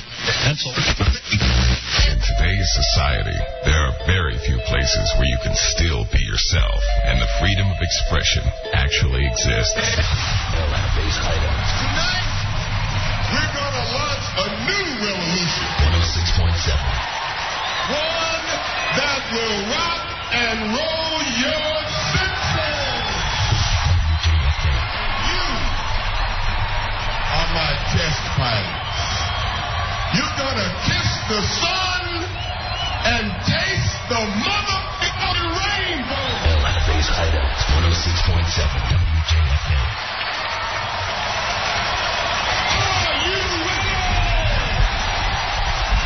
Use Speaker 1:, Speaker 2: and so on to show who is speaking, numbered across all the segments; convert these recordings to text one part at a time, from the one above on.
Speaker 1: pencil.
Speaker 2: In today's society, there are very few places where you can still be yourself, and the freedom of expression actually exists.
Speaker 3: Tonight, we're going to launch a new revolution. 106.7. One that will rock and roll your senses. You are my test pilots. You're gonna kiss the sun and taste the motherfucking rainbow.
Speaker 4: Face Hideout, 106.7 WJFM.
Speaker 3: Are you ready?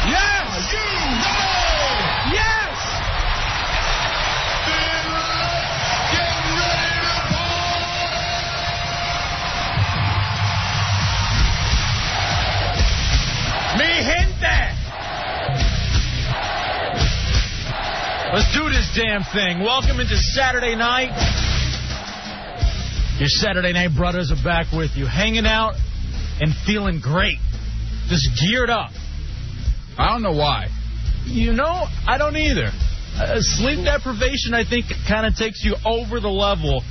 Speaker 3: Yes. Are you ready? Yes. Then let's get ready to party.
Speaker 1: Me gente! Let's do this damn thing. Welcome into Saturday night. Your Saturday night brothers are back with you, hanging out and feeling great. Just geared up. I don't know why. You know, I don't either. Uh, sleep deprivation, I think, kind of takes you over the level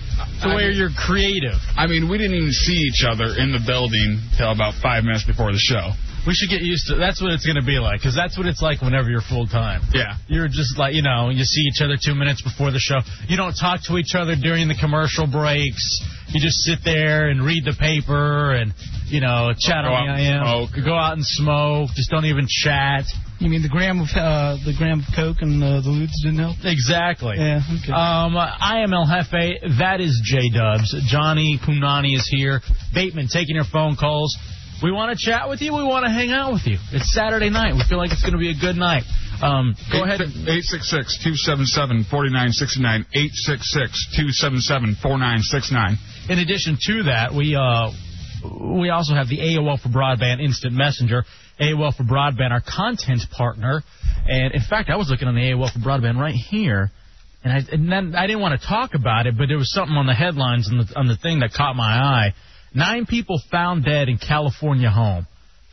Speaker 1: to
Speaker 5: I
Speaker 1: where
Speaker 5: mean-
Speaker 1: you're creative.
Speaker 5: I mean, we didn't even see each other in the building till about five minutes before the show.
Speaker 1: We should get used to. That's what it's going to be like, because that's what it's like whenever you're full time.
Speaker 5: Yeah.
Speaker 1: You're just like you know, you see each other two minutes before the show. You don't talk to each other during the commercial breaks. You just sit there and read the paper and you know
Speaker 5: Go
Speaker 1: chat on
Speaker 5: out
Speaker 1: the
Speaker 5: and
Speaker 1: IM. Smoke. Go out and smoke. Just don't even chat.
Speaker 6: You mean the gram of uh, the gram of coke and uh, the lubes didn't help?
Speaker 1: Exactly.
Speaker 6: Yeah. Okay.
Speaker 1: Um, I am El Jefe. That is J Dubs. Johnny Punani is here. Bateman taking your phone calls. We want to chat with you. We want to hang out with you. It's Saturday night. We feel like it's going to be a good night. Um, go ahead. and-
Speaker 5: 866 277 4969. 866 277 4969.
Speaker 1: In addition to that, we uh, we also have the AOL for Broadband Instant Messenger. AOL for Broadband, our content partner. And in fact, I was looking on the AOL for Broadband right here, and I and then I didn't want to talk about it, but there was something on the headlines on the on the thing that caught my eye. Nine people found dead in California home.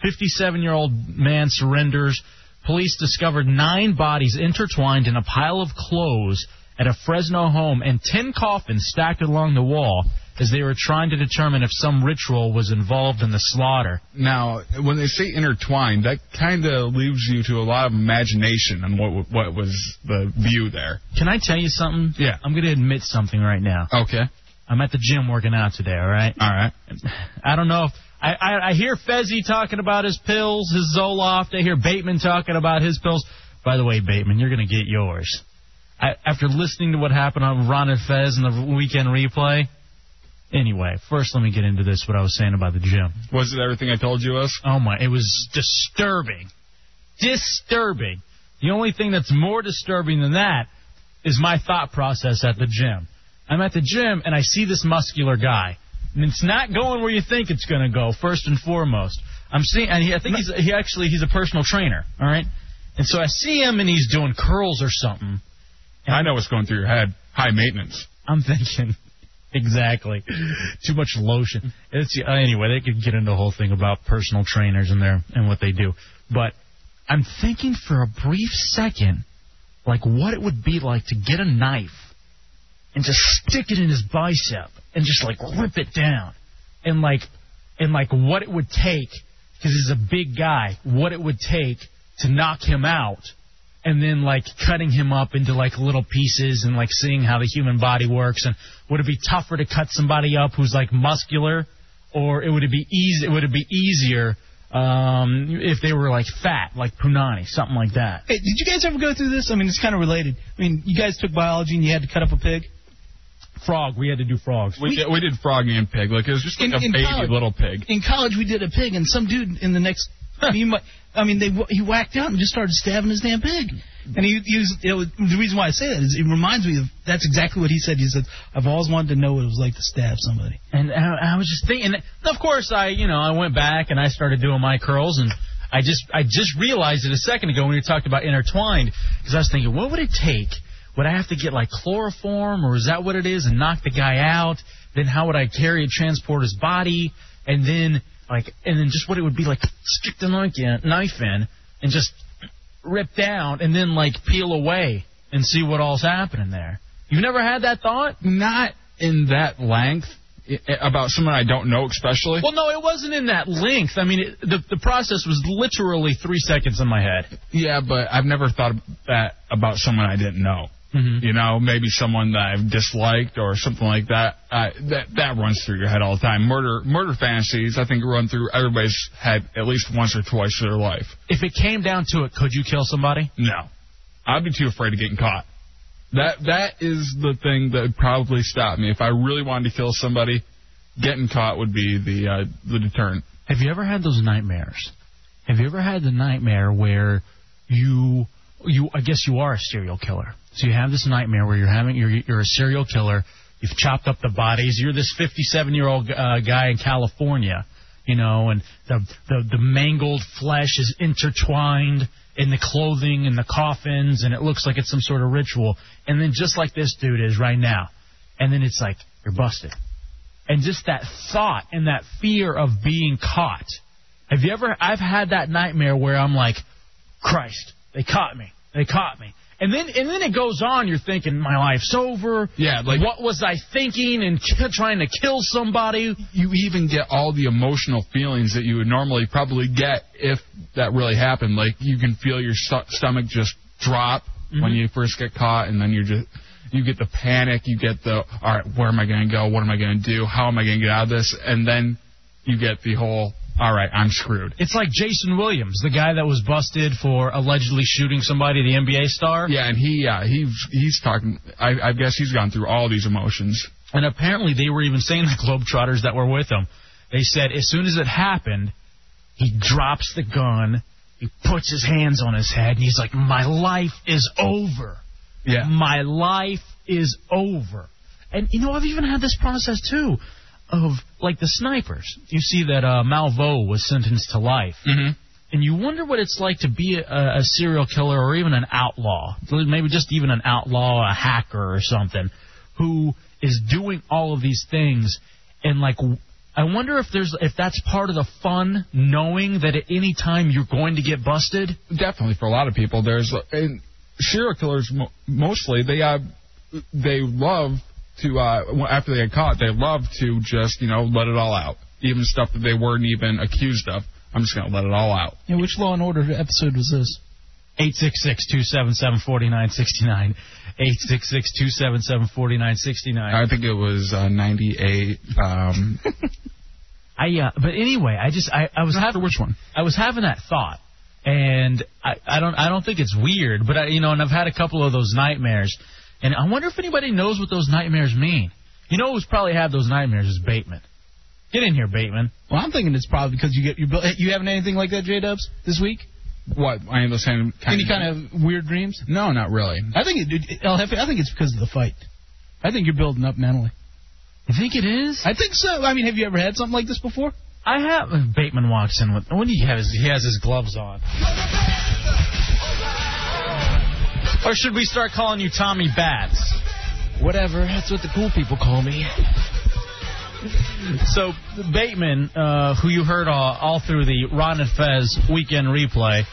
Speaker 1: 57 year old man surrenders. Police discovered nine bodies intertwined in a pile of clothes at a Fresno home and 10 coffins stacked along the wall as they were trying to determine if some ritual was involved in the slaughter.
Speaker 5: Now, when they say intertwined, that kind of leaves you to a lot of imagination on what what was the view there.
Speaker 1: Can I tell you something? Yeah. I'm going to admit something right now.
Speaker 5: Okay.
Speaker 1: I'm at the gym working out today, all right?
Speaker 5: All right.
Speaker 1: I don't know if. I, I, I hear Fezzi talking about his pills, his Zoloft. I hear Bateman talking about his pills. By the way, Bateman, you're going to get yours. I, after listening to what happened on Ron and Fez in the weekend replay. Anyway, first let me get into this, what I was saying about the gym.
Speaker 5: Was it everything I told you was?
Speaker 1: Oh my, it was disturbing. Disturbing. The only thing that's more disturbing than that is my thought process at the gym. I'm at the gym and I see this muscular guy. And it's not going where you think it's going to go, first and foremost. I'm seeing, and he, I think he's, he actually, he's a personal trainer, all right? And so I see him and he's doing curls or something.
Speaker 5: I know what's going through your head. High maintenance.
Speaker 1: I'm thinking, exactly. Too much lotion. It's uh, anyway. They could get into the whole thing about personal trainers and their and what they do. But I'm thinking for a brief second, like what it would be like to get a knife and just stick it in his bicep and just like rip it down and like and like what it would take because he's a big guy. What it would take to knock him out and then like cutting him up into like little pieces and like seeing how the human body works and would it be tougher to cut somebody up who's like muscular or it would it be easy would it be easier um if they were like fat like punani something like that
Speaker 6: Hey, did you guys ever go through this? I mean, it's kind of related. I mean, you guys took biology and you had to cut up a pig.
Speaker 1: frog we had to do frogs
Speaker 5: We, did, we did frog and pig. Like, it was just like
Speaker 6: In-
Speaker 5: a
Speaker 6: in
Speaker 5: baby
Speaker 6: college.
Speaker 5: little pig.
Speaker 6: In college, we did a pig, and some dude in the next, he mu- I mean, they wh- he whacked out and just started stabbing his damn pig. And he, he was, it was, the reason why I say that is it reminds me of that's exactly what he said. He said, "I've always wanted to know what it was like to stab somebody."
Speaker 1: and I, I was just thinking. Of course, I you know I went back and I started doing my curls, and I just I just realized it a second ago when you talked about intertwined, because I was thinking, what would it take? Would I have to get like chloroform, or is that what it is, and knock the guy out? Then how would I carry and transport his body? And then like and then just what it would be like to stick the knife in, knife in, and just rip down and then like peel away and see what all's happening there. You've never had that thought?
Speaker 5: Not in that length i- i- about someone I don't know, especially.
Speaker 1: Well, no, it wasn't in that length. I mean, it, the the process was literally three seconds in my head.
Speaker 5: Yeah, but I've never thought of that about someone I didn't know. You know, maybe someone that I've disliked or something like that. Uh, that that runs through your head all the time. Murder murder fantasies, I think, run through everybody's head at least once or twice in their life.
Speaker 1: If it came down to it, could you kill somebody?
Speaker 5: No, I'd be too afraid of getting caught. That that is the thing that would probably stop me if I really wanted to kill somebody. Getting caught would be the uh, the deterrent.
Speaker 1: Have you ever had those nightmares? Have you ever had the nightmare where you you I guess you are a serial killer. So you have this nightmare where you're having you're you're a serial killer. You've chopped up the bodies. You're this 57 year old uh, guy in California, you know, and the, the the mangled flesh is intertwined in the clothing and the coffins, and it looks like it's some sort of ritual. And then just like this dude is right now, and then it's like you're busted and just that thought and that fear of being caught. Have you ever? I've had that nightmare where I'm like, Christ, they caught me, they caught me, and then and then it goes on. You're thinking my life's over.
Speaker 5: Yeah, like-
Speaker 1: what was I thinking and k- trying to kill somebody?
Speaker 5: you even get all the emotional feelings that you would normally probably get if that really happened. Like you can feel your st- stomach just drop when
Speaker 1: Mm-hmm.
Speaker 5: you first get caught, and then you're just you get the panic, you get the all right, where am I going to go? What am I going to do? How am I going to get out of this? And then you get the whole all right, I'm screwed.
Speaker 1: It's like Jason Williams, the guy that was busted for allegedly shooting somebody, the NBA star.
Speaker 5: Yeah, and he uh, he's he's talking. I, I guess he's gone through all these emotions.
Speaker 1: And apparently, they were even saying the Globetrotters that were with him. They said as soon as it happened, he drops the gun, he puts his hands on his head, and he's like, "My life is over.
Speaker 5: Yeah.
Speaker 1: My life is over." And you know, I've even had this process too, of like the snipers. You see that uh, Malvo was sentenced to life and you wonder what it's like to be a, a serial killer or even an outlaw, maybe just even an outlaw, a hacker or something, who is doing all of these things, and like, w- I wonder if there's if that's part of the fun, knowing that at any time you're going to get busted.
Speaker 5: definitely for a lot of people there's and serial killers mo- mostly they uh they love to uh well, after they get caught they love to just you know let it all out even stuff that they weren't even accused of i'm just going to let it all out
Speaker 6: Yeah, which Law and Order episode was this?
Speaker 1: 866-277-4969. 866-277-4969.
Speaker 5: i think it was uh 98 um
Speaker 1: I uh, but anyway, I just I, I was having which one? I was having that thought, and I, I don't I don't think it's weird, but I, you know, and I've had a couple of those nightmares, and I wonder if anybody knows what those nightmares mean. You know, who's probably had those nightmares is Bateman. Get in here, Bateman.
Speaker 6: Well, I'm thinking it's probably because you get you, you having anything like that, J Dubs, this week?
Speaker 5: what i am the same kind
Speaker 6: Any kind of weird dreams?
Speaker 5: no not really
Speaker 6: I think it, it, El Jefe, I think it's because of the fight. I think you're building up mentally.
Speaker 1: You think it is?
Speaker 6: I think so. I mean, have you ever had something like this before?
Speaker 1: I have. Bateman walks in with. When do you have his? He has his gloves on. Or should we start calling you Tommy Bats?
Speaker 4: Whatever, that's what the cool people call me.
Speaker 1: So Bateman, uh, who you heard all, all through the Ron and Fez weekend replay,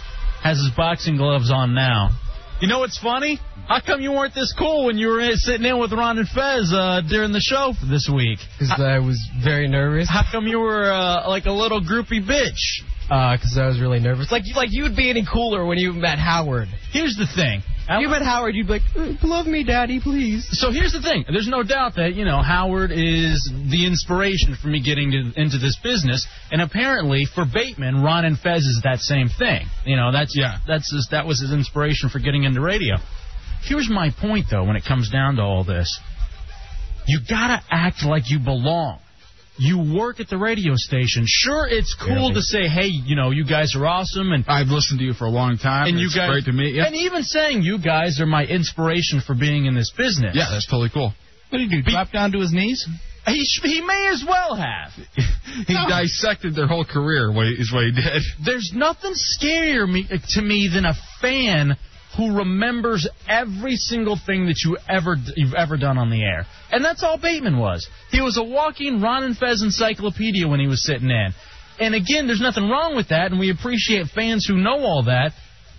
Speaker 1: has his boxing gloves on now. You know what's funny? How come you weren't this cool when you were in, sitting in with Ron and Fez uh, during the show for this week?
Speaker 4: Because I was very nervous.
Speaker 1: How come you were uh, like a little groupie bitch?
Speaker 6: Uh,
Speaker 4: Because I was really nervous. Like, like you would be any cooler when you met Howard.
Speaker 1: Here's the thing.
Speaker 4: If you met Howard, you'd be like, "Mm, love me, daddy, please.
Speaker 1: So here's the thing. There's no doubt that you know Howard is the inspiration for me getting to, into this business, and apparently for Bateman, Ron and Fez is that same thing. You know, that's
Speaker 5: Yeah.
Speaker 1: that's his, that was his inspiration for getting into radio. Here's my point though, when it comes down to all this, you gotta act like you belong. You work at the radio station. Sure, it's cool to say, hey, you know, you guys are awesome, and
Speaker 5: i've listened to you for a long time
Speaker 1: and you
Speaker 5: it's
Speaker 1: guys
Speaker 5: great to meet you
Speaker 1: and even saying you guys are my inspiration for being in this business.
Speaker 5: yeah that's totally cool
Speaker 6: What did he do? Drop down to his knees?
Speaker 1: He, sh- he may as well have.
Speaker 5: he dissected their whole career what he, is what he did
Speaker 1: There's nothing scarier me, to me than a fan who remembers every single thing that you ever you've ever done on the air. And that's all Bateman was. He was a walking Ron and Fez encyclopedia when he was sitting in. And again, there's nothing wrong with that, and we appreciate fans who know all that.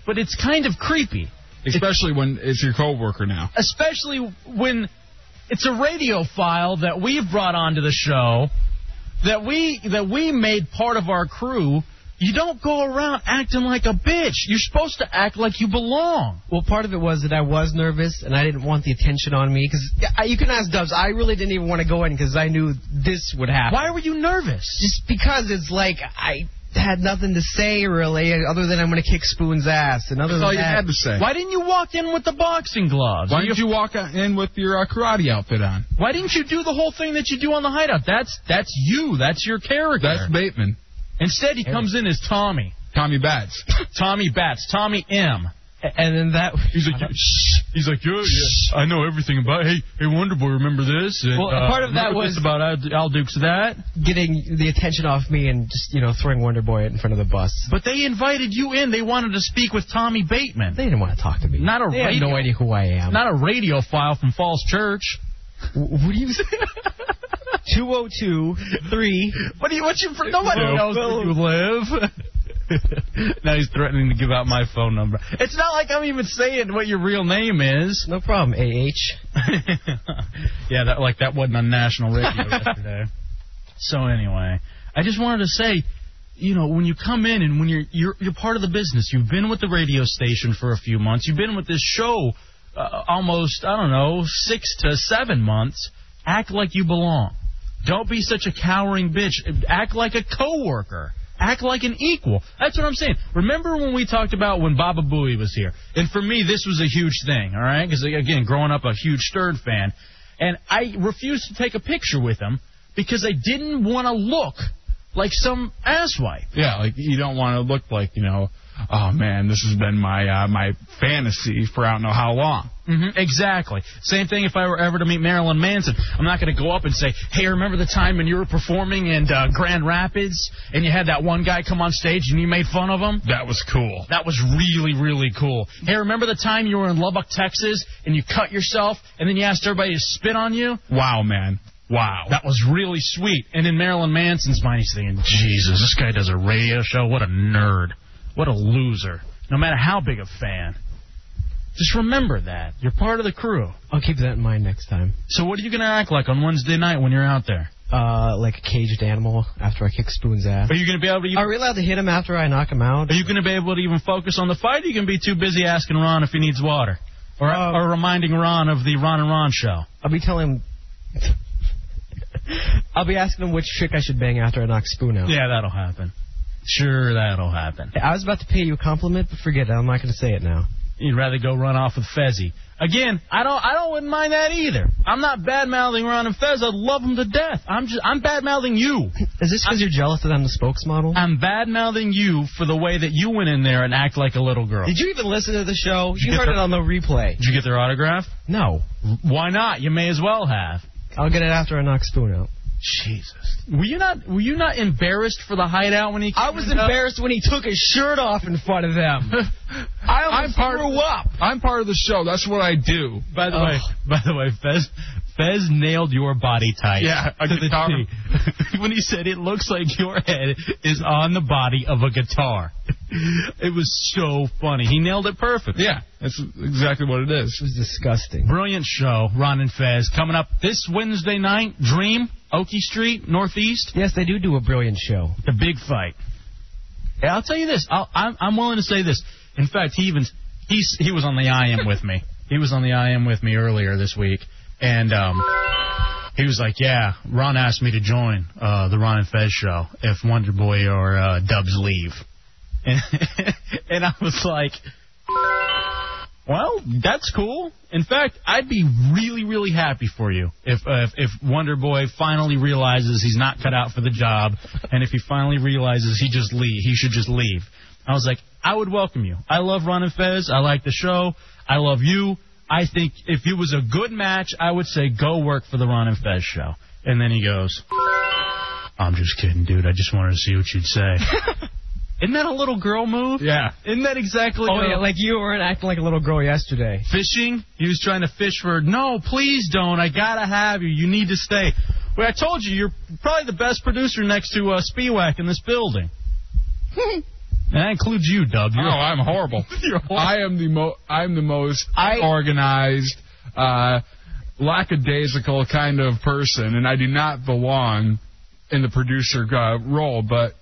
Speaker 1: but it's kind of creepy,
Speaker 5: Especially when it's your coworker now.
Speaker 1: especially when it's a radio file that we've brought onto the show that we that we made part of our crew. You don't go around acting like a bitch. You're supposed to act like you belong.
Speaker 6: Well, part of it was that I was nervous and I didn't want the attention on me because you can ask Dubs. I really didn't even want to go in because I knew this would happen.
Speaker 1: Why were you nervous?
Speaker 6: Just because it's like I had nothing to say really, other than I'm going to kick Spoon's ass and
Speaker 5: That's
Speaker 6: other than
Speaker 5: all you
Speaker 6: that.
Speaker 5: had to say.
Speaker 1: Why didn't you walk in with the boxing gloves?
Speaker 5: Why didn't you walk out- in with your uh, karate outfit on?
Speaker 1: Why didn't you do the whole thing that you do on the hideout? That's that's you. That's your character.
Speaker 5: That's Bateman.
Speaker 1: Instead, he comes in as Tommy.
Speaker 5: Tommy Batts.
Speaker 1: Tommy Bats. Tommy M.
Speaker 6: and then that.
Speaker 1: He's like, shh. He's like, yeah, yeah. I know everything about. Hey, hey, Wonderboy, remember this? And,
Speaker 6: Well,
Speaker 5: uh,
Speaker 6: part of that
Speaker 1: remember
Speaker 6: was-
Speaker 1: this about Al, Al Duke's that.
Speaker 6: getting the attention off me and just you know throwing Wonder Boy in front of the bus.
Speaker 1: But they invited you in. They wanted to speak with Tommy Bateman.
Speaker 6: They didn't want to talk to me.
Speaker 1: Not a
Speaker 6: they have
Speaker 1: radio-
Speaker 6: no idea who I am.
Speaker 1: Not a radio file from Falls Church.
Speaker 6: what do you say? Two oh two three.
Speaker 1: What do you? What's your? Nobody
Speaker 5: Well,
Speaker 1: knows where you live. now he's threatening to give out my phone number. It's not like I'm even saying what your real name is.
Speaker 6: No problem. Ah.
Speaker 1: yeah, that like that wasn't on national radio yesterday. So anyway, I just wanted to say, you know, when you come in and when you're you're you're part of the business, you've been with the radio station for a few months, you've been with this show uh, almost I don't know six to seven months. Act like you belong. Don't be such a cowering bitch. Act like a coworker. Act like an equal. That's what I'm saying. Remember when we talked about when Baba Booey was here? And for me, this was a huge thing, all right? Because, again, growing up a huge Stern fan. And I refused to take a picture with him because I didn't want to look like some asswipe.
Speaker 5: Yeah, like you don't want to look like you know. Oh man, this has been my uh, my fantasy for I don't know how long.
Speaker 1: Mm-hmm, exactly. Same thing if I were ever to meet Marilyn Manson. I'm not going to go up and say, hey, remember the time when you were performing in uh, Grand Rapids and you had that one guy come on stage and you made fun of him?
Speaker 5: That was cool.
Speaker 1: That was really, really cool. Hey, remember the time you were in Lubbock, Texas, and you cut yourself, and then you asked everybody to spit on you?
Speaker 5: Wow, man. Wow.
Speaker 1: That was really sweet. And in Marilyn Manson's mind, he's thinking, Jesus, this guy does a radio show. What a nerd. What a loser. No matter how big a fan. Just remember that. You're part of the crew.
Speaker 6: I'll keep that in mind next time.
Speaker 1: So what are you going to act like on Wednesday night when you're out there?
Speaker 6: Uh, like a caged animal after I kick Spoon's ass.
Speaker 1: Are you going to be able to even,
Speaker 6: Are we allowed to hit him after I knock him out?
Speaker 1: are you going to be able to even focus on the fight? Or are you going to be too busy asking Ron if he needs water? Or,
Speaker 6: Um,
Speaker 1: or reminding Ron of the Ron and Ron show?
Speaker 6: I'll be telling him. I'll be asking him which chick I should bang after I knock Spoon out.
Speaker 1: Yeah, that'll happen. Sure, that'll happen.
Speaker 6: I was about to pay you a compliment, but forget it. I'm not going to say it now.
Speaker 1: You'd rather go run off with Fezzi. Again, I don't, I don't wouldn't mind that either. I'm not bad mouthing Ron and Fez. I love them to death. I'm just, I'm bad mouthing you.
Speaker 6: Is this because you're jealous that I'm the spokesmodel?
Speaker 1: I'm bad mouthing you for the way that you went in there and act like a little girl.
Speaker 6: Did you even listen to the show? You heard it on the replay.
Speaker 1: Did you get their autograph?
Speaker 6: No.
Speaker 1: Why not? You may as well have.
Speaker 6: I'll get it after I knock Spoon out.
Speaker 1: Jesus. Were you not, were you not embarrassed for the hideout when he? Came
Speaker 6: I was
Speaker 1: in?
Speaker 6: embarrassed when he took his shirt off in front of them. I almost
Speaker 5: I'm part-
Speaker 6: threw up.
Speaker 5: I'm part of the show. That's what I do.
Speaker 1: By the
Speaker 6: Ugh.
Speaker 1: way, by the way, Fez, Fez nailed your body type.
Speaker 5: Yeah, a
Speaker 1: to the
Speaker 5: guitar.
Speaker 1: T. when he said it looks like your head is on the body of a guitar, it was so funny. He nailed it perfect.
Speaker 5: Yeah, that's exactly what it
Speaker 6: It
Speaker 5: is.
Speaker 6: was disgusting.
Speaker 1: Brilliant show, Ron and Fez. Coming up this Wednesday night, Dream, Oakey Street, Northeast,
Speaker 6: Yes, they do do a brilliant show.
Speaker 1: the big fight. And I'll tell you this. I'll, I'm, I'm willing to say this. In fact, he even he's, he was on the I am with me. He was on the I am with me earlier this week, and um, he was like, "Yeah, Ron asked me to join uh, the Ron and Fez show if Wonder Boy or uh, Dubs leave," and, and I was like. Well, that's cool. In fact, I'd be really, really happy for you if uh, if, if Wonder Boy finally realizes he's not cut out for the job, and if he finally realizes he just leave, he should just leave. I was like, I would welcome you. I love Ron and Fez. I like the show. I love you. I think if it was a good match, I would say go work for the Ron and Fez show. And then he goes, I'm just kidding, dude. I just wanted to see what you'd say. Isn't that a little girl move?
Speaker 5: Yeah.
Speaker 1: Isn't that exactly?
Speaker 6: Oh
Speaker 1: what I-
Speaker 6: yeah, like you weren't acting like a little girl yesterday.
Speaker 1: fishing. He was trying to fish for. No, please don't. I gotta have you. You need to stay. Well, I told you, you're probably the best producer next to uh, Spiewak in this building. And that includes you, Dub.
Speaker 5: Oh,
Speaker 1: You're
Speaker 5: I'm horrible. I am the mo. I'm the most organized, uh, lackadaisical kind of person, and I do not belong in the producer uh, role. But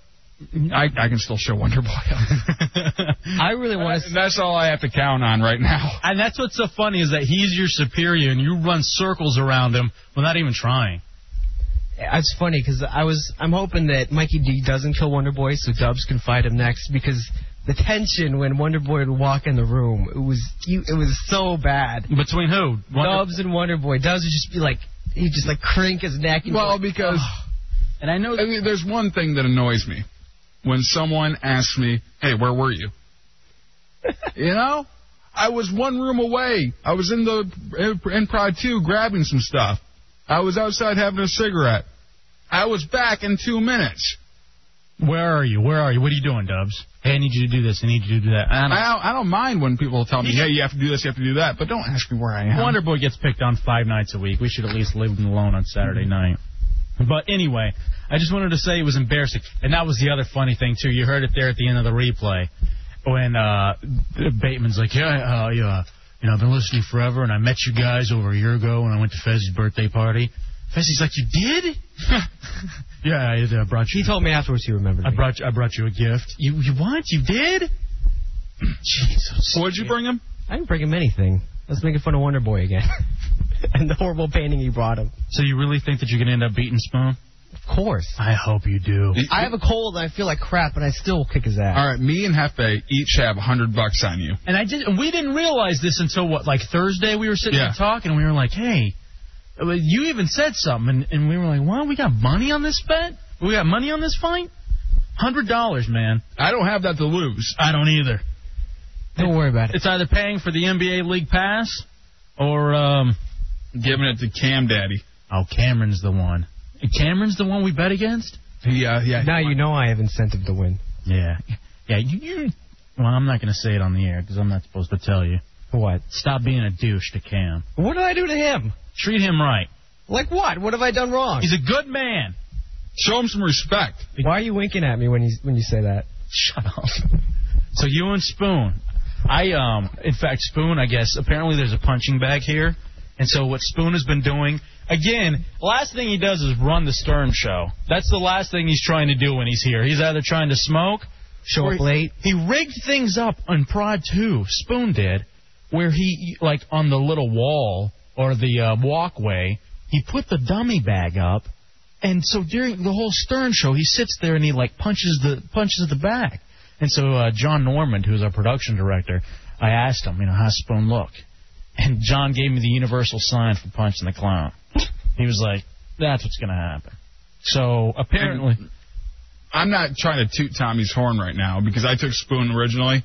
Speaker 5: I, I can still show Wonder Boy.
Speaker 4: I really want
Speaker 5: and
Speaker 4: to.
Speaker 5: that's all I have to count on right now.
Speaker 1: And that's what's so funny is that he's your superior and you run circles around him without even trying.
Speaker 4: It's funny because I was. I'm hoping that Mikey D doesn't kill Wonder Boy, so Dubs can fight him next because. The tension when Wonder Boy would walk in the room, it was you, it was so bad.
Speaker 1: Between who? Wonder-
Speaker 4: Dubs and Wonder Boy, Dubs would just be like, he'd just like crink his neck. And
Speaker 5: Well, because
Speaker 1: And I know
Speaker 5: I mean, there's one thing that annoys me when someone asks me, "Hey, where were you?" you know, I was one room away. I was in the in Pride Two grabbing some stuff. I was outside having a cigarette. I was back in two minutes.
Speaker 1: where are you? Where are you? What are you doing, Dubs? Hey, I need you to do this. I need you to do that. And
Speaker 5: I don't, I don't mind when people tell me, "Hey, you have to do this, you have to do that," but don't ask me where I am.
Speaker 1: Wonder Boy gets picked on five nights a week. We should at least leave him alone on Saturday
Speaker 4: Mm-hmm.
Speaker 1: night. But anyway, I just wanted to say it was embarrassing, and that was the other funny thing too. You heard it there at the end of the replay when uh, Bateman's like, "Yeah, uh, yeah, you know, I've been listening forever, and I met you guys over a year ago when I went to Fezzi's birthday party." Fezzi's like, "You did? yeah, I uh, brought you.
Speaker 4: he told me afterwards he remembered.
Speaker 1: I
Speaker 4: me.
Speaker 1: brought you, I brought you a gift. You, you what? You did? Jesus.
Speaker 5: What'd you bring him?
Speaker 4: I didn't bring him anything. I was making fun of Wonder Boy again, and the horrible painting he brought him.
Speaker 1: So you really think that you're gonna end up beating Spoon?
Speaker 4: Of course.
Speaker 1: I hope you do.
Speaker 4: I have a cold and I feel like crap, and I still kick his ass.
Speaker 5: All right, me and Hefe each have a hundred bucks on you.
Speaker 1: And I did. We didn't realize this until what, like Thursday, we were sitting
Speaker 5: Yeah.
Speaker 1: there talking, and we were like, "Hey, uh, you even said something," and, and we were like, "What? We got money on this bet? We got money on this fight? Hundred dollars, man.
Speaker 5: I don't have that to lose.
Speaker 1: I don't either.
Speaker 4: Don't worry about it.
Speaker 1: It's either paying for the NBA league pass, or um,
Speaker 5: Giving it to Cam Daddy.
Speaker 1: oh, Cameron's the one. Cameron's the one we bet against.
Speaker 5: Yeah, yeah.
Speaker 4: Now you know I have incentive to win.
Speaker 1: Yeah, yeah. You, you well, I'm not gonna say it on the air because I'm not supposed to tell you.
Speaker 4: What?
Speaker 1: Stop being a douche to Cam.
Speaker 4: What did I do to him?
Speaker 1: Treat him right.
Speaker 4: Like what? What have I done wrong?
Speaker 1: He's a good man.
Speaker 5: Show him some respect.
Speaker 4: Why are you winking at me when you when you say that?
Speaker 1: Shut up. So you and Spoon, I um, in fact Spoon, I guess apparently there's a punching bag here, and so what Spoon has been doing again, last thing he does is run the Stern show. That's the last thing he's trying to do when he's here. He's either trying to smoke,
Speaker 4: Show
Speaker 1: Wait.
Speaker 4: up late.
Speaker 1: he rigged things up on Prod 2, Spoon did, where he, like, on the little wall or the uh, walkway, he put the dummy bag up. And so during the whole Stern show, he sits there and he, like, punches the punches the bag. And so uh, John Norman, who's our production director, I asked him, you know, how's Spoon look? And John gave me the universal sign for punching the clown. He was like, that's what's going to happen. So apparently,
Speaker 5: I'm not trying to toot Tommy's horn right now because I took Spoon originally.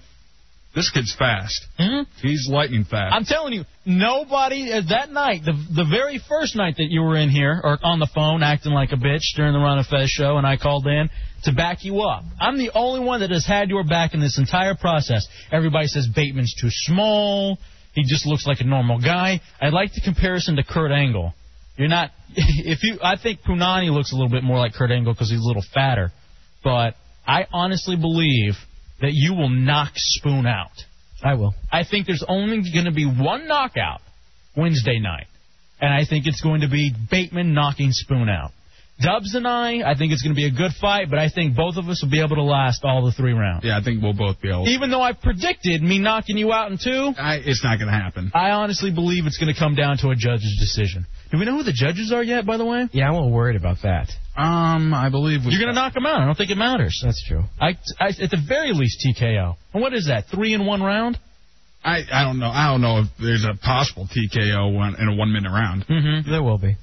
Speaker 5: This kid's fast.
Speaker 1: Mhm.
Speaker 5: He's lightning fast.
Speaker 1: I'm telling you, nobody uh, that night, the the very first night that you were in here or on the phone acting like a bitch during the Ron and Fez show, and I called in to back you up. I'm the only one that has had your back in this entire process. Everybody says Bateman's too small. He just looks like a normal guy. I like the comparison to Kurt Angle. You're not. If you, I think Punani looks a little bit more like Kurt Angle because he's a little fatter. But I honestly believe that you will knock Spoon out.
Speaker 4: I will.
Speaker 1: I think there's only going to be one knockout Wednesday night, and I think it's going to be Bateman knocking Spoon out. Dubs and I, I think it's going to be a good fight, but I think both of us will be able to last all the three rounds.
Speaker 5: yeah, I think we'll both be able.
Speaker 1: Even though I predicted me knocking you out in two,
Speaker 5: I, it's not going to happen.
Speaker 1: I honestly believe it's going to come down to a judge's decision. Do we know who the judges are yet, by the way?
Speaker 4: Yeah, I wasn't worried about that.
Speaker 5: Um, I believe we.
Speaker 1: You're going to knock him out. I don't think it matters.
Speaker 4: That's true.
Speaker 1: I, I, at the very least, TKO. And what is that? Three in one round?
Speaker 5: I I don't know. I don't know if there's a possible TKO one in a one minute round.
Speaker 1: Mm-hmm.
Speaker 4: There will be.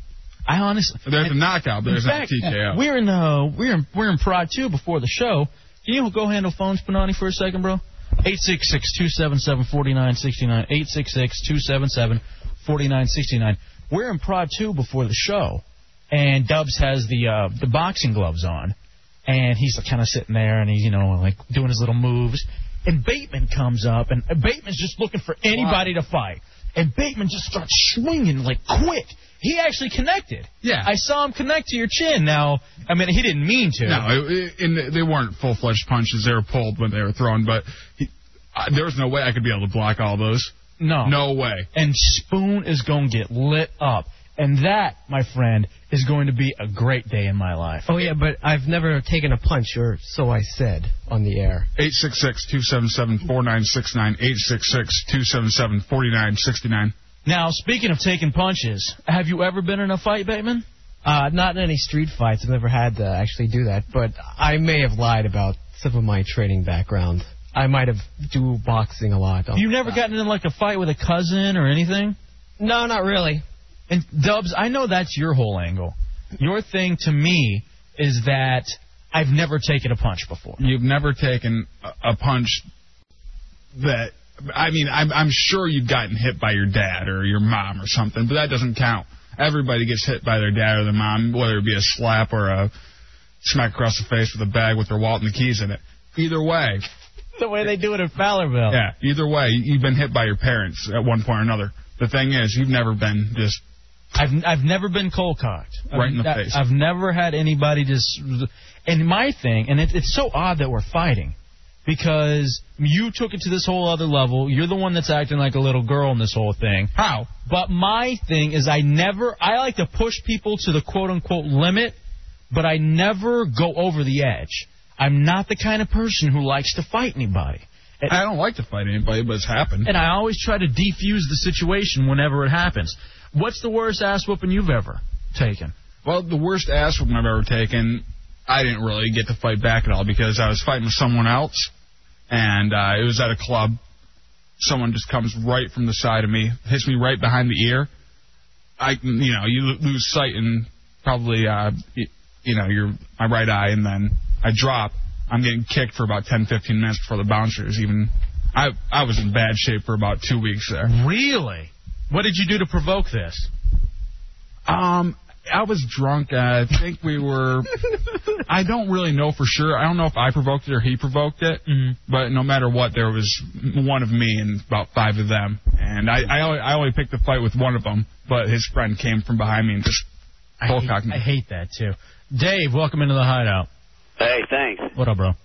Speaker 1: I honestly.
Speaker 5: There's a knockout, but there's
Speaker 1: in
Speaker 5: not
Speaker 1: fact,
Speaker 5: a TKO.
Speaker 1: We're in uh, we're in we're in Pride two before the show. Can you go handle phones, Panani, for a second, bro? 866-277-4969. 866-277-4969. We're in Prod 2 before the show, and Dubs has the uh, the boxing gloves on, and he's kind of sitting there, and he's, you know, like doing his little moves. And Bateman comes up, and Bateman's just looking for anybody to fight. And Bateman just starts swinging, like, quick. he actually connected.
Speaker 5: Yeah.
Speaker 1: I saw him connect to your chin. Now, I mean, he didn't mean to.
Speaker 5: No, it, it, and they weren't full fledged punches. They were pulled when they were thrown, but he, I, there was no way I could be able to block all those.
Speaker 1: no,
Speaker 5: No way.
Speaker 1: And Spoon is going to get lit up, and that, my friend, is going to be a great day in my life.
Speaker 4: Oh yeah, but I've never taken a punch, or so I said on the air.
Speaker 5: 866 277 4969. 866 277 4969.
Speaker 1: Now, speaking of taking punches, have you ever been in a fight, Bateman?
Speaker 4: Uh, not in any street fights. I've never had to actually do that, but I may have lied about some of my training background. I might have do boxing a lot.
Speaker 1: You've never gotten in like a fight with a cousin or anything?
Speaker 4: No, not really.
Speaker 1: And Dubs, I know that's your whole angle. Your thing to me is that I've never taken a punch before.
Speaker 5: You've never taken a, a punch that. I mean, I'm, I'm sure you've gotten hit by your dad or your mom or something, but that doesn't count. Everybody gets hit by their dad or their mom, whether it be a slap or a smack across the face with a bag with their wallet and the keys in it. Either way,
Speaker 1: The way they do it in Fowlerville.
Speaker 5: Yeah, either way, you've been hit by your parents at one point or another. The thing is, you've never been just
Speaker 1: I've I've never been cold cocked.
Speaker 5: Right in the
Speaker 1: I've,
Speaker 5: face.
Speaker 1: I've never had anybody just. And my thing, and it, it's so odd that we're fighting, because you took it to this whole other level. You're the one that's acting like a little girl in this whole thing.
Speaker 5: how?
Speaker 1: But my thing is, I never. I like to push people to the quote unquote limit, but I never go over the edge. I'm not the kind of person who likes to fight anybody. And-
Speaker 5: I don't like to fight anybody, but it's happened.
Speaker 1: and I always try to defuse the situation whenever it happens. What's the worst ass whooping you've ever taken?
Speaker 5: Well, the worst ass whooping I've ever taken, I didn't really get to fight back at all because I was fighting with someone else, and uh, it was at a club. Someone just comes right from the side of me, hits me right behind the ear. I, you know, you lo- lose sight and probably, uh, y- you know, your my right eye, and then I drop. I'm getting kicked for about 10, 15 minutes before the bouncers even. I I was in bad shape for about two weeks there.
Speaker 1: Really? What did you do to provoke this?
Speaker 5: Um, I was drunk. I think we were. I don't really know for sure. I don't know if I provoked it or he provoked it.
Speaker 1: Mhm.
Speaker 5: But no matter what, there was one of me and about five of them. And I, I, only, I only picked the fight with one of them. But his friend came from behind me and just
Speaker 1: I
Speaker 5: Bull
Speaker 1: hate,
Speaker 5: cock me.
Speaker 1: I hate that too. Dave, welcome into the hideout.
Speaker 7: Hey, thanks.
Speaker 1: What up, bro?
Speaker 7: All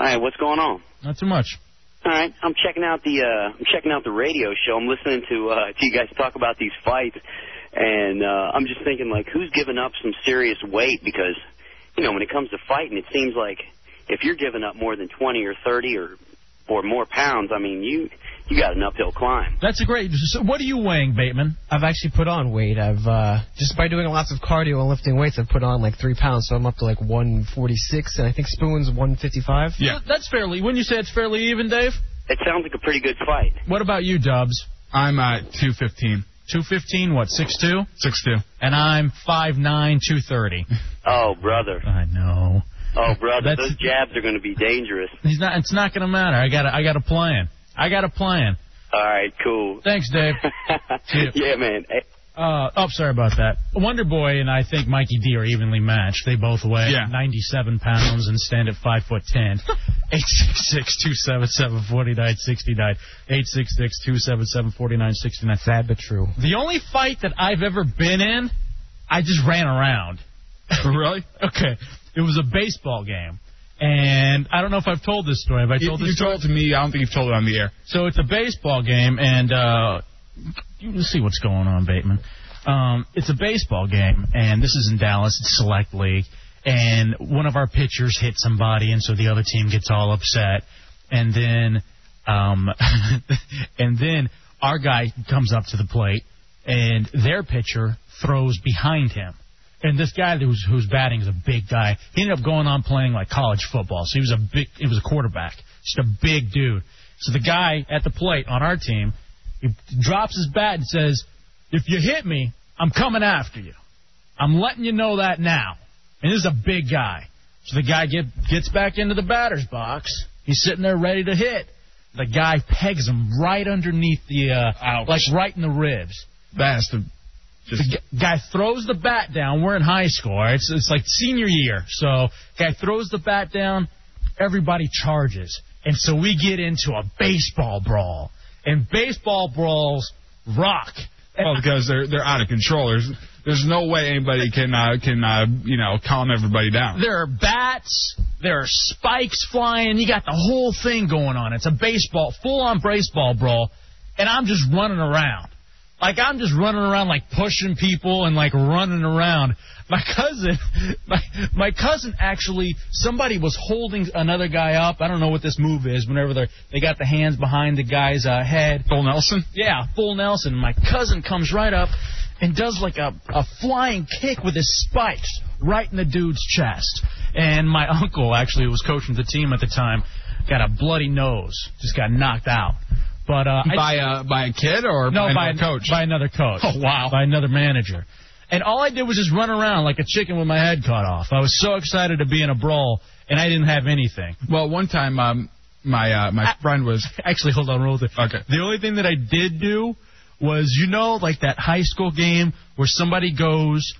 Speaker 7: right, what's going on?
Speaker 1: Not too much.
Speaker 7: All right, I'm checking out the uh, I'm checking out the radio show. I'm listening to uh, to you guys talk about these fights, and uh, I'm just thinking like, who's giving up some serious weight? Because you know, when it comes to fighting, it seems like if you're giving up more than 20 or 30 or or more pounds, I mean, you you got an uphill climb.
Speaker 1: That's a great. So what are you weighing, Bateman?
Speaker 4: I've actually put on weight. I've uh, just by doing lots of cardio and lifting weights, I've put on like three pounds, so I'm up to like 146, and I think Spoon's 155.
Speaker 5: Yeah.
Speaker 1: That's fairly. Wouldn't you say it's fairly even, Dave?
Speaker 7: It sounds like a pretty good fight.
Speaker 1: What about you, Dubs?
Speaker 5: I'm at 215,
Speaker 1: Two fifteen, what six two?
Speaker 5: 6'2".
Speaker 1: And I'm five nine, two thirty.
Speaker 7: Oh brother,
Speaker 1: I know.
Speaker 7: oh brother,
Speaker 1: That's-
Speaker 7: those jabs are going to be dangerous.
Speaker 1: He's not. It's not gonna matter. I got. a- I got a plan. I got a plan.
Speaker 7: All right, cool.
Speaker 1: Thanks, Dave.
Speaker 7: yeah, man. Hey,
Speaker 1: Uh, oh, sorry about that. Wonder Boy and I think Mikey D are evenly matched. They both weigh
Speaker 5: Yeah.
Speaker 1: 97 pounds and stand at five foot ten. Eight six six two seven seven forty nine sixty nine. Eight six six two seven seven forty nine sixty nine.
Speaker 4: Sad but true.
Speaker 1: The only fight that I've ever been in, I just ran around.
Speaker 5: really?
Speaker 1: Okay, it was a baseball game, and I don't know if I've told this story. Have I
Speaker 5: You,
Speaker 1: told this
Speaker 5: you
Speaker 1: story?
Speaker 5: told it to me. I don't think you've told it on the air.
Speaker 1: So it's a baseball game, and uh, you can see what's going on, Bateman. Um, it's a baseball game, and this is in Dallas. It's select league, and one of our pitchers hit somebody, and so the other team gets all upset, and then, um, and then our guy comes up to the plate, and their pitcher throws behind him. And this guy who's who's batting is a big guy. He ended up going on playing like college football. So he was a big he was a quarterback. Just a big dude. So the guy at the plate on our team, he drops his bat and says, If you hit me, I'm coming after you. I'm letting you know that now. And this is a big guy. So the guy get, gets back into the batter's box. He's sitting there ready to hit. The guy pegs him right underneath the, uh,
Speaker 5: Ouch.
Speaker 1: like right in the ribs.
Speaker 5: That has to just
Speaker 1: The g- guy throws the bat down. We're in high school. all right? It's it's like senior year. So guy throws the bat down. Everybody charges, and so we get into a baseball brawl. And baseball brawls rock.
Speaker 5: Well, because they're they're out of control. There's there's no way anybody can uh, can uh, you know calm everybody down.
Speaker 1: There are bats. There are spikes flying. You got the whole thing going on. It's a baseball, full-on baseball brawl, and I'm just running around. Like I'm just running around, like pushing people and like running around. My cousin, my my cousin actually, somebody was holding another guy up. I don't know what this move is. Whenever they they got the hands behind the guy's uh, head,
Speaker 5: Full Nelson.
Speaker 1: yeah, full Nelson. My cousin comes right up and does like a, a flying kick with his spikes right in the dude's chest. And my uncle, actually, who was coaching the team at the time, got a bloody nose, just got knocked out. But uh, I-
Speaker 5: by a by a kid or
Speaker 1: no,
Speaker 5: by,
Speaker 1: by,
Speaker 5: a coach?
Speaker 1: by another coach.
Speaker 5: Oh, wow.
Speaker 1: By another manager. And all I did was just run around like a chicken with my head cut off. I was so excited to be in a brawl, and I didn't have anything.
Speaker 5: well, one time um, my uh, my friend was
Speaker 1: Actually, hold on, roll with it.
Speaker 5: Okay.
Speaker 1: The only thing that I did do was, you know, like that high school game where somebody goes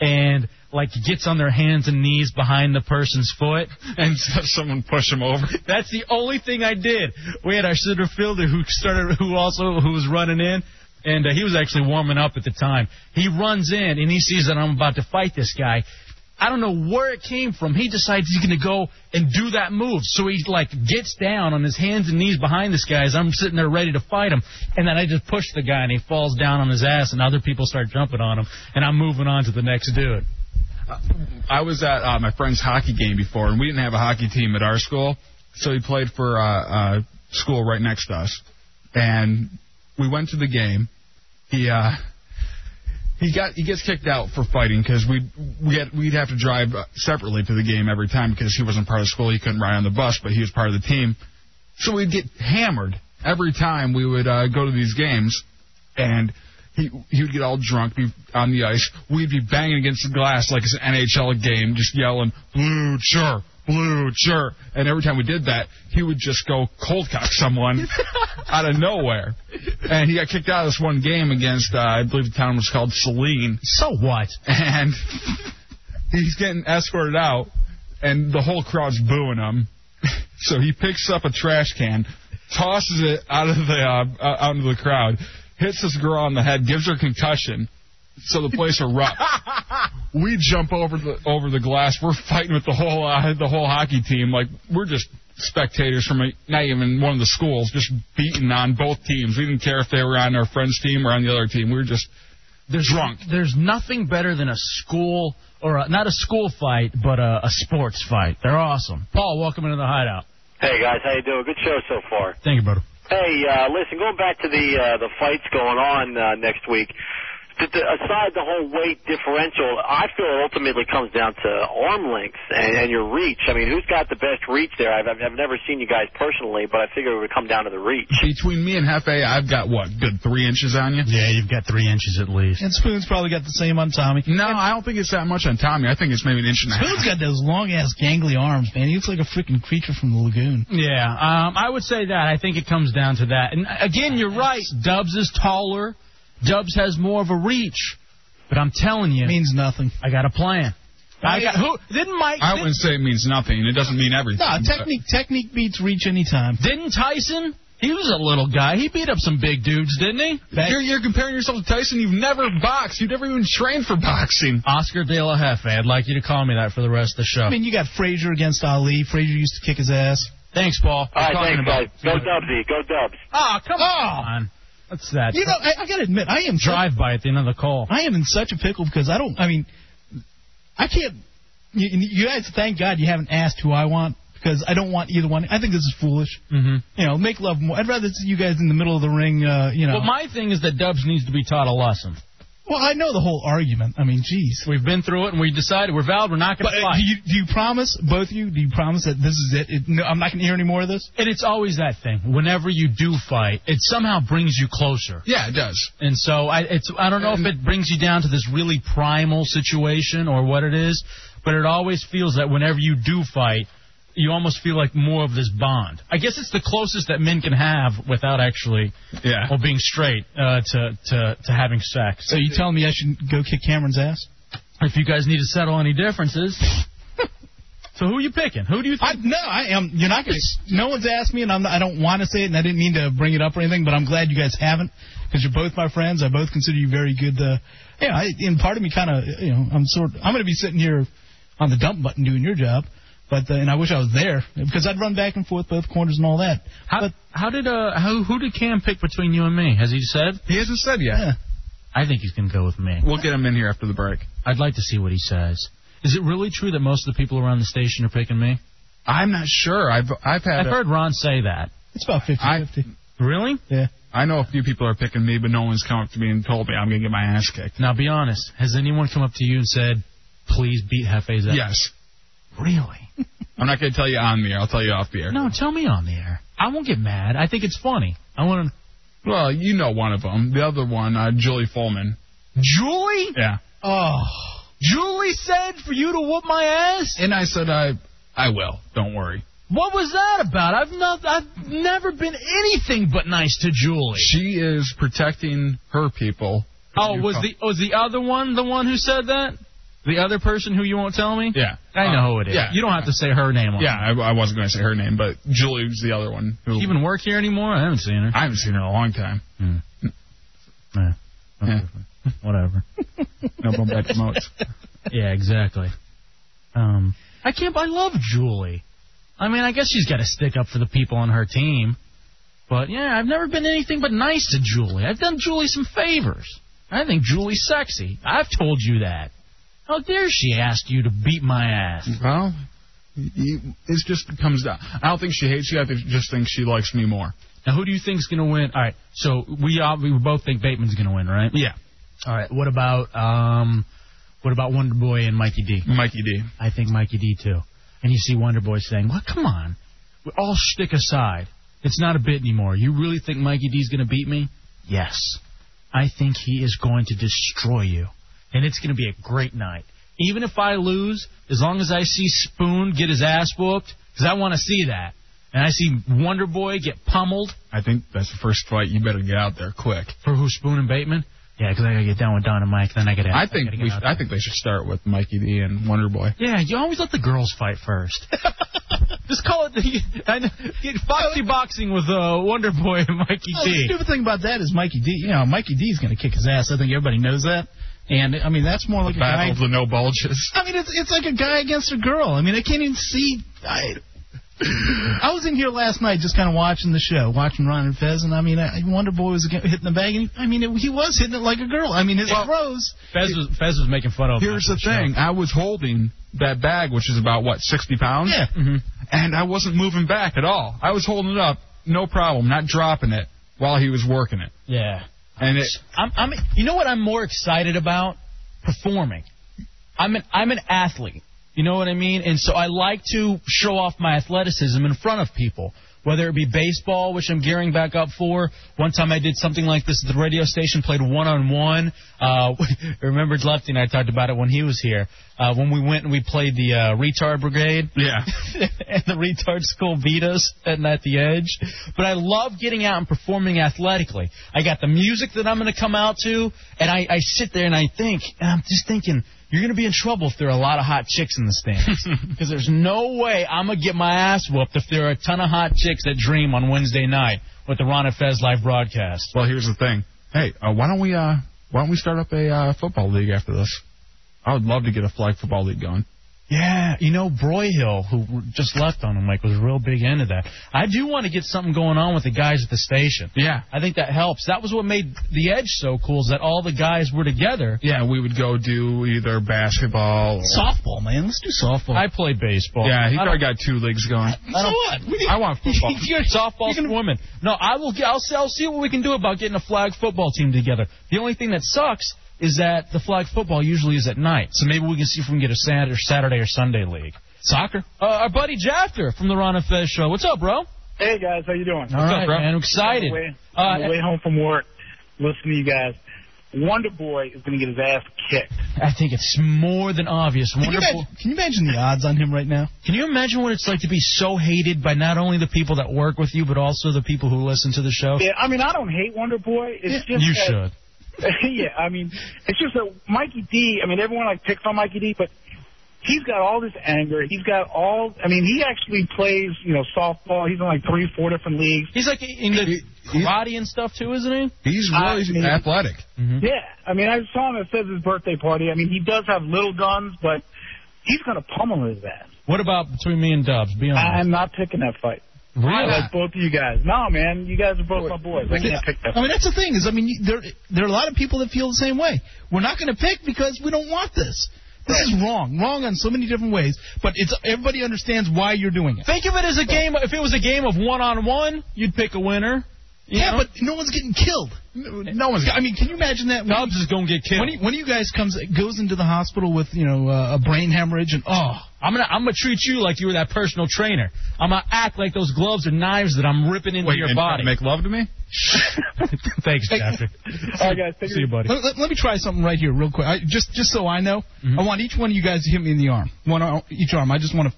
Speaker 1: and like gets on their hands and knees behind the person's foot.
Speaker 5: and someone pushed him over.
Speaker 1: That's the only thing I did. We had our center fielder who started, who also who was running in, and uh, he was actually warming up at the time. He runs in and he sees that I'm about to fight this guy. I don't know where it came from. He decides he's going to go and do that move. So he like gets down on his hands and knees behind this guy as I'm sitting there ready to fight him, and then I just push the guy and he falls down on his ass, and other people start jumping on him, and I'm moving on to the next dude.
Speaker 5: I was at uh, my friend's hockey game before, and we didn't have a hockey team at our school, so he played for uh, uh, school right next to us, and we went to the game. He uh, he got he gets kicked out for fighting because we we had we'd have to drive uh, separately to the game every time because he wasn't part of school. He couldn't ride on the bus, but he was part of the team, so we'd get hammered every time we would uh, go to these games, and. He, he would get all drunk be on the ice. We'd be banging against the glass like it's an NHL game, just yelling, Blue Chur, Blue Chur. And every time we did that, he would just go cold cock someone out of nowhere. And he got kicked out of this one game against, uh, I believe the town was called Celine.
Speaker 1: So what?
Speaker 5: And he's getting escorted out, and the whole crowd's booing him. So he picks up a trash can, tosses it out of the uh, uh, out of the crowd, hits this girl on the head, gives her a concussion. So the place erupts. we jump over the over the glass. We're fighting with the whole uh, the whole hockey team. Like we're just spectators from a, not even one of the schools, just beating on both teams. We didn't care if they were on our friend's team or on the other team. We were just drunk.
Speaker 1: there's nothing better than a school or a, not a school fight, but a, a sports fight. They're awesome. Paul, welcome into the hideout.
Speaker 7: Hey guys, how you doing? Good show so far.
Speaker 1: Thank you, brother.
Speaker 7: Hey, uh, listen, going back to the uh, the fights going on uh, next week. th- th- Aside the whole weight differential, I feel it ultimately comes down to arm length and, and your reach. I mean, who's got the best reach there? I've, I've I've never seen you guys personally, but I figure it would come down to the reach.
Speaker 5: Between me and Hefe, I've got what, good three inches on you?
Speaker 1: Yeah, you've got three inches at least.
Speaker 6: And Spoon's probably got the same on Tommy.
Speaker 5: No, I don't think it's that much on Tommy. I think it's maybe an inch and a
Speaker 6: Spoon's
Speaker 5: half.
Speaker 6: got those long ass gangly arms, man. He looks like a freaking creature from the lagoon.
Speaker 1: Yeah, um, I would say that. I think it comes down to that. And uh, again, you're right. Dubs is taller. Dubs has more of a reach. But I'm telling you,
Speaker 6: Means nothing.
Speaker 1: I got a plan. I got who? Didn't Mike?
Speaker 5: I
Speaker 1: didn't,
Speaker 5: wouldn't say it means nothing. It doesn't mean everything.
Speaker 6: Nah, technique technique beats reach any time.
Speaker 1: didn't Tyson? He was a little guy. He beat up some big dudes, didn't he?
Speaker 5: But You're, you're comparing yourself to Tyson. You've never boxed. You've never even trained for boxing.
Speaker 1: Oscar De La Hefe. I'd like you to call me that for the rest of the show.
Speaker 6: I mean, you got Frazier against Ali. Frazier used to kick his ass.
Speaker 1: Thanks, Paul.
Speaker 7: All right, thanks
Speaker 1: We're talking
Speaker 7: guys. Go
Speaker 1: about-
Speaker 7: Dubsy, go Dubs.
Speaker 1: Ah, come on. What's that?
Speaker 6: Oh! You know, I, I gotta admit, I am dry.
Speaker 1: drive by at the end of the call.
Speaker 6: I am in such a pickle because I don't. I mean, I can't. You, you guys, thank God you haven't asked who I want because I don't want either one. I think this is foolish.
Speaker 1: Mm-hmm.
Speaker 6: You know, make love more. I'd rather see you guys in the middle of the ring. Uh, you know.
Speaker 1: Well, my thing is that Dubs needs to be taught a lesson.
Speaker 6: well, I know the whole argument. I mean, jeez.
Speaker 1: We've been through it, and we decided we're valid. We're not going
Speaker 6: But
Speaker 1: to
Speaker 6: uh,
Speaker 1: fight.
Speaker 6: do you do you promise both of you? Do you promise that this is it? it no, I'm not gonna hear any more of this.
Speaker 1: and it's always that thing. Whenever you do fight, it somehow brings you closer.
Speaker 5: Yeah, it does.
Speaker 1: And so I, it's I don't know if it brings you down to this really primal situation or what it is, but it always feels that whenever you do fight, you almost feel like more of this bond. I guess it's the closest that men can have without actually,
Speaker 5: Yeah.
Speaker 1: or being straight uh, to to to having sex.
Speaker 6: So you telling me I should go kick Cameron's ass?
Speaker 1: If you guys need to settle any differences, So who are you picking? Who do you
Speaker 6: I,
Speaker 1: think?
Speaker 6: no, I am. You're not gonna. No one's asked me, and I'm. Not, I don't want to say it, and I didn't mean to bring it up or anything. But I'm glad you guys haven't, because you're both my friends. I both consider you very good. Uh, yeah, I, and part of me kind of, you know, I'm sort. I'm gonna be sitting here on the dump button doing your job, but uh, and I wish I was there because I'd run back and forth both corners and all that.
Speaker 1: How,
Speaker 6: but
Speaker 1: how did uh how, who did Cam pick between you and me? Has he said?
Speaker 5: He hasn't said yet.
Speaker 6: yeah,
Speaker 1: I think he's gonna go with me.
Speaker 5: We'll get him in here after the break.
Speaker 1: I'd like to see what he says. Is it really true that most of the people around the station are picking me?
Speaker 5: I'm not sure. I've I've had
Speaker 1: I've
Speaker 5: a-
Speaker 1: heard Ron say that.
Speaker 6: it's about 50
Speaker 5: I-
Speaker 6: 50.
Speaker 1: Really?
Speaker 6: Yeah.
Speaker 5: I know a few people are picking me, but no one's come up to me and told me I'm gonna get my ass kicked.
Speaker 1: Now be honest. Has anyone come up to you and said, "Please beat Hefe's ass"?
Speaker 5: Yes.
Speaker 1: Really?
Speaker 5: I'm not gonna tell you on the air. I'll tell you off the air.
Speaker 1: No, tell me on the air. I won't get mad. I think it's funny. I want to.
Speaker 5: Well, you know one of them. The other one, uh, Julie Fullman.
Speaker 1: Julie?
Speaker 5: Yeah.
Speaker 6: Oh,
Speaker 1: Julie said for you to whoop my ass.
Speaker 5: And I said I I will. Don't worry.
Speaker 1: What was that about? I've not. I've never been anything but nice to Julie.
Speaker 5: She is protecting her people.
Speaker 1: Oh,
Speaker 5: You
Speaker 1: was
Speaker 5: call-
Speaker 1: the was the other one the one who said that? The other person who you won't tell me?
Speaker 5: Yeah. Uh,
Speaker 1: I know who it is.
Speaker 5: Yeah.
Speaker 1: You don't have to say her name on
Speaker 5: Yeah, I, I wasn't going to say her name, but Julie was the other one who
Speaker 1: it. She even work here anymore? I haven't seen her.
Speaker 5: I haven't seen her in a long time.
Speaker 1: Yeah.
Speaker 5: Yeah.
Speaker 1: Whatever.
Speaker 5: No bump back promotes.
Speaker 1: yeah, exactly. Um I can't I love Julie. I mean I guess she's gotta stick up for the people on her team. But yeah, I've never been anything but nice to Julie. I've done Julie some favors. I think Julie's sexy. I've told you that. How dare she ask you to beat my ass?
Speaker 5: Well, you, it just comes down. I don't think she hates you. I think, just think she likes me more.
Speaker 1: Now, who do you think's going to win? All right, so we all, we both think Bateman's going to win, right?
Speaker 5: Yeah.
Speaker 1: All right. What about um, what about Wonder Boy and Mikey D?
Speaker 5: Mikey D.
Speaker 1: I think Mikey D too. And you see Wonder Boy saying, "Well, come on, we all shtick aside. It's not a bit anymore. You really think Mikey D's going to beat me? Yes, I think he is going to destroy you, and it's going to be a great night. Even if I lose, as long as I see Spoon get his ass whooped, because I want to see that, and I see Wonder Boy get pummeled."
Speaker 5: I think that's the first fight. You better get out there quick.
Speaker 1: For who? Spoon and Bateman? Yeah, 'cause I gotta get down with Don and Mike. Then I gotta.
Speaker 5: I think
Speaker 1: gotta get
Speaker 5: we.
Speaker 1: out
Speaker 5: I
Speaker 1: there.
Speaker 5: think they should start with Mikey D and Wonder Boy.
Speaker 1: Yeah, you always let the girls fight first. Just call it the I know, get Foxy Boxing with uh, Wonder Boy and Mikey
Speaker 6: Well, the
Speaker 1: D.
Speaker 6: stupid thing about that is Mikey D. You know, Mikey D's gonna kick his ass. I think everybody knows that. And I mean, that's more like a
Speaker 5: Battle
Speaker 6: guy.
Speaker 5: of the no bulges.
Speaker 6: I mean, it's it's like a guy against a girl. I mean, I can't even see. I, I was in here last night just kind of watching the show, watching Ron and Fez, and I mean, I, Wonder Boy was again- hitting the bag, and he, I mean, it, he was hitting it like a girl. I mean, his throws.
Speaker 1: Fez was, Fez was making fun of. him
Speaker 5: Here's
Speaker 1: after
Speaker 5: the thing. I was holding that bag, which is about what 60 pounds.
Speaker 6: Yeah.
Speaker 1: mm-hmm.
Speaker 5: And I wasn't moving back at all. I was holding it up, no problem, not dropping it while he was working it.
Speaker 1: show. Yeah.
Speaker 5: And it.
Speaker 1: I'm, I'm. You know what I'm more excited about? Performing. I'm an. I'm an athlete. You know what I mean? And so I like to show off my athleticism in front of people. Whether it be baseball, which I'm gearing back up for. One time I did something like this at the radio station, played one on one. Uh, remember Lefty and I talked about it when he was here. Uh, when we went and we played the uh, retard brigade
Speaker 5: Yeah.
Speaker 1: and the retard school beat us at at the edge. But I love getting out and performing athletically. I got the music that I'm going to come out to, and I, I sit there and I think, and I'm just thinking, you're going to be in trouble if there are a lot of hot chicks in the stands. Because there's no way I'm going to get my ass whooped if there are a ton of hot chicks that dream on Wednesday night with the Ron and Fez live broadcast.
Speaker 5: Well, here's the thing. Hey, uh, why don't we uh why don't we start up a uh, football league after this? I would love to get a flag football league going.
Speaker 1: Yeah, you know Broyhill, who just left on him, like was real big into that. I do want to get something going on with the guys at the station.
Speaker 5: Yeah.
Speaker 1: I think that helps. That was what made the Edge so cool is that all the guys were together.
Speaker 5: Yeah, we would go do either basketball. Or,
Speaker 6: Softball, man. Let's do softball.
Speaker 1: I played baseball.
Speaker 5: yeah, he
Speaker 1: I
Speaker 5: probably got two leagues going.
Speaker 6: so what? We
Speaker 5: I want football.
Speaker 1: You're softball woman. No, I will. get- I'll, see- I'll see what we can do about getting a flag football team together. The only thing that sucks is that the flag football usually is at night, so maybe we can see if we can get a Saturday, Saturday or Sunday league. Soccer. Uh, our buddy Jafter from the Ron and Fez show. What's up, bro?
Speaker 8: Hey guys, how you doing?
Speaker 1: All right,
Speaker 5: up, bro?
Speaker 1: man. I'm
Speaker 8: On
Speaker 1: excited.
Speaker 8: the way, on the
Speaker 1: Uh,
Speaker 8: way home from work, listen to you guys. Wonder Boy is going to get his ass kicked.
Speaker 1: I think it's more than obvious.
Speaker 6: can, you
Speaker 1: Wonderful.
Speaker 6: imagine, can you imagine the odds on him right now?
Speaker 1: Can you imagine what it's like to be so hated by not only the people that work with you, but also the people who listen to the show?
Speaker 8: Yeah, I mean, I don't hate Wonder Boy. It's just
Speaker 1: You
Speaker 8: that,
Speaker 1: should.
Speaker 8: yeah, I mean, it's just that Mikey D. I mean, everyone like picks on Mikey D, but he's got all this anger. He's got all. I mean, he actually plays, you know, softball. He's in like three, four different leagues.
Speaker 1: He's like in the karate and stuff too, isn't he? Mm-hmm.
Speaker 2: He's
Speaker 8: I
Speaker 2: really
Speaker 8: mean-
Speaker 2: athletic.
Speaker 8: Yeah, I mean, I saw him at Fez's birthday party. I mean, he does have little guns, but he's gonna pummel his ass.
Speaker 1: What about between me and Dubs? Be honest.
Speaker 8: I'm not picking that fight. I like both of you guys. No, man, you guys are both my boys. I can't pick that.
Speaker 6: I mean, that's the thing is, I mean, you- there there are a lot of people that feel the same way. We're not going to pick because we don't want this. This is wrong, wrong on so many different ways. But it's everybody understands why you're doing it.
Speaker 1: Think of it as a game. If it was a game of one on one, you'd pick a winner. You
Speaker 6: yeah,
Speaker 1: know?
Speaker 6: but no one's getting killed. No one's. I mean, can you imagine that?
Speaker 1: Dubs is gonna get killed.
Speaker 6: When he, when you guys comes goes into the hospital with you know uh, a brain hemorrhage and oh
Speaker 1: I'm gonna I'm gonna treat you like you were that personal trainer. I'm gonna act like those gloves are knives that I'm ripping into your
Speaker 5: and try
Speaker 1: body.
Speaker 5: to make love to me?
Speaker 1: Thanks, Jeffrey.
Speaker 8: All right, guys, take it
Speaker 1: See you, buddy.
Speaker 6: Let, let, let me try something right here, real quick. I, just just so I know,
Speaker 1: Mm-hmm.
Speaker 6: I want each one of you guys to hit me in the arm, one ar- each arm. I just want to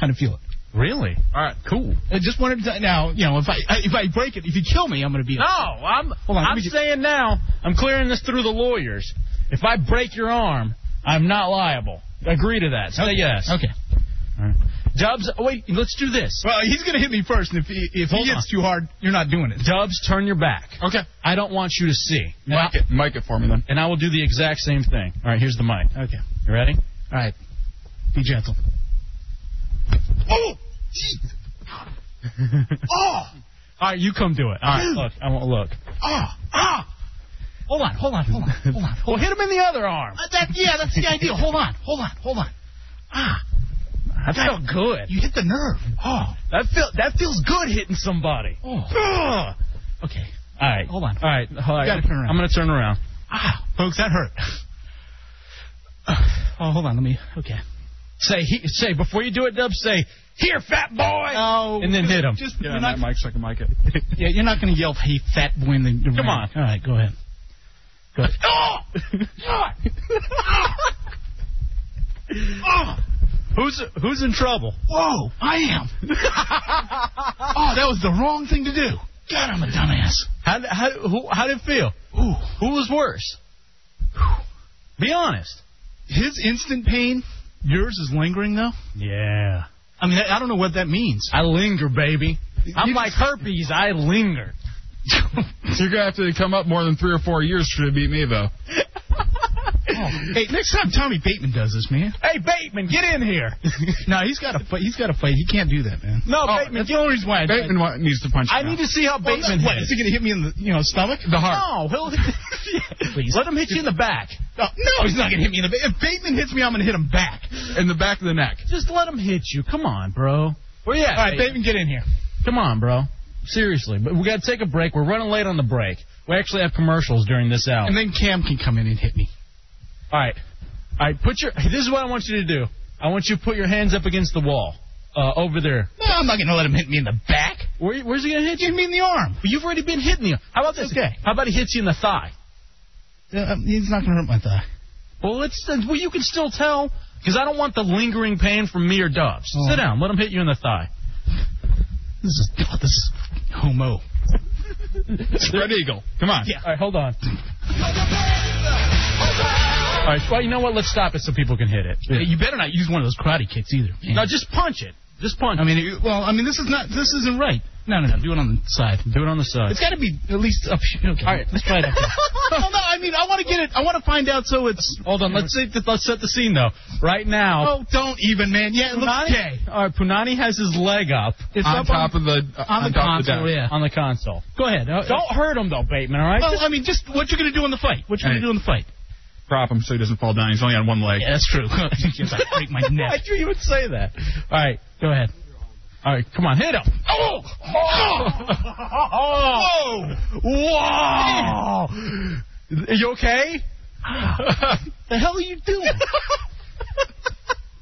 Speaker 6: kind of feel it.
Speaker 1: Really? All right. Cool.
Speaker 6: I just wanted to now, you know, if I I- if I break it, if you kill me, I'm gonna be.
Speaker 1: No, I'm
Speaker 6: Hold on, let
Speaker 1: I'm
Speaker 6: me get-
Speaker 1: saying now. I'm clearing this through the lawyers. If I break your arm, I'm not liable. Agree to that. Say yes.
Speaker 6: Okay.
Speaker 1: All right. Dubs, oh, wait. Let's do this.
Speaker 6: Well, he's gonna hit me first, and if he if
Speaker 1: Hold
Speaker 6: he hits too hard, you're not doing it.
Speaker 1: Dubs, turn your back.
Speaker 5: Okay.
Speaker 1: I don't want you to see. And I-
Speaker 5: Mic it, mic it for me then.
Speaker 1: and I will do the exact same thing. All right. Here's the mic.
Speaker 6: Okay.
Speaker 1: You ready?
Speaker 6: All right. Be gentle.
Speaker 1: Oh! Ah! All right, you come do it. All right, look, I won't look.
Speaker 6: Ah ah. Hold on, hold on, hold on, hold on.
Speaker 1: Well, hit him in the other arm.
Speaker 6: Uh, That yeah, that's the idea. Hold on, hold on, hold on. Ah,
Speaker 1: That
Speaker 6: Oh,
Speaker 1: felt good.
Speaker 6: you hit the nerve. Oh,
Speaker 1: That feel that feels good hitting somebody. Ah.
Speaker 6: oh. Okay.
Speaker 1: All right,
Speaker 6: Hold on.
Speaker 1: All right, all right.
Speaker 6: gotta turn around.
Speaker 1: I'm gonna turn around.
Speaker 6: Ah, folks, that hurt. Uh, oh, hold on, let me. Okay.
Speaker 1: Say he, say before you do it, Dub. Say here, fat boy,
Speaker 6: Oh,
Speaker 1: and then hit him.
Speaker 6: Just
Speaker 5: Get
Speaker 6: you're
Speaker 5: on
Speaker 6: not.
Speaker 5: that mic so I can mic it.
Speaker 6: Yeah, you're not going to yell, "Hey, fat boy!" In the, the
Speaker 1: Come
Speaker 6: ring.
Speaker 1: on.
Speaker 6: All right, go ahead. Go ahead.
Speaker 1: Oh! Who's who's in trouble?
Speaker 6: Ah! Whoa, I am. oh, that was the wrong thing to do. God, I'm a dumbass.
Speaker 1: How how who, how did it feel?
Speaker 6: Ooh,
Speaker 1: Who was worse? Be honest.
Speaker 6: his instant pain. Yours is lingering though.
Speaker 1: Yeah,
Speaker 6: I mean, I I don't know what that means.
Speaker 1: I linger, baby. I'm like herpes. I linger.
Speaker 5: You're gonna have to come up more than three or four years for you to beat me though.
Speaker 6: Hey, next time Tommy Bateman does this, man.
Speaker 1: Hey Bateman, get in here.
Speaker 6: no, he's got to fight. He's got to fight. He can't do that, man.
Speaker 1: No,
Speaker 5: Oh,
Speaker 1: Bateman,
Speaker 6: That's the only reason why I,
Speaker 5: Bateman wa- needs to punch.
Speaker 1: I
Speaker 5: him
Speaker 1: need
Speaker 5: out.
Speaker 1: to see how
Speaker 6: Well,
Speaker 1: Bateman
Speaker 6: what,
Speaker 1: hits.
Speaker 6: Is he gonna hit me in the you know stomach? The
Speaker 1: No, he'll
Speaker 6: Please.
Speaker 1: let him hit you in the back.
Speaker 6: No, no, he's not gonna hit me in the. ba- If Bateman hits me, I'm gonna hit him back.
Speaker 5: in the back of the neck.
Speaker 1: Just let him hit you. Come on, bro. Where you at?
Speaker 6: All right, Bateman, get in here.
Speaker 1: Come on, bro. Seriously, but we got to take a break. We're running late on the break. We actually have commercials during this hour.
Speaker 6: And then Cam can come in and hit me.
Speaker 1: All right, all right. Put your. This is what I want you to do. I want you to put your hands up against the wall, uh, over there.
Speaker 6: No, I'm not gonna let him hit me in the back.
Speaker 1: Where, where's he gonna hit you?
Speaker 6: Hit me in the arm.
Speaker 1: You've already been hitting you. How about this?
Speaker 6: Okay.
Speaker 1: How about he hits you in the thigh?
Speaker 6: Uh, um, he's not gonna hurt my thigh.
Speaker 1: Well, it's well you can still tell because I don't want the lingering pain from me or Dubs.
Speaker 6: Oh.
Speaker 1: Sit down. Let him hit you in the thigh.
Speaker 6: This is oh, this is homo.
Speaker 5: Spread eagle. Come on.
Speaker 1: All right, hold on. All right, well, you know what? Let's stop it so people can hit it.
Speaker 6: Hey, you better not use one of those karate kicks either. man.
Speaker 1: No, just punch it. Just punch.
Speaker 6: I mean, it- well, I mean, this is not this isn't right. No, no, no. Do it on the side.
Speaker 1: do it on the side.
Speaker 6: It's got to be at least up. here. Okay. All
Speaker 1: right.
Speaker 6: let's try it. Up here. no, no. I mean, I want to get it. I want to find out. So it's.
Speaker 1: Hold on. Let's see, let's set the scene though. Right now,
Speaker 6: Oh, don't even, man. Yeah, it looks gay.
Speaker 1: All right, Punani has his leg up. It's
Speaker 5: On top of the
Speaker 6: on the
Speaker 5: top of the
Speaker 6: console,
Speaker 5: deck.
Speaker 6: yeah.
Speaker 1: uh, on the console.
Speaker 6: Go ahead. Uh,
Speaker 1: Don't hurt him though, Bateman. All right.
Speaker 6: Well, I mean, just what you gonna do in the fight? What you gonna
Speaker 5: Hey.
Speaker 6: do in the fight?
Speaker 5: Prop him so he doesn't fall down. He's only on one leg.
Speaker 6: Yeah, that's true. Yes, I break my
Speaker 1: I
Speaker 6: neck.
Speaker 1: knew you would say that. All right.
Speaker 6: Go ahead.
Speaker 1: All right. Come on, hit him.
Speaker 6: Oh!
Speaker 3: oh.
Speaker 6: Whoa!
Speaker 1: Whoa! Are you okay?
Speaker 6: The hell are you doing?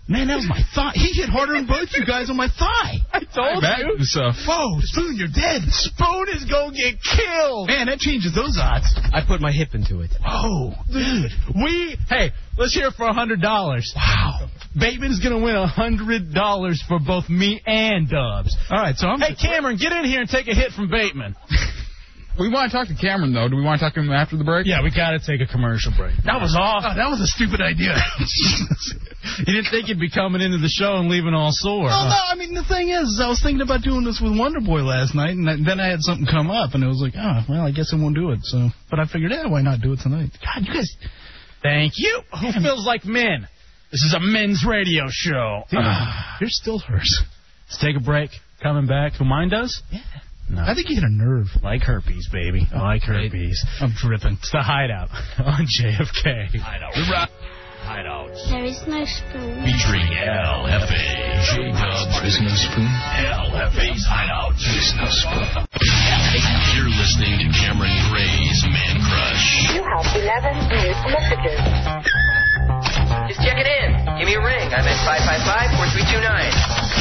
Speaker 6: Man, that was my thigh. He hit harder than both you guys on my thigh.
Speaker 1: I told
Speaker 5: Back
Speaker 1: you.
Speaker 5: and stuff.
Speaker 6: Whoa, Spoon, you're dead. Spoon is gonna get killed. Man, that changes those odds.
Speaker 4: I put my hip into it.
Speaker 6: Whoa, dude.
Speaker 1: We hey, let's hear it for a hundred dollars.
Speaker 6: Wow.
Speaker 1: Bateman's gonna win a hundred dollars for both me and Dubs.
Speaker 6: All right, so I'm.
Speaker 1: Hey Cameron, get in here and take a hit from Bateman.
Speaker 5: We want to talk to Cameron though. Do we want to talk to him after the break?
Speaker 1: Yeah, we gotta take a commercial break.
Speaker 6: That was awesome.
Speaker 1: Oh,
Speaker 6: that was a stupid idea.
Speaker 1: You didn't think you'd be coming into the show and leaving all sore.
Speaker 6: Well,
Speaker 1: huh?
Speaker 6: no, I mean the thing is, is I was thinking about doing this with Wonder Boy last night, and I- then I had something come up, and it was like, oh, well, I guess I won't do it. So, but I figured, yeah, why not do it tonight? God, you guys,
Speaker 1: Thank you. Who feels like men? This is a men's radio show. Uh,
Speaker 6: you're still hers.
Speaker 1: Let's take a break. Coming back. Who mine does? Yeah. No.
Speaker 6: I think you hit a nerve.
Speaker 1: Like herpes, Oh, baby. like herpes.
Speaker 6: I'm dripping.
Speaker 1: It's the hideout on JFK.
Speaker 9: There is no spoon.
Speaker 2: Featuring LFA. J Dubs. There's no spoon. LFA's Hideout. There's no spoon. You're listening to Cameron Gray's Man Crush.
Speaker 10: You have 11 new messages. Just check it in. Give me a ring. I'm at 555-4329.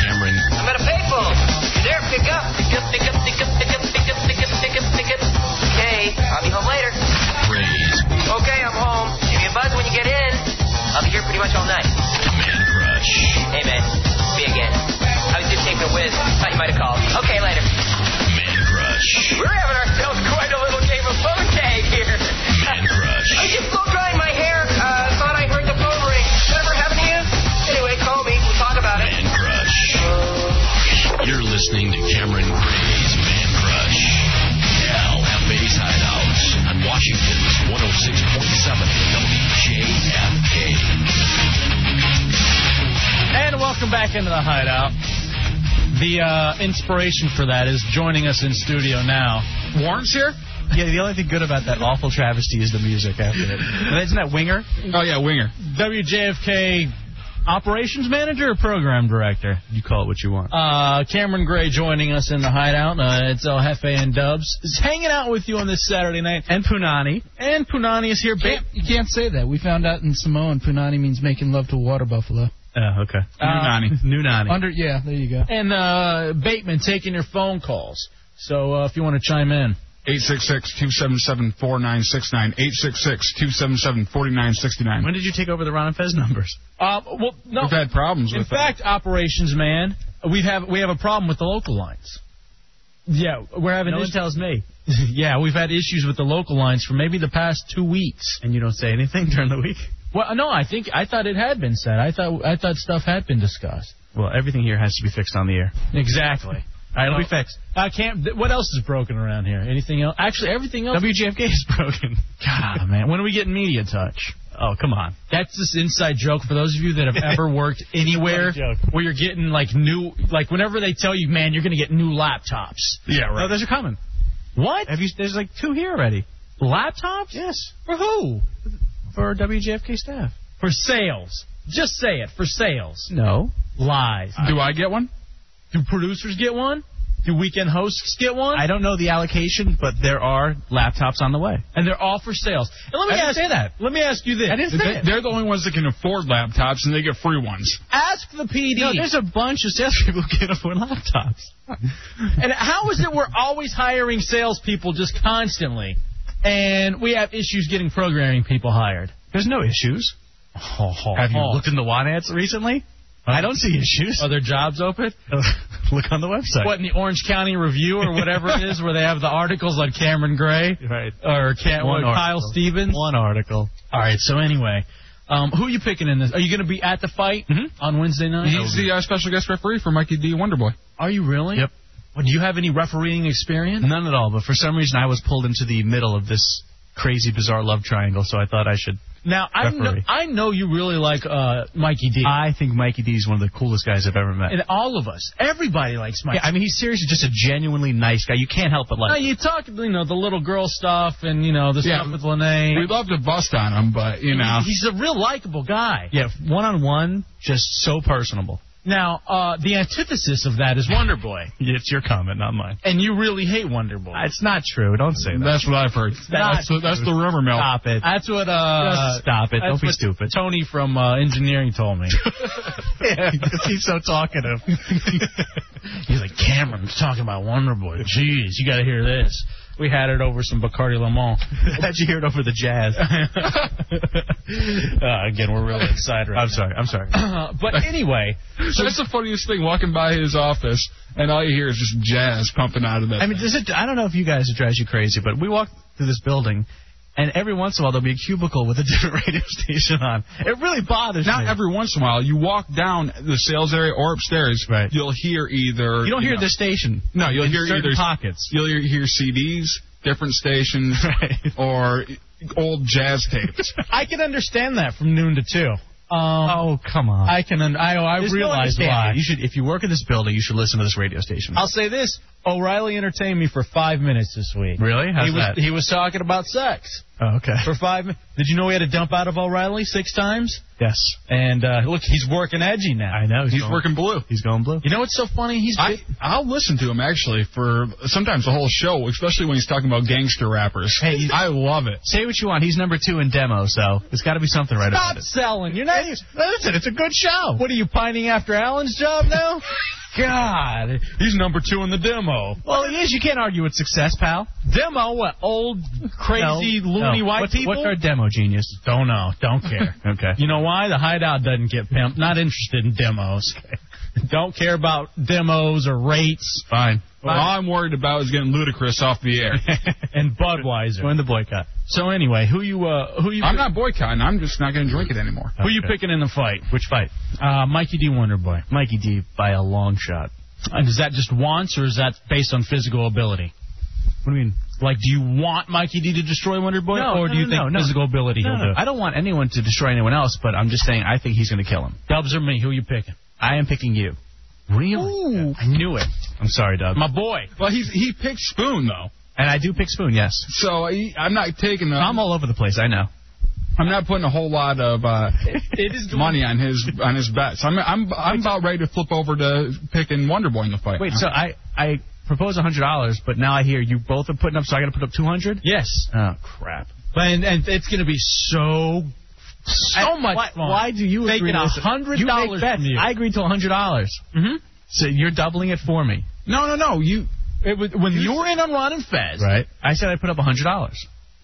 Speaker 2: Cameron
Speaker 10: I'm at a payphone. You there? Pick up. Pick up, pick up, pick up, pick up, pick up, pick up, pick up, pick up. Okay, I'll be home later.
Speaker 2: Gray's
Speaker 10: Okay, I'm home. Give me a buzz when you get in. I'll be here pretty much all night.
Speaker 2: Man Crush.
Speaker 10: Hey, man. Me again. I was just taking a whiz. Thought you might have called. Okay, later.
Speaker 2: Man Crush.
Speaker 10: We're having ourselves quite a little game of phone tag here.
Speaker 2: Man Crush.
Speaker 10: I just blow drying my hair. Uh, thought I heard the phone ring. Whatever happened to you? Anyway, call me. We'll talk about it.
Speaker 2: Man Crush. You're listening to Cameron Gray's Man Crush. LFA's Hideout on Washington's 106.7 WJFK.
Speaker 1: And welcome back into the hideout. The uh, inspiration for that is joining us in studio now.
Speaker 5: Warren's here.
Speaker 6: Yeah, the only thing good about that awful travesty is the music after it.
Speaker 1: Isn't that Winger?
Speaker 5: Oh yeah, Winger.
Speaker 1: WJFK operations manager or program director?
Speaker 6: You call it what you want.
Speaker 1: Uh, Cameron Gray joining us in the hideout. Uh, it's El Jefe and Dubs. Is hanging out with you on this Saturday night. And Punani. And Punani is here. Ba-
Speaker 6: you can't say that. We found out in Samoan, punani means making love to a water buffalo.
Speaker 1: Oh, okay.
Speaker 5: Nunani.
Speaker 1: Nunani.
Speaker 6: Under, yeah, there you go.
Speaker 1: and uh, Bateman taking your phone calls. So uh, if you want to chime in.
Speaker 5: 866-277-4969. 866-277-4969.
Speaker 1: did you take over the Ron and Fez numbers? Uh, well, no.
Speaker 5: We've had problems
Speaker 1: In
Speaker 5: with
Speaker 1: fact, operations man, we have we have a problem with the local lines. Yeah, we're having.
Speaker 6: No one
Speaker 1: tells me. yeah, we've had issues with the local lines for maybe the past two weeks.
Speaker 6: And you don't say anything during the week?
Speaker 1: Well, no, I think I thought it had been said. I thought I thought stuff had been discussed.
Speaker 6: Well, everything here has to be fixed on the air.
Speaker 1: Exactly. I
Speaker 6: It'll
Speaker 1: don't.
Speaker 6: be fixed.
Speaker 1: I can't. th- What else is broken around here? Anything else? Actually, everything else.
Speaker 6: WGFK is broken.
Speaker 1: God, man. When are we getting media touch?
Speaker 6: Oh, come on.
Speaker 1: That's this inside joke for those of you that have ever worked anywhere
Speaker 6: Joke.
Speaker 1: where you're getting like new, like whenever they tell you, man, you're gonna get new laptops.
Speaker 5: Yeah,
Speaker 6: No,
Speaker 5: right.
Speaker 6: those are coming.
Speaker 1: What?
Speaker 6: Have you? There's like two here already.
Speaker 1: Laptops?
Speaker 6: Yes,
Speaker 1: For who?
Speaker 6: for WGFK staff.
Speaker 1: For sales. Just say it. For sales.
Speaker 6: No.
Speaker 1: Lies.
Speaker 5: Do I get one?
Speaker 1: Do producers get one? Do weekend hosts get one?
Speaker 6: I don't know the allocation, but there are laptops on the way.
Speaker 1: and they're all for sales. And let me
Speaker 6: I didn't
Speaker 1: ask,
Speaker 6: say that.
Speaker 1: Let me ask you this.
Speaker 6: I didn't say
Speaker 5: They,
Speaker 6: it.
Speaker 5: they're the only ones that can afford laptops, and they get free ones.
Speaker 1: Ask the PD.
Speaker 6: No, there's a bunch of salespeople who can't afford laptops.
Speaker 1: and how is it we're always hiring salespeople just constantly, and we have issues getting programming people hired?
Speaker 6: There's no issues. Have you looked in the WANADs recently? I don't see issues.
Speaker 1: Are their jobs open?
Speaker 6: Look on the website.
Speaker 1: What in the Orange County Review or whatever it is, where they have the articles on Cameron Gray
Speaker 6: Right.
Speaker 1: or Cam-
Speaker 6: One
Speaker 1: Kyle
Speaker 6: article.
Speaker 1: Stevens?
Speaker 6: One article.
Speaker 1: All right. So anyway, um, who are you picking in this? Are you going to be at the fight on Wednesday night?
Speaker 5: He's the uh, special guest referee for Mikey D. Wonderboy.
Speaker 1: Are you really?
Speaker 6: Yep.
Speaker 1: Well, do you have any refereeing experience?
Speaker 6: None at all. But for some reason, I was pulled into the middle of this crazy, bizarre love triangle. So I thought I should.
Speaker 1: Now I know,
Speaker 6: Referee.
Speaker 1: I know you really like uh, Mikey D.
Speaker 6: I think Mikey D is one of the coolest guys I've ever met.
Speaker 1: and all of us, everybody likes Mikey.
Speaker 6: Yeah, I mean, he's seriously just a genuinely nice guy. You can't help but
Speaker 1: Now
Speaker 6: like.
Speaker 1: you talk, you know, the little girl stuff, and you know the
Speaker 5: Yeah.
Speaker 1: stuff with Lene.
Speaker 5: We'd love to bust on him, but, you know.
Speaker 1: He's a real likable guy.
Speaker 6: Yeah, one on one, just so personable.
Speaker 1: Now, uh, the antithesis of that is Wonder Boy,
Speaker 6: It's your comment, not mine.
Speaker 1: and you really hate Wonder Boy.
Speaker 6: It's not true. Don't say that.
Speaker 5: That's what I've heard.
Speaker 1: not
Speaker 5: That's the, that's the rumor mill.
Speaker 6: Stop it.
Speaker 1: That's what uh,
Speaker 6: Just stop it.
Speaker 1: that's
Speaker 6: Don't be
Speaker 1: what
Speaker 6: stupid.
Speaker 1: Tony from uh, engineering told me.
Speaker 6: he's so talkative.
Speaker 1: He's like, Cameron's talking about Wonder Boy. Jeez, you got to hear this. We had it over some Bacardi Limon.
Speaker 6: How'd you hear it over the jazz?
Speaker 1: uh, again, we're really excited. Right
Speaker 6: I'm sorry. I'm sorry.
Speaker 1: now. but anyway,
Speaker 5: So that's the funniest thing, walking by his office, and all you hear is just jazz pumping out of that.
Speaker 6: I mean, does it? I don't know if you guys it drives you crazy, but we walk through this building, and every once in a while there'll be a cubicle with a different radio station on. It really bothers
Speaker 5: not
Speaker 6: me.
Speaker 5: every once in a while. You walk down the sales area or upstairs,
Speaker 6: Right.
Speaker 5: you'll hear either.
Speaker 6: you don't hear
Speaker 5: know,
Speaker 6: this station.
Speaker 5: No, you'll
Speaker 6: in
Speaker 5: hear
Speaker 6: certain
Speaker 5: either-
Speaker 6: pockets.
Speaker 5: You'll hear, hear CDs, different stations,
Speaker 6: Right.
Speaker 5: or old jazz tapes.
Speaker 1: I can understand that from noon to two. Um,
Speaker 6: oh come on!
Speaker 1: I can. Un- I I
Speaker 6: There's no
Speaker 1: realize
Speaker 6: understanding.
Speaker 1: why.
Speaker 6: You should, if you work in this building, you should listen to this radio station.
Speaker 1: I'll say this: O'Reilly entertained me for five minutes this week.
Speaker 6: really? How's
Speaker 1: he was
Speaker 6: that?
Speaker 1: he was talking about sex
Speaker 6: oh, okay.
Speaker 1: for five. min- Did you know he had to dump out of O'Reilly six times?
Speaker 6: Yes.
Speaker 1: And uh, look, he's working edgy now.
Speaker 6: I know.
Speaker 5: He's
Speaker 6: going-
Speaker 5: working blue.
Speaker 6: He's going blue.
Speaker 1: You know what's so funny? He's
Speaker 5: I I'll listen to him actually for sometimes the whole show, especially when he's talking about gangster rappers.
Speaker 6: Hey, he's-
Speaker 5: I love it.
Speaker 6: Say what you want. He's number two in demo, so it's got to be something right
Speaker 1: stop
Speaker 6: about it.
Speaker 1: selling. You're not.
Speaker 6: Listen, it's a good show.
Speaker 1: What are you pining after Alan's job now? God, he's number two in the demo.
Speaker 6: Well, he is. You can't argue with success, pal.
Speaker 1: Demo? What? Old crazy
Speaker 6: No,
Speaker 1: loony
Speaker 6: no.
Speaker 1: white
Speaker 6: what's,
Speaker 1: people?
Speaker 6: What's our demo genius?
Speaker 1: Don't know. Don't care.
Speaker 6: Okay.
Speaker 1: You know why? The hideout doesn't get pimped. Not interested in demos. Don't care about demos or rates
Speaker 5: Fine. All I'm worried about is getting ludicrous off the air.
Speaker 1: and Budweiser.
Speaker 6: Join the boycott.
Speaker 1: So anyway, who you uh, who you
Speaker 5: I'm not boycotting. I'm just not going to drink it anymore.
Speaker 1: who you picking in the fight?
Speaker 6: Which fight?
Speaker 1: Uh, Mikey D Wonderboy.
Speaker 6: Mikey D by a long shot.
Speaker 1: Uh, is that just wants or is that based on physical ability?
Speaker 6: What do you mean?
Speaker 1: Like, do you want Mikey D to destroy Wonderboy,
Speaker 6: No,
Speaker 1: or
Speaker 6: no,
Speaker 1: do you
Speaker 6: no,
Speaker 1: think
Speaker 6: no, no.
Speaker 1: physical ability
Speaker 6: No,
Speaker 1: he'll
Speaker 6: no,
Speaker 1: do?
Speaker 6: I don't want anyone to destroy anyone else, but I'm just saying I think he's going to kill him.
Speaker 1: Dubs or me? Who you picking?
Speaker 6: I am picking you. Really?
Speaker 1: Ooh.
Speaker 6: I knew it. I'm sorry, Doug.
Speaker 1: My boy.
Speaker 5: Well, he's, he picked Spoon though,
Speaker 6: and I do pick Spoon, yes.
Speaker 5: so he, I'm not taking. A,
Speaker 6: I'm
Speaker 5: I'm,
Speaker 6: all over the place, I know.
Speaker 5: not putting a whole lot of uh, money on his on his bets. I'm I'm I'm about ready to flip over to picking Wonderboy in the fight.
Speaker 6: Wait,
Speaker 5: now.
Speaker 6: so I I propose $100, but now I hear you both are putting up, so I got to put up 200
Speaker 1: Yes.
Speaker 6: Oh, crap.
Speaker 1: But and, and it's going to be so so
Speaker 6: And
Speaker 1: much
Speaker 6: why,
Speaker 1: fun.
Speaker 6: Why do you
Speaker 1: Taking
Speaker 6: agree to this?
Speaker 1: $100
Speaker 6: You make
Speaker 1: from
Speaker 6: bets.
Speaker 1: you.
Speaker 6: I agreed to $100.
Speaker 1: Mhm.
Speaker 6: So you're doubling it for me.
Speaker 5: no no no you
Speaker 1: It was, when you were in on Ron and Fez,
Speaker 6: Right. I said I put up $100.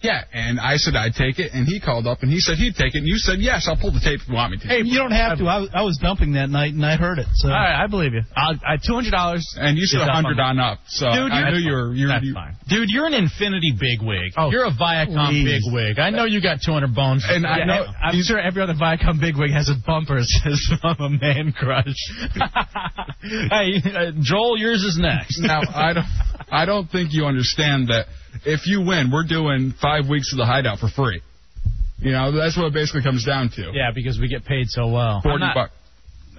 Speaker 5: yeah and I said I'd take it and he called up and he said he'd take it and you said yes I'll pull the tape if you want me to.
Speaker 6: Hey,
Speaker 1: you don't have
Speaker 6: to.
Speaker 1: I, I was dumping that night and I heard it. So
Speaker 6: All right, I believe you. I'll, I $200.
Speaker 5: and you said
Speaker 6: It's up on
Speaker 5: 100
Speaker 6: me.
Speaker 5: on up. So
Speaker 1: Dude,
Speaker 5: I
Speaker 1: you're-
Speaker 5: knew you were you,
Speaker 6: That's
Speaker 5: you
Speaker 6: fine.
Speaker 1: dude, you're an Infinity bigwig.
Speaker 6: Oh,
Speaker 1: you're a Viacom
Speaker 6: please.
Speaker 1: bigwig. I know you got 200 bones.
Speaker 5: And I
Speaker 6: Yeah,
Speaker 5: know
Speaker 6: I'm sure every other Viacom bigwig has a bumper that says "I'm a man crush."
Speaker 1: hey, uh, Joel, yours is next.
Speaker 5: now I don't I don't think you understand that if you win we're doing five weeks of the hideout for free. You know that's what it basically comes down to.
Speaker 1: yeah, because we get paid so well.
Speaker 5: Forty
Speaker 1: I'm not-
Speaker 5: bucks.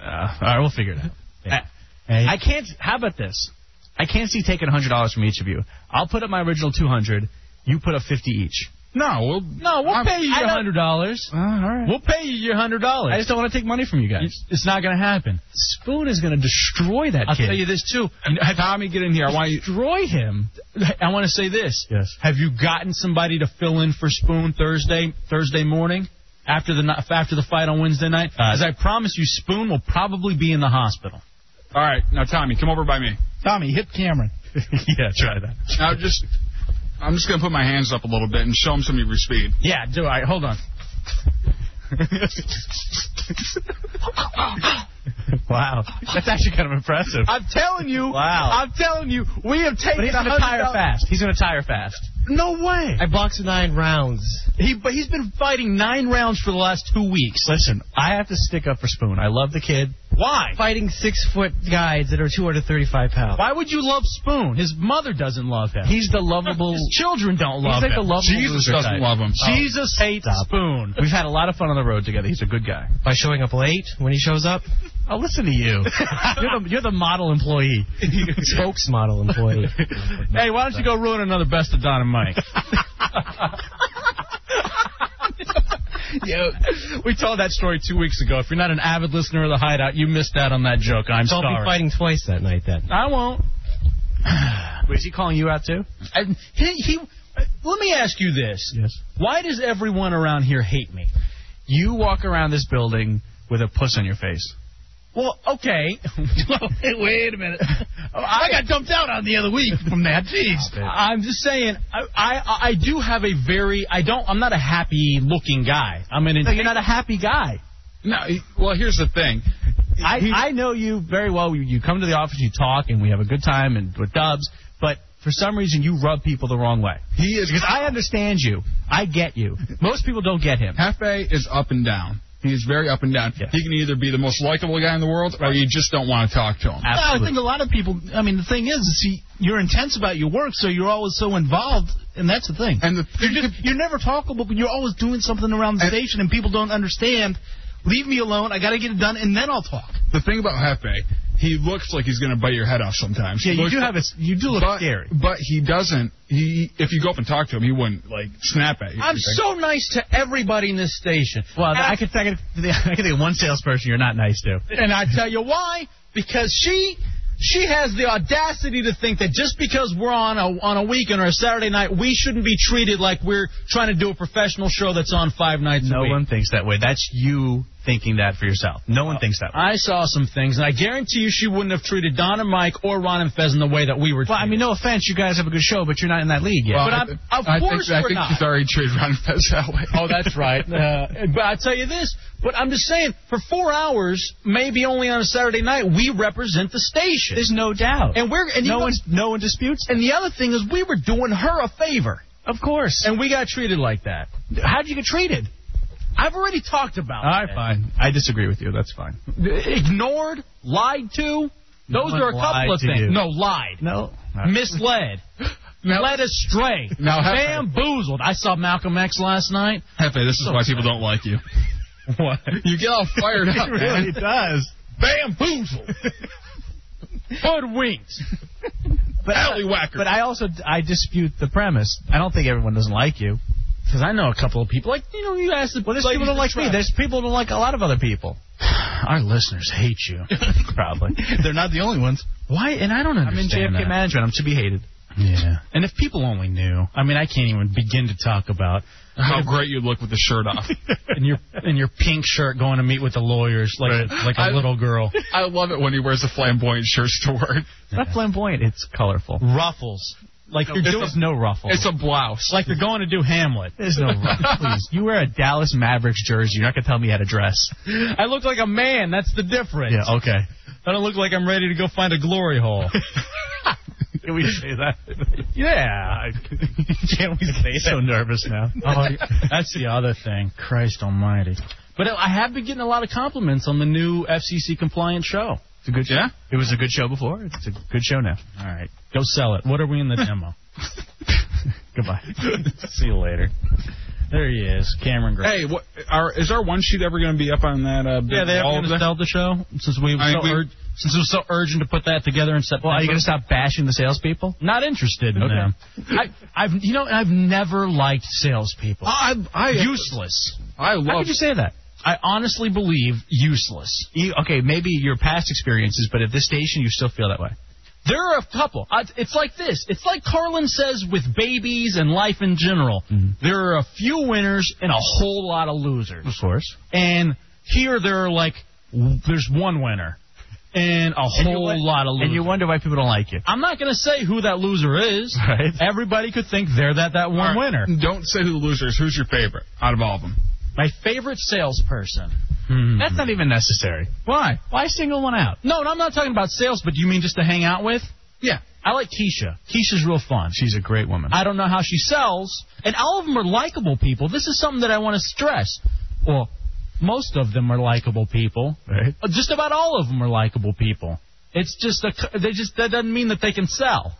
Speaker 6: Uh, all right, we'll figure it out.
Speaker 1: Hey,
Speaker 6: I can't. How about this? I can't see taking hundred dollars from each of you. I'll put up my original two hundred. You put up fifty each.
Speaker 5: No, we'll,
Speaker 1: no, we'll
Speaker 5: I'm-
Speaker 1: pay you
Speaker 6: I
Speaker 1: your
Speaker 6: don't-
Speaker 1: hundred dollars.
Speaker 5: Uh, all right.
Speaker 1: We'll pay you your hundred
Speaker 6: I
Speaker 1: dollars.
Speaker 6: just don't want to take money from you guys.
Speaker 1: It's not going to happen.
Speaker 6: Spoon is going to destroy that
Speaker 1: I'll
Speaker 6: kid.
Speaker 1: tell you this too.
Speaker 5: Tommy, get in here. I want you.
Speaker 1: Destroy him. I want to say this.
Speaker 6: Yes.
Speaker 1: Have you gotten somebody to fill in for Spoon Thursday Thursday morning after the ni- after the fight on Wednesday night?
Speaker 6: Uh,
Speaker 1: As I promise you, Spoon will probably be in the hospital.
Speaker 5: All right, now Tommy, come over by me.
Speaker 1: Tommy, hit Cameron.
Speaker 6: yeah, try that.
Speaker 5: Now just, I'm just gonna put my hands up a little bit and show him some of your speed.
Speaker 1: Yeah, do I? Hold on.
Speaker 6: Wow, that's actually kind of impressive.
Speaker 1: I'm telling you.
Speaker 6: Wow.
Speaker 1: I'm telling you, we have taken.
Speaker 6: But he's going to
Speaker 1: $100
Speaker 6: tire fast. He's going to tire fast.
Speaker 1: No way.
Speaker 4: I boxed nine rounds.
Speaker 1: He but he's been fighting nine rounds for the last two weeks.
Speaker 6: Listen, I have to stick up for Spoon. I love the kid.
Speaker 1: Why?
Speaker 4: Fighting six foot guys that are 235 pounds.
Speaker 1: Why would you love Spoon? His mother doesn't love him.
Speaker 6: He's the lovable.
Speaker 1: His children don't love
Speaker 6: He's like
Speaker 1: him.
Speaker 6: the lovable
Speaker 5: Jesus
Speaker 6: loser
Speaker 5: doesn't
Speaker 6: type. Oh.
Speaker 5: love him.
Speaker 1: Jesus hates Spoon.
Speaker 6: We've had a lot of fun on the road together. He's a good guy.
Speaker 4: By showing up late when he shows up?
Speaker 6: I'll listen to you. you're, the, you're the model employee.
Speaker 4: Spokesmodel employee.
Speaker 1: Hey, why don't you go ruin another best of Don and Mike? Yo, we told that story two weeks ago. If you're not an avid listener of the Hideout, you missed out on that joke. I'm
Speaker 4: I'll be
Speaker 1: sorry.
Speaker 4: fighting twice that night then.
Speaker 1: I won't.
Speaker 6: Wait, is he calling you out too?
Speaker 1: I, he, he, let me ask you this:
Speaker 6: Yes.
Speaker 1: Why does everyone around here hate me?
Speaker 6: You walk around this building with a puss on your face. Well, okay. Wait a minute. I got dumped out on the other week from that. Jeez.
Speaker 1: I'm just saying, I, I I do have a very I don't I'm not a happy looking guy. I'm an
Speaker 6: No, you're not a happy guy.
Speaker 5: No, he, well, here's the thing.
Speaker 1: I I know you very well. You, you come to the office, you talk, and we have a good time and with Dubs. But for some reason, you rub people the wrong way.
Speaker 5: He is
Speaker 1: because I understand you. I get you. Most people don't get him.
Speaker 5: Hefe is up and down. He is very up and down. He can either be the most likable guy in the world, or you just don't want to talk to him.
Speaker 6: No, I think a lot of people. I mean, the thing is, is you- you're intense about your work, so you're always so involved, and that's the thing.
Speaker 5: And the
Speaker 6: you're, just, you're never talkable, but you're always doing something around the station, and people don't understand. Leave me alone. I got to get it done, and then I'll talk.
Speaker 5: The thing about Hefe, he looks like he's going to bite your head off sometimes.
Speaker 6: Yeah,
Speaker 5: He
Speaker 6: you
Speaker 5: looks
Speaker 6: do
Speaker 5: like-
Speaker 6: have a. You do look
Speaker 5: but,
Speaker 6: scary.
Speaker 5: But he doesn't. He if you go up and talk to him, he wouldn't like snap at you.
Speaker 1: I'm so nice to everybody in this station. Uh, Well, I could, I, could, I could think of one salesperson you're not nice to. And I tell you why, because she she has the audacity to think that just because we're on a on a weekend or a Saturday night, we shouldn't be treated like we're trying to do a professional show that's on five nights a
Speaker 6: No
Speaker 1: week.
Speaker 6: one
Speaker 1: thinks that way. That's you thinking that for yourself. No
Speaker 6: Oh.
Speaker 1: one thinks that. I saw some things, and I guarantee you, she wouldn't have treated Don and Mike or Ron and Fez in the way that we were.
Speaker 6: Well, I mean, no offense. You guys have a good show, but you're not in that league yet.
Speaker 5: Well,
Speaker 1: But
Speaker 5: I-
Speaker 1: I'm- of
Speaker 5: I
Speaker 1: course
Speaker 5: think, I
Speaker 1: we're
Speaker 5: think
Speaker 1: not.
Speaker 5: he's already traded Ron Fez that way.
Speaker 1: Oh, that's right. Uh, but I tell you this. But I'm just saying, for four hours, maybe only on a Saturday night, we represent the station.
Speaker 6: There's no doubt.
Speaker 1: and we're and you
Speaker 6: no
Speaker 1: know-
Speaker 6: one, no one disputes.
Speaker 1: And the other thing is, we were doing her a favor,
Speaker 6: Of course.
Speaker 1: and we got treated like that.
Speaker 6: How'd you get treated?
Speaker 1: I've already talked about.
Speaker 6: All right,
Speaker 1: that.
Speaker 6: fine. I disagree with you. That's fine.
Speaker 1: Ignored, lied to.
Speaker 6: No
Speaker 1: Those
Speaker 6: one
Speaker 1: are a
Speaker 6: lied
Speaker 1: couple of
Speaker 6: to
Speaker 1: things.
Speaker 6: you.
Speaker 1: No, lied,
Speaker 6: No.
Speaker 1: misled, led astray,
Speaker 5: Now, have-
Speaker 1: bamboozled. I saw Malcolm X last night.
Speaker 5: Hefe, this is why people don't like you.
Speaker 1: What?
Speaker 5: You get all fired up, man.
Speaker 1: does.
Speaker 5: Bamboozled.
Speaker 1: Hoodwinked.
Speaker 6: But
Speaker 5: Alley-whacker.
Speaker 6: But I also I dispute the premise. I don't think everyone doesn't like you.
Speaker 1: Because I know a couple of people. Like, you know, you asked the
Speaker 6: Well, there's
Speaker 1: ladies
Speaker 6: people don't
Speaker 1: to
Speaker 6: like me.
Speaker 1: try.
Speaker 6: There's people don't like a lot of other people.
Speaker 1: Our listeners hate you. Probably.
Speaker 6: They're not the only ones.
Speaker 1: Why? And I don't
Speaker 6: I'm in
Speaker 1: understand
Speaker 6: JFK
Speaker 1: that.
Speaker 6: management. I'm to be hated.
Speaker 1: Yeah. And if people only knew, I mean, I can't even begin to talk about
Speaker 5: How great you look with the shirt off.
Speaker 1: in your in your pink shirt going to meet with the lawyers like like a
Speaker 5: I-
Speaker 1: little girl.
Speaker 5: I love it when he wears the flamboyant shirts to work.
Speaker 6: Not flamboyant. It's colorful.
Speaker 1: Ruffles. Like you're doing
Speaker 6: There's no ruffles.
Speaker 5: It's a blouse.
Speaker 1: like you're going to do Hamlet.
Speaker 6: There's no ruffles. Please, you wear a Dallas Mavericks jersey. You're not gonna tell me how to dress.
Speaker 1: I look like a man. That's the difference.
Speaker 6: Yeah. Okay.
Speaker 1: I don't look like I'm ready to go find a glory hole.
Speaker 6: Can we say that?
Speaker 1: yeah.
Speaker 6: Can't we say so nervous now?
Speaker 1: Oh, that's the other thing. Christ Almighty. But I have been getting a lot of compliments on the new FCC compliant show.
Speaker 6: It's a good show.
Speaker 5: Yeah?
Speaker 6: It was a good show before. It's a good show now.
Speaker 1: All right, go sell it. What are we in the demo?
Speaker 6: Goodbye.
Speaker 1: See you later. There he is, Cameron Gray.
Speaker 5: Hey, what, are, is our one sheet ever going to be up on that? Uh, big
Speaker 1: yeah, they
Speaker 5: wall
Speaker 1: haven't
Speaker 5: there?
Speaker 1: installed the show since we,
Speaker 5: I-
Speaker 1: so
Speaker 5: we-
Speaker 1: ur- since it was so urgent to put that together in September.
Speaker 6: Well, are you gonna stop bashing the salespeople?
Speaker 1: Not interested in
Speaker 6: Okay.
Speaker 1: them. I, I've you know I've never liked salespeople.
Speaker 5: I, I, uh,
Speaker 1: useless.
Speaker 5: I
Speaker 1: How
Speaker 5: love
Speaker 1: could you say that? I honestly believe useless. E,
Speaker 6: You, okay, maybe your past experiences, but at this station, you still feel that way.
Speaker 1: There are a couple. I, it's like this. It's like Carlin says with babies and life in general. There are a few winners and a whole lot of losers.
Speaker 6: Mm-hmm. Of course.
Speaker 1: And here there are like w- there's one winner and a whole lot of losers.
Speaker 6: And you wonder why people don't like you.
Speaker 1: I'm not going to say who that loser is.
Speaker 6: Right.
Speaker 1: Everybody could think they're that that
Speaker 5: All
Speaker 1: one
Speaker 5: right,
Speaker 1: winner.
Speaker 5: Don't say who the loser is. Who's your favorite out of all of them?
Speaker 1: My favorite salesperson.
Speaker 6: That's not even necessary.
Speaker 1: Why?
Speaker 6: Why single one out?
Speaker 1: Hmm. No, and I'm not talking about sales, but you mean just to hang out with?
Speaker 5: Yeah.
Speaker 1: I like Keisha. Keisha's real fun.
Speaker 6: She's a great woman.
Speaker 1: I don't know how she sells, and all of them are likable people. This is something that I want to stress. Well, most of them are likable people.
Speaker 6: Right.
Speaker 1: Uh, Just about all of them are likable people. It's just a c they just that doesn't mean that they can sell.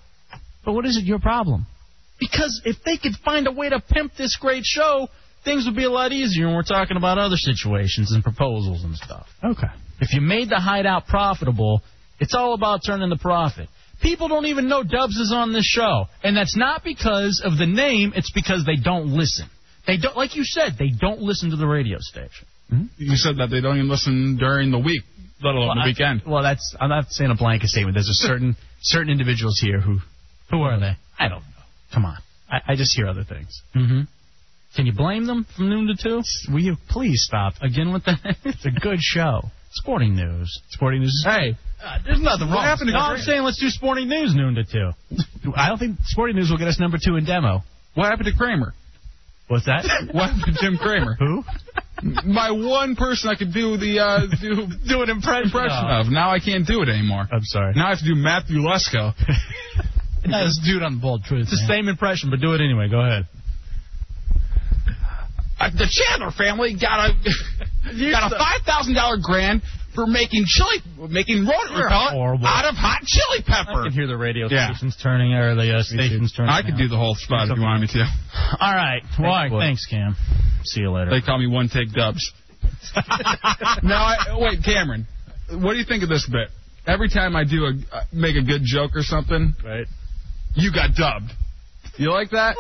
Speaker 6: But what is it your problem?
Speaker 1: Because if they could find a way to pimp this great show, things would be a lot easier. And we're talking about other situations and proposals and stuff.
Speaker 6: Okay.
Speaker 1: If you made the hideout profitable, it's all about turning the profit. People don't even know Dubs is on this show, and that's not because of the name. It's because they don't listen. They don't, like you said, they don't listen to the radio station.
Speaker 5: You said that they don't even listen during the week, let alone the weekend.
Speaker 6: Well, that's I'm not saying a blanket statement. There's a certain certain individuals here who
Speaker 1: Who are they?
Speaker 6: I don't know.
Speaker 1: Come on.
Speaker 6: I, I just hear other things.
Speaker 1: Mm-hmm. Can you blame them from noon to two?
Speaker 6: Will you please stop?
Speaker 1: Again with that?
Speaker 6: It's a good show.
Speaker 1: Sporting news. Sporting news. is- Hey, uh, there's nothing wrong.
Speaker 5: What happened to
Speaker 1: no, I'm
Speaker 5: Grant?
Speaker 1: saying let's do sporting news noon to two. I don't think sporting news will get us number two in demo.
Speaker 5: What happened to Kramer?
Speaker 1: What's that?
Speaker 5: What happened to Jim Kramer?
Speaker 1: Who?
Speaker 5: My one person I could do the uh, do do an impression, of. Now I can't do it anymore.
Speaker 1: I'm sorry.
Speaker 5: Now I have to do Matthew Lesko.
Speaker 6: No, this dude on the bold truth.
Speaker 1: It's the same impression, but do it anyway. Go ahead.
Speaker 5: Uh, the Chandler family got a got a five thousand dollar grant for making chili, making rodent repellent
Speaker 1: horrible.
Speaker 5: out of hot chili
Speaker 1: I
Speaker 5: pepper.
Speaker 1: can hear the radio
Speaker 5: Yeah.
Speaker 1: stations turning or the uh, stations turning.
Speaker 5: I could do the whole spot if you wanted me to.
Speaker 1: that. All right. Why? Thanks, Cam. See you later.
Speaker 5: They call me one take dubs. now, I, wait, Cameron, what do you think of this bit? Every time I do a uh, make a good joke or something,
Speaker 1: right. Oh,
Speaker 5: you got dubbed. You like that?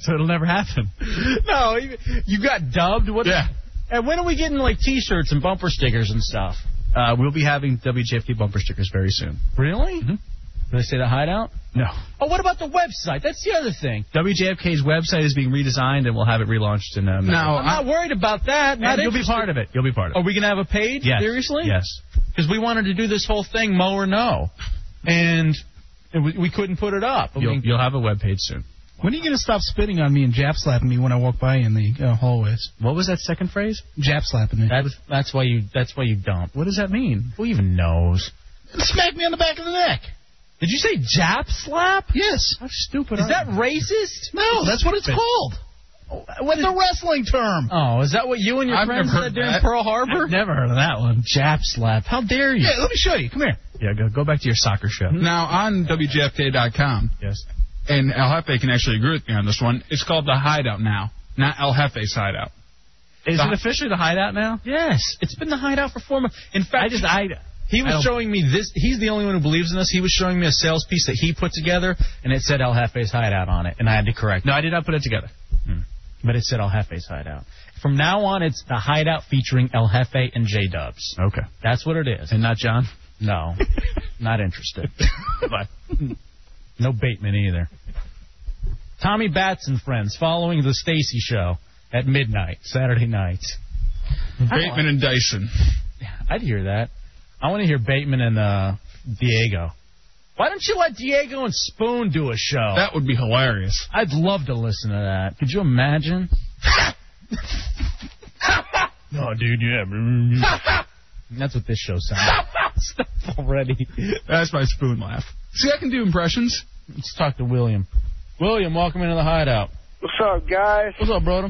Speaker 1: So it'll never happen. no, you, you got dubbed. What?
Speaker 5: Yeah.
Speaker 1: And when are we getting like T-shirts and bumper stickers and stuff?
Speaker 9: Uh, we'll be having WJFD bumper stickers very soon.
Speaker 1: Really?
Speaker 9: Did I say the hideout?
Speaker 1: Mm-hmm. No.
Speaker 9: Oh, what about the website? That's the other thing. WJFK's website is being redesigned, and we'll have it relaunched in
Speaker 1: uh,
Speaker 9: a.
Speaker 5: Now,
Speaker 9: I'm not worried about that. Not
Speaker 1: And you'll be
Speaker 9: interested-
Speaker 1: part of it. You'll be part of
Speaker 9: Are
Speaker 1: it.
Speaker 9: we gonna have a page?
Speaker 1: Yes.
Speaker 9: Seriously?
Speaker 1: Yes.
Speaker 9: Because we wanted to do this whole thing, mo or no, and we, we couldn't put it up. I
Speaker 1: You'll,
Speaker 9: mean,
Speaker 1: you'll have a web page soon.
Speaker 6: When are you going to stop spitting on me and jap slapping me when I walk by in the uh, hallways?
Speaker 1: What was that second phrase?
Speaker 6: Jap slapping me.
Speaker 1: That's that's why you that's why you dump. What does that mean? Who even knows?
Speaker 6: Smack me on the back of the neck.
Speaker 9: did you say Jap slap?
Speaker 6: Yes.
Speaker 1: How stupid
Speaker 9: Is that racist?
Speaker 6: No, that's what it's
Speaker 1: Spit.
Speaker 6: called. What's a wrestling term?
Speaker 9: Oh, is that what you and your
Speaker 5: I've
Speaker 9: friends
Speaker 5: never heard
Speaker 9: said during
Speaker 5: that.
Speaker 9: Pearl Harbor?
Speaker 1: I've never heard of that one. Jap slap. How dare you?
Speaker 6: Yeah, let me show you. Come here.
Speaker 1: Yeah, go, go back to your soccer show.
Speaker 5: now on WJFK.com,
Speaker 1: Hmm? Yes.
Speaker 5: and El Jefe can actually agree with me on this one. It's called the Hideout now, not El Jefe's Hideout.
Speaker 1: Is
Speaker 5: The-
Speaker 1: it officially the hideout now?
Speaker 9: Yes, it's been the hideout for four months. In fact,
Speaker 1: I just I
Speaker 9: He
Speaker 1: I don't-
Speaker 9: was showing me this. He's the only one who believes in us. He was showing me a sales piece that he put together, and it said El Jefe's Hideout on it, and I had to correct. No, I did not put it together, but it said El Jefe's Hideout. From now on, it's the Hideout featuring El Jefe and J Dubs.
Speaker 1: okay.
Speaker 9: That's what it is.
Speaker 1: And not John.
Speaker 9: No, not interested. hmm.
Speaker 1: but no Bateman either. Tommy Bats and friends following the Stacy show at midnight Saturday night.
Speaker 5: Bateman and Dyson.
Speaker 1: I'd hear that. I want to hear Bateman and uh, Diego. Why don't you let Diego and Spoon do a show?
Speaker 5: That would be hilarious.
Speaker 1: I'd love to listen to that. Could you imagine? no, dude, yeah. That's what this show sounds like. Stop already.
Speaker 5: That's my spoon laugh. See, I can do impressions.
Speaker 1: Let's talk to William. William, welcome into the hideout.
Speaker 11: What's up, guys?
Speaker 1: What's up, brother?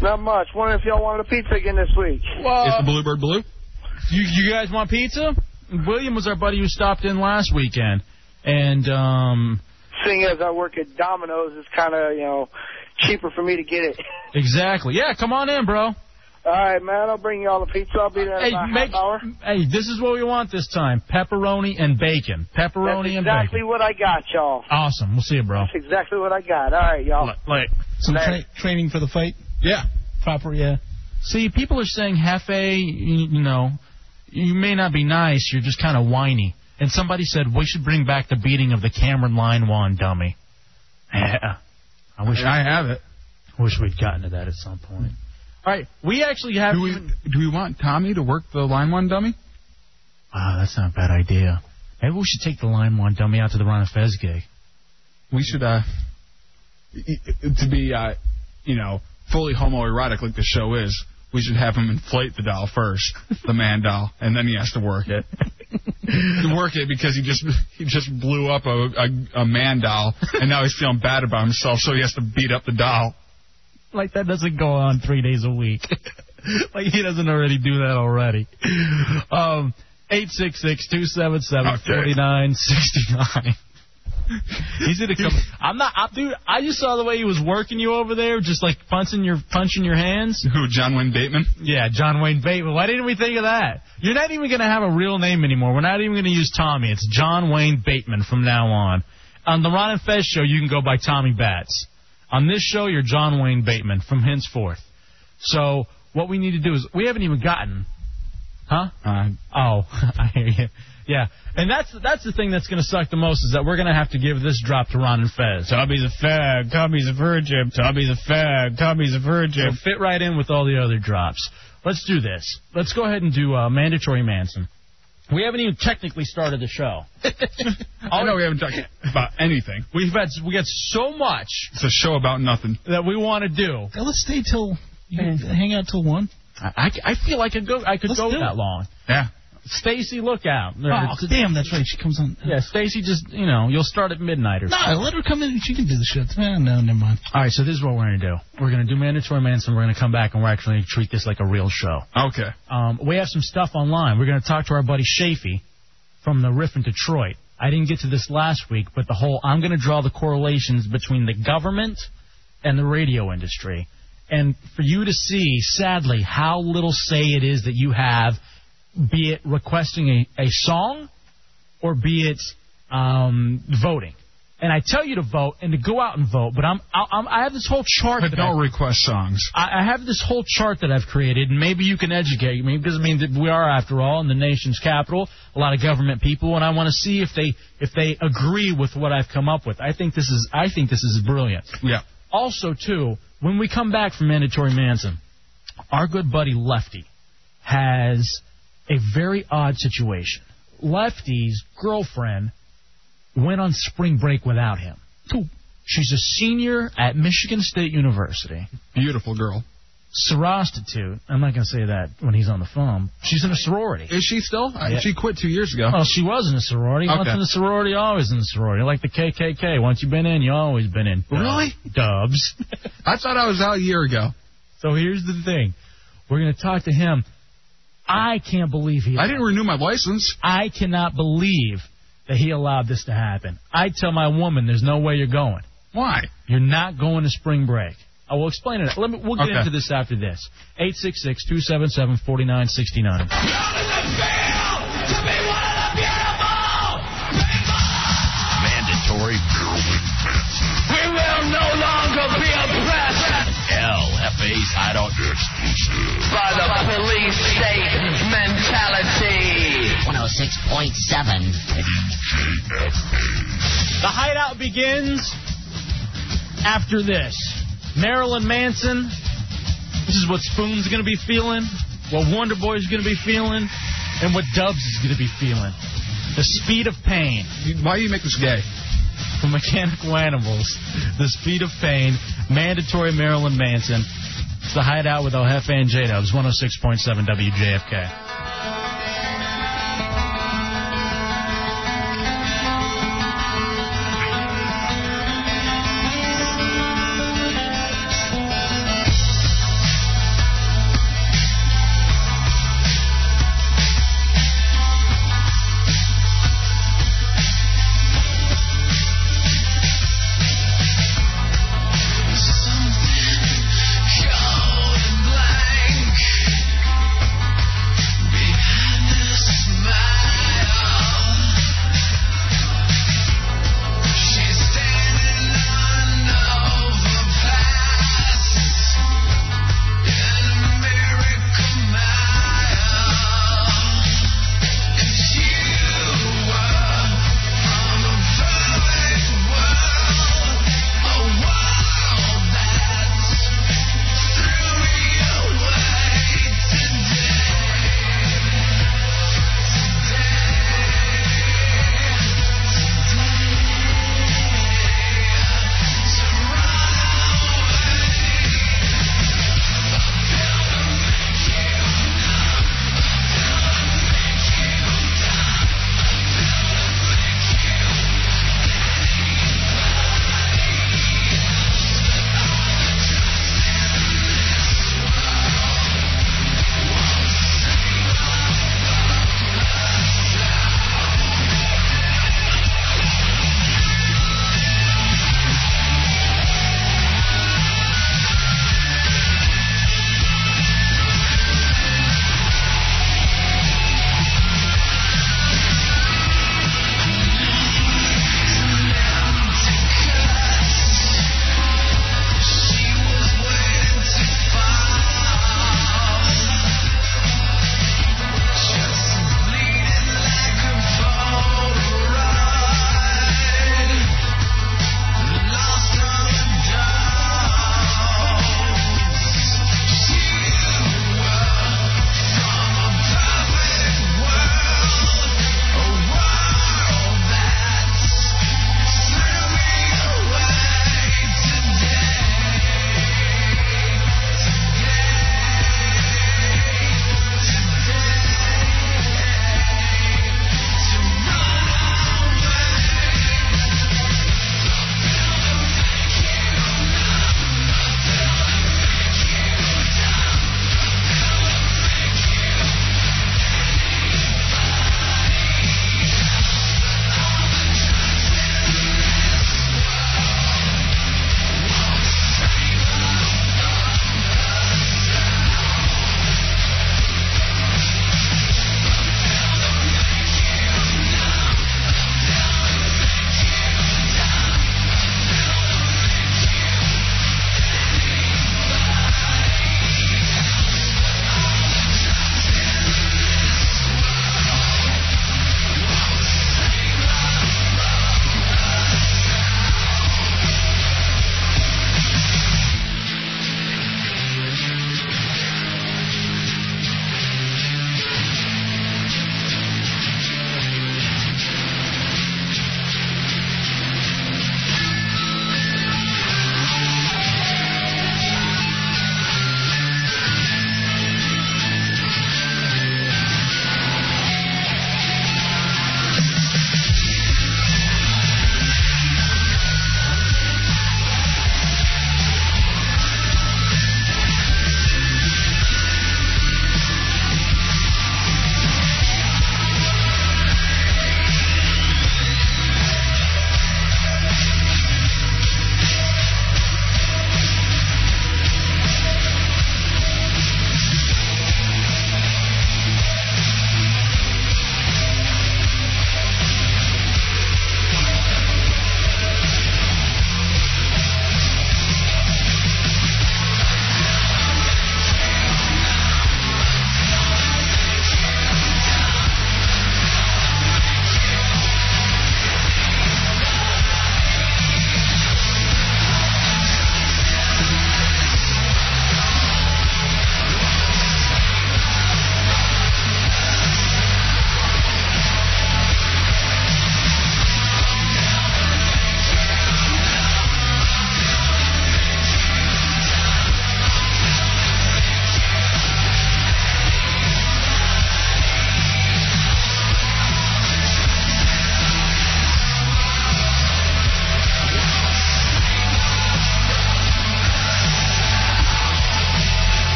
Speaker 11: Not much. Wondering if y'all wanted a pizza again this week.
Speaker 5: Is
Speaker 1: Well, uh,
Speaker 5: the bluebird blue?
Speaker 1: you, you guys want pizza? William was our buddy who stopped in last weekend, and um,
Speaker 11: Seeing as I work at Domino's, it's kind of, you know, cheaper for me to get it.
Speaker 1: exactly. Yeah, come on in, bro.
Speaker 11: All right, man, I'll bring y'all a pizza. I'll be there in
Speaker 1: Hey,
Speaker 11: about
Speaker 1: make,
Speaker 11: half hour.
Speaker 1: hey, this is what we want this time: pepperoni and bacon.
Speaker 11: That's
Speaker 1: Pepperoni and
Speaker 11: exactly
Speaker 1: bacon.
Speaker 11: what I got, y'all.
Speaker 1: Awesome. We'll see you, bro.
Speaker 11: That's exactly what I got. All right, y'all.
Speaker 1: Like- Like,
Speaker 6: Some
Speaker 11: Larry.
Speaker 6: tra- training for the fight.
Speaker 5: Yeah.
Speaker 6: Proper, yeah.
Speaker 1: see, people are saying Hefe. You, you know, you may not be nice. You're just kind of whiny. And somebody said we should bring back the beating of the Cameron Linewan dummy. Yeah. I wish
Speaker 5: I have it.
Speaker 1: I wish we'd gotten to that at some point. All right, we actually have.
Speaker 5: Do we do we want Tommy to work the line one dummy?
Speaker 1: Wow, Ah, that's not a bad idea. Maybe we should take the line one dummy out to the Ron and Fez gig.
Speaker 5: We should uh y- y- to be uh you know, fully homoerotic like the show is, we should have him inflate the doll first, the man doll, and then he has to work it. to work it because he just he just blew up a, a a man doll and now he's feeling bad about himself so he has to beat up the doll.
Speaker 1: Like that doesn't go on three days a week. like he doesn't already do that already. Um, eight six six two seven seven forty nine sixty nine. He's gonna come. I'm not, I, dude. I just saw the way he was working you over there, just like punching your punching your hands.
Speaker 5: Who, John Wayne Bateman?
Speaker 1: Yeah, John Wayne Bateman. Why didn't we think of that? You're not even going to have a real name anymore. We're not even going to use Tommy. It's John Wayne Bateman from now on. On the Ron and Fez show, you can go by Tommy Batts. On this show, you're John Wayne Bateman from henceforth. So what we need to do is we haven't even gotten, huh?
Speaker 5: Uh,
Speaker 1: Oh, I hear you. Yeah, and that's that's the thing that's going to suck the most is that we're going to have to give this drop to Ron and Fez. Tommy's a fag. Tommy's a virgin. Tommy's a fag. Tommy's a virgin. It'll fit right in with all the other drops. Let's do this. Let's go ahead and do uh, mandatory Manson. We haven't even technically started the show.
Speaker 5: I know we haven't talked about anything.
Speaker 1: We've had we got so much
Speaker 5: It's a show about nothing.
Speaker 1: that we want to do.
Speaker 6: let's stay till you can hang out till one.
Speaker 1: I, I, I feel like I could go. I could
Speaker 6: Let's
Speaker 1: go
Speaker 6: do it.
Speaker 1: that long.
Speaker 5: Yeah.
Speaker 1: Stacy, look out!
Speaker 6: Oh, damn, that's right. She comes on.
Speaker 1: Yeah, Stacy, just you know, you'll start at midnight or
Speaker 6: Nah, let her come in. She can do the shit.
Speaker 12: Eh,
Speaker 6: Nah, no, never mind.
Speaker 1: All right, so this is what we're gonna do. We're gonna do mandatory Manson. We're gonna come back and we're actually gonna treat this like a real show.
Speaker 5: Okay.
Speaker 1: Um, we have some stuff online. We're gonna talk to our buddy Shafee from the Riff in Detroit. I didn't get to this last week, but the whole I'm gonna draw the correlations between the government and the radio industry, and for you to see, sadly, how little say it is that you have, be it requesting a, a song or be it um, voting. And I tell you to vote and to go out and vote, but I'm, I- I'm I have this whole chart.
Speaker 5: But
Speaker 1: that
Speaker 5: don't
Speaker 1: I,
Speaker 5: request songs.
Speaker 1: I I have this whole chart that I've created, and maybe you can educate me because I mean that we are, after all, in the nation's capital, a lot of government people, and I want to see if they if they agree with what I've come up with. I think this is I think this is brilliant.
Speaker 5: Yeah.
Speaker 1: Also, too, when we come back from mandatory Manson, our good buddy Lefty has a very odd situation. Lefty's girlfriend went on spring break without him. She's a senior at Michigan State University
Speaker 5: Beautiful girl.
Speaker 1: sorostitute. I'm not going to say that when he's on the phone. She's in a sorority.
Speaker 5: Is she still? Uh,
Speaker 1: Yeah. Oh,
Speaker 5: She quit two years ago.
Speaker 1: Well, she was in a sorority. Once
Speaker 5: Okay.
Speaker 1: in a sorority, always in a sorority. Like the KKK. Once you've been in, you always been in.
Speaker 5: Really?
Speaker 1: Dubs.
Speaker 5: I thought I was out a year ago.
Speaker 1: so here's the thing. We're going to talk to him. I can't believe he.
Speaker 5: I didn't renew my license.
Speaker 1: I cannot believe that he allowed this to happen. I tell my woman, there's no way you're going.
Speaker 5: Why?
Speaker 1: You're not going to spring break. I will explain it. Let me, we'll get
Speaker 5: Okay.
Speaker 1: into this after this. 866 277 4969.
Speaker 2: Mandatory We will no longer be oppressed. LFA's I don't exclusive.
Speaker 10: By the police state mentality.
Speaker 13: 106.7.
Speaker 1: The hideout begins after this. Marilyn Manson. This is what Spoon's going to be feeling, what Wonder Boy's going to be feeling, and what Dubs is going to be feeling. The speed of pain
Speaker 5: You- Why do you make this gay?
Speaker 1: from Mechanical Animals. The speed of pain. Mandatory Marilyn Manson. It's the hideout with O'Hefe and oh J Dubs, 106.7 WJFK.
Speaker 3: Something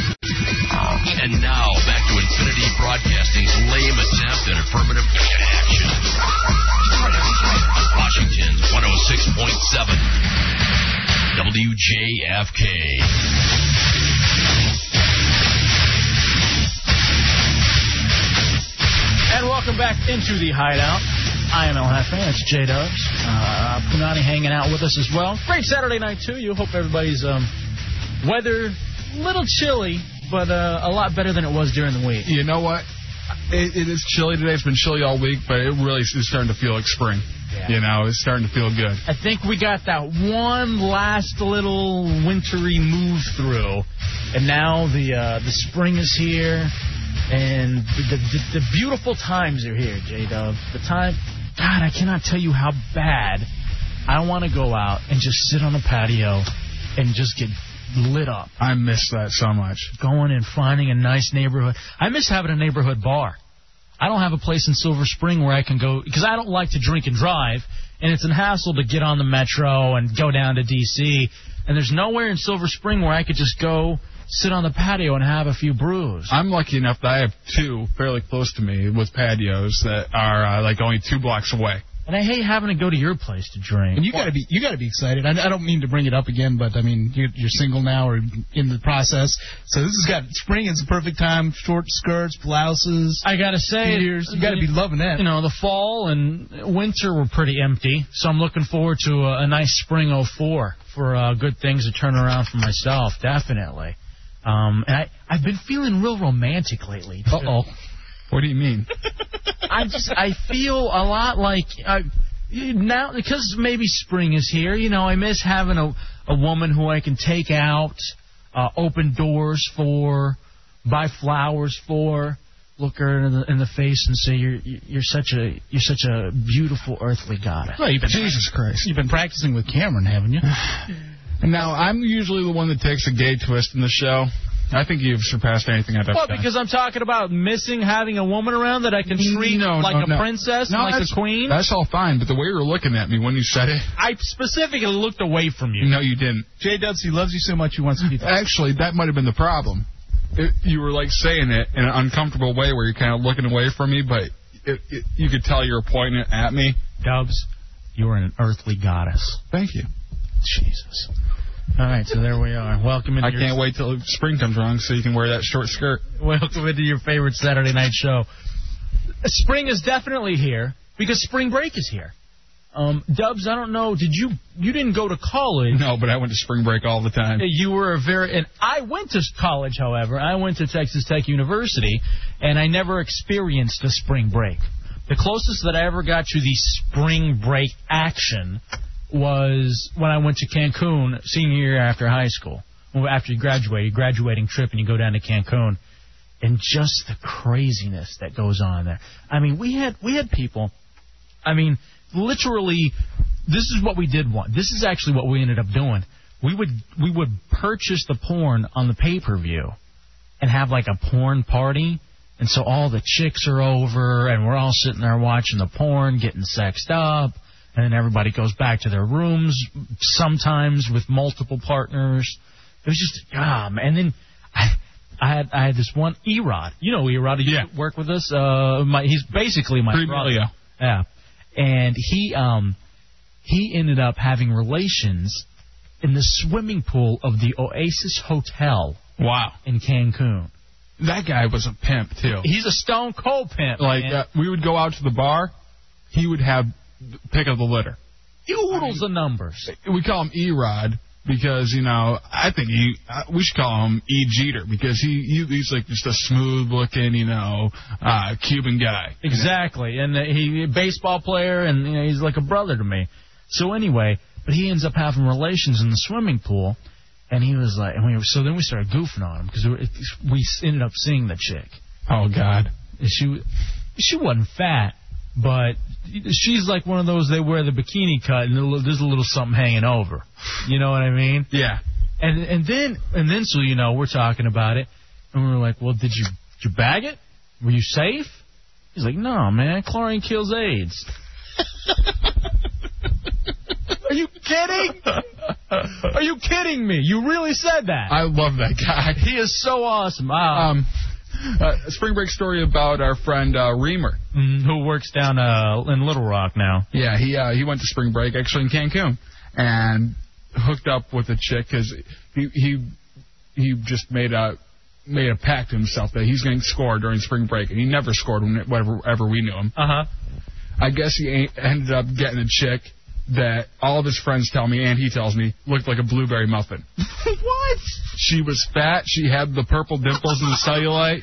Speaker 14: And now back to Infinity Broadcasting's lame attempt at affirmative action. Washington's 106.7 WJFK.
Speaker 1: And welcome back into the hideout. I am El Jefe. It's J Dubs. Uh, Punani hanging out with us as well. Great Saturday night to you. Hope everybody's um, weather a little chilly, but uh, a lot better than it was during the week.
Speaker 5: You know what? It, it is chilly today. It's been chilly all week, but it really is starting to feel like spring. You know, it's starting to feel good.
Speaker 1: I think we got that one last little wintry move through, and now the uh, the spring is here, and the, the the beautiful times are here, J Dub. The time, God, I cannot tell you how bad I want to go out and just sit on a patio and just get lit up.
Speaker 5: I miss that so much.
Speaker 1: Going and finding a nice neighborhood. I miss having a neighborhood bar. I don't have a place in Silver Spring where I can go because I don't like to drink and drive, and it's a hassle to get on the metro and go down to D.C. And there's nowhere in Silver Spring where I could just go sit on the patio and have a few brews.
Speaker 5: I'm lucky enough that I have two fairly close to me with patios that are uh, like only two blocks away.
Speaker 1: And I hate having to go to your place to drink.
Speaker 12: And you gotta be you gotta be excited. I, I don't mean to bring it up again, but I mean you're, you're single now or in the process, so this has got spring is the perfect time. Short skirts, blouses.
Speaker 1: I gotta say,
Speaker 12: Theaters. you gotta be loving that.
Speaker 1: You know, the fall and winter were pretty empty, so I'm looking forward to a, a nice spring '04 for uh, good things to turn around for myself, definitely. Um, and I, I've been feeling real romantic lately. Uh oh.
Speaker 5: What do you mean?
Speaker 1: I just I feel a lot like I now because maybe spring is here. You know, I miss having a a woman who I can take out, uh, open doors for, buy flowers for, look her in the, in the face and say you're you're such a you're such a beautiful earthly goddess.
Speaker 12: Well, you've been, Jesus Christ! You've been practicing with Cameron, haven't you?
Speaker 5: Now I'm usually the one that takes a gay twist in the show. I think you've surpassed anything I've ever
Speaker 1: Well,
Speaker 5: done.
Speaker 1: because I'm talking about missing having a woman around that I can treat
Speaker 5: No,
Speaker 1: like
Speaker 5: no,
Speaker 1: a
Speaker 5: no.
Speaker 1: princess,
Speaker 5: No,
Speaker 1: and like
Speaker 5: that's-
Speaker 1: a queen.
Speaker 5: That's all fine, but the way you were looking at me when you said it,
Speaker 1: I specifically looked away from you.
Speaker 5: no, you didn't.
Speaker 12: J Dubs, he loves you so much he wants to be.
Speaker 5: Actually, that might have been the problem. It, you were like saying it in an uncomfortable way where you're kind of looking away from me, but it, it, you could tell you were pointing it at me.
Speaker 1: Dubs, you are an earthly goddess.
Speaker 5: Thank you.
Speaker 1: Jesus. All right, so there we are. Welcome into
Speaker 5: I
Speaker 1: your
Speaker 5: can't wait till spring comes along so you can wear that short skirt.
Speaker 1: Welcome into your favorite Saturday night show. Spring is definitely here because spring break is here. Um, Dubs, I don't know. Did you you didn't go to college?
Speaker 5: No, but I went to spring break all the time.
Speaker 1: You were a very and I went to college, however. I went to Texas Tech University, and I never experienced a spring break. The closest that I ever got to the spring break action was when I went to Cancun senior year after high school. Well, after you graduate, your graduating trip, and you go down to Cancun, and just the craziness that goes on there. I mean, we had we had people. I mean, literally, this is what we did want. This is actually what we ended up doing. We would we would purchase the porn on the pay per view, and have like a porn party. And so all the chicks are over, and we're all sitting there watching the porn, getting sexed up, and then everybody goes back to their rooms. Sometimes with multiple partners. It was just ah, man. And then I, I had I had this one Erod. You know Erod. He used to work with us. Uh, my he's basically my
Speaker 5: Free
Speaker 1: brother.
Speaker 5: Emilio.
Speaker 1: Yeah. And he um he ended up having relations in the swimming pool of the Oasis Hotel.
Speaker 5: Wow.
Speaker 1: In Cancun.
Speaker 5: That guy was a pimp too.
Speaker 1: He's a stone cold pimp.
Speaker 5: Like
Speaker 1: man.
Speaker 5: uh, we would go out to the bar, he would have pick of the litter.
Speaker 1: Oodles of numbers.
Speaker 5: We call him Erod because you know I think he uh, we should call him E Jeter because he, he he's like just a smooth looking you know uh, Cuban guy.
Speaker 1: Exactly, and uh, he a baseball player, and you know, he's like a brother to me. So anyway, but he ends up having relations in the swimming pool, and he was like, and we were, so then we started goofing on him because we, we ended up seeing the chick.
Speaker 5: Oh God,
Speaker 1: And she she wasn't fat, but she's like one of those they wear the bikini cut and a little- there's a little something hanging over. You know what I mean?
Speaker 5: Yeah.
Speaker 1: And and then and then so you know we're talking about it, and we're like, well, did you did you bag it? Were you safe? He's like, no, man, chlorine kills AIDS. Are you kidding? Are you kidding me? You really said that?
Speaker 5: I love that guy.
Speaker 1: He is so awesome. Ah.
Speaker 5: Um, Uh, a spring break story about our friend uh, Reamer.
Speaker 1: Mm, who works down uh, in Little Rock now.
Speaker 5: Yeah, he uh, he went to spring break actually in Cancun and hooked up with a chick because he he he just made a made a pact to himself that he's going to score during spring break and he never scored when- whenever whenever we knew him.
Speaker 1: Uh huh.
Speaker 5: I guess he ain't- ended up getting a chick that all of his friends tell me and he tells me looked like a blueberry muffin.
Speaker 3: what?
Speaker 5: She was fat. She had the purple dimples and the cellulite.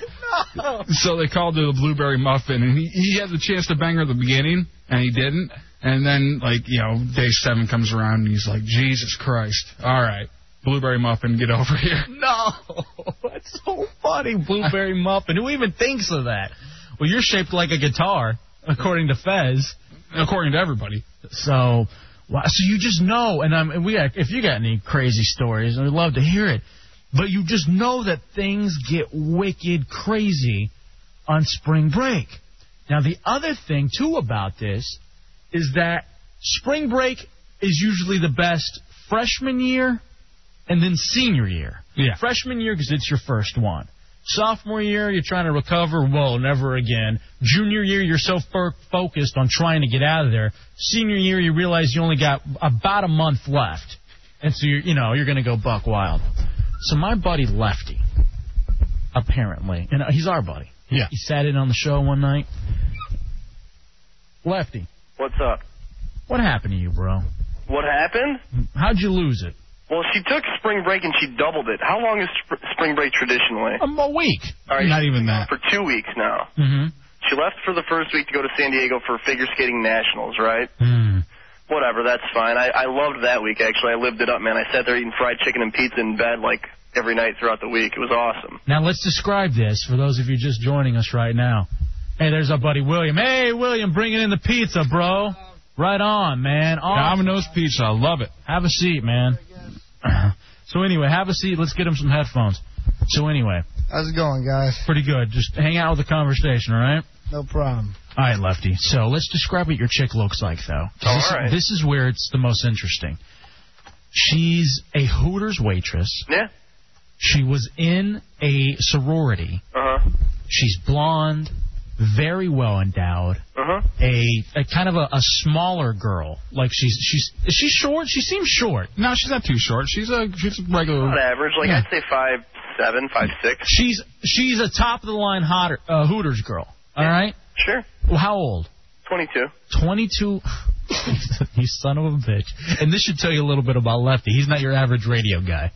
Speaker 5: So they called her the blueberry muffin, and he, he had the chance to bang her at the beginning, and he didn't. And then, like you know, day seven comes around, and he's like, Jesus Christ! All right, blueberry muffin, get over here.
Speaker 1: No, that's so funny. Blueberry muffin. Who even thinks of that? Well, you're shaped like a guitar, according to Fez.
Speaker 5: According to everybody.
Speaker 1: So, wow, so you just know. And I'm. And we. Got, if you got any crazy stories, I'd love to hear it. But you just know that things get wicked crazy on spring break. Now, the other thing too about this is that spring break is usually the best freshman year and then senior year. Yeah. Freshman year because it's your first one. Sophomore year, you're trying to recover. Whoa, never again. Junior year, you're so fo- focused on trying to get out of there. Senior year, you realize you only got about a month left, and so you're, you know, you're going to go buck wild. So my buddy Lefty, apparently, and he's our buddy. Yeah. He sat in on the show one night. Lefty,
Speaker 15: What's up?
Speaker 1: what happened to you, bro?
Speaker 15: What happened?
Speaker 1: How'd you lose it?
Speaker 15: Well, she took spring break and she doubled it. How long is sp- spring break traditionally?
Speaker 1: Um, a week.
Speaker 15: All right,
Speaker 1: Not
Speaker 15: she's
Speaker 1: even
Speaker 15: been
Speaker 1: that.
Speaker 15: gone For two weeks now.
Speaker 1: Mm-hmm.
Speaker 15: She left for the first week to go to San Diego for figure skating nationals, right?
Speaker 1: Hmm.
Speaker 15: Whatever, that's fine. I, I loved that week, actually. I lived it up, man. I sat there eating fried chicken and pizza in bed, like, every night throughout the week. It was awesome.
Speaker 1: Now let's describe this for those of you just joining us right now. Hey, there's our buddy William. Hey, William, bringing in the pizza, bro. Right on, man. Domino's
Speaker 5: pizza, I love it.
Speaker 1: Have a seat, man. so anyway, have a seat. Let's get him some headphones. So anyway,
Speaker 16: How's it going, guys?
Speaker 1: pretty good. Just hang out with the conversation, all right?
Speaker 16: No problem.
Speaker 1: All right, Lefty. So let's describe what your chick looks like, though.
Speaker 16: All
Speaker 1: this,
Speaker 16: right.
Speaker 1: This is where it's the most interesting. She's a Hooters waitress.
Speaker 15: Yeah.
Speaker 1: She was in a sorority.
Speaker 15: Uh huh.
Speaker 1: She's blonde, very well endowed.
Speaker 15: Uh huh.
Speaker 1: A, a kind of a, a smaller girl. Like she's she's is she short? She seems short.
Speaker 5: No, she's not too short. She's a she's a regular.
Speaker 15: On average, like, I'd say five seven, five six.
Speaker 1: She's she's a top of the line hotter uh, Hooters girl. All right.
Speaker 15: Sure.
Speaker 1: Well, how old?
Speaker 15: 22.
Speaker 1: 22. you son of a bitch. And this should tell you a little bit about Lefty. He's not your average radio guy.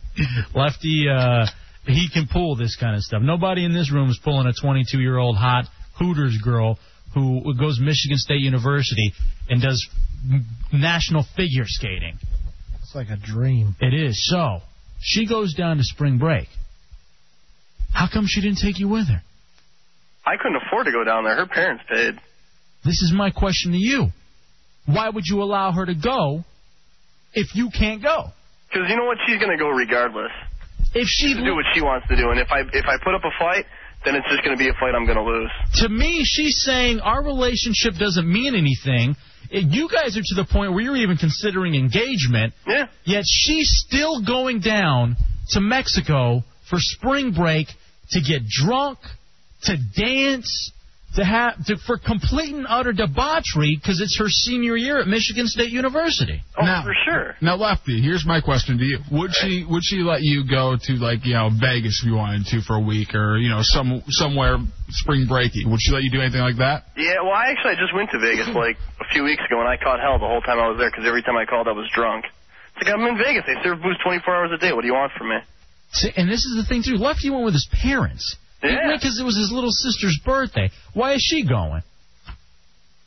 Speaker 1: Lefty, uh, he can pull this kind of stuff. Nobody in this room is pulling a 22 year old hot Hooters girl who goes to Michigan State University and does m- national figure skating.
Speaker 16: It's like a dream.
Speaker 1: It is. So, she goes down to spring break. How come she didn't take you with her?
Speaker 15: I couldn't afford to go down there. Her parents paid.
Speaker 1: This is my question to you. Why would you allow her to go if you can't go?
Speaker 15: Because you know what? She's going to go regardless.
Speaker 1: If she
Speaker 15: do what she wants to do, and if I if I put up a fight, then it's just going to be a fight I'm going to lose.
Speaker 1: To me, she's saying our relationship doesn't mean anything. It- You guys are to the point where you're even considering engagement.
Speaker 15: Yeah.
Speaker 1: Yet she's still going down to Mexico for spring break to get drunk, to dance, to have to, for complete and utter debauchery because it's her senior year at Michigan State University.
Speaker 15: Oh, for sure.
Speaker 5: Now, Lefty, here's my question to you: Would she would she let you go to like you know Vegas if you wanted to for a week, or you know some somewhere spring breaky? Would she let you do anything like that?
Speaker 15: Yeah, well, I actually I just went to Vegas like a few weeks ago, and I caught hell the whole time I was there because every time I called, I was drunk. It's like I'm in Vegas. They serve booze 24 hours a day. What do you want from me?
Speaker 1: See, and this is the thing too. Lefty went with his parents.
Speaker 15: Yeah.
Speaker 1: Because it was his little sister's birthday. Why is she going? Uh-huh.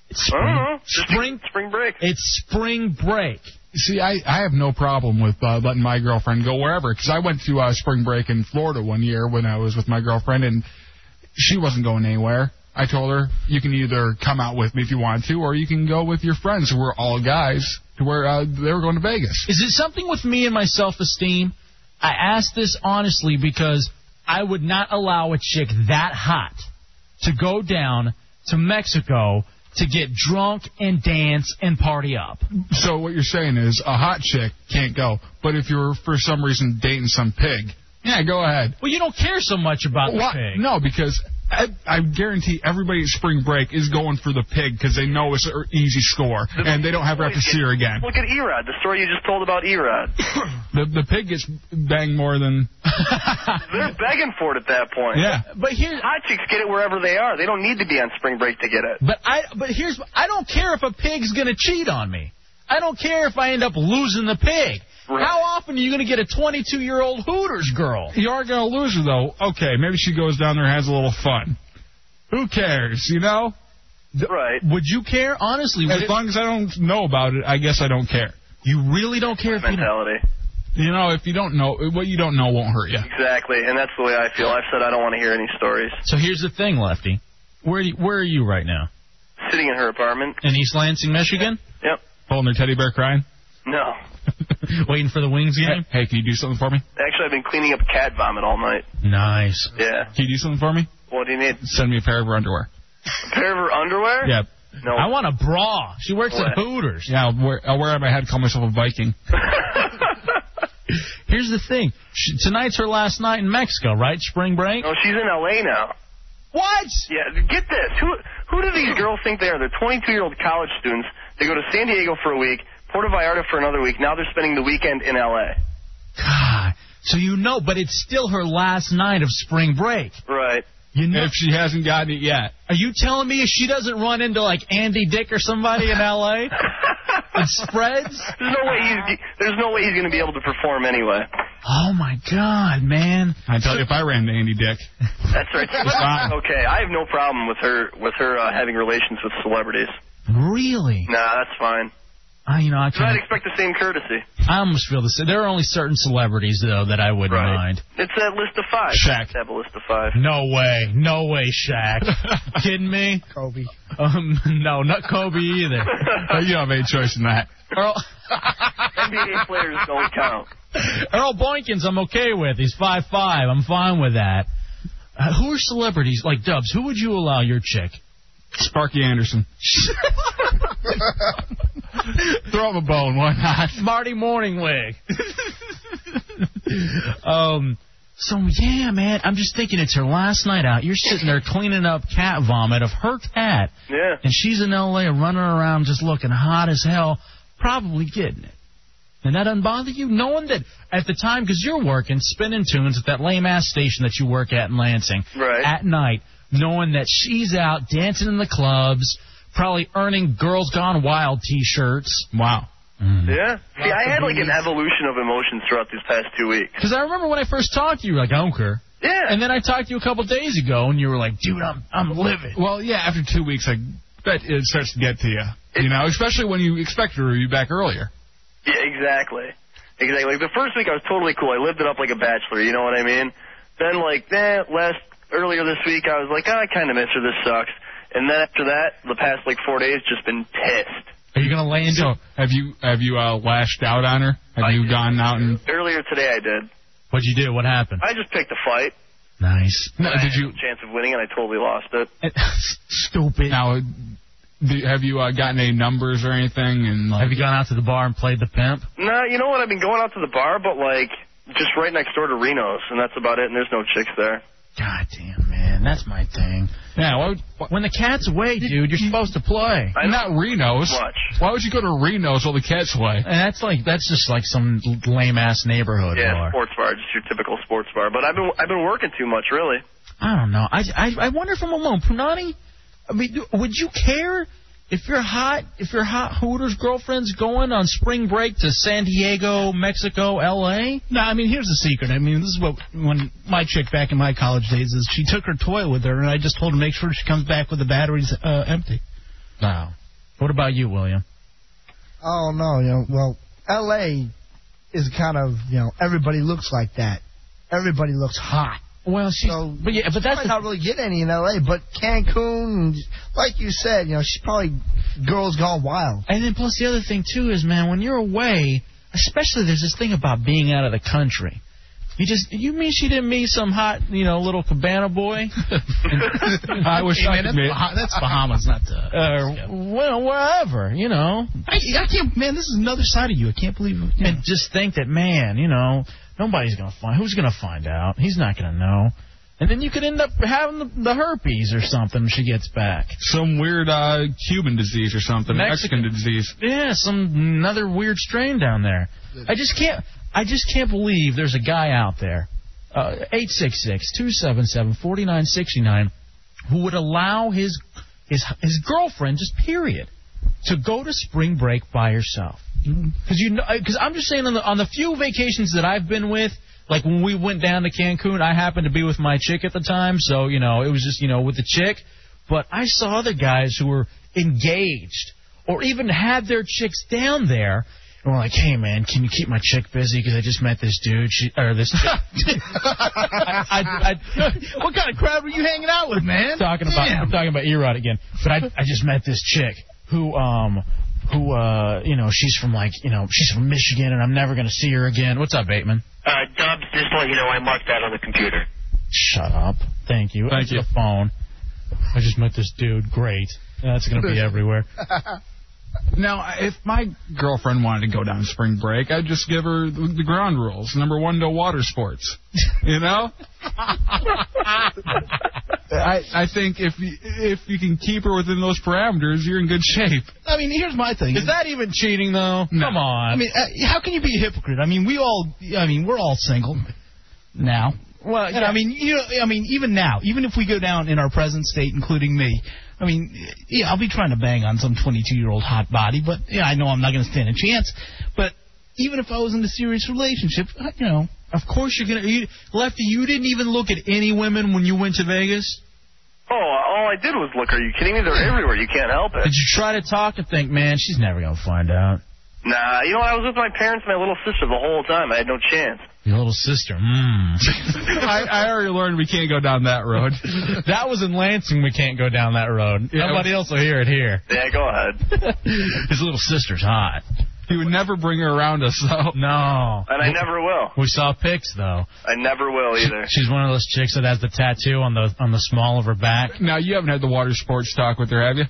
Speaker 1: It's
Speaker 15: I don't know.
Speaker 1: spring,
Speaker 15: spring break.
Speaker 1: It's spring break.
Speaker 5: See, I, I have no problem with uh, letting my girlfriend go wherever because I went to uh, spring break in Florida one year when I was with my girlfriend and she wasn't going anywhere. I told her you can either come out with me if you want to, or you can go with your friends who were all guys to where uh, they were going to Vegas.
Speaker 1: Is it something with me and my self esteem? I ask this honestly because I would not allow a chick that hot to go down to Mexico to get drunk and dance and party up.
Speaker 5: So what you're saying is a hot chick can't go, but if you're for some reason dating some pig, Yeah, go ahead.
Speaker 1: Well, you don't care so much about
Speaker 5: Why-
Speaker 1: the pig.
Speaker 5: No, because I, I guarantee everybody at spring break is going for the pig because they know it's an easy score and they don't have to see her again.
Speaker 15: Look at Erod, the story you just told about Erod.
Speaker 5: The the pig gets banged more than
Speaker 15: They're begging for it at that point.
Speaker 5: Yeah.
Speaker 1: But here's
Speaker 15: hot chicks get it wherever they are. They don't need to be on spring break to get it.
Speaker 1: But I but here's I don't care if a pig's going to cheat on me. I don't care if I end up losing the pig. How often are you going to get a 22 year old Hooters girl?
Speaker 5: You are gonna lose her though. Okay, maybe she goes down there and has a little fun. Who cares? You know.
Speaker 15: Right.
Speaker 1: Would you care honestly?
Speaker 5: As long as I don't know about it, I guess I don't care.
Speaker 1: You really don't care.
Speaker 15: Mentality.
Speaker 5: You know, if you don't know, what you don't know won't hurt you.
Speaker 15: Exactly, and that's the way I feel. I've said I don't want to hear any stories.
Speaker 1: So here's the thing, Lefty. Where do you- where are you right now?
Speaker 15: Sitting in her apartment.
Speaker 1: In East Lansing, Michigan.
Speaker 15: Yep.
Speaker 5: Holding her teddy bear, crying,
Speaker 15: No.
Speaker 1: waiting for the wings game.
Speaker 5: Hey, can you do something for me?
Speaker 15: Actually, I've been cleaning up cat vomit all night.
Speaker 1: Nice.
Speaker 15: Yeah.
Speaker 5: Can you do something for me?
Speaker 15: What do you need?
Speaker 5: Send me a pair of her underwear.
Speaker 15: A pair of her underwear?
Speaker 5: Yeah.
Speaker 15: No.
Speaker 1: I want a bra. She works at Hooters. uh,
Speaker 5: Yeah, I'll wear, I'll wear it on my head. Call myself a Viking.
Speaker 1: Here's the thing. She, tonight's her last night in Mexico, right? Spring break.
Speaker 15: No, she's in L.A. now.
Speaker 1: What?
Speaker 15: Yeah, get this. Who who do these girls think they are? They're 22 year old college students. They go to San Diego for a week, Puerto Vallarta for another week. Now they're spending the weekend in L.A.
Speaker 1: God. So you know, but it's still her last night of spring break.
Speaker 15: Right.
Speaker 1: You know,
Speaker 5: if she hasn't gotten it yet.
Speaker 1: Are you telling me if she doesn't run into like Andy Dick or somebody in L.A. and spreads?
Speaker 15: There's no way he's there's no way he's going to be able to perform anyway.
Speaker 1: Oh my God, man!
Speaker 5: I tell you, if I ran to Andy Dick,
Speaker 15: That's right. okay, I have no problem with her with her uh, having relations with celebrities.
Speaker 1: Really?
Speaker 15: Nah, that's fine.
Speaker 1: I, you know, I
Speaker 15: I'd
Speaker 1: can't.
Speaker 15: expect the same courtesy.
Speaker 1: I almost feel the same. There are only certain celebrities though that I wouldn't mind.
Speaker 15: It's that list of five.
Speaker 1: Shaq.
Speaker 15: Have a list of five.
Speaker 1: No way, no way, Shaq. Kidding me?
Speaker 16: Kobe.
Speaker 1: Um, no, not Kobe either.
Speaker 5: you have a choice in that.
Speaker 1: Earl,
Speaker 15: NBA players don't count.
Speaker 1: Earl Boykins, I'm okay with. He's five five. I'm fine with that. Uh, who are celebrities like Dubs? Who would you allow your chick?
Speaker 5: Sparky Anderson. Throw him a bone. Why not?
Speaker 1: Marty Morningwig. um, so yeah, man, I'm just thinking it's her last night out. You're sitting there cleaning up cat vomit of her cat,
Speaker 15: Yeah.
Speaker 1: and she's in L.A. running around just looking hot as hell, probably getting it. And that doesn't bother you, knowing that at the time, because you're working, spinning tunes at that lame ass station that you work at in Lansing
Speaker 15: Right.
Speaker 1: at night, knowing that she's out dancing in the clubs, probably earning Girls Gone Wild T-shirts.
Speaker 5: Wow.
Speaker 1: Mm.
Speaker 15: Yeah. See, I had like an evolution of emotions throughout these past two weeks.
Speaker 1: Because I remember when I first talked to you, you were like, I don't care.
Speaker 15: Yeah.
Speaker 1: And then I talked to you a couple days ago, and you were like, dude, I'm I'm livid.
Speaker 5: Well, yeah, after two weeks, I bet it starts to get to you. You know, especially when you expect her to be back earlier.
Speaker 15: Yeah, exactly. Exactly. Like the first week I was totally cool. I lived it up like a bachelor, you know what I mean? Then like that last earlier this week I was like, oh, I kinda miss her, this sucks. And then after that, the past like four days just been pissed.
Speaker 1: Are you gonna lay into?
Speaker 5: So, have you have you uh, lashed out on her? Have you gone out and?
Speaker 15: Earlier today I did.
Speaker 1: What'd you do? What happened?
Speaker 15: I just picked a fight.
Speaker 1: Nice.
Speaker 5: No,
Speaker 15: I
Speaker 5: did
Speaker 15: had
Speaker 5: you?
Speaker 15: a chance of winning and I totally lost it.
Speaker 1: Stupid.
Speaker 5: Now, do, have you uh, gotten any numbers or anything? And like,
Speaker 1: Have you gone out to the bar and played the pimp?
Speaker 15: No, you know what, I've been going out to the bar but like just right next door to Reno's and that's about it and there's no chicks there.
Speaker 1: God damn, man, that's my thing.
Speaker 5: Yeah, why would,
Speaker 1: When the cat's away, dude, you're supposed to play.
Speaker 15: I
Speaker 5: not Reno's.
Speaker 15: Much.
Speaker 5: Why would you go to Reno's while the cat's away?
Speaker 1: And that's like that's just like some lame ass neighborhood
Speaker 15: Yeah,
Speaker 1: bar.
Speaker 15: sports bar, just your typical sports bar. But I've been I've been working too much really.
Speaker 1: I don't know. I, I I wonder from alone, Punani. I mean, would you care if your hot if your hot Hooters girlfriend's going on spring break to San Diego, Mexico, L.A.?
Speaker 12: No, I mean here's the secret. I mean this is what when my chick back in my college days is she took her toy with her and I just told her make sure she comes back with the batteries uh, empty.
Speaker 1: No. What about you, William?
Speaker 16: I don't know. Oh, You know, well, L.A. is kind of you know everybody looks like that. Everybody looks hot.
Speaker 1: Well, she's
Speaker 16: So,
Speaker 1: but yeah, but
Speaker 16: She
Speaker 1: that's
Speaker 16: might not really get any in L.A. But Cancun, like you said, you know, she's probably girls gone wild.
Speaker 1: And then plus the other thing too is, man, when you're away, especially there's this thing about being out of the country. You just you mean she didn't meet some hot, you know, little cabana boy?
Speaker 5: I wish I could admit.
Speaker 12: that's Bahamas, not uh,
Speaker 1: Or well, wherever, you know.
Speaker 12: I, I can't, man. This is another side of you. I can't believe. You know.
Speaker 1: And just think that, man, you know, Nobody's gonna find. Who's gonna find out? He's not gonna know. And then you could end up having the, the herpes or something when she gets back.
Speaker 5: Some weird uh, Cuban disease or something,
Speaker 1: Mexican.
Speaker 5: Mexican, disease.
Speaker 1: Yeah, some another weird strain down there. I just can't. I just can't believe there's a guy out there, uh, eight six six two seven seven forty nine sixty nine, who would allow his his his girlfriend, just period, to go to spring break by herself. Because you know, because I'm just saying on the on the few vacations that I've been with. Like when we went down to Cancun, I happened to be with my chick at the time, so you know it was just you know with the chick. But I saw other guys who were engaged or even had their chicks down there and were like, "Hey man, can you keep my chick busy? Because I just met this dude she, or this chick." I, I, what kind of crowd were you hanging out with, man? Talking about I'm talking about Erod again, but I I just met this chick who um who uh you know she's from like you know she's from Michigan and I'm never gonna see her again. What's up, Bateman?
Speaker 17: Uh, Dubs, just to let you know, I marked that on the computer.
Speaker 1: Shut up. Thank you. Thank you. The phone. I just met this dude. Great. That's gonna be everywhere.
Speaker 5: Now, if my girlfriend wanted to go down spring break, I'd just give her the the ground rules. Number one, no water sports. You know, I I think if you, if you can keep her within those parameters, you're in good shape.
Speaker 12: I mean, here's my thing.
Speaker 5: Is that even cheating though? Come on.
Speaker 12: I mean, uh, how can you be a hypocrite? I mean, we all, I mean, we're all single now. Well, and I mean, you know, I mean, even now, even if we go down in our present state, including me, I mean, yeah, I'll be trying to bang on some 22-year-old hot body, but yeah, I know I'm not going to stand a chance. But even if I was in a serious relationship, I, you know,
Speaker 9: Of course you're gonna. You, Lefty, you didn't even look at any women when you went to Vegas.
Speaker 15: Oh, all I did was look. Are you kidding me? They're everywhere. You can't help it.
Speaker 1: Did you try to talk and think, man, she's never gonna find out?
Speaker 15: Nah, you know I was with my parents and my little sister the whole time. I had no chance.
Speaker 1: Your little sister. Mm.
Speaker 5: I, I already learned we can't go down that road.
Speaker 1: that was in Lansing. We can't go down that road. Nobody else will hear it here.
Speaker 15: Yeah, go ahead.
Speaker 1: His little sister's hot.
Speaker 5: He would never bring her around us, though.
Speaker 1: No.
Speaker 15: And I never will.
Speaker 1: We saw pics though.
Speaker 15: I never will either.
Speaker 1: She's one of those chicks that has the tattoo on the on the small of her back.
Speaker 5: Now you haven't had the water sports talk with her, have you?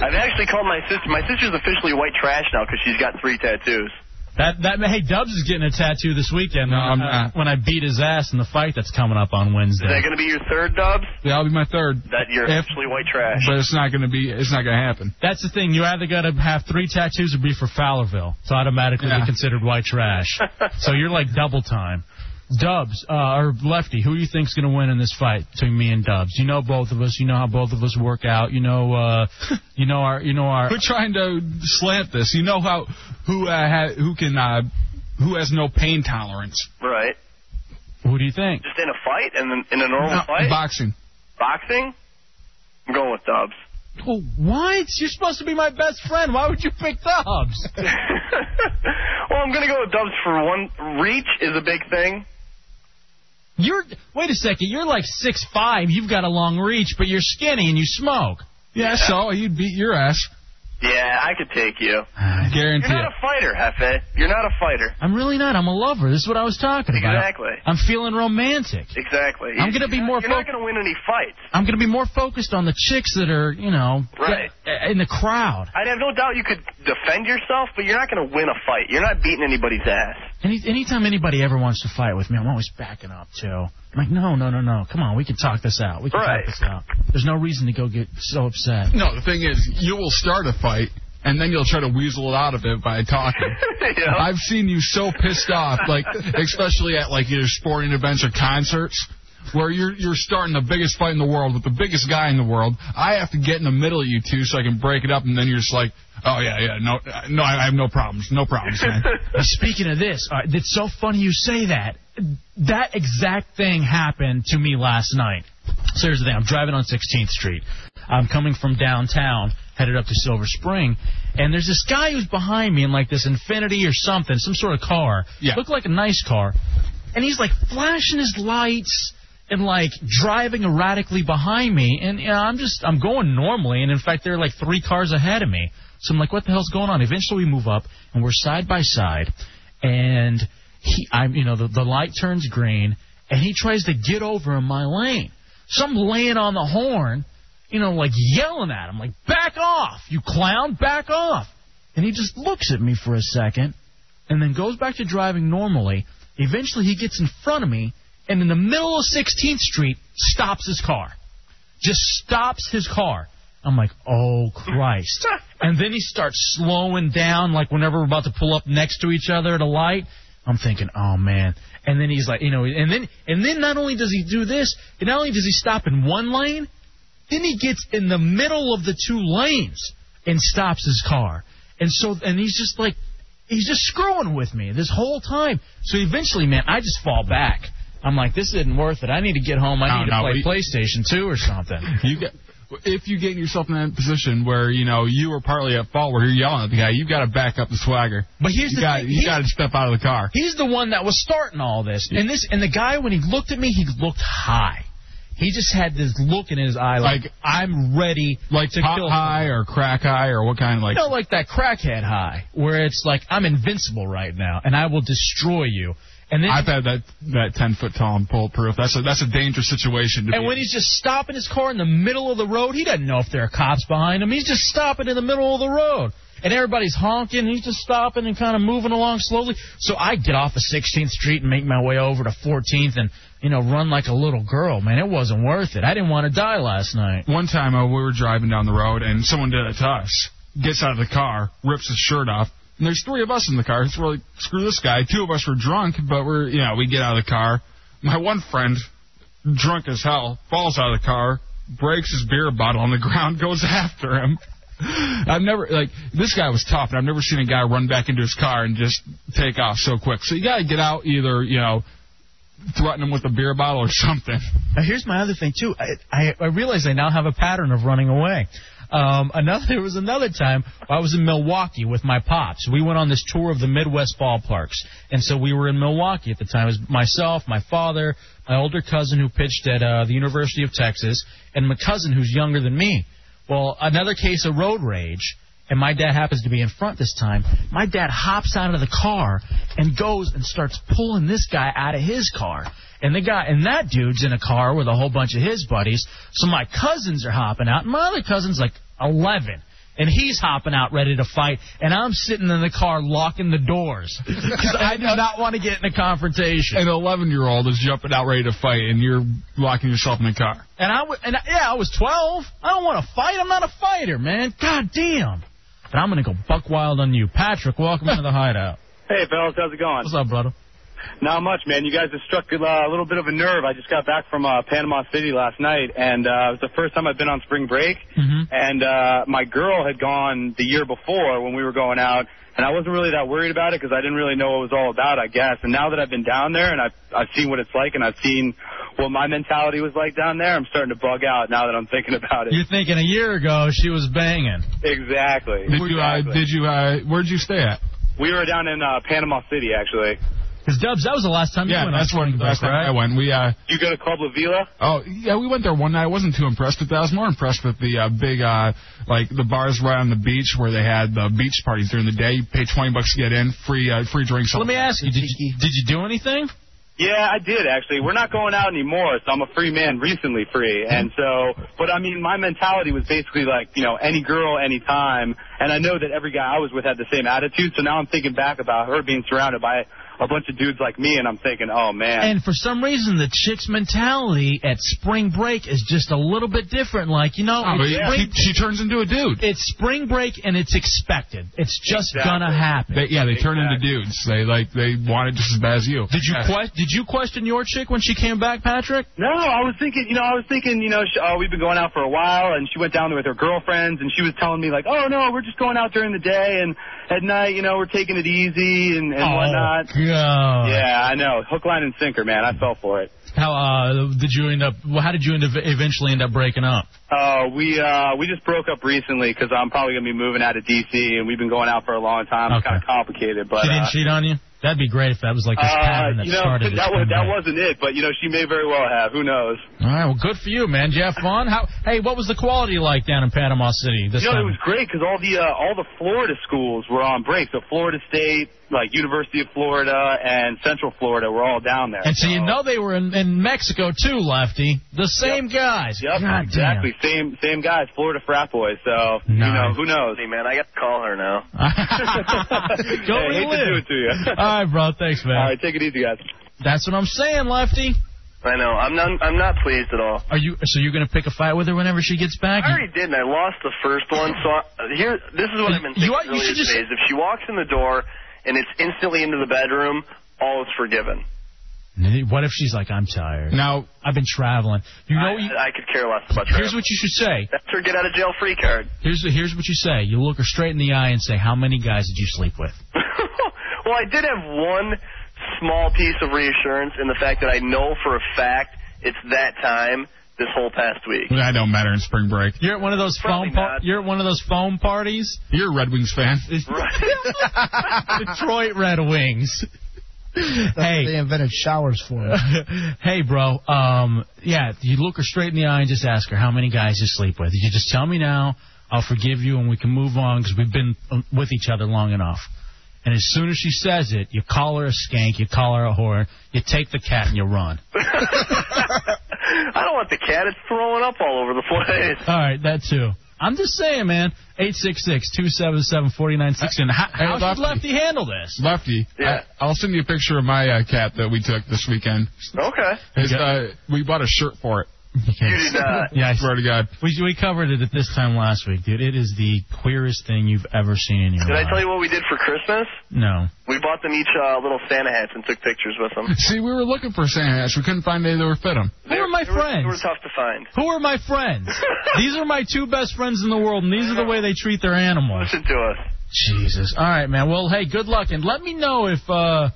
Speaker 15: I've actually called my sister. My sister's officially white trash now because she's got three tattoos.
Speaker 1: That that hey Dubs is getting a tattoo this weekend. when,
Speaker 5: I'm
Speaker 1: I-
Speaker 5: not.
Speaker 1: when I beat his ass in the fight that's coming up on Wednesday.
Speaker 15: Is that going to be your third dubs?
Speaker 5: That'll be my third.
Speaker 15: That you're
Speaker 5: If-
Speaker 15: officially white trash.
Speaker 5: But it's not gonna be. It's not gonna happen.
Speaker 1: That's the thing. You either got to have three tattoos or be for Fowlerville. It's automatically
Speaker 5: Yeah.
Speaker 1: considered white trash. so you're like double time. Dubs uh, or Lefty, who do you think's going to win in this fight between me and Dubs? You know both of us. You know how both of us work out. You know, uh, you know our, you know our.
Speaker 5: We're trying to slant this. You know how who uh, ha, who can uh, who has no pain tolerance.
Speaker 15: Right.
Speaker 1: Who do you think?
Speaker 15: Just in a fight and in a normal
Speaker 5: No,
Speaker 15: fight.
Speaker 5: boxing.
Speaker 15: Boxing. I'm going with dubs.
Speaker 1: Oh, what? You're supposed to be my best friend. Why would you pick Dubs?
Speaker 15: Well, I'm going to go with dubs for one. Reach is a big thing.
Speaker 1: You're wait a second. You're like six five. You've got a long reach, but you're skinny and you smoke.
Speaker 5: Yeah, so you'd beat your ass.
Speaker 15: Yeah, I could take you.
Speaker 5: Guarantee
Speaker 15: You're not
Speaker 5: it.
Speaker 15: a fighter, Hefe. You're not a fighter.
Speaker 1: I'm really not. I'm a lover. This is what I was talking about.
Speaker 15: Exactly.
Speaker 1: I'm feeling romantic.
Speaker 15: Exactly.
Speaker 1: I'm gonna be
Speaker 15: You're not-
Speaker 1: more
Speaker 15: You're not going to win any fights.
Speaker 1: I'm going to be more focused on the chicks that are, you know,
Speaker 15: Right.
Speaker 1: that- uh, in the crowd.
Speaker 15: I'd have no doubt you could defend yourself, but you're not going to win a fight. You're not beating anybody's ass.
Speaker 1: Any, anytime anybody ever wants to fight with me, I'm always backing up too. I'm like, no, no, no, no. Come on, we can talk this out. We can
Speaker 5: Right.
Speaker 1: talk this out. There's no reason to go get so upset.
Speaker 5: No, the thing is, you will start a fight. And then you'll try to weasel it out of it by talking. I've seen you so pissed off, like especially at like your sporting events or concerts, where you're you're starting the biggest fight in the world with the biggest guy in the world. I have to get in the middle of you two so I can break it up, and then you're just like, oh yeah, yeah, no, no, I I have no problems, no problems, man.
Speaker 1: Speaking of this, uh, it's so funny you say that. That exact thing happened to me last night. So here's the thing: I'm driving on 16th Street. I'm coming from downtown, headed up to Silver Spring, and there's this guy who's behind me in like this Infinity or something, some sort of car. Yeah. Looked like a nice car, and he's like flashing his lights and like driving erratically behind me and you know, I'm just I'm going normally and in fact there are like three cars ahead of me. So I'm like, what the hell's going on? Eventually we move up and we're side by side and he I'm you know, the, the light turns green and he tries to get over in my lane. So I'm laying on the horn, you know, like yelling at him, like, back off, you clown, back off. And he just looks at me for a second and then goes back to driving normally. Eventually, he gets in front of me, and in the middle of 16th Street, stops his car. Just stops his car. I'm like, oh Christ! and then he starts slowing down, like whenever we're about to pull up next to each other at a light. I'm thinking, oh man. And then he's like, you know, and then and then not only does he do this, and not only does he stop in one lane, then he gets in the middle of the two lanes and stops his car. And so and he's just like he's just screwing with me this whole time. So eventually, man, I just fall back. I'm like, this isn't worth it. I need to get home. I
Speaker 5: No,
Speaker 1: need
Speaker 5: no,
Speaker 1: to play
Speaker 5: we-
Speaker 1: PlayStation 2 or something.
Speaker 5: You get if you get yourself in that position where you know you were partly at fault, where you're yelling at the guy, you got to back up the swagger.
Speaker 1: But here's
Speaker 5: you
Speaker 1: the
Speaker 5: got,
Speaker 1: thing,
Speaker 5: you
Speaker 1: here's-
Speaker 5: got to step out of the car.
Speaker 1: He's the one that was starting all this. And this and the guy when he looked at me, he looked high. He just had this look in his eye like, I'm ready
Speaker 5: like
Speaker 1: to
Speaker 5: pot
Speaker 1: kill
Speaker 5: high or crack high or what kind of like?
Speaker 1: you know, like that crackhead high, where it's like I'm invincible right now, and I will destroy you. And then,
Speaker 5: I've had that that ten foot tall and bulletproof. That's a that's a dangerous situation. To
Speaker 1: and
Speaker 5: be
Speaker 1: when he's just stopping his car in the middle of the road, he doesn't know if there are cops behind him. He's just stopping in the middle of the road, and everybody's honking. And he's just stopping and kind of moving along slowly. So I get off of 16th Street and make my way over to 14th, and you know, run like a little girl. Man, it wasn't worth it. I didn't want to die last night.
Speaker 5: One time uh, we were driving down the road and someone did it to us. Gets out of the car, rips his shirt off, and there's three of us in the car. So we're like, screw this guy. Two of us were drunk, but we're you know we get out of the car. My one friend, drunk as hell, falls out of the car, breaks his beer bottle on the ground, goes after him. I've never like this guy was tough, and I've never seen a guy run back into his car and just take off so quick. So you gotta get out either you know threaten him with a beer bottle or something.
Speaker 9: Now, here's my other thing too. I, I I realize I now have a pattern of running away. Um, another there was another time I was in Milwaukee with my pops. We went on this tour of the Midwest ballparks, and so we were in Milwaukee at the time. It was myself, my father, my older cousin who pitched at uh, the University of Texas, and my cousin who's younger than me. Well, another case of road rage, and my dad happens to be in front this time. My dad hops out of the car and goes and starts pulling this guy out of his car. And the guy and that dude's in a car with a whole bunch of his buddies. So my cousins are hopping out, and my other cousin's like eleven. And he's hopping out ready to fight, and I'm sitting in the car locking the doors because I do not want to get in a confrontation.
Speaker 5: An 11 year old is jumping out ready to fight, and you're locking yourself in the car.
Speaker 1: And I was, and I, yeah, I was 12. I don't want to fight. I'm not a fighter, man. God damn. But I'm gonna go buck wild on you, Patrick. Welcome to the hideout.
Speaker 17: Hey, fellas, how's it going?
Speaker 1: What's up, brother?
Speaker 17: Not much, man. You guys have struck uh, a little bit of a nerve. I just got back from uh, Panama City last night, and uh, it was the first time I've been on spring break.
Speaker 1: Mm-hmm.
Speaker 17: And uh, my girl had gone the year before when we were going out, and I wasn't really that worried about it because I didn't really know what it was all about, I guess. And now that I've been down there and I've I've seen what it's like, and I've seen what my mentality was like down there, I'm starting to bug out now that I'm thinking about it.
Speaker 1: You're thinking a year ago she was banging.
Speaker 17: Exactly.
Speaker 5: Did you? Uh,
Speaker 17: Exactly.
Speaker 5: did you? Uh, where'd you stay at?
Speaker 17: We were down in uh, Panama City, actually.
Speaker 1: Because Dubs, that was the last time
Speaker 5: yeah,
Speaker 1: you went
Speaker 5: that's
Speaker 1: on
Speaker 5: when.
Speaker 1: spring break,
Speaker 5: Last time I
Speaker 1: right?
Speaker 5: went, we. Uh,
Speaker 17: You go to Club La Vila?
Speaker 5: oh, yeah, we went there one night. I wasn't too impressed with that. I was more impressed with the uh, big, uh, like the bars right on the beach where they had the beach parties during the day. You pay 20 bucks to get in, free, uh, free drinks.
Speaker 1: Let me ask you, did you did you do anything?
Speaker 17: Yeah, I did actually. We're not going out anymore, so I'm a free man, recently free. And so, but I mean, my mentality was basically like, you know, any girl, any time. And I know that every guy I was with had the same attitude. So now I'm thinking back about her being surrounded by a bunch of dudes like me, and I'm thinking, oh man.
Speaker 1: And for some reason, the chick's mentality at spring break is just a little bit different. Like, you know,
Speaker 5: Oh,
Speaker 1: it's
Speaker 5: yeah.
Speaker 1: spring,
Speaker 5: She- she turns into a dude.
Speaker 1: It's spring break and it's expected. It's just
Speaker 5: Exactly.
Speaker 1: gonna happen.
Speaker 5: They, yeah, they turn into dudes. They like they want it just as bad as you.
Speaker 1: Did you
Speaker 5: Yeah.
Speaker 1: que- did you question your chick when she came back, Patrick?
Speaker 17: No, I was thinking, you know, I was thinking, you know, sh uh, we've been going out for a while, and she went down there with her girlfriends, and she was telling me like, oh no, we're just going out during the day, and at night, you know, we're taking it easy and, and
Speaker 1: Oh,
Speaker 17: whatnot.
Speaker 1: God.
Speaker 17: Yeah, I know. Hook, line, and sinker, man. I fell for it.
Speaker 1: How uh, did you end up? well, How did you end up eventually end up breaking up?
Speaker 17: Uh, we uh, we just broke up recently 'cause I'm probably gonna be moving out of DC, and we've been going out for a long time. It's kind of complicated, but
Speaker 1: she didn't
Speaker 17: uh,
Speaker 1: cheat on you. That'd be great if that was like this
Speaker 17: Uh,
Speaker 1: pattern that
Speaker 17: you know,
Speaker 1: started. It's
Speaker 17: that was
Speaker 1: been
Speaker 17: that
Speaker 1: great.
Speaker 17: wasn't it, but you know, she may very well have. Who knows?
Speaker 1: All right, well, good for you, man. Did you have fun? How? Hey, what was the quality like down in Panama City this
Speaker 17: you know,
Speaker 1: time?
Speaker 17: it was great because all the uh, all the Florida schools were on break. So Florida State, like University of Florida, and Central Florida were all down there.
Speaker 1: and so you know they were in, in Mexico too, Lefty. The same guys.
Speaker 17: Yep,
Speaker 1: God
Speaker 17: exactly. Same same guys, Florida frat boys. So you know, who knows? Hey
Speaker 15: man, I got to call her now.
Speaker 1: Go
Speaker 17: hey, hate to
Speaker 1: relive.
Speaker 17: do it to you.
Speaker 1: Damn. All right, bro. Thanks, man.
Speaker 17: All right, take it easy, guys.
Speaker 1: That's what I'm saying, Lefty.
Speaker 15: I know. I'm not. I'm not pleased at all.
Speaker 1: Are you? So you're gonna pick a fight with her whenever she gets back?
Speaker 15: I already did, and I lost the first one. So I, here, this is what I've been thinking
Speaker 1: You are- you
Speaker 15: earlier
Speaker 1: should just-
Speaker 15: today: is if she walks in the door and it's instantly into the bedroom, all is forgiven.
Speaker 1: What if she's like, I'm tired?
Speaker 5: Now
Speaker 1: I've been traveling. You know, you,
Speaker 15: I, I could care less about
Speaker 1: Here's what you should say.
Speaker 15: That's her get out of jail free card.
Speaker 1: Here's here's what you say. You look her straight in the eye and say, "How many guys did you sleep with?"
Speaker 15: Well, I did have one small piece of reassurance in the fact that I know for a fact it's that time this whole past week.
Speaker 5: I don't matter in spring break.
Speaker 1: You're at one of those foam. Par- you're at one of those foam parties.
Speaker 5: You're a Red Wings fan.
Speaker 1: Detroit Red Wings.
Speaker 16: Hey, they invented showers for them.
Speaker 1: hey, bro. Um, yeah, you look her straight in the eye and just ask her how many guys you sleep with. You just tell me now. I'll forgive you and we can move on because we've been um, with each other long enough. And as soon as she says it, you call her a skank, you call her a whore, you take the cat and you run.
Speaker 15: I don't want the cat. It's throwing up all over the place.
Speaker 1: All right, that too. I'm just saying, man. 866-277-4916. How,
Speaker 5: Hey,
Speaker 1: how should
Speaker 5: Lefty.
Speaker 1: Lefty handle this?
Speaker 5: Lefty,
Speaker 1: Yeah.
Speaker 5: I, I'll send you a picture of my uh, cat that we took this weekend.
Speaker 15: Okay.
Speaker 5: It's, uh, we bought a shirt for it. uh,
Speaker 1: You did not. Yeah, I swear
Speaker 5: to God.
Speaker 1: We, we covered it at this time last week, dude. It is the queerest thing you've ever seen in your
Speaker 15: Did
Speaker 1: life.
Speaker 15: I tell you what we did for Christmas?
Speaker 1: No.
Speaker 15: We bought them each uh, little Santa hats and took pictures with them.
Speaker 5: See, we were looking for Santa hats. We couldn't find any that were fit him.
Speaker 1: Who are my
Speaker 15: They were- They
Speaker 1: friends?
Speaker 15: were tough to find.
Speaker 1: Who are my friends? these are my two best friends in the world, and these are the way they treat their animals.
Speaker 15: Listen to us.
Speaker 1: Jesus. All right, man. Well, hey, good luck, and let me know if uh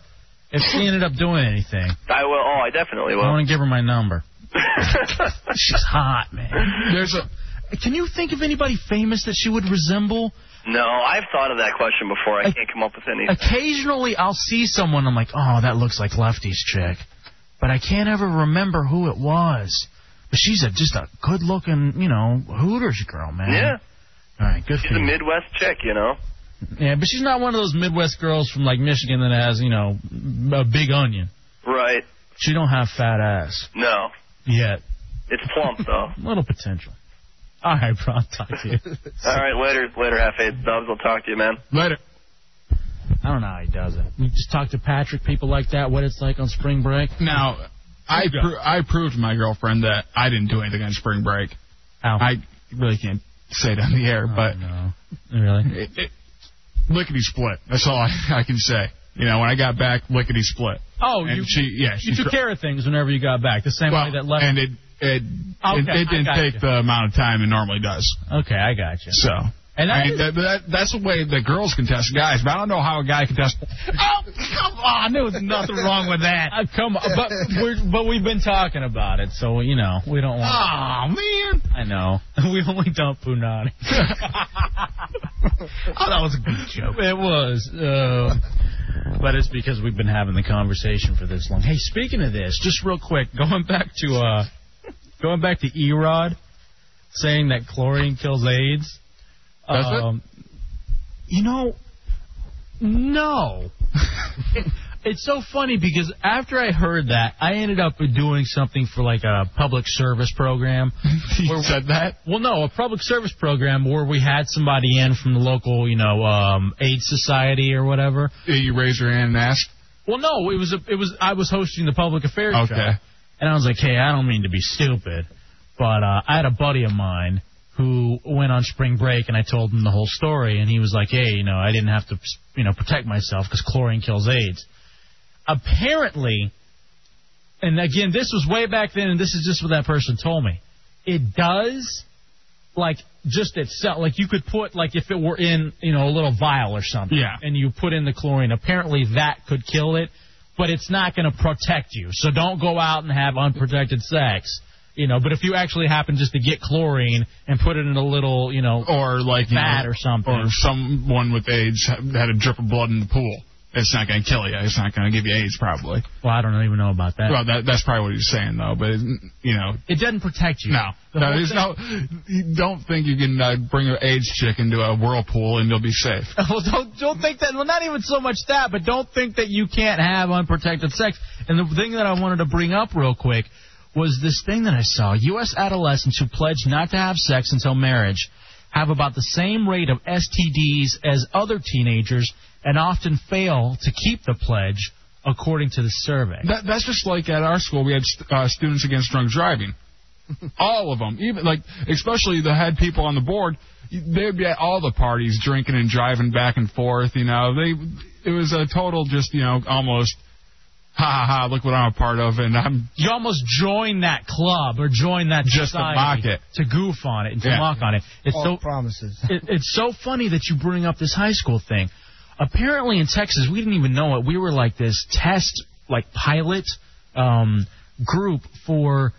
Speaker 1: if she ended up doing anything.
Speaker 15: I will. Oh, I definitely
Speaker 1: I
Speaker 15: will.
Speaker 1: want to give her my number. She's hot, man.
Speaker 5: There's a.
Speaker 1: Can you think of anybody famous that she would resemble?
Speaker 15: No, I've thought of that question before. I can't come up with anything.
Speaker 1: Occasionally, I'll see someone. I'm like, oh, that looks like Lefty's chick, but I can't ever remember who it was. But she's a just a good-looking, you know, Hooters girl, man.
Speaker 15: Yeah.
Speaker 1: All right, good
Speaker 15: She's
Speaker 1: for
Speaker 15: a
Speaker 1: you.
Speaker 15: Midwest chick, you know.
Speaker 1: Yeah, but she's not one of those Midwest girls from like Michigan that has, you know, a big onion.
Speaker 15: Right.
Speaker 1: She don't have fat ass
Speaker 15: No.
Speaker 1: yet.
Speaker 15: It's plump though.
Speaker 1: Little potential. All right, bro. I'll talk to you.
Speaker 15: All right, later, later, half eight dubs. I'll talk to you, man.
Speaker 5: Later.
Speaker 1: I don't know how he does it. You just talk to Patrick, people like that, what it's like on spring break.
Speaker 5: Now, I pro- I proved to my girlfriend that I didn't do anything on spring break.
Speaker 1: How? Oh,
Speaker 5: I really can't say it on the air, but
Speaker 1: really,
Speaker 5: it, it, lickety split. That's all I, I can say. You know, when I got back, lickety split.
Speaker 1: Oh,
Speaker 5: and
Speaker 1: you
Speaker 5: she yeah she
Speaker 1: you took
Speaker 5: cr-
Speaker 1: care of things whenever you got back, the same
Speaker 5: well,
Speaker 1: way that left.
Speaker 5: and it it
Speaker 1: Okay,
Speaker 5: it,
Speaker 1: I
Speaker 5: it didn't
Speaker 1: got
Speaker 5: take
Speaker 1: you.
Speaker 5: the amount of time it normally does.
Speaker 1: Okay, I got you.
Speaker 5: So.
Speaker 1: And I
Speaker 5: I mean,
Speaker 1: just-
Speaker 5: that, that, that's the way that girls can test guys, but I don't know how a guy can test. Oh, come on! There was nothing wrong with that.
Speaker 1: Uh, come on, but we're but we've been talking about it, so you know we don't want.
Speaker 5: Aw, man.
Speaker 1: I know we only dump punani.
Speaker 5: Oh, that was a good joke.
Speaker 1: It was. Uh, but it's because we've been having the conversation for this long. Hey, speaking of this, just real quick, going back to uh, going back to Erod saying that chlorine kills AIDS. Um,
Speaker 5: Does it?
Speaker 1: You know, no. it's so funny because after I heard that, I ended up doing something for like a public service program.
Speaker 5: you said that?
Speaker 1: Well, no, a public service program where we had somebody in from the local, you know, um, AIDS society or whatever.
Speaker 5: You raised your hand and asked.
Speaker 1: Well, no, it was a, it was I was hosting the public affairs show.
Speaker 5: Okay.
Speaker 1: And I was like, hey, I don't mean to be stupid, but uh, I had a buddy of mine who went on spring break, and I told him the whole story, and he was like, hey, you know, I didn't have to, you know, protect myself because chlorine kills AIDS. Apparently, and again, this was way back then, and this is just what that person told me. It does, like, just itself. Like, you could put, like, if it were in, you know, a little vial or something,
Speaker 5: Yeah.
Speaker 1: and you put in the chlorine, apparently that could kill it, but it's not going to protect you. So don't go out and have unprotected sex. You know, but if you actually happen just to get chlorine and put it in a little, you know,
Speaker 5: or like you
Speaker 1: fat
Speaker 5: know,
Speaker 1: or something,
Speaker 5: or someone with AIDS had a drip of blood in the pool. It's not going to kill you. It's not going to give you AIDS, probably.
Speaker 1: Well, I don't even know about that.
Speaker 5: Well, that, that's probably what he's saying, though. But you know,
Speaker 1: it doesn't protect you.
Speaker 5: No,
Speaker 1: The
Speaker 5: no,
Speaker 1: whole
Speaker 5: there's
Speaker 1: thing-
Speaker 5: no. You don't think you can uh, bring an AIDS chick into a whirlpool and you'll be safe.
Speaker 1: well, don't don't think that. Well, not even so much that, but don't think that you can't have unprotected sex. And the thing that I wanted to bring up real quick was this thing that I saw: U.S. adolescents who pledge not to have sex until marriage have about the same rate of STDs as other teenagers, and often fail to keep the pledge, according to the survey.
Speaker 5: That, that's just like at our school, we had st- uh, students against drunk driving. all of them, even like especially the head people on the board, they'd be at all the parties drinking and driving back and forth. You know, they it was a total just you know almost ha ha ha look what I'm a part of and I'm
Speaker 1: you almost join that club or join that
Speaker 5: Just to
Speaker 1: society
Speaker 5: mock it.
Speaker 1: to goof on it and to
Speaker 5: Yeah.
Speaker 1: mock on it. It's
Speaker 16: All
Speaker 1: so
Speaker 16: promises.
Speaker 1: it, it's so funny that you bring up this high school thing. Apparently in Texas, we didn't even know it. We were like this test, like pilot um, group for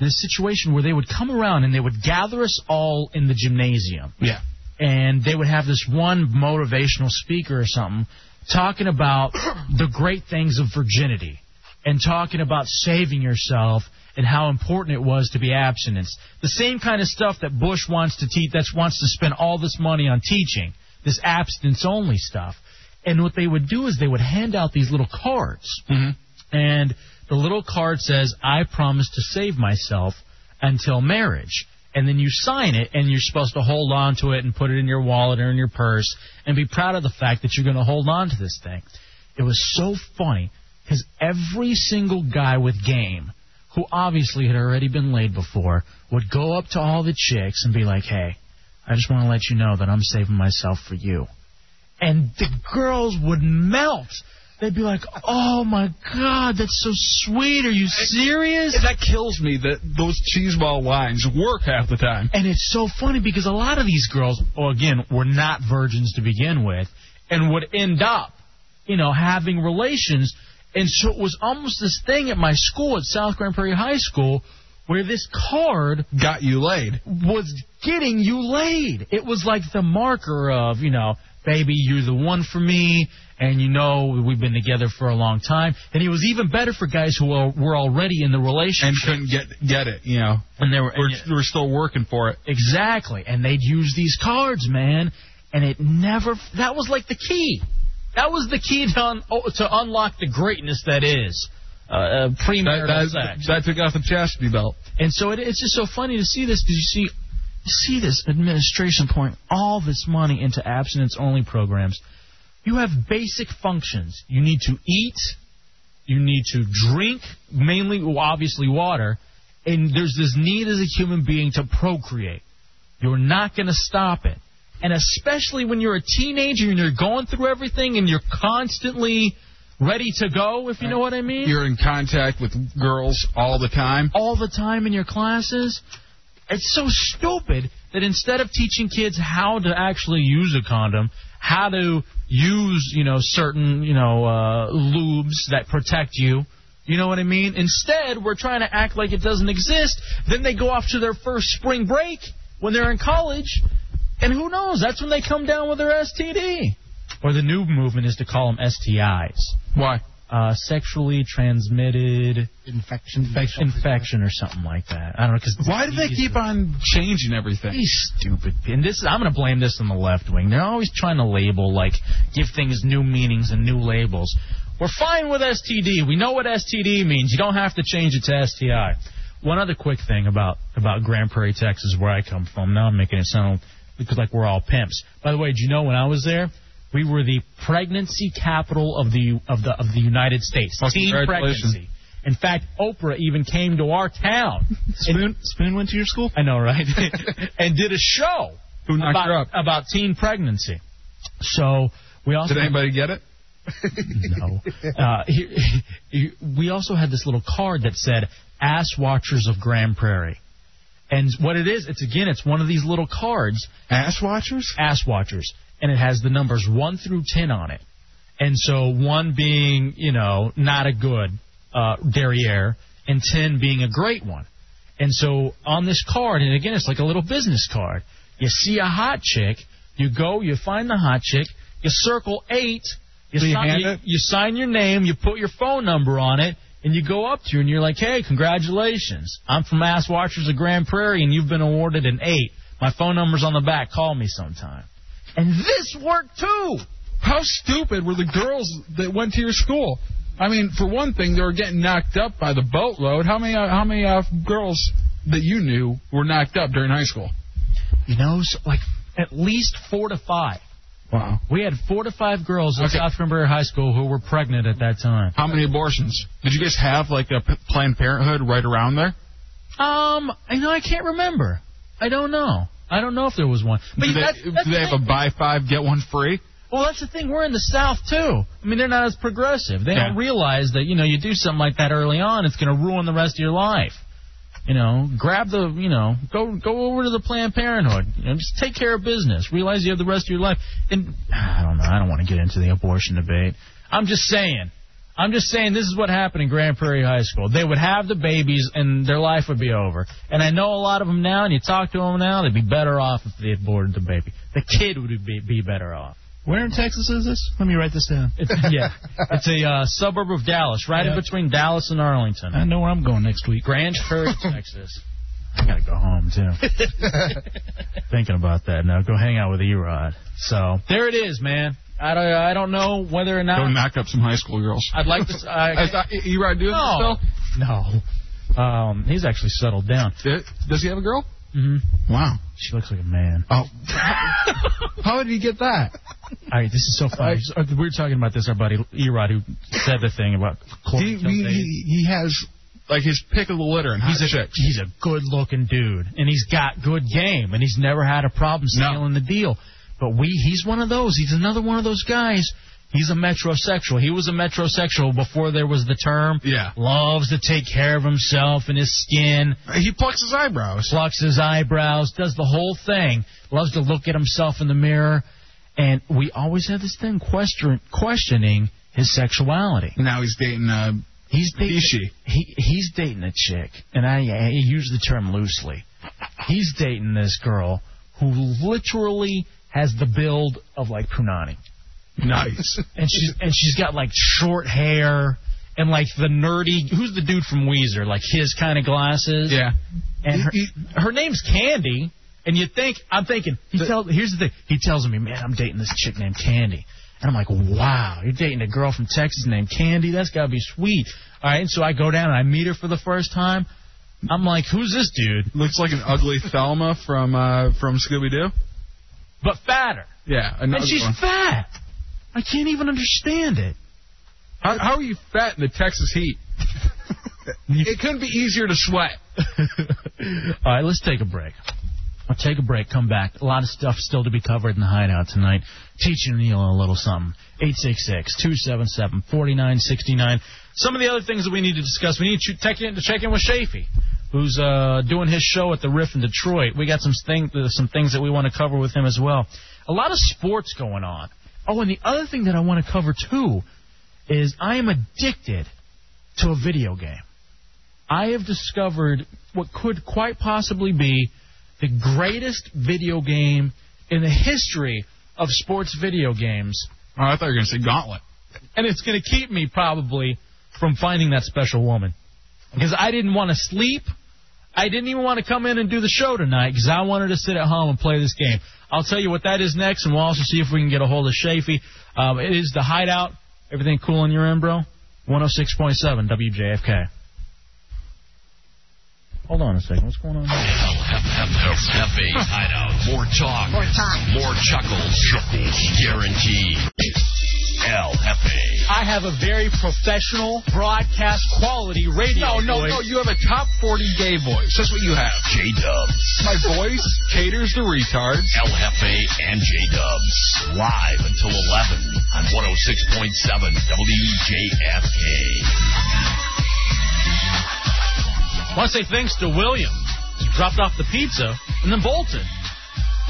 Speaker 1: this situation where they would come around and they would gather us all in the gymnasium
Speaker 5: yeah.
Speaker 1: and they would have this one motivational speaker or something talking about the great things of virginity and talking about saving yourself and how important it was to be abstinence. The same kind of stuff that Bush wants to teach that wants to spend all this money on teaching, this abstinence only stuff. And what they would do is they would hand out these little cards. And the little card says, I promise to save myself until marriage. And then you sign it, and you're supposed to hold on to it and put it in your wallet or in your purse and be proud of the fact that you're going to hold on to this thing. It was so funny because every single guy with game who obviously had already been laid before would go up to all the chicks and be like, hey, I just want to let you know that I'm saving myself for you and the girls would melt. They'd be like, "Oh my God, that's so sweet. Are you serious?"
Speaker 5: That kills me that those cheeseball lines work half the time.
Speaker 1: And it's so funny because a lot of these girls, well, again, were not virgins to begin with, and would end up, you know, having relations. And so it was almost this thing at my school at South Grand Prairie High School where this card
Speaker 5: got you laid
Speaker 1: was getting you laid. It was like the marker of, you know, baby, you're the one for me, and you know we've been together for a long time. And it was even better for guys who were were already in the relationship
Speaker 5: and couldn't get get it. You know,
Speaker 1: and they were
Speaker 5: we're, we're still working for it.
Speaker 1: Exactly. And they'd use these cards, man. And it never. That was like the key. That was the key to, un, oh, to unlock the greatness that is uh, uh, premarital
Speaker 5: that,
Speaker 1: sex.
Speaker 5: that took off the chastity belt.
Speaker 1: And so it, it's just so funny to see this because you see, you see this administration pouring all this money into abstinence-only programs. You have basic functions. You need to eat. You need to drink, mainly, well, obviously, water. And there's this need as a human being to procreate. You're not going to stop it. And especially when you're a teenager and you're going through everything and you're constantly ready to go, if you know what I mean.
Speaker 5: You're in contact with girls all the time.
Speaker 1: All the time in your classes. It's so stupid that instead of teaching kids how to actually use a condom, how to use, you know, certain, you know, uh, lubes that protect you, you know what I mean? Instead, we're trying to act like it doesn't exist. Then they go off to their first spring break when they're in college, and who knows? That's when they come down with their STD. Or the new movement is to call them STIs.
Speaker 5: Why?
Speaker 1: Uh, sexually transmitted
Speaker 16: infection,
Speaker 1: infection, or something like that. I don't know. Cause
Speaker 5: Why do they keep on changing everything?
Speaker 1: These stupid. And this, I'm going to blame this on the left wing. They're always trying to label, like, give things new meanings and new labels. We're fine with STD. We know what STD means. You don't have to change it to STI. One other quick thing about about Grand Prairie, Texas, where I come from. Now I'm making it sound because like we're all pimps. By the way, did you know when I was there, we were the pregnancy capital of the of the of the United States.
Speaker 5: Well,
Speaker 1: Teen
Speaker 5: congratulations.
Speaker 1: pregnancy. In fact, Oprah even came to our town. Spoon,
Speaker 12: Spoon went to your school?
Speaker 1: I know, right? and did a show
Speaker 5: Who knocked
Speaker 1: about,
Speaker 5: her up?
Speaker 1: about teen pregnancy. So we also
Speaker 5: Did anybody get it?
Speaker 1: no. Uh, he- he- we also had this little card that said "Ass Watchers of Grand Prairie," and what it is, it's again, it's one of these little cards.
Speaker 5: Ass Watchers.
Speaker 1: Ass Watchers, and it has the numbers one through ten on it, and so one being, you know, not a good uh, derriere, and ten being a great one. And so on this card, and again, it's like a little business card. You see a hot chick, you go, you find the hot chick, you circle eight, You,
Speaker 9: So you
Speaker 1: sign,
Speaker 9: hand
Speaker 1: you-
Speaker 9: it?
Speaker 1: you sign your name, you put your phone number on it, and you go up to her and you're like, "Hey, congratulations! I'm from Ass Watchers of Grand Prairie, and you've been awarded an eight. My phone number's on the back. Call me sometime." And this worked too.
Speaker 5: How stupid were the girls that went to your school? I mean, for one thing, they were getting knocked up by the boatload. How many uh, how many uh, girls that you knew were knocked up during high school?
Speaker 1: You know, so like at least four to five.
Speaker 5: Wow.
Speaker 1: We had four to five girls at
Speaker 5: Okay.
Speaker 1: South Cranberry High School who were pregnant at that time.
Speaker 5: How many abortions? Did you guys have like a P- Planned Parenthood right around there?
Speaker 1: Um, I know I can't remember. I don't know. I don't know if there was one. But
Speaker 5: do they,
Speaker 1: that's- that's
Speaker 5: do
Speaker 1: the
Speaker 5: they have
Speaker 1: thing.
Speaker 5: a buy five get one free?
Speaker 1: Well, that's the thing. We're in the South too. I mean, they're not as progressive. They don't realize that you know you do something like that early on, it's going to ruin the rest of your life. You know, grab the you know, go go over to the Planned Parenthood. You know, just take care of business. Realize you have the rest of your life. And ah, I don't know. I don't want to get into the abortion debate. I'm just saying. I'm just saying this is what happened in Grand Prairie High School. They would have the babies and their life would be over. And I know a lot of them now, and you talk to them now, they'd be better off if they aborted the baby. The kid would be, be better off.
Speaker 12: Where in Texas is this? Let me write this down.
Speaker 1: It's, yeah, it's a uh, suburb of Dallas, right in between Dallas and Arlington.
Speaker 12: I know where I'm going next week.
Speaker 1: Grand Prairie, Texas. I gotta go home too. Thinking about that now. Go hang out with Erod. So there it is, man. I don't, I don't know whether or not
Speaker 5: Go knock up some high school girls.
Speaker 1: Uh, I'd like to. s- I,
Speaker 5: Is that- Erod doing
Speaker 1: no. No. Um, he's actually settled down.
Speaker 5: this still? Does he have a girl?
Speaker 1: Mm-hmm.
Speaker 5: Wow.
Speaker 1: She looks like a man.
Speaker 5: Oh. How did he get that?
Speaker 1: All right, this is so funny. Uh, We were talking about this, our buddy Erod, who said the thing about.
Speaker 5: He, he, he, he has like his pick of the litter and
Speaker 1: He's
Speaker 5: hot
Speaker 1: a
Speaker 5: chicks.
Speaker 1: he's a good looking dude, and he's got good game, and he's never had a problem sealing the deal. But we he's one of those. He's another one of those guys. He's a metrosexual. He was a metrosexual before there was the term.
Speaker 5: Yeah.
Speaker 1: Loves to take care of himself and his skin.
Speaker 5: He plucks his eyebrows.
Speaker 1: Plucks his eyebrows. Does the whole thing. Loves to look at himself in the mirror. And we always had this thing question, questioning his sexuality.
Speaker 5: Now he's dating uh
Speaker 1: He's dating
Speaker 5: he, she.
Speaker 1: he he's dating a chick, and I, I use the term loosely. He's dating this girl who literally has the build of like Punani.
Speaker 5: Nice.
Speaker 1: And she's and she's got like short hair and like the nerdy who's the dude from Weezer, like his kind of glasses.
Speaker 5: Yeah.
Speaker 1: And her, her name's Candy. And you think I'm thinking he tells here's the thing he tells me man I'm dating this chick named Candy and I'm like wow you're dating a girl from Texas named Candy that's gotta be sweet all right and so I go down and I meet her for the first time I'm like who's this dude
Speaker 5: Looks like an ugly Thelma from uh from Scooby Doo.
Speaker 1: but fatter
Speaker 5: Yeah, another
Speaker 1: and she's
Speaker 5: one.
Speaker 1: fat I can't even understand it
Speaker 5: How, how are you fat in the Texas heat? it couldn't be easier to sweat.
Speaker 1: All right, let's take a break. I'll take a break, come back. A lot of stuff still to be covered in the hideout tonight. Teaching Neil a little something. 866 277 4969. Some of the other things that we need to discuss. We need to check in, to check in with Shafee, who's uh, doing his show at the Riff in Detroit. We got some, thing, uh, some things that we want to cover with him as well. A lot of sports going on. Oh, and the other thing that I want to cover too is I am addicted to a video game. I have discovered what could quite possibly be the greatest video game in the history of sports video games.
Speaker 5: Oh, I thought you were gonna say Gauntlet.
Speaker 1: And it's going to keep me probably from finding that special woman. Because I didn't want to sleep. I didn't even want to come in and do the show tonight because I wanted to sit at home and play this game. I'll tell you what that is next, and we'll also see if we can get a hold of Shafee. Um, it is the hideout. Everything cool on your end, bro? 106.7 WJFK. Hold on a second. What's going on?
Speaker 14: Hefe Hideout. More talk. More talk. More chuckles. Chuckles. Guaranteed. El Hefe.
Speaker 1: I have a very professional broadcast quality radio.
Speaker 5: No, no, no. You have a top 40 gay voice. That's what you have.
Speaker 14: J Dubs.
Speaker 5: My voice caters to retards.
Speaker 14: El Hefe and J Dubs. Live until 11 on 106.7 WJFK.
Speaker 1: want to say thanks to William. He dropped off the pizza and then bolted.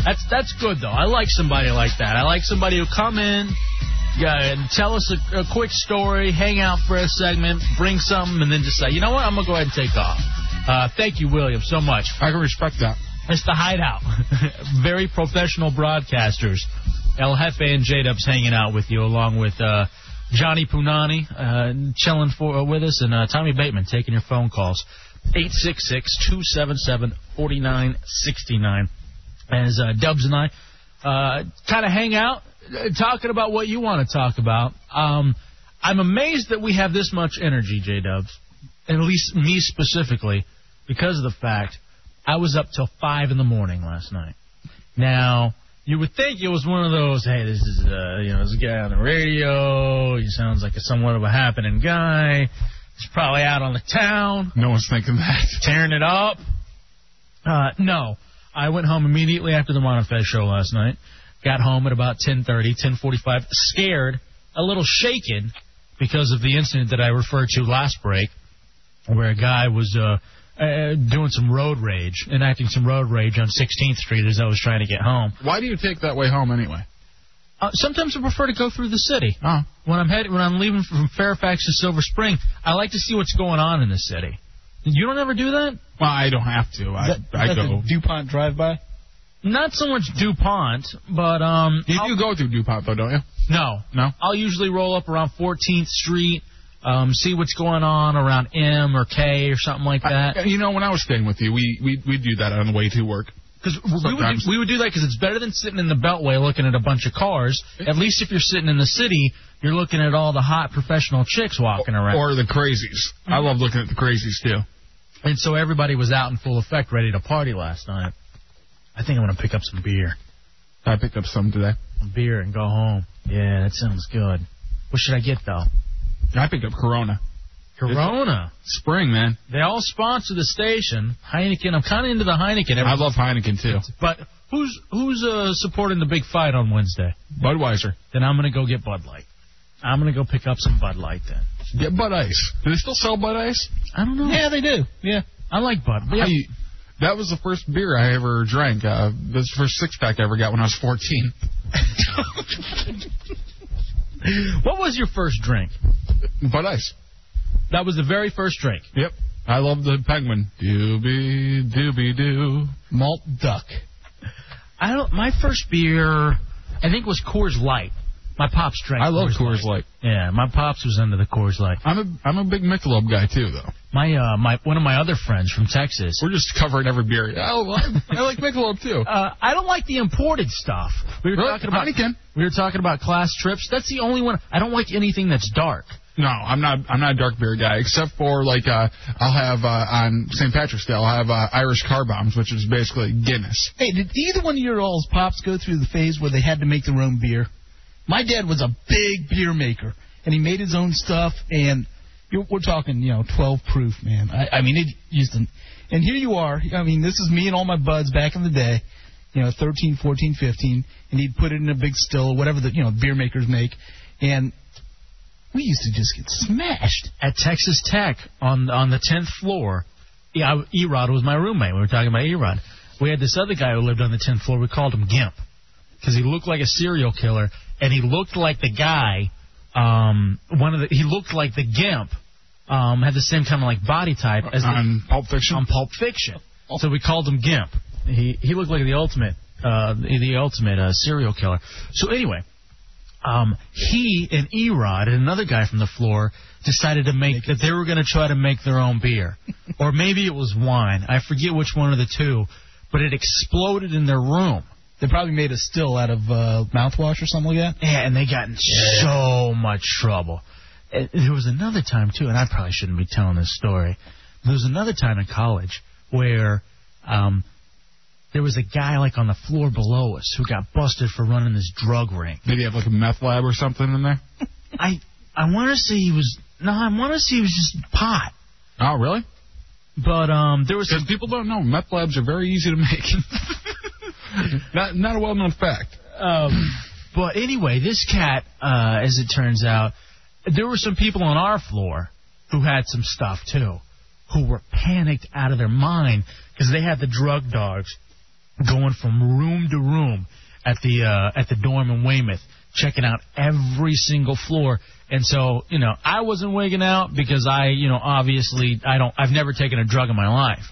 Speaker 1: That's that's good though. I like somebody like that. I like somebody who come in, yeah, and tell us a, a quick story, hang out for a segment, bring something, and then just say, you know what, I'm gonna go ahead and take off. Uh, thank you, William, so much.
Speaker 5: I can respect that.
Speaker 1: It's the hideout. Very professional broadcasters. El Jefe and J Dubs hanging out with you, along with uh, Johnny Punani uh, chilling for uh, with us, and uh, Tommy Bateman taking your phone calls. 866-277-4969. As uh, Dubs and I uh, kind of hang out, uh, talking about what you want to talk about. Um, I'm amazed that we have this much energy, J Dubs, at least me specifically, because of the fact I was up till five in the morning last night. Now, you would think it was one of those, hey, this is uh, you know this guy on the radio. He sounds like a somewhat of a happening guy. He's probably out on the town.
Speaker 5: No one's thinking that.
Speaker 1: Tearing it up. Uh, no, I went home immediately after the Monofest show last night. Got home at about 10:30, 10:45, scared, a little shaken because of the incident that I referred to last break, where a guy was uh, uh, doing some road rage, enacting some road rage on 16th Street as I was trying to get home.
Speaker 5: Why do you take that way home anyway? Uh.
Speaker 1: Uh, sometimes I prefer to go through the city. When I'm headed, when I'm leaving from Fairfax to Silver Spring, I like to see what's going on in the city. You don't ever do that?
Speaker 5: Well, I don't have to. I, I go.
Speaker 1: DuPont drive by? Not so much DuPont, but um.
Speaker 5: You do go through DuPont though, don't you?
Speaker 1: No,
Speaker 5: No.
Speaker 1: I'll usually roll up around 14th Street, um, see what's going on around M or K or something like that.
Speaker 5: Uh, You know, when I was staying with you, we we we do that on the way to work.
Speaker 1: Because we would,
Speaker 5: Sometimes.
Speaker 1: do, we would do that because it's better than sitting in the beltway looking at a bunch of cars. At least if you're sitting in the city, you're looking at all the hot professional chicks walking around.
Speaker 5: Or the crazies. I
Speaker 1: Mm-hmm.
Speaker 5: love looking at the crazies too.
Speaker 1: and so everybody was out in full effect, ready to party last night. I think I'm gonna pick up some beer.
Speaker 5: I picked up some today.
Speaker 1: Beer and go home. Yeah, that sounds good. What should I get though?
Speaker 5: I picked up Corona.
Speaker 1: Corona.
Speaker 5: Spring, man.
Speaker 1: They all sponsor the station. Heineken. I'm kind of into the Heineken.
Speaker 5: I love Heineken too.
Speaker 1: But who's who's uh, supporting the big fight on Wednesday?
Speaker 5: Budweiser.
Speaker 1: Then I'm gonna go get Bud Light. I'm gonna go pick up some Bud Light then.
Speaker 5: Get Bud Ice. Do they still sell Bud Ice?
Speaker 1: I don't know.
Speaker 5: Yeah, they do.
Speaker 1: Yeah. I like Bud. Yeah.
Speaker 5: I- that was the first beer I ever drank. Uh, this first six pack I ever got when I was 14.
Speaker 1: What was your first drink?
Speaker 5: Bud Ice.
Speaker 1: That was the very first drink.
Speaker 5: Yep. I love the penguin. Doobie doobie doo. Malt duck.
Speaker 1: I don't. My first beer, I think, was Coors Light. My pops drank.
Speaker 5: I love
Speaker 1: Coors
Speaker 5: Coors Light.
Speaker 1: Yeah, my pops was under the Coors Light.
Speaker 5: I'm a I'm a big Michelob guy too, though.
Speaker 1: My uh, my one of my other friends from Texas.
Speaker 5: We're just covering every beer. Oh, well, I, I like Michelob too.
Speaker 1: Uh, I don't like the imported stuff. We were
Speaker 5: Really?
Speaker 1: talking about
Speaker 5: Heineken.
Speaker 1: we were talking about class trips. That's the only one I don't like anything that's dark.
Speaker 5: No, I'm not. I'm not a dark beer guy, except for like uh, I'll have uh, on St. Patrick's Day. I'll have uh, Irish car bombs, which is basically Guinness.
Speaker 12: Hey, did either one of your all's pops go through the phase where they had to make their own beer? My dad was a big beer maker, and he made his own stuff. And you we're talking, you know, 12 proof, man. I, I mean, it used to. And here you are. I mean, this is me and all my buds back in the day. You know, 13, 14, 15, and he'd put it in a big still, whatever the you know beer makers make, and we used to just get smashed.
Speaker 1: At Texas Tech on on the tenth floor, yeah, I- Erod was my roommate. We were talking about Erod. We had this other guy who lived on the tenth floor. We called him Gimp because he looked like a serial killer, and he looked like the guy. Um, one of the he looked like the Gimp. Um, had the same kind of like body type as the,
Speaker 5: on Pulp Fiction.
Speaker 1: on Pulp Fiction. So we called him Gimp. He he looked like the ultimate uh, the, the ultimate uh, serial killer. So anyway, um, he and Erod and another guy from the floor decided to make that they were going to try to make their own beer, or maybe it was wine. I forget which one of the two, but it exploded in their room.
Speaker 12: They probably made a still out of uh, mouthwash or something like that.
Speaker 1: Yeah, and they got in so much trouble. And there was another time too, and I probably shouldn't be telling this story. There was another time in college where um, there was a guy like on the floor below us who got busted for running this drug ring.
Speaker 5: Did he have like a meth lab or something in there?
Speaker 1: I I want to say he was no, I want to say he was just pot.
Speaker 5: Oh, really?
Speaker 1: But um, there was
Speaker 5: Because people don't know meth labs are very easy to make. not not a well known fact.
Speaker 1: Um, but anyway, this cat, uh, as it turns out, there were some people on our floor who had some stuff too, who were panicked out of their mind because they had the drug dogs going from room to room at the uh, at the dorm in Weymouth, checking out every single floor. And so, you know, I wasn't wigging out because I, you know, obviously I don't, I've never taken a drug in my life.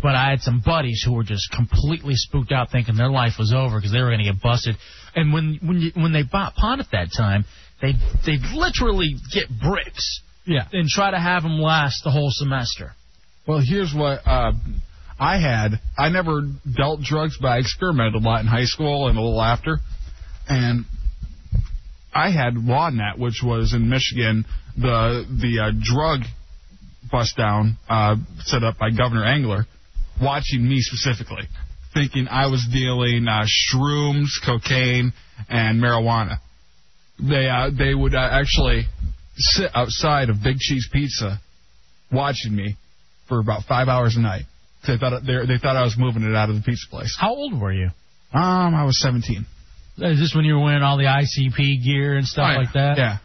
Speaker 1: But I had some buddies who were just completely spooked out, thinking their life was over because they were going to get busted. And when when you, when they bought pot at that time, they they literally get bricks.
Speaker 5: Yeah.
Speaker 1: And try to have them last the whole semester.
Speaker 5: Well, here's what uh, I had. I never dealt drugs, but I experimented a lot in high school and a little after. And I had LawNet, which was in Michigan, the the uh, drug bust down uh, set up by Governor Engler, watching me specifically, thinking I was dealing uh, shrooms, cocaine, and marijuana. They uh, they would uh, actually sit outside of Big Cheese Pizza, watching me for about five hours a night. They thought they they thought I was moving it out of the pizza place.
Speaker 1: How old were you?
Speaker 5: Um, I was 17.
Speaker 1: Is this when you were wearing all the ICP gear and stuff
Speaker 5: Oh, yeah.
Speaker 1: like that?
Speaker 5: Yeah.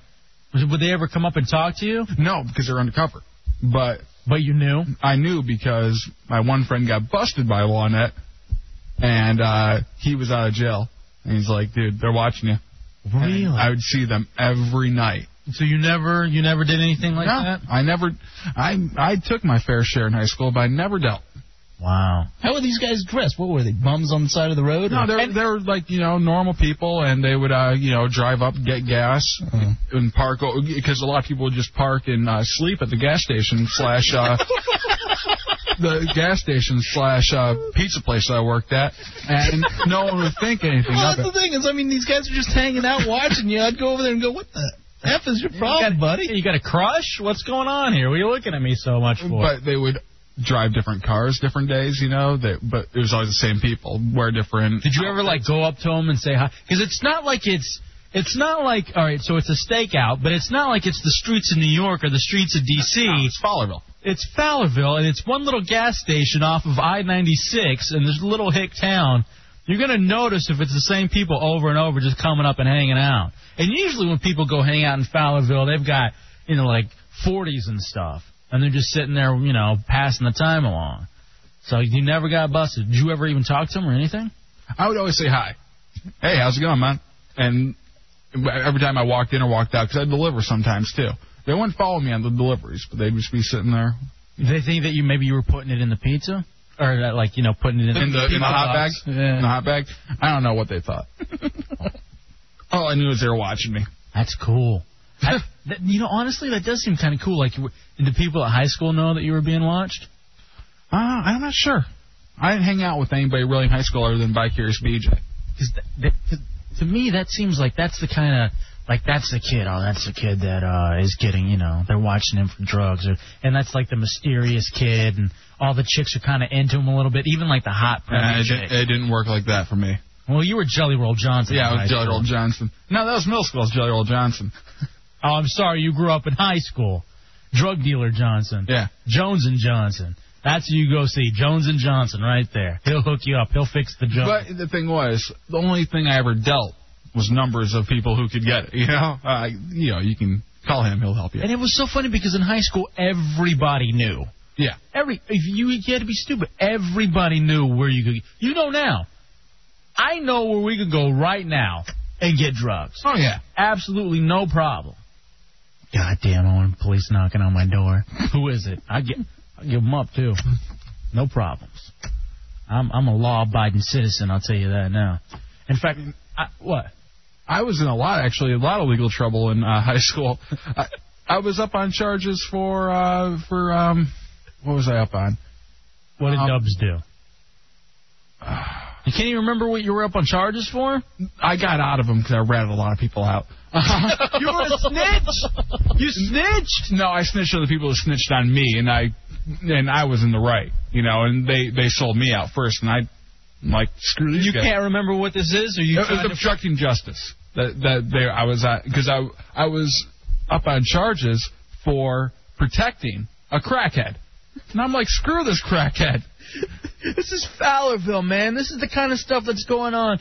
Speaker 1: Was- Would they ever come up and talk to you?
Speaker 5: No, because they're undercover. But
Speaker 1: but you knew.
Speaker 5: I knew because my one friend got busted by LawNet, and uh, he was out of jail. And he's like, dude, they're watching you.
Speaker 1: Really?
Speaker 5: I would see them every night.
Speaker 1: So you never you never did anything like that?
Speaker 5: I never. I I took my fair share in high school, but I never dealt.
Speaker 1: Wow.
Speaker 12: How were these guys dressed? What were they? Bums on the side of the road?
Speaker 5: No,
Speaker 12: or-
Speaker 5: they're they're like you know normal people, and they would uh you know drive up, get gas,
Speaker 1: Mm-hmm.
Speaker 5: and park because a lot of people would just park and uh, sleep at the gas station slash uh the gas station slash uh pizza place that I worked at, and no one would think anything
Speaker 12: Well,
Speaker 5: of
Speaker 12: that's the
Speaker 5: it.
Speaker 12: thing is, I mean, these guys are just hanging out watching you. I'd go over there and go, "What the f is your problem, buddy?
Speaker 1: You got a crush? What's going on here? What are you looking at me so much for?
Speaker 5: But they would drive different cars, different days, you know. That but it was always the same people, wear different.
Speaker 1: Did you ever like go up to him and say hi? Because it's not like it's it's not like all right, so it's a stakeout, but it's not like it's the streets of New York or the streets of D.C. it's
Speaker 5: Fowlerville.
Speaker 1: It's Fowlerville, and it's one little gas station off of I-96 in this little hick town. You're gonna notice if it's the same people over and over, just coming up and hanging out. And usually when people go hang out in Fowlerville, they've got you know like 40s and stuff, and they're just sitting there, you know, passing the time along. So you never got busted. Did you ever even talk to him or anything?
Speaker 5: I would always say hi. Hey, how's it going, man? And every time I walked in or walked out, 'cause I deliver sometimes too. They wouldn't follow me on the deliveries, but they'd just be sitting there
Speaker 1: They think that you maybe you were putting it in the pizza, or that, like you know putting it in,
Speaker 5: in the in the
Speaker 1: pizza
Speaker 5: hot bag.
Speaker 1: box?
Speaker 5: In the hot bag. I don't know what they thought. All I knew is they were watching me.
Speaker 1: That's cool. I, that, you know, honestly, that does seem kind of cool. Like, you were- did the people at high school know that you were being watched?
Speaker 5: Uh, I'm not sure. I didn't hang out with anybody really in high school other than Vicarious BJ.
Speaker 1: That, to, to me, that seems like that's the kind of like that's the kid. Oh, that's the kid that uh is getting you know they're watching him for drugs, or and that's like the mysterious kid, and all the chicks are kind of into him a little bit, even like the hot
Speaker 5: And
Speaker 1: pregnant
Speaker 5: it,
Speaker 1: chick.
Speaker 5: didn't, it didn't work like that for me.
Speaker 1: Well, you were Jelly Roll Johnson.
Speaker 5: Yeah,
Speaker 1: in
Speaker 5: it
Speaker 1: high
Speaker 5: was Jelly
Speaker 1: school.
Speaker 5: Roll Johnson. No, that was middle school. It was Jelly Roll Johnson.
Speaker 1: Oh, I'm sorry, you grew up in high school. Drug dealer Johnson.
Speaker 5: Yeah.
Speaker 1: Jones and Johnson. That's who you go see. Jones and Johnson right there. He'll hook you up. He'll fix the junk.
Speaker 5: But the thing was, the only thing I ever dealt was numbers of people who could get it. You know, uh, you know, you can call him; he'll help you.
Speaker 1: And it was so funny because in high school everybody knew.
Speaker 5: Yeah.
Speaker 1: Every if you, you had to be stupid. Everybody knew where you could. You know now. I know where we could go right now and get drugs.
Speaker 5: Oh yeah.
Speaker 1: Absolutely no problem. Goddamn, Owen! Police knocking on my door. Who is it? I get, I give them up too. No problems. I'm I'm a law-abiding citizen. I'll tell you that now. In fact, I, what?
Speaker 5: I was in a lot, actually, a lot of legal trouble in uh, high school. I, I was up on charges for uh, for um, what was I up on?
Speaker 1: What did
Speaker 5: Um,
Speaker 1: Dubs do? You can't even remember what you were up on charges for.
Speaker 5: I got out of them because I ratted a lot of people out.
Speaker 1: you were a snitch. You snitched.
Speaker 5: No, I snitched on the people who snitched on me, and I and I was in the right, you know. And they they sold me out first, and I I'm like screw these
Speaker 1: You
Speaker 5: guys.
Speaker 1: can't remember what this is, or
Speaker 5: It
Speaker 1: you?
Speaker 5: was
Speaker 1: tried to-
Speaker 5: obstructing justice. That that there I was because I I was up on charges for protecting a crackhead, and I'm like screw this crackhead.
Speaker 1: This is Fowlerville, man. This is the kind of stuff that's going on.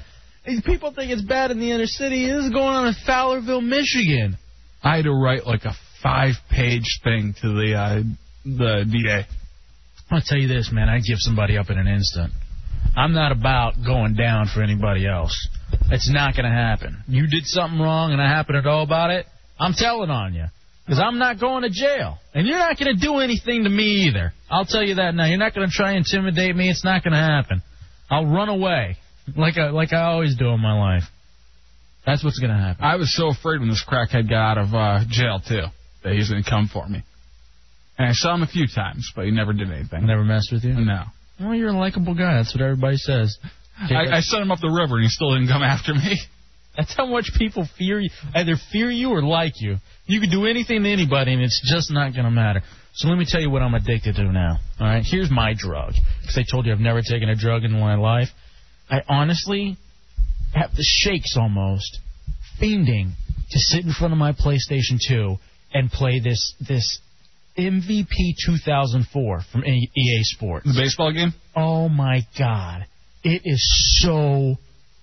Speaker 1: These People think it's bad in the inner city. This is going on in Fowlerville, Michigan.
Speaker 5: I had to write like a five page thing to the uh, the DA.
Speaker 1: I'll tell you this, man. I'd give somebody up in an instant. I'm not about going down for anybody else. It's not going to happen. You did something wrong and I happen to know about it. I'm telling on you. Because I'm not going to jail. And you're not going to do anything to me either. I'll tell you that now. You're not going to try and intimidate me. It's not going to happen. I'll run away like I, like I always do in my life. That's what's going to happen.
Speaker 5: I was so afraid when this crackhead got out of uh, jail too that he was going to come for me. And I saw him a few times, but he never did anything.
Speaker 1: Never messed with you?
Speaker 5: No.
Speaker 1: Well, you're a likable guy. That's what everybody says.
Speaker 5: I, I sent him up the river, and he still didn't come after me.
Speaker 1: That's how much people fear you. Either fear you or like you. You can do anything to anybody, and it's just not going to matter. So let me tell you what I'm addicted to now. All right, here's my drug. Because I told you I've never taken a drug in my life. I honestly have the shakes almost, fiending to sit in front of my PlayStation 2 and play this this MVP 2004 from E EA Sports.
Speaker 5: The baseball game?
Speaker 1: Oh my God, it is so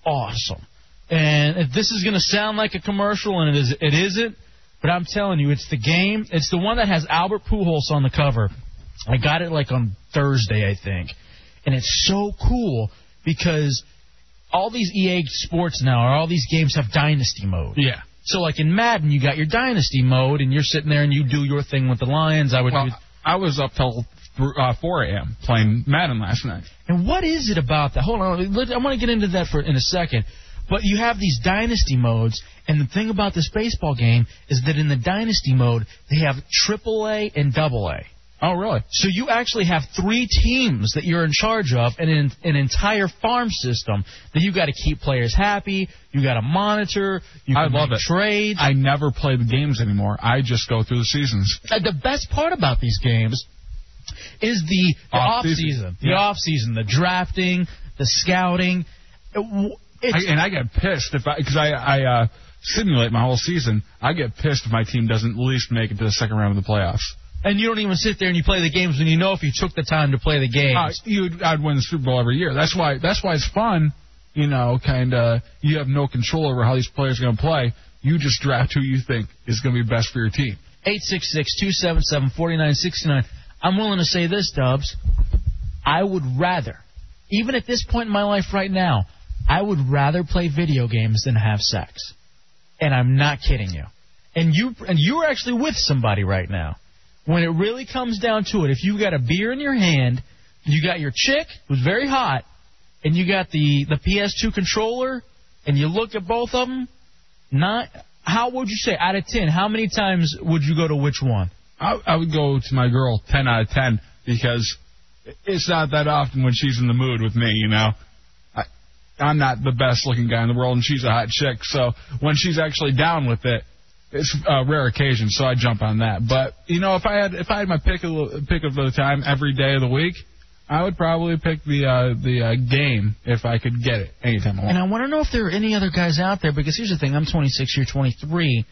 Speaker 1: awesome. And if this is going to sound like a commercial, and it is, it isn't. But I'm telling you, it's the game. It's the one that has Albert Pujols on the cover. I got it like on Thursday, I think, and it's so cool because all these EA sports now, or all these games have dynasty mode.
Speaker 5: Yeah.
Speaker 1: So like in Madden, you got your dynasty mode, and you're sitting there and you do your thing with the Lions. I would.
Speaker 5: Well,
Speaker 1: do,
Speaker 5: I was up till uh, 4 a.m. playing Madden last night.
Speaker 1: and what is it about that? Hold on, let- I want to get into that for in a second. But you have these dynasty modes, and the thing about this baseball game is that in the dynasty mode, they have triple A and double A.
Speaker 5: Oh, really?
Speaker 1: So you actually have three teams that you're in charge of, and an, an entire farm system that you got to keep players happy. You got to monitor. You
Speaker 5: I
Speaker 1: can
Speaker 5: love
Speaker 1: make
Speaker 5: it.
Speaker 1: Trades.
Speaker 5: I never play the games anymore. I just go through the seasons.
Speaker 1: Uh, the best part about these games is the, the off
Speaker 5: Off-season.
Speaker 1: season, the
Speaker 5: Yeah.
Speaker 1: off season, the drafting, the scouting. It w-
Speaker 5: I,
Speaker 1: It's,
Speaker 5: and I get pissed if I because I I uh, simulate my whole season. I get pissed if my team doesn't at least make it to the second round of the playoffs.
Speaker 1: and you don't even sit there and you play the games when you know if you took the time to play the games.
Speaker 5: Uh, you would- I'd win the Super Bowl every year. That's why that's why it's fun. You know, kind of you have no control over how these players are going to play. You just draft who you think is going to be best for your team.
Speaker 1: 866-277-4969. I'm willing to say this, Dubs. I would rather, even at this point in my life right now, I would rather play video games than have sex. And I'm not kidding you. And you and you're actually with somebody right now. When it really comes down to it, if you got a beer in your hand, you got your chick who's very hot, and you got the the PS2 controller, and you look at both of them, not how would you say out of ten? How many times would you go to which one?
Speaker 5: I, I would go to my girl 10 out of 10 because it's not that often when she's in the mood with me, you know. I, I'm not the best looking guy in the world, and she's a hot chick, so when she's actually down with it, it's a rare occasion, so I jump on that. But you know, if I had if I had my pick of the, pick of the time every day of the week, I would probably pick the uh, the uh, game if I could get it anytime I want.
Speaker 1: And I want to know if there are any other guys out there because here's the thing: I'm 26, you're 23.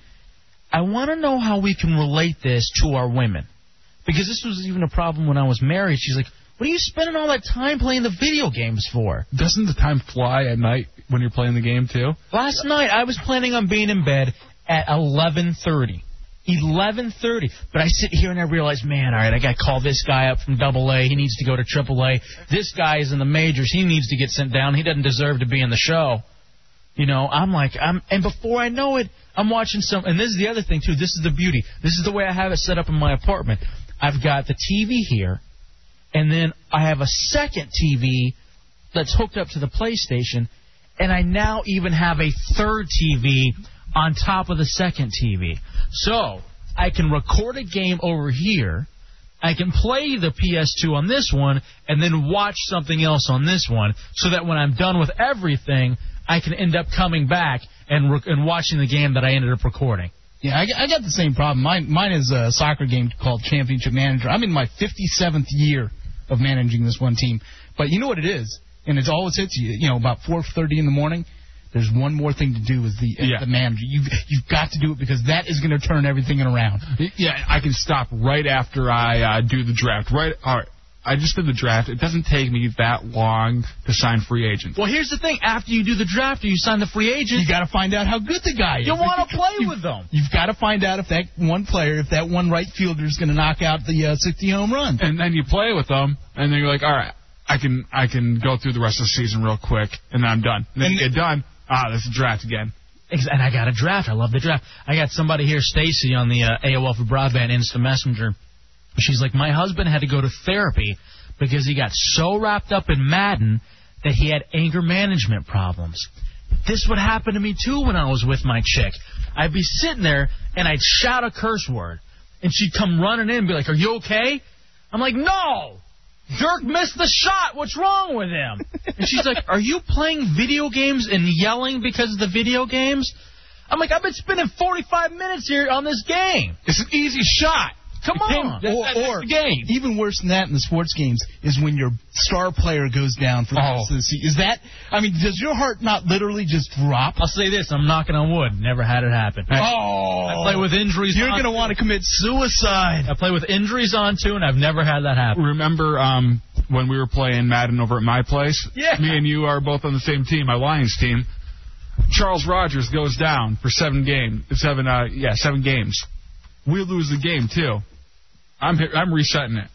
Speaker 1: I want to know how we can relate this to our women because this was even a problem when I was married. She's like, "What are you spending all that time playing the video games for?"
Speaker 5: Doesn't the time fly at night when you're playing the game too?
Speaker 1: Last night I was planning on being in bed at 11:30. 11:30, but I sit here and I realize, man, all right, I got to call this guy up from Double A. He needs to go to Triple A. This guy is in the majors. He needs to get sent down. He doesn't deserve to be in the show. You know, I'm like, I'm, and before I know it, I'm watching some. And this is the other thing too. This is the beauty. This is the way I have it set up in my apartment. I've got the TV here, and then I have a second TV that's hooked up to the PlayStation, and I now even have a third TV on top of the second TV. So I can record a game over here. I can play the PS2 on this one and then watch something else on this one so that when I'm done with everything, I can end up coming back and rec- and watching the game that I ended up recording.
Speaker 12: Yeah, I, I got the same problem. Mine, mine is a soccer game called Championship Manager. I'm in my 57th year of managing this one team, but you know what it is, and it's always hits you. You know, about 4:30 in the morning. There's one more thing to do is the
Speaker 5: Yeah.
Speaker 12: the manager. You you've got to do it because that is going to turn everything around.
Speaker 5: Yeah, I can stop right after I uh, do the draft. Right, all right. I just did the draft. It doesn't take me that long to sign free agents.
Speaker 1: Well, here's the thing: after you do the draft or you sign the free agent,
Speaker 12: you got to find out how good the guy is.
Speaker 1: You want to play with them.
Speaker 12: You've got to find out if that one player, if that one right fielder is going to knock out the uh, 60 home run.
Speaker 5: And then you play with them, and then you're like, all right, I can I can go through the rest of the season real quick, and then I'm done. And then you get done. Ah, this is draft again.
Speaker 1: Ex- And I got a draft. I love the draft. I got somebody here, Stacy, on the uh, AOL for broadband instant messenger. She's like, my husband had to go to therapy because he got so wrapped up in Madden that he had anger management problems. This would happen to me too when I was with my chick. I'd be sitting there and I'd shout a curse word, and she'd come running in and be like, "Are you okay?" I'm like, "No." Dirk missed the shot. What's wrong with him? And she's like, Are you playing video games and yelling because of the video games? I'm like, I've been spending 45 minutes here on this game.
Speaker 5: It's an easy shot.
Speaker 1: Come on.
Speaker 12: Or, or even worse than that in the sports games is when your star player goes down for the
Speaker 1: Oh.
Speaker 12: rest of the season. Is that? I mean, does your heart not literally just drop?
Speaker 1: I'll say this: I'm knocking on wood. Never had it happen.
Speaker 12: Oh,
Speaker 1: I play with injuries.
Speaker 12: You're
Speaker 1: on-
Speaker 12: gonna want to commit suicide.
Speaker 1: I play with injuries on too, and I've never had that happen.
Speaker 5: Remember um, when we were playing Madden over at my place?
Speaker 1: Yeah.
Speaker 5: Me and you are both on the same team, my Lions team. Charles Rogers goes down for seven game, seven uh, yeah, seven games. We lose the game too. I'm hit, I'm resetting it.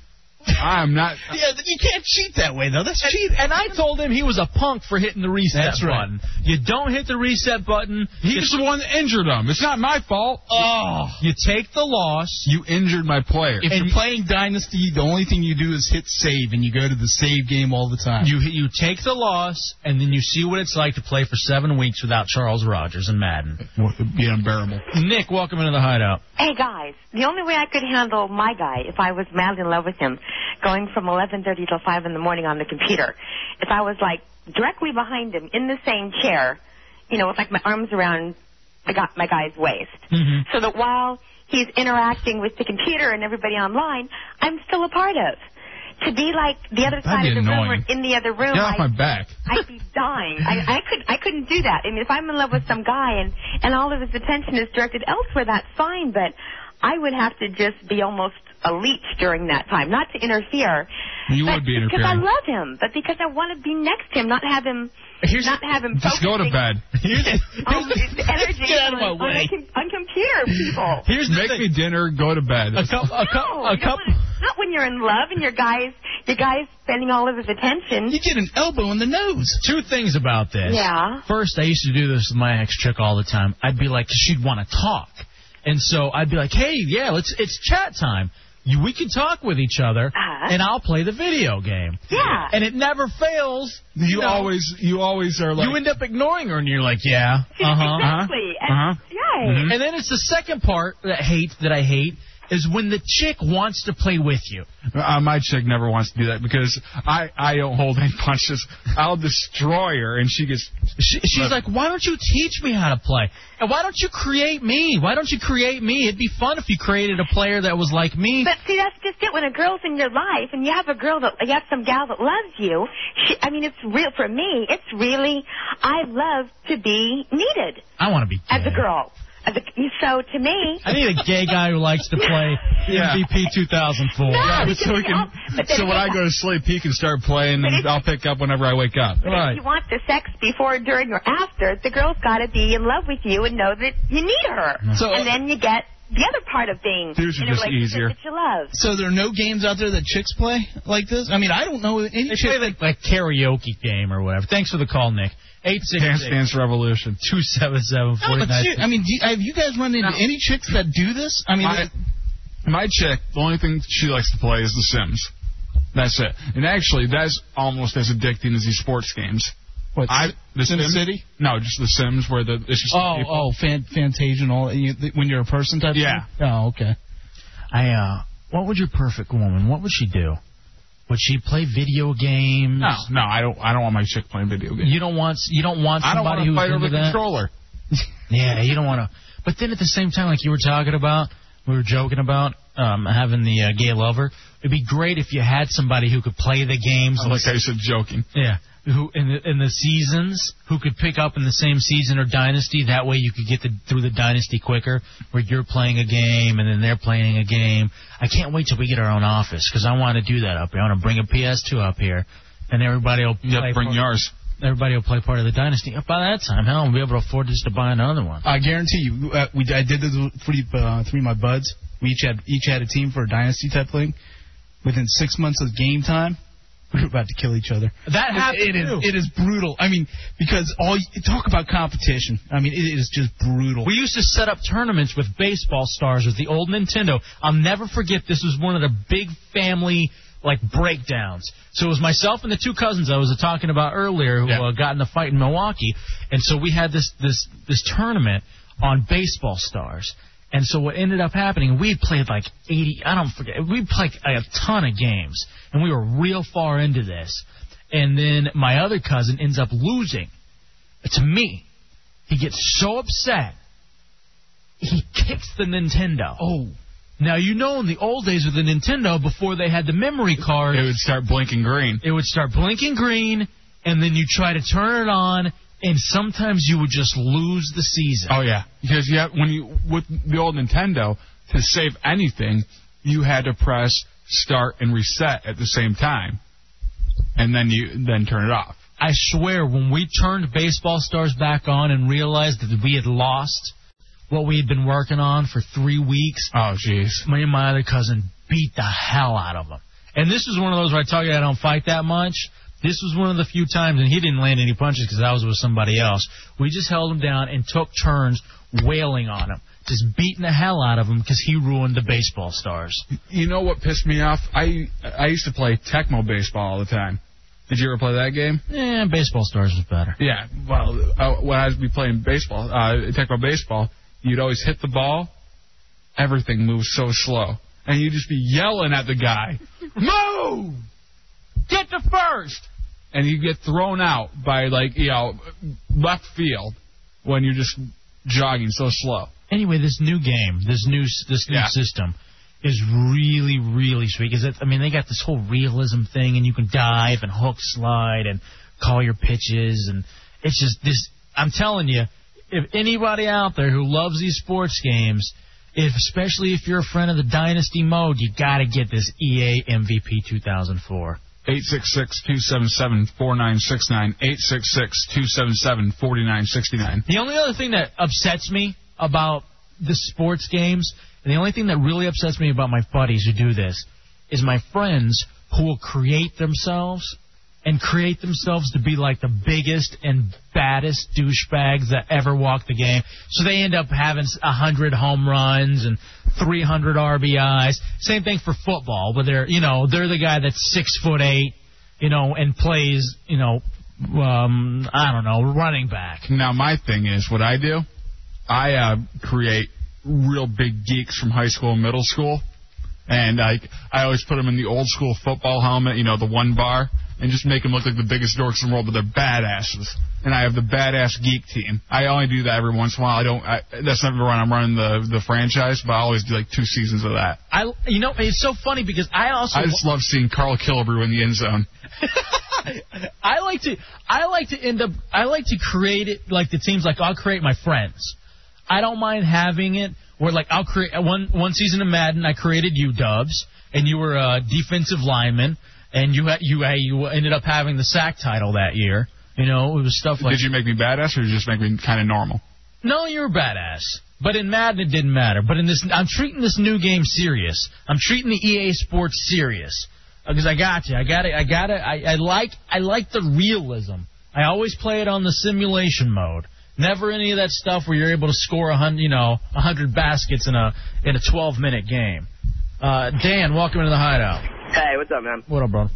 Speaker 5: I'm not.
Speaker 12: yeah, you can't cheat that way though. That's
Speaker 1: cheat. And I told him he was a punk for hitting the reset button. You don't hit the reset button.
Speaker 5: He's the one that injured him. It's not my fault.
Speaker 12: Oh.
Speaker 1: You take the loss.
Speaker 5: You injured my player.
Speaker 12: If you're playing Dynasty, the only thing you do is hit save, and you go to the save game all the time.
Speaker 1: You you take the loss, and then you see what it's like to play for seven weeks without Charles Rogers and Madden.
Speaker 5: Be unbearable.
Speaker 1: Nick, welcome into the hideout.
Speaker 18: Hey guys, the only way I could handle my guy if I was madly in love with him, going from 11:30 till 5 in the morning on the computer, if I was like directly behind him in the same chair, you know, with like my arms around the guy, my guy's waist,
Speaker 5: Mm-hmm.
Speaker 18: so that while he's interacting with the computer and everybody online, I'm still a part of. To be like the other
Speaker 5: That'd
Speaker 18: side
Speaker 5: be
Speaker 18: of the room
Speaker 5: annoying.
Speaker 18: or in the other room,
Speaker 5: Get off
Speaker 18: I-
Speaker 5: my back.
Speaker 18: I'd be dying. I, I could I couldn't do that. I mean, if I'm in love with some guy and and all of his attention is directed elsewhere, that's fine. But I would have to just be almost a leech during that time, not to interfere.
Speaker 5: You
Speaker 18: but
Speaker 5: would be
Speaker 18: because I
Speaker 5: interfering.
Speaker 18: love him, but because I want to be next to him, not have him. not have him
Speaker 5: Just go to
Speaker 18: focusing
Speaker 5: bed.
Speaker 18: on his energy
Speaker 3: Get out
Speaker 18: on,
Speaker 3: of my
Speaker 18: on
Speaker 3: way.
Speaker 18: the com- on computer people.
Speaker 5: Make me dinner, go to bed.
Speaker 1: A cup, a cup,
Speaker 18: No, you don't wanna- Not when you're in love and your guys, your guys spending all of his attention.
Speaker 12: You get an elbow in the nose.
Speaker 1: Two things about this.
Speaker 18: Yeah.
Speaker 1: First, I used to do this with my ex chick all the time. I'd be like, 'cause she'd want to talk, and so I'd be like, hey, yeah, let's it's chat time. You, we can talk with each other, and I'll play the video game.
Speaker 18: Uh-huh. Yeah.
Speaker 1: And it never fails.
Speaker 5: You,
Speaker 1: know?
Speaker 5: always, you always are like.
Speaker 1: you end up ignoring her, and you're like, yeah, uh huh,
Speaker 18: Exactly. And-
Speaker 1: uh huh.
Speaker 18: Right.
Speaker 1: And then it's the second part that hate that I hate is when the chick wants to play with you.
Speaker 5: Uh, my chick never wants to do that because I I don't hold any punches. I'll destroy her, and she gets.
Speaker 1: She, She's like, why don't you teach me how to play? And why don't you create me? Why don't you create me? It'd be fun if you created a player that was like me.
Speaker 18: But see, that's just it. When a girl's in your life and you have a girl that you have some gal that loves you, she, I mean, it's real for me. It's really I love to be needed
Speaker 1: I want to be.
Speaker 18: as a girl. As a, so to me,
Speaker 1: I need a gay guy who likes to play
Speaker 5: Yeah.
Speaker 1: MVP 2004.
Speaker 18: No, Yeah,
Speaker 5: Yeah,
Speaker 18: because
Speaker 5: so we can.
Speaker 18: I'll- but then
Speaker 5: So when I go to sleep, he can start playing, and I'll pick up whenever I wake up.
Speaker 18: but if you want the sex before, during, or after, the girl's got to be in love with you and know that you need her,
Speaker 12: So-
Speaker 18: and then you get the other part of being
Speaker 12: Dudes are
Speaker 18: in a
Speaker 12: just
Speaker 18: relationship
Speaker 12: easier.
Speaker 18: that you love.
Speaker 12: So there are no games out there that chicks play like this. I mean, I don't know any
Speaker 1: They
Speaker 12: chick.
Speaker 1: play like, like karaoke game or whatever. Thanks for the call, Nick. Eight six
Speaker 5: Dance Dance Revolution.
Speaker 1: Two seven seven
Speaker 12: No,
Speaker 1: forty
Speaker 12: but
Speaker 1: nine.
Speaker 12: ser- I mean, do you, have you guys run into any chicks that do this? I mean,
Speaker 5: My- my chick, the only thing she likes to play is The Sims. That's it. And actually, that's almost as addicting as these sports games.
Speaker 12: What,
Speaker 5: I, the
Speaker 12: Sim
Speaker 5: Sims,
Speaker 12: City?
Speaker 5: No, just The Sims, where the it's just
Speaker 12: oh,
Speaker 5: people.
Speaker 12: oh, fan, Fantasia and all. You, th- when you're a person type.
Speaker 5: Yeah.
Speaker 12: Thing? Oh, okay.
Speaker 1: I uh, what would your perfect woman? What would she do? Would she play video games?
Speaker 5: No, no, I don't. I don't want my chick playing video games.
Speaker 1: You don't want you don't want
Speaker 5: I don't
Speaker 1: somebody
Speaker 5: want to fight
Speaker 1: who's
Speaker 5: over
Speaker 1: into
Speaker 5: the
Speaker 1: that.
Speaker 5: controller.
Speaker 1: Yeah, you don't want to. But then at the same time, like you were talking about, we were joking about um, having the uh, gay lover. It'd be great if you had somebody who could play the games.
Speaker 5: Like I said, joking.
Speaker 1: Yeah. Who in the in the seasons who could pick up in the same season or dynasty? That way you could get the, through the dynasty quicker. Where you're playing a game and then they're playing a game. I can't wait till we get our own office because I want to do that up here. I want to bring a PS2 up here, and everybody will
Speaker 5: You have
Speaker 1: play
Speaker 5: to bring
Speaker 1: part-
Speaker 5: yours.
Speaker 1: Everybody will play part of the dynasty. By that time, hell, I'll be able to afford just to buy another one.
Speaker 12: I guarantee you, uh, we I did this with three, uh, three of my buds. We each had each had a team for a dynasty type thing. Within six months of game time,
Speaker 6: We're about to kill each other.
Speaker 19: That happened
Speaker 6: It is.
Speaker 19: too.
Speaker 6: It is brutal. I mean, because all you, talk about competition. I mean, it is just brutal.
Speaker 1: We used to set up tournaments with baseball stars with the old Nintendo. I'll never forget this was one of the big family like breakdowns. So it was myself and the two cousins I was talking about earlier who uh, got in the fight in Milwaukee, and so we had this this this tournament on baseball stars. And so what ended up happening, we played like 80, I don't forget, we played a ton of games, and we were real far into this. And then my other cousin ends up losing to me. He gets so upset, he kicks the Nintendo. Oh. Now you know in the old days with the Nintendo, before they had the memory card, it would
Speaker 5: start blinking green.
Speaker 1: It would start blinking green, and then you try to turn it on, and sometimes you would just lose the season.
Speaker 5: Oh yeah, because you have, when you with the old Nintendo to save anything, you had to press start and reset at the same time, and then you then turn it off.
Speaker 1: I swear, when we turned Baseball Stars back on and realized that we had lost what we had been working on for three weeks,
Speaker 5: oh jeez,
Speaker 1: me and my other cousin beat the hell out of him. And this was one of those where I tell you I don't fight that much. This was one of the few times, and he didn't land any punches because I was with somebody else. We just held him down and took turns wailing on him, just beating the hell out of him because he ruined the Baseball Stars.
Speaker 5: You know what pissed me off? I I used to play Tecmo baseball all the time. Did you ever play that game?
Speaker 1: Yeah, Eh, Baseball Stars was better.
Speaker 5: Yeah. Well, uh, when I was be playing baseball, uh, Tecmo baseball, you'd always hit the ball. Everything moves so slow, and you'd just be yelling at the guy, "Move! Get to first! And you get thrown out by like you know left field when you're just jogging so slow.
Speaker 1: anyway, this new game, this new this new
Speaker 5: Yeah.
Speaker 1: system, is really really sweet. Because I mean, they got this whole realism thing, and you can dive and hook slide and call your pitches, and it's just this. I'm telling you, if anybody out there who loves these sports games. If, especially if you're a friend of the Dynasty mode, you gotta get this E EA MVP 2004.
Speaker 5: 866-277-4969, 866-277-4969.
Speaker 1: The only other thing that upsets me about the sports games, and the only thing that really upsets me about my buddies who do this, is my friends who will create themselves and create themselves to be like the biggest and baddest douchebags that ever walked the game. So they end up having a hundred home runs and 300 RBIs. Same thing for football, but they're you know they're the guy that's six foot eight, you know, and plays you know um I don't know running back.
Speaker 5: Now my thing is what I do, I uh, create real big geeks from high school and middle school, and I I always put them in the old school football helmet, you know, the one bar, and just make them look like the biggest dorks in the world, but they're badasses. And I have the badass geek team. I only do that every once in a while. I don't. I, that's never when I'm running the the franchise, but I always do like two seasons of that.
Speaker 1: I, you know, it's so funny because I also
Speaker 5: I just love seeing Carl Killebrew in the end zone.
Speaker 1: I like to I like to end up I like to create it like the teams like I'll create my friends. I don't mind having it where like I'll create one one season of Madden I created you Dubs and you were a defensive lineman and you had you had, you ended up having the sack title that year. You know, it was stuff like
Speaker 5: Did you make me badass or did you just make me kind of normal?
Speaker 1: No, you're a badass. But in Madden, it didn't matter. But in this, I'm treating this new game serious. I'm treating the EA Sports serious because I got you. I got it. I got it. I, I like. I like the realism. I always play it on the simulation mode. Never any of that stuff where you're able to score a hundred, you know, a hundred baskets in a in a 12 minute game. Uh, Dan, welcome into the hideout.
Speaker 20: Hey, what's up, man?
Speaker 1: What up, bro?
Speaker 20: Uh,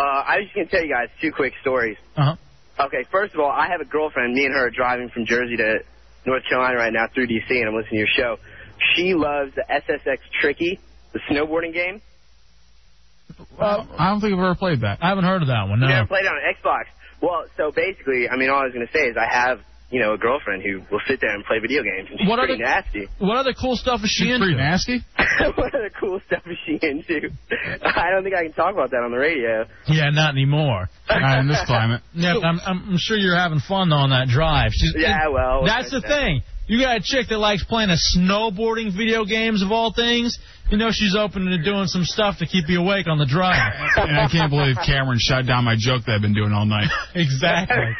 Speaker 20: I was just gonna tell you guys two quick stories.
Speaker 1: Uh huh.
Speaker 20: Okay, first of all, I have a girlfriend. Me and her are driving from Jersey to North Carolina right now through DC, and I'm listening to your show. She loves the SSX Tricky, the snowboarding game.
Speaker 5: I don't think I've ever played that.
Speaker 1: I haven't heard of that one. No.
Speaker 20: You never played it on Xbox. Well, so basically, I mean, all I was gonna say is I have, you know, a girlfriend who will sit there and play video games, and she's
Speaker 1: What
Speaker 20: pretty
Speaker 1: other
Speaker 20: nasty.
Speaker 1: What other cool stuff is she
Speaker 5: She's
Speaker 1: into?
Speaker 5: pretty nasty.
Speaker 20: what other cool stuff is she into? I don't think I can talk about that on the radio.
Speaker 1: Yeah, not anymore.
Speaker 5: in this climate.
Speaker 1: Yeah, but I'm, I'm I'm sure you're having fun on that drive. She's,
Speaker 20: Yeah, well,
Speaker 1: that's the
Speaker 20: I-
Speaker 1: thing. You got a chick that likes playing a snowboarding video games of all things. You know she's open to doing some stuff to keep you awake on the drive.
Speaker 5: And I can't believe Cameron shut down my joke that I've been doing all night.
Speaker 1: exactly.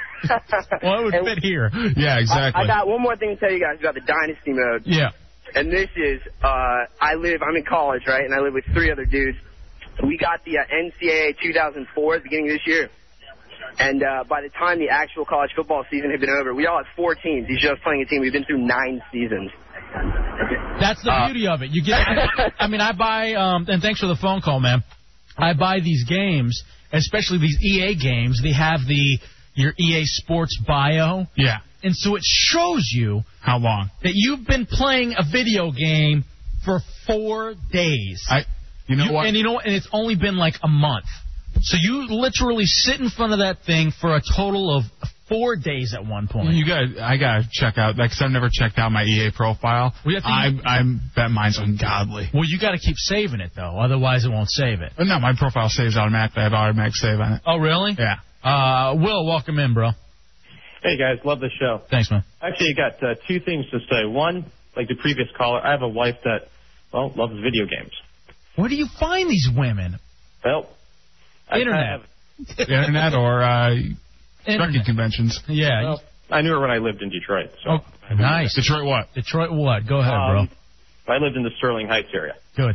Speaker 1: well, it would fit here.
Speaker 5: Yeah, exactly.
Speaker 20: I, I got one more thing to tell you guys about the Dynasty mode.
Speaker 5: yeah.
Speaker 20: And this is, uh, I live, I'm in college, right? And I live with three other dudes. We got the uh, NCAA 2004 at the beginning of this year. And uh, by the time the actual college football season had been over, we all had four teams. Each of us playing a team. We've been through nine seasons.
Speaker 1: That's
Speaker 5: Uh,
Speaker 1: the beauty of it. You get. I mean, I buy. Um, and thanks for the phone call, man. I buy these games, especially these EA games. They have the your EA Sports bio.
Speaker 5: Yeah.
Speaker 1: And so it shows you
Speaker 5: how long
Speaker 1: that you've been playing a video game for four days.
Speaker 5: I, you know what?
Speaker 1: And you know, what? and it's only been like a month. So you literally sit in front of that thing for a total of four days at one point.
Speaker 5: You got. I gotta check out that because I've never checked out my EA profile.
Speaker 1: Well, you have to-
Speaker 5: I I bet mine's ungodly.
Speaker 1: Well, you got to keep saving it though, otherwise it won't save it.
Speaker 5: But no, my profile saves automatically. I have automatic save on it.
Speaker 1: Oh, really?
Speaker 5: Yeah.
Speaker 1: Uh, Will, welcome in, bro.
Speaker 21: Hey guys, love the show.
Speaker 1: Thanks, man.
Speaker 21: Actually, I got uh, two things to say. One, like the previous caller, I have a wife that well loves video games.
Speaker 1: Where do you find these women?
Speaker 21: Well,
Speaker 1: Internet.
Speaker 5: The internet or uh, trucking conventions.
Speaker 1: Yeah.
Speaker 21: Well, I knew her when I lived in Detroit. So
Speaker 1: nice.
Speaker 5: Oh, Detroit what?
Speaker 1: Detroit what? Go ahead,
Speaker 21: Um, I lived in the Sterling Heights area.
Speaker 1: bro.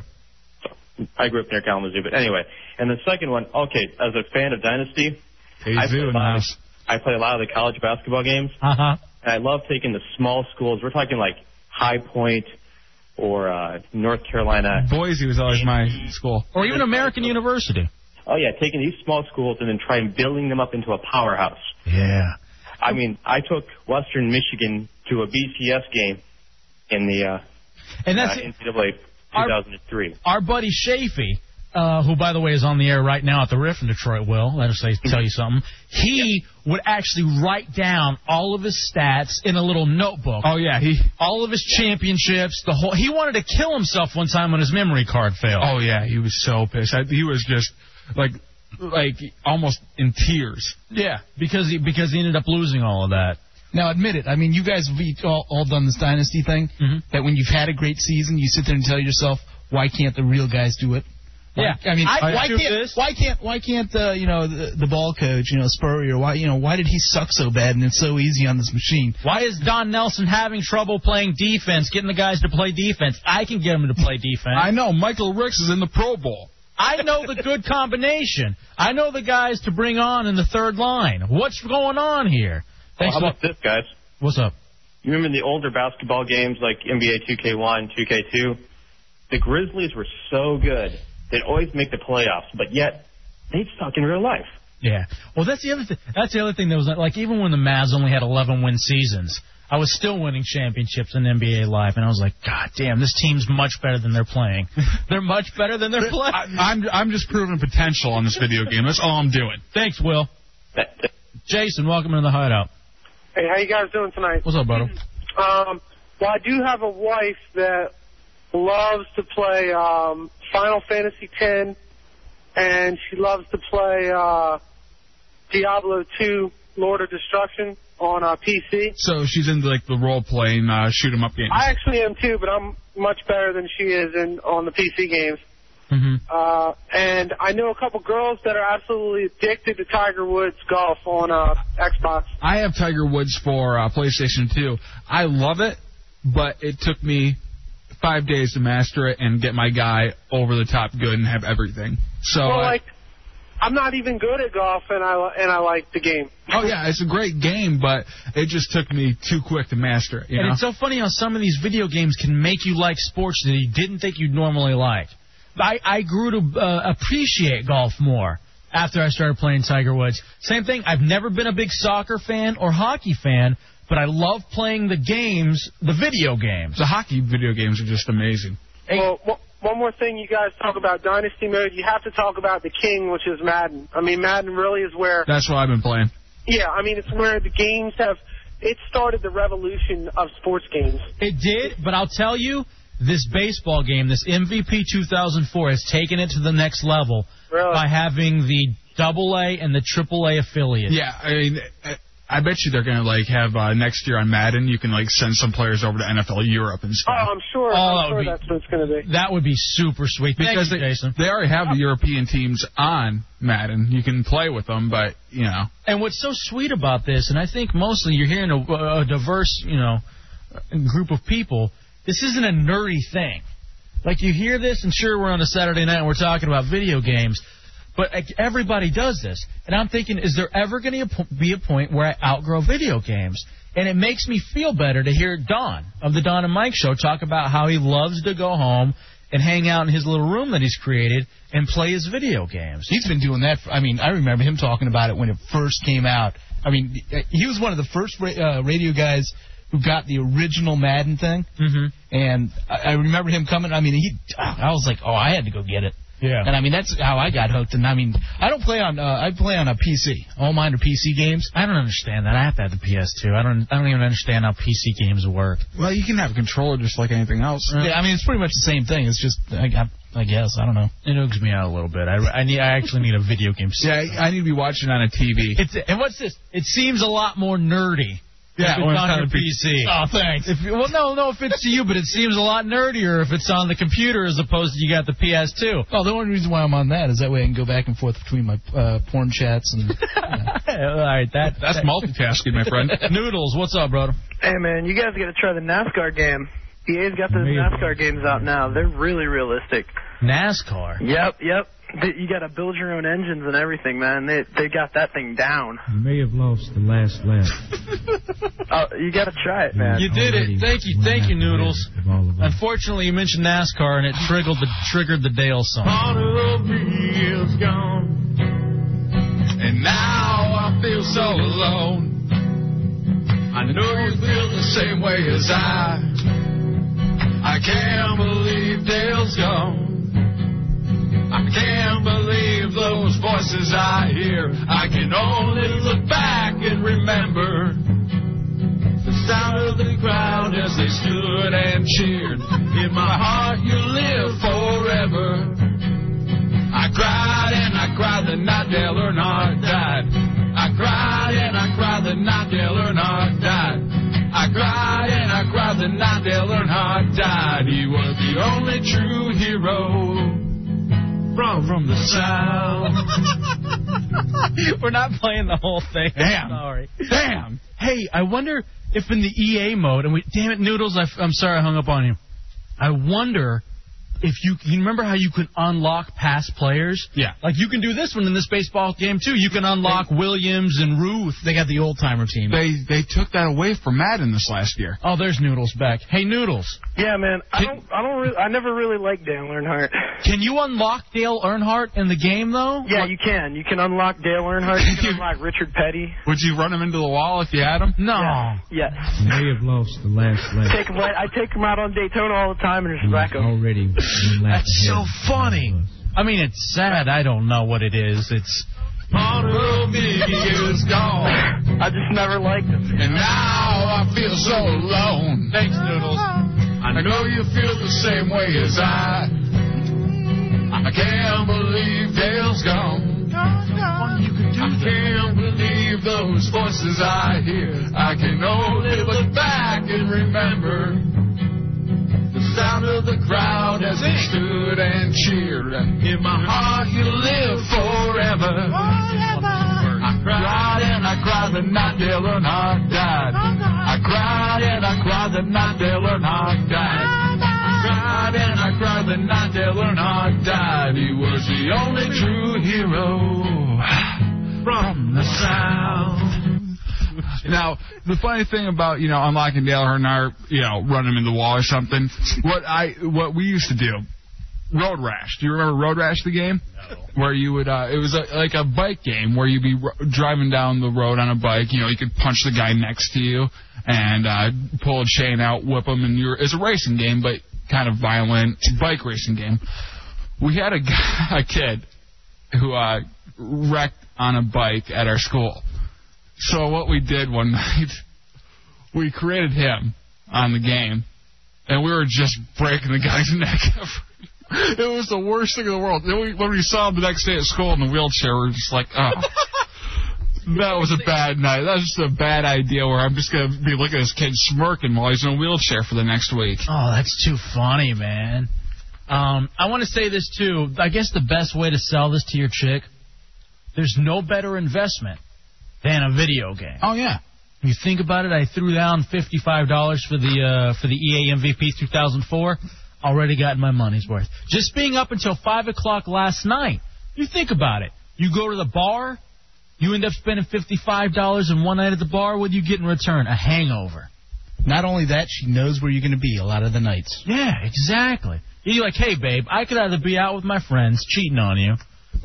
Speaker 1: Good.
Speaker 21: I grew up near Kalamazoo, but anyway. And the second one, okay, as a fan of Dynasty,
Speaker 5: Hey,
Speaker 21: I, play
Speaker 5: zoo
Speaker 21: a
Speaker 5: in the
Speaker 21: lot of,
Speaker 5: house.
Speaker 21: I play a lot of the college basketball games,
Speaker 1: Uh huh.
Speaker 21: and I love taking the small schools. We're talking like High Point or uh, North Carolina.
Speaker 5: Boise was always my school.
Speaker 1: Or even American University.
Speaker 21: Oh yeah, taking these small schools and then try and building them up into a powerhouse.
Speaker 1: Yeah.
Speaker 21: I mean, I took Western Michigan to a BCS game in the uh,
Speaker 1: And that's
Speaker 21: uh, NCAA 2003.
Speaker 1: our buddy Shafee, uh, who by the way is on the air right now at the Riff in Detroit, will let us say,
Speaker 5: Mm-hmm.
Speaker 1: tell you something. He would actually write down all of his stats in a little notebook.
Speaker 5: Oh yeah, he
Speaker 1: all of his championships. The whole he wanted to kill himself one time when his memory card failed.
Speaker 5: Oh yeah, he was so pissed. I, he was just like like almost in tears.
Speaker 1: Yeah, because he because he ended up losing all of that.
Speaker 6: Now admit it. I mean, you guys have each- all, all done this dynasty thing.
Speaker 1: Mm-hmm.
Speaker 6: That when you've had a great season, you sit there and tell yourself, "Why can't the real guys do it?" Why-
Speaker 1: Yeah.
Speaker 6: I mean,
Speaker 1: I-
Speaker 6: why
Speaker 1: I do
Speaker 6: can't
Speaker 1: this.
Speaker 6: why can't why can't uh, you know the, the ball coach you know Spurrier why you know why did he suck so bad and it's so easy on this machine?
Speaker 1: Why is Don Nelson having trouble playing defense, getting the guys to play defense? I can get them to play defense.
Speaker 5: I know Michael Ricks is in the Pro Bowl.
Speaker 1: I know the good combination. I know the guys to bring on in the third line. What's going on
Speaker 21: Well,
Speaker 1: here? Thanks
Speaker 21: how
Speaker 1: for-
Speaker 21: about this, guys?
Speaker 1: What's up?
Speaker 21: You remember the older basketball games like NBA 2K1, 2K2? The Grizzlies were so good. They'd always make the playoffs, but yet they'd suck in real life.
Speaker 1: Yeah. Well, that's the other thing. That's the other thing that was like even when the Mavs only had 11 win seasons, I was still winning championships in NBA Live, and I was like, God damn, this team's much better than they're playing. they're much better than they're playing.
Speaker 5: I, I'm I'm just proving potential on this video game. That's all I'm doing.
Speaker 1: Thanks, Will. Jason, welcome into the hideout.
Speaker 11: Hey, how you guys doing tonight?
Speaker 1: What's up, brother?
Speaker 11: Um, well, I do have a wife that loves to play um, Final Fantasy X, and she loves to play uh, Diablo 2: Lord of Destruction on uh, PC.
Speaker 5: So she's into like the role playing uh, shoot 'em up games.
Speaker 11: I actually am too, but I'm much better than she is in on the PC games. Uh, and I know a couple girls that are absolutely addicted to Tiger Woods golf on uh, Xbox.
Speaker 5: I have Tiger Woods for uh, PlayStation 2. I love it, but it took me five days to master it and get my guy over the top good and have everything. So uh,
Speaker 11: well,
Speaker 5: I-
Speaker 11: like, I'm not even good at golf, and I li- and I like the game.
Speaker 5: Oh yeah, it's a great game, but it just took me too quick to master it. You
Speaker 1: and
Speaker 5: know?
Speaker 1: it's so funny how some of these video games can make you like sports that you didn't think you'd normally like. I, I grew to uh, appreciate golf more after I started playing Tiger Woods. Same thing, I've never been a big soccer fan or hockey fan, but I love playing the games, the video games.
Speaker 5: The hockey video games are just amazing.
Speaker 11: Well, one- one more thing you guys talk about dynasty mode. You have to talk about the king, which is Madden. I mean, Madden really is where.
Speaker 5: That's what I've been playing.
Speaker 11: Yeah, I mean, it's where the games have. It started the revolution of sports games.
Speaker 1: It did, but I'll tell you, this baseball game, this MVP 2004, has taken it to the next level by having the double A and the triple A affiliates.
Speaker 5: Yeah, I mean, I- I bet you they're gonna like have uh, next year on Madden. You can like send some players over to NFL Europe and
Speaker 11: Oh,
Speaker 5: stuff.
Speaker 11: I'm sure. I'm
Speaker 1: that would
Speaker 11: sure
Speaker 1: be-
Speaker 11: that's what it's going to be.
Speaker 1: That would be super sweet.
Speaker 5: Because
Speaker 1: Thank you,
Speaker 5: they,
Speaker 1: Jason.
Speaker 5: they already have the European teams on Madden. You can play with them, but you know.
Speaker 1: And what's so sweet about this, and I think mostly you're hearing a, a diverse, you know, group of people. This isn't a nerdy thing. Like you hear this, and sure, we're on a Saturday night and we're talking about video games, but like, everybody does this. And I'm thinking, is there ever going to be a point where I outgrow video games? And it makes me feel better to hear Don of the Don and Mike Show talk about how he loves to go home and hang out in his little room that he's created and play his video games.
Speaker 6: He's been doing that. For, I mean, I remember him talking about it when it first came out. I mean, he was one of the first ra- uh, radio guys who got the original Madden thing.
Speaker 1: Mm-hmm.
Speaker 6: And I, I remember him coming. I mean, he. I was like, oh, I had to go get it.
Speaker 1: Yeah.
Speaker 6: And I mean, that's how I got hooked. And I mean, I don't play on. Uh, I play on a PC. All mine are PC games.
Speaker 1: I don't understand that. I have to have the PS2. I don't. I don't even understand how PC games work.
Speaker 5: Well, you can have a controller just like anything else.
Speaker 6: Yeah, I mean, it's pretty much the same thing. It's just, I, I, I guess, I don't know.
Speaker 1: It oogs me out a little bit. I, I need. I actually need a video game. System.
Speaker 5: Yeah, I need to be watching on a TV.
Speaker 1: It's, and what's this? It seems a lot more nerdy.
Speaker 5: Yeah,
Speaker 1: if it's
Speaker 5: when it's
Speaker 1: on
Speaker 5: on
Speaker 1: your
Speaker 5: the
Speaker 1: PC.
Speaker 5: PC.
Speaker 6: Oh, thanks.
Speaker 1: If, well, no, no offense to you, but it seems a lot nerdier if it's on the computer as opposed to you got the PS2.
Speaker 6: Oh, the only reason why I'm on that is that way I can go back and forth between my uh, porn chats and.
Speaker 1: All right, that
Speaker 5: That's multitasking, my friend.
Speaker 1: Noodles, what's up, brother?
Speaker 22: Hey man, you guys got to try the NASCAR game. EA's got those
Speaker 1: Maybe.
Speaker 22: NASCAR games out now. They're really realistic.
Speaker 1: NASCAR.
Speaker 22: Yep, yep. Th- You got to build your own engines and everything, man. They they got that thing down.
Speaker 11: You may have lost the last lap.
Speaker 22: Uh, you got to try it, man.
Speaker 1: You did it. Thank you, thank you, Noodles. Unfortunately, you mentioned NASCAR and it triggered the triggered the Dale song.
Speaker 3: Automobile's gone. And now I feel so alone. I know you feel the same way as I. I can't believe Dale's gone. I can't believe those voices I hear. I can only look back and remember the sound of the crowd as they stood and cheered. In my heart, you live forever. I cried and I cried the night Dale Earnhardt died. I cried and I cried the night Dale Earnhardt died. I cried and I cried the night Dale Earnhardt died. He was the only true hero from from the south.
Speaker 1: We're not playing the whole thing.
Speaker 3: Damn.
Speaker 1: Sorry.
Speaker 3: Damn.
Speaker 1: Hey, I wonder if in the EA mode, and we, damn it, Noodles, I, am sorry I hung up on you. I wonder if you, you remember how you can unlock past players?
Speaker 5: Yeah.
Speaker 1: Like you can do this one in this baseball game too. You can unlock Williams and Ruth. They got the old timer team.
Speaker 5: They they took that away from Madden this last year.
Speaker 1: Oh, there's Noodles back. Hey, Noodles,
Speaker 22: Yeah, man. I don't I don't re- I never really liked Dale Earnhardt.
Speaker 1: can you unlock Dale Earnhardt in the game though?
Speaker 22: Yeah, you can. You can unlock Dale Earnhardt. You can unlock Richard Petty.
Speaker 5: Would you run him into the wall if you had him?
Speaker 1: No.
Speaker 22: Yes.
Speaker 11: You may have lost the last lap.
Speaker 22: Take him. right- I take him out on Daytona all the time and just whack him.
Speaker 11: Already one lap
Speaker 1: That's so
Speaker 11: ahead.
Speaker 1: funny. I mean, it's sad. I don't know what it is. It's
Speaker 3: Automobile's gone.
Speaker 22: I just never liked him.
Speaker 3: And now I feel so alone.
Speaker 1: thanks, Noodles.
Speaker 3: I know you feel the same way as I. I can't believe Dale's gone. I can't believe those voices I hear. I can only look back and remember the sound of the crowd as they stood and cheered. In my heart, you live forever. I cried and I cried the night Dale Earnhardt died. I cried and I cried the night Dale Earnhardt died. I cried and I cried the night Dale Earnhardt died. He was the only true hero from the South.
Speaker 5: Now, the funny thing about you know unlocking Dale Earnhardt, you know, running him in the wall or something. What I what we used to do, Road Rash. Do you remember Road Rash, the game? Where you would uh, it was a, like a bike game where you'd be ro- driving down the road on a bike. You know, you could punch the guy next to you and uh, pull a chain out, whip him, and you're it's a racing game, but kind of violent bike racing game. We had a guy, a kid who uh, wrecked on a bike at our school. So what we did one night, we created him on the game, and we were just breaking the guy's neck. every- it was the worst thing in the world. Then we, when we saw him the next day at school in the wheelchair, we were just like, oh. That was a bad night. That was just a bad idea where I'm just going to be looking at this kid smirking while he's in a wheelchair for the next week.
Speaker 1: Oh, that's too funny, man. Um, I want to say this too. I guess the best way to sell this to your chick, there's no better investment than a video game.
Speaker 5: Oh, yeah.
Speaker 1: You E think about it. I threw down fifty-five dollars for the uh, for the EA MVP 2004. already gotten my money's worth. Just being up until five o'clock last night. You think about it. You go to the bar, you end up spending fifty-five dollars in one night at the bar. What do you get in return? A hangover.
Speaker 12: Not only that, she knows where you're going to be a lot of the nights.
Speaker 1: Yeah, exactly. You're like, hey, babe, I could either be out with my friends cheating on you,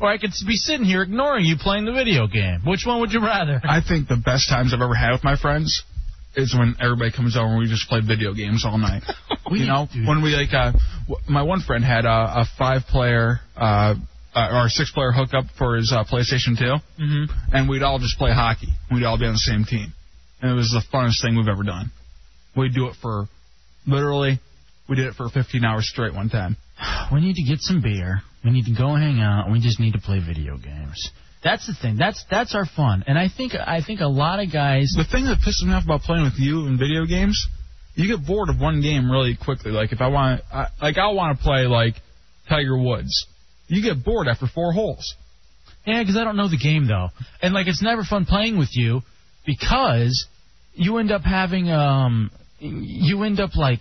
Speaker 1: or I could be sitting here ignoring you playing the video game. Which one would you rather?
Speaker 5: I think the best times I've ever had with my friends is when everybody comes over and we just play video games all night. you know, when we like, uh, w- my one friend had a, a five-player uh, uh, or a six-player hookup for his uh, PlayStation 2,
Speaker 1: Mm-hmm.
Speaker 5: and we'd all just play hockey. We'd all be on the same team, and it was the funnest thing we've ever done. We'd do it for literally, we did it for 15 hours straight one time.
Speaker 1: We need to get some beer. We need to go hang out. and We just need to play video games. That's the thing. That's that's our fun. And I think I think a lot of guys.
Speaker 5: The thing that pisses me off about playing with you in video games, you get bored of one game really quickly. Like if I want, I, like I want to play like Tiger Woods, you get bored after four holes.
Speaker 1: Yeah, because I don't know the game though, and like it's never fun playing with you because you end up having um you end up like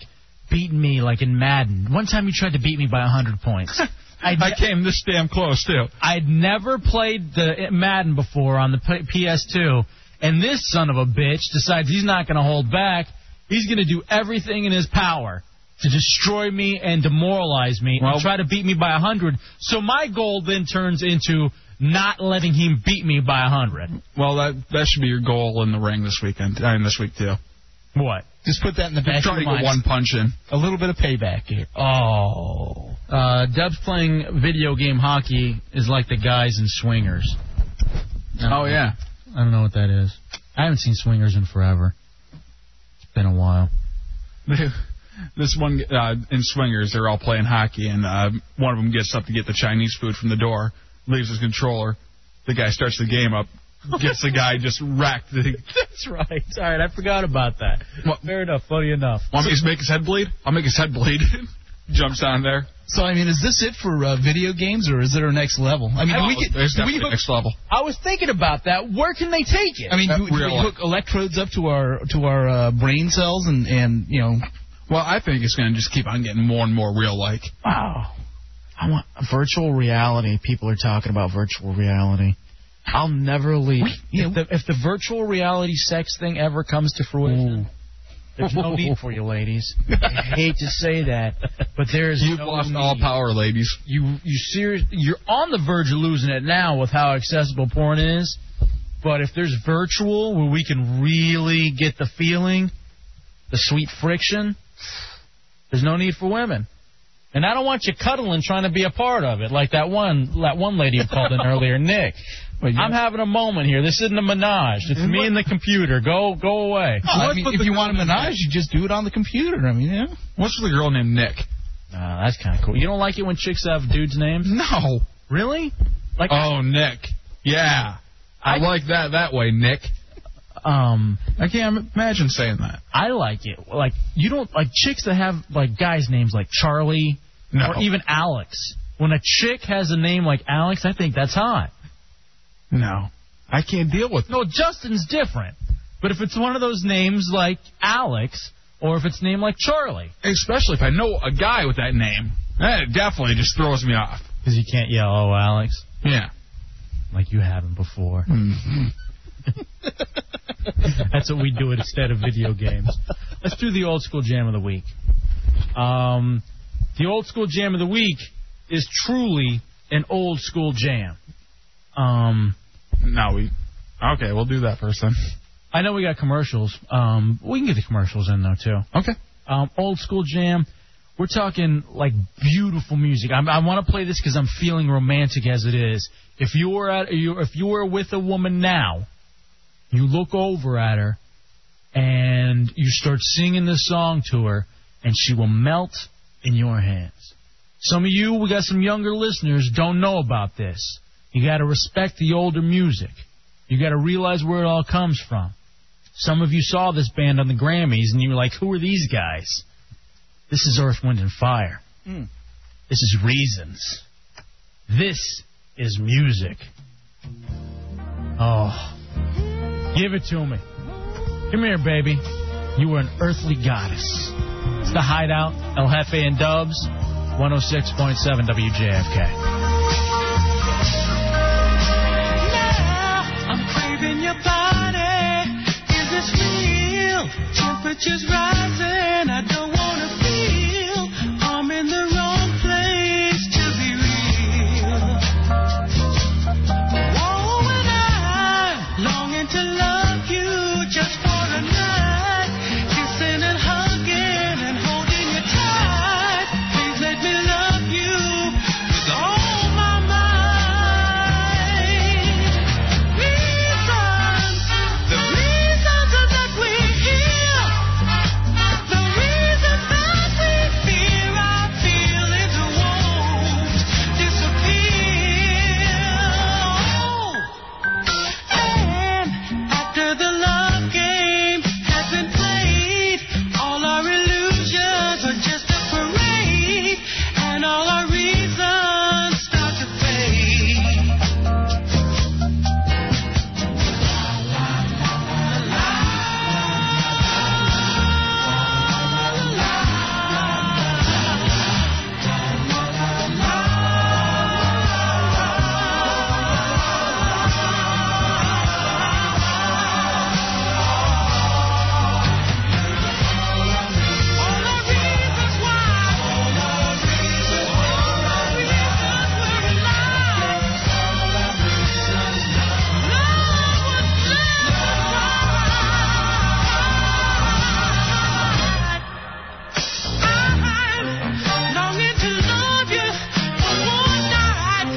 Speaker 1: beating me like in Madden. One time you tried to beat me by a hundred points. I,
Speaker 5: came this damn close too.
Speaker 1: I'd never played the eh, Madden before on the P- PS2, and this son of a bitch decides he's not going to hold back. He's going to do everything in his power to destroy me and demoralize me and try to beat me by a hundred. So my goal then turns into not letting him beat me by a hundred.
Speaker 5: Well, that that should be your goal in the ring this weekend. I mean this week too.
Speaker 1: What?
Speaker 12: Just put that in the back
Speaker 5: Try
Speaker 12: of
Speaker 5: to
Speaker 12: your
Speaker 5: get
Speaker 12: mind.
Speaker 5: one punch in.
Speaker 12: A little bit of payback here.
Speaker 1: Oh. Uh, Dub's playing video game hockey is like the guys in Swingers.
Speaker 5: Oh, yeah.
Speaker 1: Uh-huh. I don't know what that is. I haven't seen Swingers in forever. It's been a while.
Speaker 5: this one uh, in swingers, they're all playing hockey, and uh, one of them gets up to get the Chinese food from the door, leaves his controller. The guy starts the game up, gets the guy just racked.
Speaker 1: That's right. All right, I forgot about that. Fair enough. Funny enough.
Speaker 5: Want me to make his head bleed? I'll make his head bleed. Jumps on there.
Speaker 12: So I mean, is this it for uh, video games, or is it our next level? I mean, do we get
Speaker 5: there's
Speaker 12: do we
Speaker 5: definitely
Speaker 12: hook-
Speaker 5: next level.
Speaker 1: I was thinking about that. Where can they take it?
Speaker 12: I mean, do, do we
Speaker 5: Real life.
Speaker 12: hook electrodes up to our to our uh, brain cells and and you know?
Speaker 5: Well, I think it's going to just keep on getting more and more real like.
Speaker 9: Wow. I want virtual reality. People are talking about virtual reality. I'll never leave.
Speaker 1: If the, if the virtual reality sex thing ever comes to fruition, there's no need for you, ladies. I hate to say that, but there is.
Speaker 5: You've
Speaker 1: no
Speaker 5: lost
Speaker 1: need.
Speaker 5: all power, ladies.
Speaker 1: You you serious? You're on the verge of losing it now with how accessible porn is. But if there's virtual where we can really get the feeling, the sweet friction, there's no need for women. And I don't want you cuddling trying to be a part of it, like that one that one lady who called in earlier, Nick. I'm having a moment here. This isn't a menage. It's me and the computer. Go go away.
Speaker 12: Well, I mean, if you want a menage, you just do it on the computer. I mean, you know.
Speaker 5: What's with a girl named Nick?
Speaker 1: Ah, that's kind of cool. You don't like it when chicks have dudes' names?
Speaker 5: No.
Speaker 1: Really? Like
Speaker 5: Oh, Nick. Yeah. I, like that that way, Nick.
Speaker 1: um
Speaker 5: I can't imagine saying that.
Speaker 1: I like it. Like you don't like chicks that have like guys' names like Charlie
Speaker 5: No.
Speaker 1: or even Alex. When a chick has a name like Alex, I think that's hot.
Speaker 5: No. I can't deal with
Speaker 1: No, Justin's different. But if it's one of those names like Alex, or if it's named like Charlie,
Speaker 5: Especially if I know a guy with that name. That definitely just throws me off.
Speaker 1: because you can't yell, "Oh, Alex,"
Speaker 5: Yeah.
Speaker 1: like you haven't before. That's what we do instead of video games. Let's do the old school jam of the week. Um, the old school jam of the week is truly an old school jam. Um,
Speaker 5: No, we. Okay, we'll do that first then.
Speaker 1: I know we got commercials. Um, we can get the commercials in though too.
Speaker 5: Okay.
Speaker 1: Um, old school jam. We're talking like beautiful music. I'm, I want to play this because I'm feeling romantic as it is. If you were at you, if you were with a woman now, you look over at her, and you start singing this song to her, and she will melt in your hands. Some of you, we got some younger listeners, don't know about this. You got to respect the older music. You got to realize where it all comes from. Some of you saw this band on the Grammys and you were like, "Who are these guys?" This is Earth, Wind, and Fire.
Speaker 12: Hmm.
Speaker 1: This is Reasons. This is music. Oh, give it to me. Come here, baby. You were an earthly goddess. It's the Hideout, El Jefe and Dubs, 106.7 WJFK.
Speaker 3: I'm craving your body. Is this real? Temperatures rising. I don't wanna feel I'm in the wrong place to be real. Oh, and I longing to love you just for a night, kissing and hugging and holding you tight. Please let me love you with all my mind. Reasons, the reasons that we're here, the reasons that we fear, I feel it won't disappear. And after the love game has been played, all our illusions are just a parade, and all our reasons start to fade. Longing to love you for one night.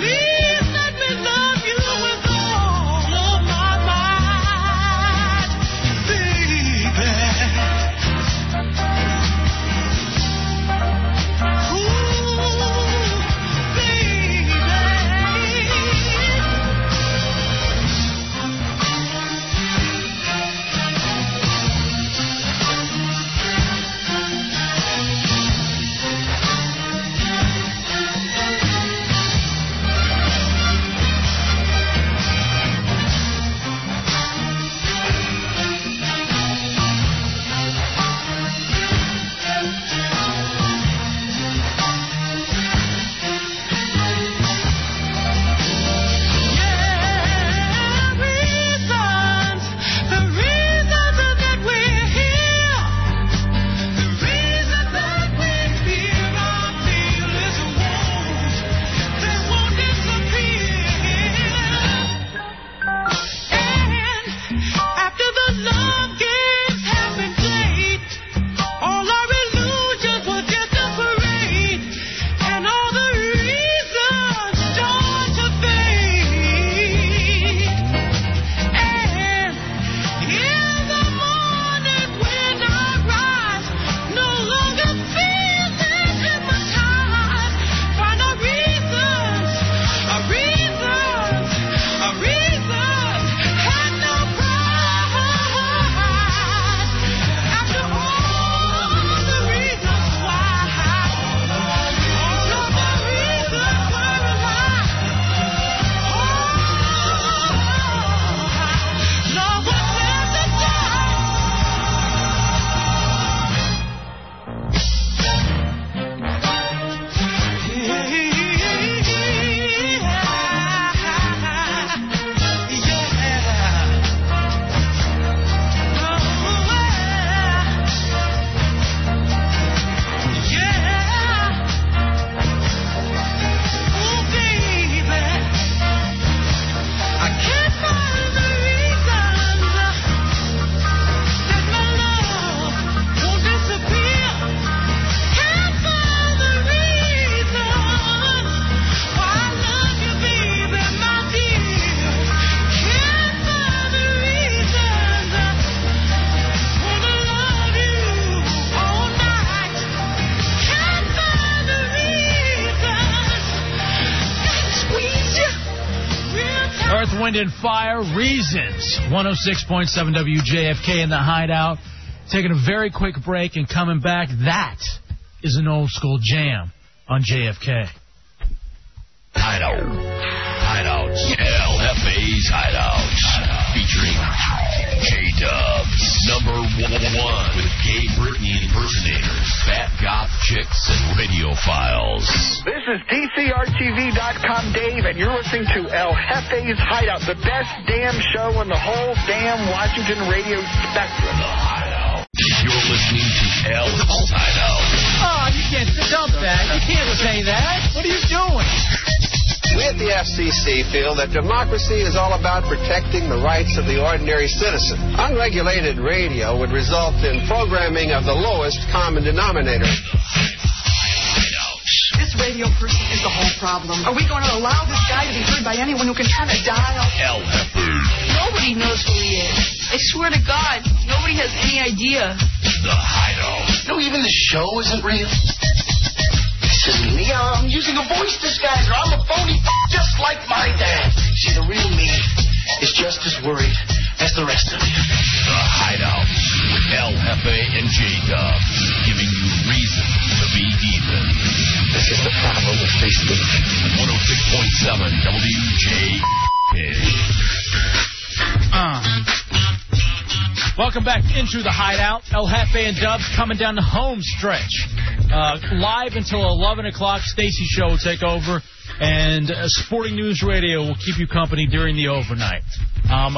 Speaker 3: Please let me love you with all of my might, baby. Ooh, baby. reasons, the reasons that we're here, the reasons that we fear, I feel is a wound that won't disappear. And after the love games have been played, all our illusions will just separate, and all the reasons start to fade. And in the morning when I rise, no longer feeling hypnotized. Find our reasons, our reasons, our reasons had no price. After all the reasons why, all of the reasons were a lie. Love was worth the Oh,
Speaker 1: Earth, Wind, and Fire Reasons. 106.7 WJFK in the hideout. Taking a very quick break and coming back. That is an old school jam on JFK.
Speaker 14: Hideout. Hideouts. LFA's Hideout. Featuring J Dubs. Number one with P
Speaker 3: gay Britney impersonators, fat goth chicks, and radiophiles.
Speaker 6: This is DCRTV.com Dave, and you're listening to El Jefe's Hideout, the best damn show in the whole damn Washington radio spectrum.
Speaker 3: You're listening to El Hideout.
Speaker 23: Oh, you can't dump that. You can't say that. What are you doing?
Speaker 11: We at the FCC feel that democracy is all about protecting the rights of the ordinary citizen. Unregulated radio would result in programming of the lowest common denominator.
Speaker 24: This radio person is the whole problem. Are we going to allow this guy to be heard by anyone who can turn a dial?
Speaker 3: El Hefe,
Speaker 24: Nobody knows who he is. I swear to God, nobody has any idea.
Speaker 3: the Hideout.
Speaker 6: No, even the show isn't real. This is me. I'm using a voice disguiser. I'm a phony just like my dad. See, the real me is just as worried as the rest of you.
Speaker 3: The Hideout with El Hefe and J Dub, giving you reason to be even. oh This is the problem with Facebook. 106.7 WJ.
Speaker 1: Uh. Welcome back into the hideout. El Jefe and Dubs coming down the home stretch. Uh, live until 11 o'clock. Stacy Show will take over, and uh, Sporting News Radio will keep you company during the overnight. Um,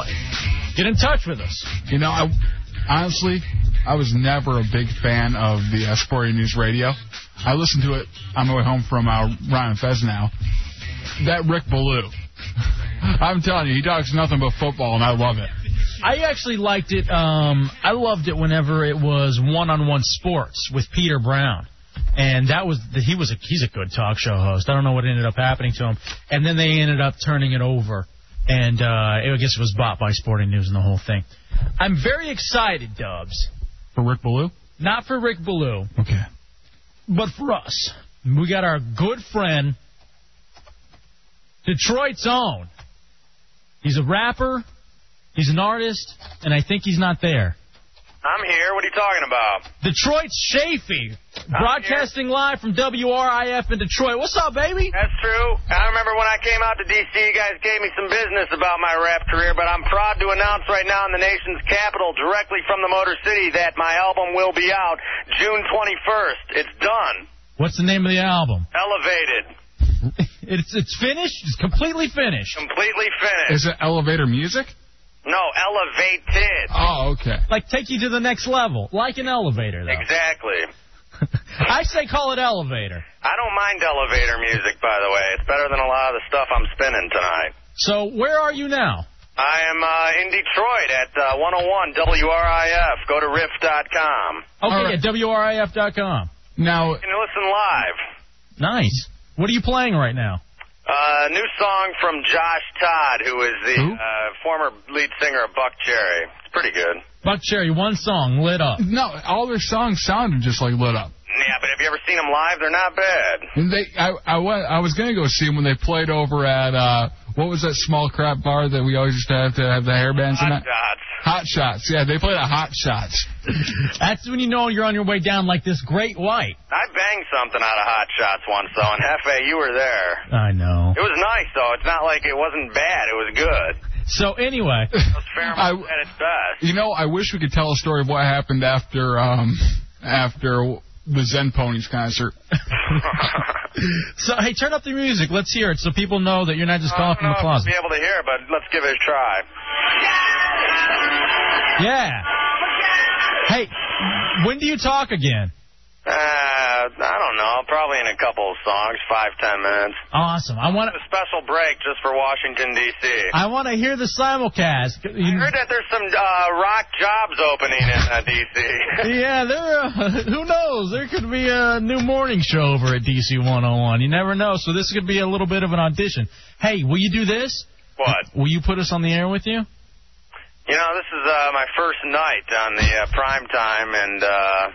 Speaker 1: get in touch with us.
Speaker 5: You know, I, honestly, I was never a big fan of the uh, Sporting News Radio. I listened to it on my way home from uh, Ryan Fez now. That Rick Ballou. I'm telling you, he talks nothing but football, and I love it.
Speaker 1: I actually liked it. Um, I loved it whenever it was one-on-one sports with Peter Brown, and that was he was a he's a good talk show host. I don't know what ended up happening to him, and then they ended up turning it over, and uh, I guess it was bought by Sporting News and the whole thing. I'm very excited, Dubs.
Speaker 5: For Rick Ballou?
Speaker 1: Not for Rick Ballou. Okay. But for us, we got our good friend, Detroit's own. He's a rapper. He's an artist, and I think he's not there.
Speaker 22: I'm here. What are you talking about?
Speaker 1: Detroit's Chafee, broadcasting live from WRIF in Detroit. What's up, baby?
Speaker 22: That's true. I remember when I came out to D.C., you guys gave me some business about my rap career, but I'm proud to announce right now in the nation's capital, directly from the Motor City, that my album will be out June 21st. It's done.
Speaker 1: What's the name of the album?
Speaker 22: Elevated.
Speaker 1: It's it's finished. It's completely finished.
Speaker 22: Completely finished.
Speaker 5: Is it elevator music?
Speaker 22: No, elevated.
Speaker 5: Oh, okay.
Speaker 1: Like take you to the next level, like an elevator. Though
Speaker 22: Exactly.
Speaker 1: I say call it elevator.
Speaker 22: I don't mind elevator music, by the way. It's better than a lot of the stuff I'm spinning tonight.
Speaker 1: So where are you now?
Speaker 22: I am uh, in Detroit at uh, 101 WRIF. Go to riff.com.
Speaker 1: Okay, at wrif.com.
Speaker 5: Now,
Speaker 22: You can listen live.
Speaker 1: nice. What are you playing right now?
Speaker 22: Uh, new song from Josh Todd, who is the Uh, former lead singer of Buck Cherry. It's pretty good.
Speaker 1: Buck Cherry, one song lit up.
Speaker 5: No, all their songs sounded just like lit up.
Speaker 22: Yeah, but have you ever seen them live? They're not bad.
Speaker 5: And they, I, I, went, I was gonna go see them when they played over at uh, what was that small crap bar that we always used to have to have the hair bands in?
Speaker 22: Hot Shots.
Speaker 5: Hot Shots. Yeah, they played at Hot Shots.
Speaker 1: That's when you know you're on your way down, like this great white.
Speaker 22: I banged something out of Hot Shots once, though, and Hefe, you were there.
Speaker 1: I know.
Speaker 22: It was nice, though. It's not like it wasn't bad. It was good.
Speaker 1: So anyway,
Speaker 22: It was Fairmont at its best.
Speaker 5: You know, I wish we could tell a story of what happened after um, after the Zen Ponies concert.
Speaker 1: so hey, turn up the music. Let's hear it so people know that you're not just calling from
Speaker 22: I
Speaker 1: the
Speaker 22: don't know if
Speaker 1: closet.
Speaker 22: you'll be able to hear, but let's give it a try.
Speaker 1: Yeah. Hey, when do you talk again?
Speaker 22: Uh, I don't know. Probably in a couple of songs, five, ten minutes.
Speaker 1: Awesome. I want
Speaker 22: a special break just for Washington D.C.
Speaker 1: to I want to hear the simulcast.
Speaker 22: I heard that there's some uh, rock jobs opening in uh, D.C.
Speaker 1: Yeah, there. Uh, who knows? There could be a new morning show over at DC 101. You never know. So this could be a little bit of an audition. Hey, will you do this?
Speaker 22: What?
Speaker 1: Will you put us on the air with you?
Speaker 22: You know, this is uh, my first night on the uh, prime time, and uh,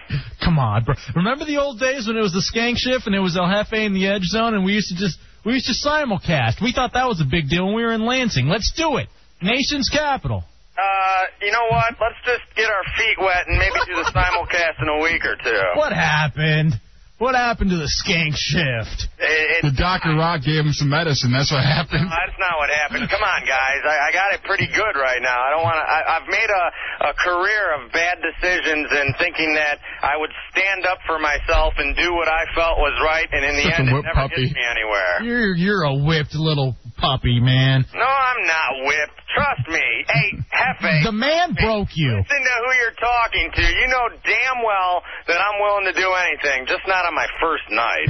Speaker 1: Come on, bro. Remember the old days when it was the skank shift and it was El Jefe in the Edge Zone, and we used to just we used to simulcast. We thought that was a big deal when we were in Lansing. Let's do it, nation's capital.
Speaker 22: uh, you know what? Let's just get our feet wet and maybe do the simulcast in a week or two.
Speaker 1: What happened?
Speaker 6: What happened to the skank shift?
Speaker 22: It,
Speaker 5: The Dr. Rock gave him some medicine. That's what happened.
Speaker 22: No, that's not what happened. Come on, guys. I, I got it pretty good right now. I don't want to. I've made a, a career of bad decisions and thinking that I would stand up for myself and do what I felt was right, and in the
Speaker 1: Such a
Speaker 22: end, it
Speaker 1: whip
Speaker 22: never
Speaker 1: puppy.
Speaker 22: gets me anywhere.
Speaker 1: You're you're a whipped little puppy, man.
Speaker 22: No, I'm not whipped. Trust me. Hey, Hefe.
Speaker 1: The man broke you.
Speaker 22: Listen to who you're talking to. You know damn well that I'm willing to do anything, just not on my first night.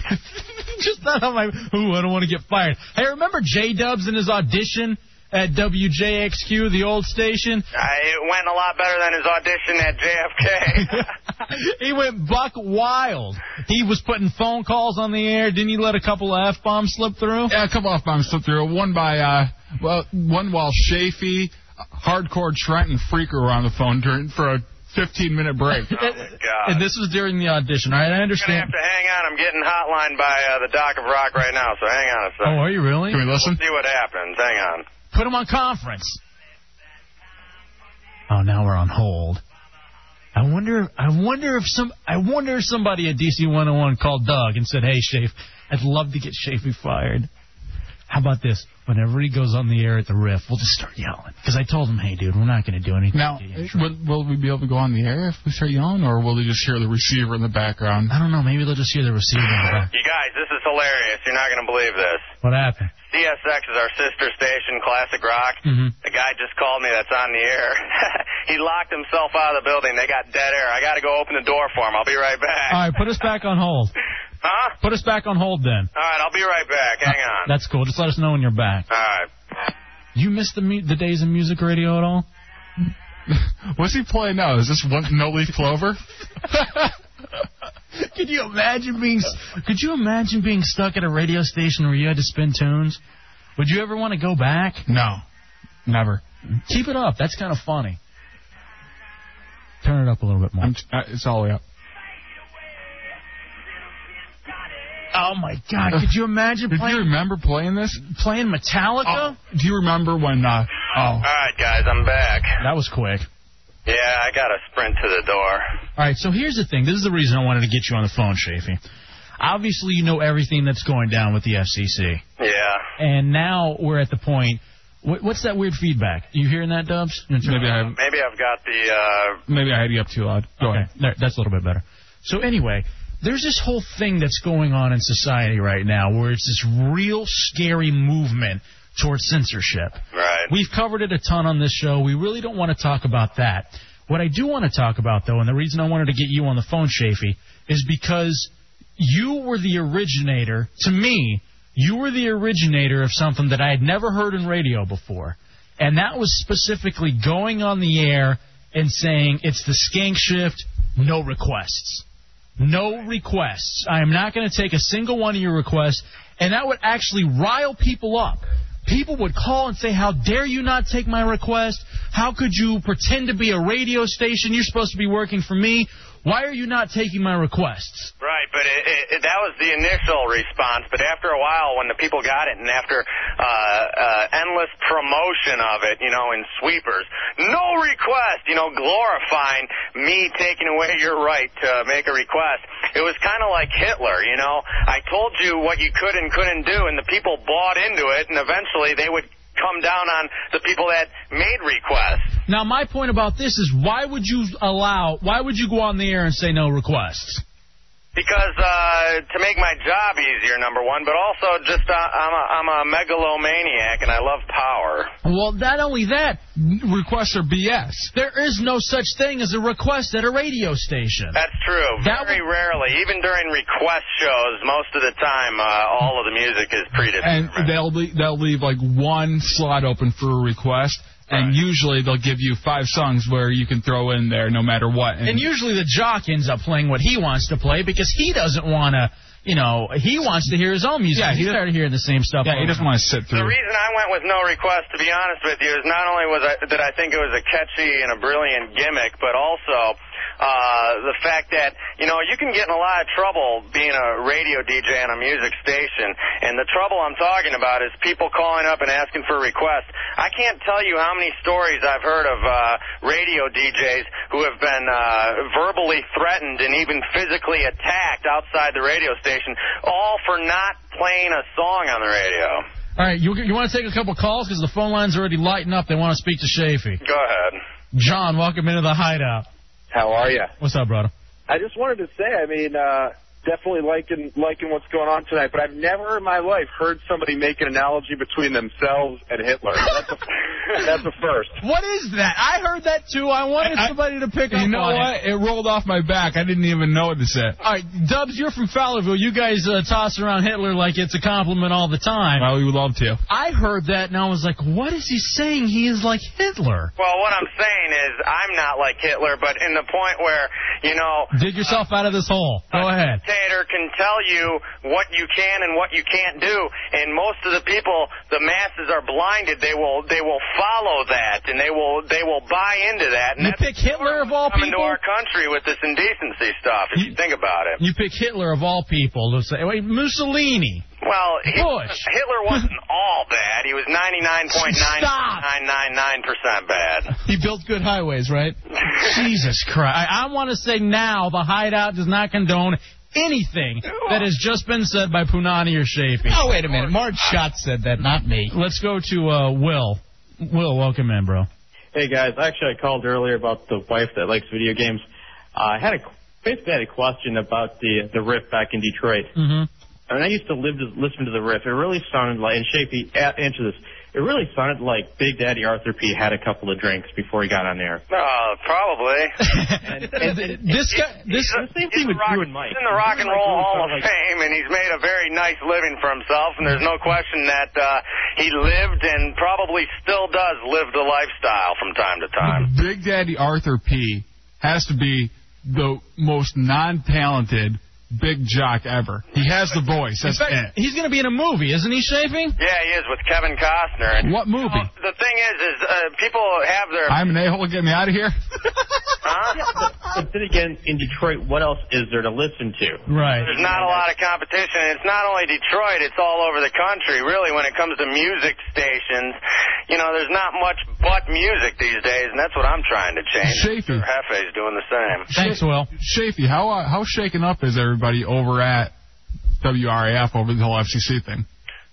Speaker 1: Just not on my. Ooh, I don't want to get fired. Hey, remember J Dubs in his audition at WJXQ, the old station?
Speaker 22: I, it went a lot better than his audition at JFK.
Speaker 1: he went buck wild. He was putting phone calls on the air. Didn't he let a couple of f bombs slip through?
Speaker 5: Yeah, a couple off bombs slipped through. One by uh, well, one while Shafee, Hardcore Trent, and Freaker were on the phone during for a 15 minute break.
Speaker 22: Oh,
Speaker 1: And this was during the audition. All right, I
Speaker 22: You're
Speaker 1: understand.
Speaker 22: gonna have to hang on. I'm getting hotlined by uh, the Doc of Rock right now, so hang on a
Speaker 1: Oh,
Speaker 22: second.
Speaker 1: are you really?
Speaker 5: Can we
Speaker 22: We'll see what happens. Hang on.
Speaker 1: Put him on conference. Oh, now we're on hold. I wonder. I wonder if some. I wonder if somebody at DC 101 called Doug and said, "Hey, Shafe, I'd love to get Shafee fired. How about this? Whenever he goes on the air at the riff, we'll just start yelling because I told him, hey, dude, we're not going to do anything.
Speaker 5: Now, will, will we be able to go on the air if we start yelling, or will they just hear the receiver in the background?
Speaker 1: I don't know. Maybe they'll just hear the receiver.
Speaker 22: You guys, this is hilarious. You're not gonna believe this.
Speaker 1: What happened? Mm-hmm.
Speaker 22: CSX is our sister station, Classic Rock. The guy just called me. That's on the air. he locked himself out of the building. They got dead air. I gotta go open the door for him. I'll be right back.
Speaker 1: All right, put us back on hold.
Speaker 22: Huh?
Speaker 1: Put us back on hold then.
Speaker 22: All right, I'll be right back. Hang on.
Speaker 1: That's cool. Just let us know when you're back.
Speaker 22: All right.
Speaker 1: You miss the mu- the days of music radio at all?
Speaker 5: What's he playing now? Is this one No Leaf Clover?
Speaker 1: Could you imagine being Could you imagine being stuck at a radio station where you had to spin tunes? Would you ever want to go back?
Speaker 5: No, never.
Speaker 1: Keep it up. That's kind of funny. Turn it up a little bit more.
Speaker 5: uh, it's all the way up.
Speaker 1: Oh my God! Could you imagine?
Speaker 5: Did you remember playing this? Oh,
Speaker 1: Playing Metallica?
Speaker 5: do you remember when? Uh, oh,
Speaker 22: All right, guys, I'm back.
Speaker 1: That was quick.
Speaker 22: Yeah, I gotta sprint to the door.
Speaker 1: All right, so here's the thing. This is the reason I wanted to get you on the phone, Shafi. Obviously, you know everything that's going down with the FCC.
Speaker 22: Yeah.
Speaker 1: And now we're at the point. What, what's that weird feedback? You hearing that, Dubs?
Speaker 5: Maybe I
Speaker 22: Maybe I've got the uh,
Speaker 5: maybe I had you up too loud. Go
Speaker 1: okay. there- that's a little bit better. So anyway, there's this whole thing that's going on in society right now where it's this real scary movement towards censorship.
Speaker 22: Right.
Speaker 1: We've covered it a ton on this show. We really don't want to talk about that. What I do want to talk about though, and the reason I wanted to get you on the phone, Shafi, is because you were the originator to me. You were the originator of something that I had never heard in radio before, and that was specifically going on the air and saying it's the skank shift, no requests. No requests. I am not going to take a single one of your requests. And that would actually rile people up. People would call and say, How dare you not take my request? How could you pretend to be a radio station? You're supposed to be working for me. Why are you not taking my requests?
Speaker 22: Right, but it, it, it, that was the initial response. But after a while, when the people got it, and after uh, uh, endless promotion of it, you know, in sweepers, no request, you know, glorifying me taking away your right to make a request. It was kind of like Hitler, you know. I told you what you could and couldn't do, and the people bought into it, and eventually they would come down on the people that made requests.
Speaker 1: Now, my point about this is why would you allow, why would you go on the air and say no requests?
Speaker 22: Because uh, to make my job easier, number one, but also just uh, I'm a I'm a megalomaniac and I love power.
Speaker 1: Well, not only that, requests are BS. There is no such thing as a request at a radio station.
Speaker 22: That's true. Very rarely, even during request shows, most of the time, uh, all of the music is predetermined.
Speaker 5: and they'll be, they'll leave like one slot open for a request, and usually they'll give you five songs where you can throw in there no matter what. And,
Speaker 1: And usually the jock ends up playing what he wants to play because he doesn't want to, you know, he wants to hear his own music.
Speaker 5: Yeah, he
Speaker 1: he started hearing the same stuff.
Speaker 5: yeah, he
Speaker 1: over
Speaker 5: doesn't
Speaker 1: and
Speaker 5: want to sit
Speaker 22: The
Speaker 5: through.
Speaker 22: reason I went with no request, to be honest with you, is not only was I, did I think it was a catchy and a brilliant gimmick, but also uh, the fact that you know you can get in a lot of trouble being a radio DJ on a music station, and the trouble I'm talking about is people calling up and asking for requests. I can't tell you how many stories I've heard of uh, radio DJs who have been uh, verbally threatened and even physically attacked outside the radio station, all for not playing a song on the radio.
Speaker 1: All right, you, you want to take a couple calls because the phone line's already lighting up. They want to speak to Shafi.
Speaker 22: Go ahead.
Speaker 1: John, welcome into the hideout.
Speaker 2: How are you?
Speaker 1: What's up, brother?
Speaker 2: I just wanted to say, I mean, uh, definitely liking liking what's going on tonight, but I've never in my life heard somebody make an analogy between themselves and Hitler. That's a, that's a first.
Speaker 1: What is that? I heard that too. I wanted somebody to pick up
Speaker 5: You know
Speaker 1: on
Speaker 5: what?
Speaker 1: it.
Speaker 5: It. rolled off my back. I didn't even notice it.
Speaker 1: All right, Dubs, you're from Fowlerville. You guys uh, toss around Hitler like it's a compliment all the time.
Speaker 5: Well, we would love to.
Speaker 1: I heard that and I was like, what is he saying? He is like Hitler.
Speaker 22: Well, what I'm saying is I'm not like Hitler, but in the point where, you know,
Speaker 1: Dig yourself out of this hole.
Speaker 22: Uh,
Speaker 1: Go ahead.
Speaker 22: dictator can tell you what you can and what you can't do, and most of the people, the masses are blinded. They will they will follow that, and they will they will buy into that. And
Speaker 1: You
Speaker 22: that's
Speaker 1: pick Hitler of all
Speaker 22: coming
Speaker 1: people.
Speaker 22: to our country with this indecency stuff. If you think about it.
Speaker 1: You pick Hitler of all people to say, wait, Mussolini.
Speaker 22: Well, Hit- Hitler wasn't all bad. He was 99.9999% bad.
Speaker 1: He built good highways, right? Jesus Christ. I, I want to say now the hideout does not condone anything that has just been said by Punani or Shafi.
Speaker 6: Oh, wait a minute. Marge Schatz said that, not me.
Speaker 1: Let's go to uh, Will. Will, welcome in, bro.
Speaker 21: Hey guys, actually I called earlier about the wife that likes video games. Uh, I had a basically had a question about the the riff back in Detroit.
Speaker 1: Mm-hmm.
Speaker 21: I mean, I used to live to listen to the riff. It really sounded like, and Shapey, a- answer this. It really sounded like Big Daddy Arthur P had a couple of drinks before he got on air.
Speaker 22: Uh, probably.
Speaker 1: this guy,
Speaker 22: he's,
Speaker 1: this
Speaker 21: same thing
Speaker 22: he's
Speaker 21: with
Speaker 22: a rock,
Speaker 21: you and Mike.
Speaker 22: He's in the Rock and
Speaker 21: Like,
Speaker 22: Roll
Speaker 21: really
Speaker 22: Hall of
Speaker 21: sound like-
Speaker 22: Fame, and he's made a very nice living for himself. And there's no question that uh, he lived and probably still does live the lifestyle from time to time.
Speaker 5: Big Daddy Arthur P has to be the most non-talented big jock ever. He has the voice. That's
Speaker 1: In fact,
Speaker 5: it.
Speaker 1: He's going to be in a movie, isn't he, Shafi?
Speaker 22: Yeah, he is with Kevin Costner. And
Speaker 5: What movie?
Speaker 22: you know, the thing is, is uh, people have their
Speaker 5: I'm an a-hole. Get me out of here.
Speaker 21: But then again, in Detroit, what else is there to listen to?
Speaker 1: Right.
Speaker 22: There's not a lot of competition. and It's not only Detroit, it's all over the country, really, when it comes to music stations. You know, there's not much but music these days, and that's what I'm trying to change.
Speaker 5: Shafi.
Speaker 22: Hefe's doing the same.
Speaker 1: Thanks, Will.
Speaker 5: Shafi, how uh, how shaken up is everybody over at WRAF over the whole FCC thing?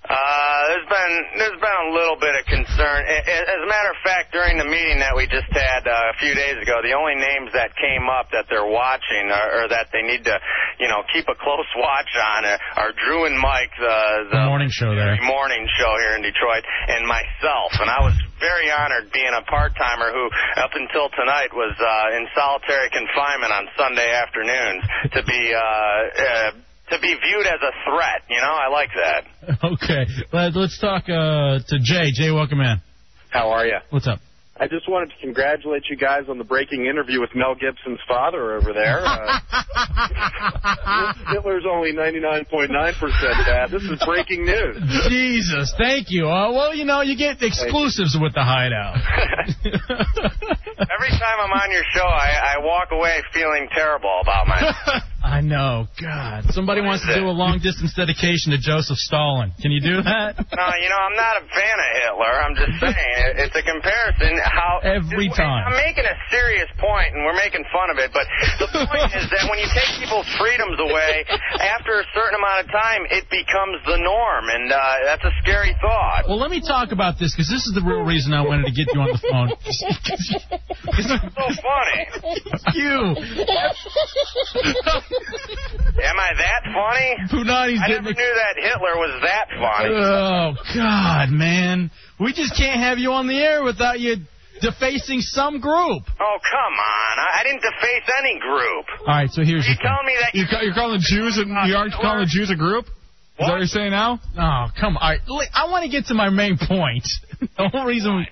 Speaker 22: Uh, there's been there's been a little bit of concern. A- a- As a matter of fact, during the meeting that we just had uh, a few days ago, the only names that came up that they're watching uh, or, or that they need to, you know, keep a close watch on are, are Drew and Mike, the, the
Speaker 1: The morning show there.
Speaker 22: morning show here in Detroit, and myself. And I was very honored being a part timer who, up until tonight, was uh, in solitary confinement on Sunday afternoons to be uh, uh, to be viewed as a threat. You know, I like that.
Speaker 1: Okay. Let, let's talk uh, to Jay. Jay, welcome in.
Speaker 2: How are you?
Speaker 1: What's up?
Speaker 2: I just wanted to congratulate you guys on the breaking interview with Mel Gibson's father over there. Uh, Hitler's only 99.9% bad. This is breaking news.
Speaker 1: Jesus, thank you. Uh, well, you know, you get exclusives with the hideout.
Speaker 22: Every time I'm on your show, I, I walk away feeling terrible about myself.
Speaker 1: I know. God. Somebody wants to do a long distance dedication to Joseph Stalin. Can you do that?
Speaker 22: no, you know, I'm not a fan of Hitler. I'm just saying it, it's a comparison. How
Speaker 1: Every time.
Speaker 22: I'm making a serious point, and we're making fun of it, but the point is that when you take people's freedoms away, after a certain amount of time, it becomes the norm, and uh, that's a scary thought.
Speaker 1: Well, let me talk about this because this is the real reason I wanted to get you on the phone. It's
Speaker 22: so funny.
Speaker 1: you.
Speaker 22: Am I that funny?
Speaker 1: Punani's
Speaker 22: I
Speaker 1: getting
Speaker 22: never knew that Hitler was that funny.
Speaker 1: Oh God, man, we just can't have you on the air without you defacing some group.
Speaker 22: Oh, come on. I, I didn't deface any group.
Speaker 1: All right, so here's
Speaker 22: You
Speaker 1: your
Speaker 22: telling me that
Speaker 5: You ca- you're calling the Jews and you aren't calling the Jews a group? Is that what you're saying now?
Speaker 1: Oh, come on. All right, li- I want to get to my main point. The whole reason.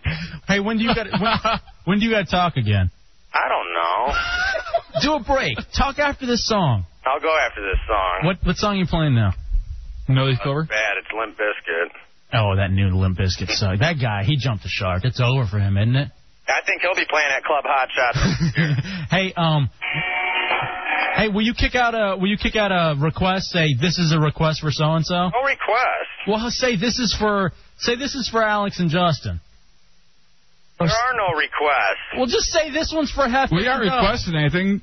Speaker 1: Hey, when do you got when, when do you got to talk again?
Speaker 22: I don't know.
Speaker 1: Do a break. Talk after this song.
Speaker 22: I'll go after this song.
Speaker 1: What what song are you playing now? No,
Speaker 22: That's bad. It's Limp Biscuit.
Speaker 1: Oh, that new Limp Bizkit song. That guy, he jumped the shark. It's over for him, isn't it?
Speaker 22: I think he'll be playing at Club Hot Shots.
Speaker 1: hey, um, hey, will you kick out a will you kick out a request? Say this is a request for so and so.
Speaker 22: No request.
Speaker 1: Well, say this is for say this is for Alex and Justin.
Speaker 22: There are no requests.
Speaker 1: Well, just say this one's for Hef.
Speaker 5: We aren't requesting anything.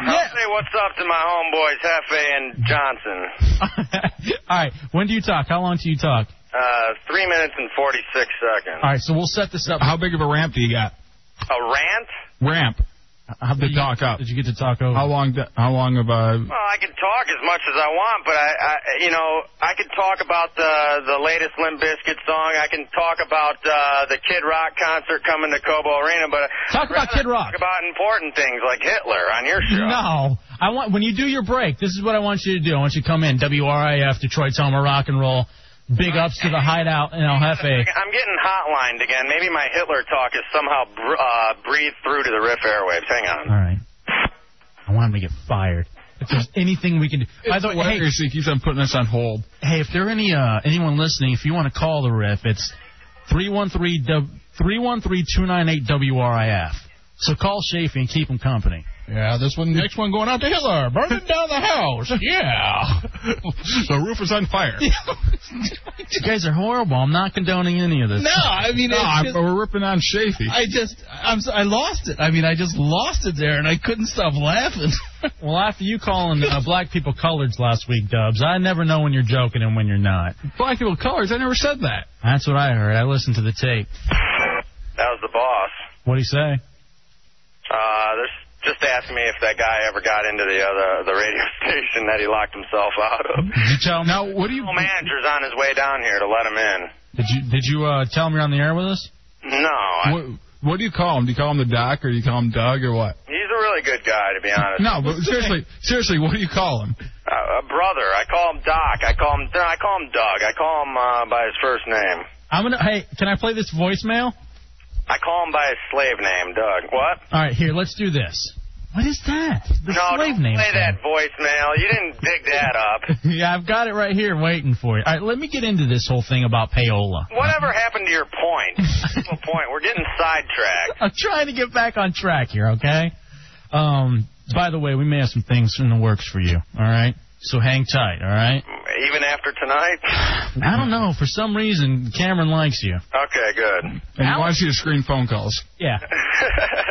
Speaker 22: I'll say what's up to my homeboys Hefe and Johnson.
Speaker 1: All right. When do you talk? How long do you talk?
Speaker 22: Uh, three minutes and forty-six seconds.
Speaker 1: All right. So we'll set this up.
Speaker 5: How big of a ramp do you got?
Speaker 22: A rant?
Speaker 5: Ramp.
Speaker 1: How
Speaker 5: to talk up. Did
Speaker 1: you get to talk over?
Speaker 5: How long? d- How long of a?
Speaker 22: Well, I can talk as much as I want, but I, I you know, I can talk about the the latest Limp Bizkit song. I can talk about uh, the Kid Rock concert coming to Cobo Arena, but
Speaker 1: Talk about Kid Rock.
Speaker 22: talk about important things like Hitler on your show.
Speaker 1: No, I want when you do your break. This is what I want you to do. I want you to come in WRIF Detroit's home of rock and roll. Big ups to the hideout in El Jefe.
Speaker 22: I'm getting hotlined again. Maybe my Hitler talk is somehow br- uh, breathed through to the riff airwaves. Hang on.
Speaker 1: All right. I want him to get fired. If there's anything we can do. By the way, hey,
Speaker 5: Seriously, keeps on putting us on hold.
Speaker 1: hey, if there are any uh, anyone listening, if you want to call the riff, it's 313-298-WRIF. So call Shafee and keep him company.
Speaker 4: Yeah, this one, next one going out to Hitler. Burning down the house. Yeah.
Speaker 5: the roof is on fire.
Speaker 1: You guys are horrible. I'm not condoning any of this.
Speaker 6: No, I mean,
Speaker 5: No,
Speaker 6: it's
Speaker 5: I'm-
Speaker 6: just-
Speaker 5: we're ripping on Shafee.
Speaker 6: I just, I'm, so- I lost it. I mean, I just lost it there, and I couldn't stop laughing.
Speaker 1: Well, after you calling uh, black people coloreds last week, Dubs, I never know when you're joking and when you're not.
Speaker 5: Black people coloreds? I never said that.
Speaker 1: That's what I heard. I listened to the tape.
Speaker 22: That was the boss.
Speaker 1: What do you say?
Speaker 22: Uh, there's just ask me if that guy ever got into the other the radio station that he locked himself out of.
Speaker 1: Did you tell
Speaker 5: now? What do you?
Speaker 22: Manager's on his way down here to let him in.
Speaker 1: Did you did you uh, tell him you're on the air with us?
Speaker 22: No, I,
Speaker 5: What, what do you call him? Do you call him the doc or do you call him Doug or what?
Speaker 22: he's a really good guy to be honest.
Speaker 5: No, but seriously, seriously, what do you call him?
Speaker 22: uh, a brother. I call him Doc. I call him I call him Doug. I call him uh, by his first name.
Speaker 1: I'm gonna. Hey, can I play this voicemail?
Speaker 22: I call him by his slave name, Doug. What?
Speaker 1: All right, here. Let's do this. What is that? The
Speaker 22: no,
Speaker 1: slave
Speaker 22: don't
Speaker 1: name.
Speaker 22: play
Speaker 1: thing.
Speaker 22: that voicemail. You didn't dig that up.
Speaker 1: yeah, I've got it right here waiting for you. All right, let me get into this whole thing about payola.
Speaker 22: Whatever happened to your point? Simple point. We're getting sidetracked.
Speaker 1: I'm trying to get back on track here, okay? Um, by the way, we may have some things in the works for you, all right? So hang tight, all right?
Speaker 22: Even after tonight.
Speaker 1: I don't know. For some reason, Cameron likes you.
Speaker 22: Okay, good.
Speaker 5: And he wants you to screen phone calls.
Speaker 1: Yeah.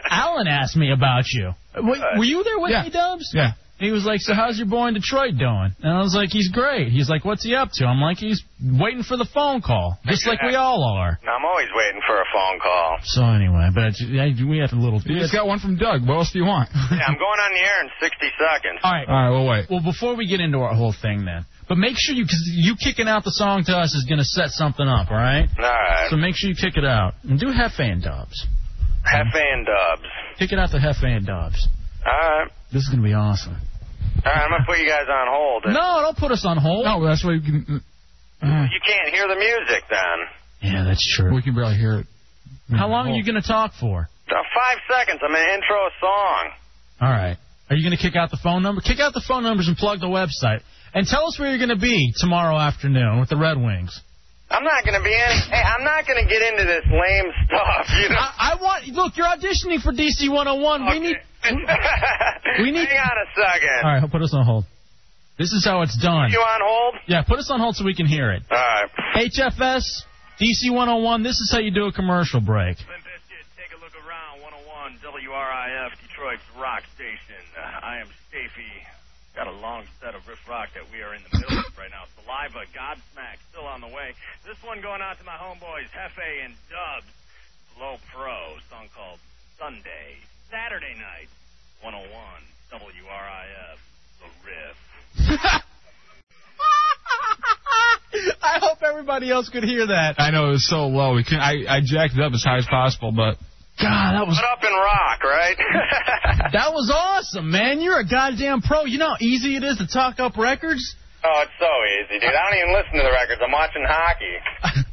Speaker 1: Alan asked me about you. Wait, were you there with
Speaker 5: Yeah.
Speaker 1: me, Dubs?
Speaker 5: Yeah.
Speaker 1: He was like, "So how's your boy in Detroit doing?" And I was like, "He's great." He's like, "What's he up to?" I'm like, "He's waiting for the phone call, just like we all are."
Speaker 22: I'm always waiting for a phone call.
Speaker 1: So anyway, but I, we have a little.
Speaker 5: You just got one from Doug. What else do you want?
Speaker 22: Yeah, I'm going on the air in 60 seconds.
Speaker 1: All right.
Speaker 5: All right, we'll wait.
Speaker 1: Well, before we get into our whole thing, then, but make sure you, because you kicking out the song to us is going to set something up, all right?
Speaker 22: All right.
Speaker 1: So make sure you kick it out. And do Hefe and Dubs.
Speaker 22: Hefe and Dubs.
Speaker 1: Kick it out to Hefe and Dubs.
Speaker 22: All right.
Speaker 1: This is going to be awesome.
Speaker 22: All right, I'm going to put you guys on hold.
Speaker 1: No, don't put us on hold.
Speaker 5: No, that's why you can.
Speaker 22: You can't hear the music then.
Speaker 1: Yeah, that's true.
Speaker 5: We can barely hear it.
Speaker 1: How long are you going to talk for?
Speaker 22: Uh, five seconds. I'm going to intro a song.
Speaker 1: All right. Are you going to kick out the phone number? Kick out the phone numbers and plug the website. And tell us where you're going to be tomorrow afternoon with the Red Wings.
Speaker 22: I'm not going to be in. Hey, I'm not going to get into this lame stuff. You know.
Speaker 1: I, I want. Look, you're auditioning for DC 101. We need. we need.
Speaker 22: Hang on a second.
Speaker 1: All right, put us on hold. This is how it's done.
Speaker 22: You on hold?
Speaker 1: Yeah, put us on hold so we can hear it.
Speaker 22: All right.
Speaker 1: HFS, DC 101, this is how you do a commercial break.
Speaker 10: on WRIF, Detroit's rock station. Uh, I am Stafey. Got a long set of riff rock that we are in the middle of right now. Saliva, Godsmack, still on the way. This one going out to my homeboys, Hefe and Dubs. Low Pro, song called Sunday, Saturday night, 101, WRIF, The Riff.
Speaker 1: I hope everybody else could hear that.
Speaker 5: I know it was so low. We can I I jacked it up as high as possible, but
Speaker 1: God, Ah, that was.
Speaker 22: Put up and rock, right?
Speaker 1: That was awesome, man. You're a goddamn pro. You know how easy it is to talk up records?
Speaker 22: oh, it's so easy, dude. I don't even listen to the records. I'm watching hockey.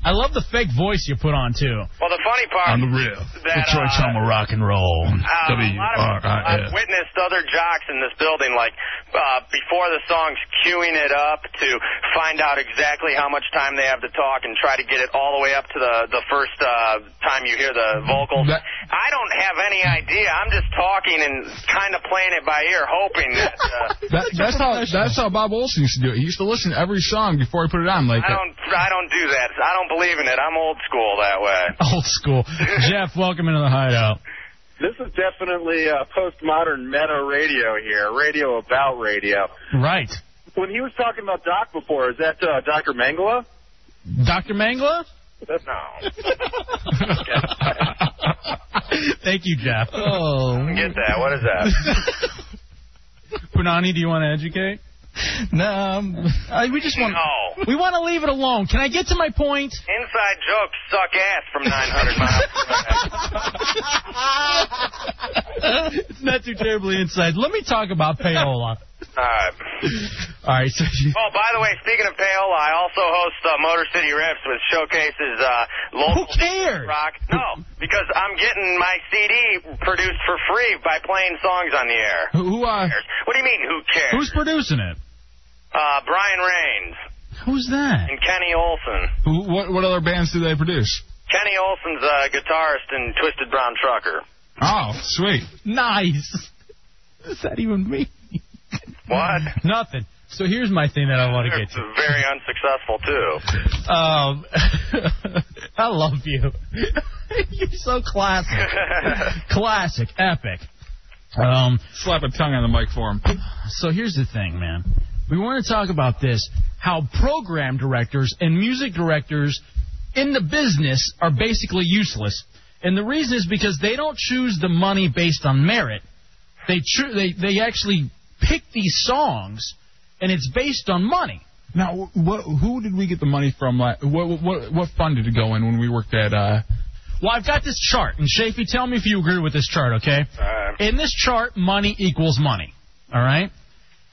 Speaker 1: I love the fake voice you put on too.
Speaker 22: Well, the funny part
Speaker 1: On the real.
Speaker 22: that
Speaker 1: Detroit
Speaker 22: uh,
Speaker 1: Summer Rock and Roll.
Speaker 22: Uh, a lot of, I've
Speaker 1: W-R-I-S.
Speaker 22: witnessed other jocks in this building, like uh, before the song's queuing it up to find out exactly how much time they have to talk and try to get it all the way up to the the first uh, time you hear the vocals. I don't have any idea. I'm just talking and kind of playing it by ear, hoping that. Uh,
Speaker 5: That, that's how that's how Bob Olson used to do it. He used to listen to every song before he put it on. Like
Speaker 22: I
Speaker 5: that.
Speaker 22: don't. I don't do that. I don't believe in it. I'm old school that way.
Speaker 1: Old school. Jeff, welcome into the hideout.
Speaker 2: This is definitely uh, postmodern meta radio here, radio about radio.
Speaker 1: Right.
Speaker 2: When he was talking about Doc before, is that uh, Dr. Mangala?
Speaker 1: Dr. Mangla?
Speaker 2: No.
Speaker 1: Thank you, Jeff. Oh.
Speaker 22: Get that. What is that?
Speaker 1: Punani, do you want to educate?
Speaker 6: No, um, I, we just want.
Speaker 22: No.
Speaker 1: We Uh, want to leave it alone. Can I get to my point?
Speaker 22: Inside jokes suck ass from 900 miles.
Speaker 1: it's not too terribly inside. Let me talk about payola.
Speaker 22: All right.
Speaker 1: All right, so you-
Speaker 22: Oh, by the way, speaking of payola, I also host uh, Motor City Riffs, which showcases uh, local
Speaker 1: Who cares?
Speaker 22: rock. No, because I'm getting my CD produced for free by playing songs on the air.
Speaker 1: who uh,
Speaker 22: What do you mean? Who cares?
Speaker 1: who's producing it?
Speaker 22: uh, Brian Rains
Speaker 1: Who's that?
Speaker 22: and Kenny Olson.
Speaker 5: Who, what what other bands do they produce?
Speaker 22: Kenny Olson's a guitarist in Twisted Brown Trucker.
Speaker 5: Oh, sweet.
Speaker 1: Nice. What does that even mean?
Speaker 22: What?
Speaker 1: Nothing. So here's my thing that I want to get
Speaker 22: Very
Speaker 1: to.
Speaker 22: unsuccessful too.
Speaker 1: Um, I love you. You're so classic. classic, epic. Um,
Speaker 5: Slap a tongue on the mic for him.
Speaker 1: So here's the thing, man. We want to talk about this how program directors and music directors in the business are basically useless. And the reason is because they don't choose the money based on merit. They cho- they they actually pick these songs and it's based on money.
Speaker 5: Now, what, who did we get the money from? la- What what what fund did it go in when we worked at? Uh,
Speaker 1: Well, I've got this chart, and Shafi, tell me if you agree with this chart, okay?
Speaker 22: Uh,
Speaker 1: In this chart, money equals money, all right?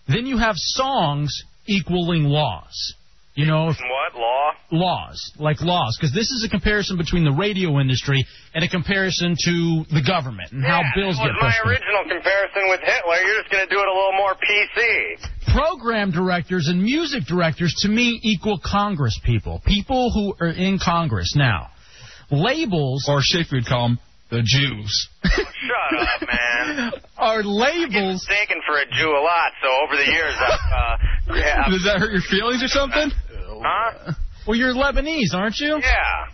Speaker 1: Then you have songs equaling laws. You know, if-
Speaker 22: What law?
Speaker 1: laws, like laws, because this is a comparison between the radio industry and a comparison to the government and how
Speaker 22: Yeah,
Speaker 1: bills
Speaker 22: that
Speaker 1: get
Speaker 22: was my
Speaker 1: pushed. through.
Speaker 22: original comparison with Hitler. You're just going to do it a little more PC.
Speaker 1: program directors and music directors to me equal Congress people, people who are in Congress now. Labels
Speaker 5: or Schaefer would call them the Jews.
Speaker 22: Shut up, man.
Speaker 1: Are labels
Speaker 22: Taken for a Jew a lot, so over the years, I've, uh, yeah, I've-
Speaker 5: Does that hurt your feelings or something?
Speaker 22: huh?
Speaker 1: Well, you're Lebanese, aren't you?
Speaker 22: Yeah.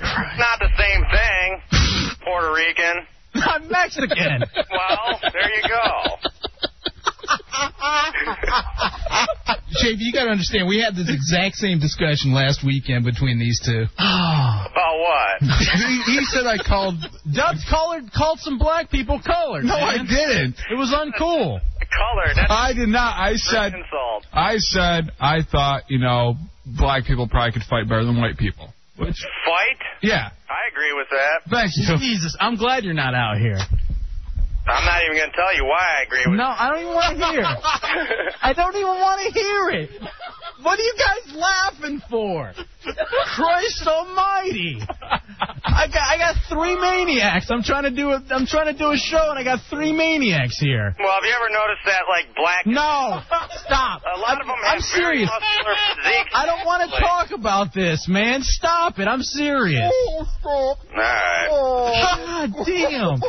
Speaker 22: It's not the same thing. Puerto Rican.
Speaker 1: I'm Mexican.
Speaker 22: Well, there you go.
Speaker 6: Shape, you got to understand, we had this exact same discussion last weekend between these two.
Speaker 22: About what?
Speaker 5: he, he said I called.
Speaker 1: Dubs colored called some black people colored.
Speaker 5: No, I
Speaker 1: man.
Speaker 5: didn't.
Speaker 1: It was uncool.
Speaker 22: Color. That's
Speaker 5: I did not. I said.
Speaker 22: insult.
Speaker 5: I said I thought you know black people probably could fight better than white people. Which
Speaker 22: Fight?
Speaker 5: yeah.
Speaker 22: I agree with that.
Speaker 5: Thanks.
Speaker 1: Jesus, I'm glad you're not out here.
Speaker 22: I'm not even going to tell you why I agree with
Speaker 1: No, I don't even want to hear. it.
Speaker 22: it.
Speaker 1: I don't even want to hear it. What are you guys laughing for? Christ Almighty! I got I got three maniacs. I'm trying to do a I'm trying to do a show and I got three maniacs here.
Speaker 22: Well, have you ever noticed that, like, black...
Speaker 1: No, stop.
Speaker 22: A lot of them
Speaker 1: I'm
Speaker 22: have very
Speaker 1: serious.
Speaker 22: muscular physiques.
Speaker 1: I don't want to
Speaker 22: Like,
Speaker 1: talk about this, man. Stop it. I'm serious.
Speaker 22: All right.
Speaker 1: God damn.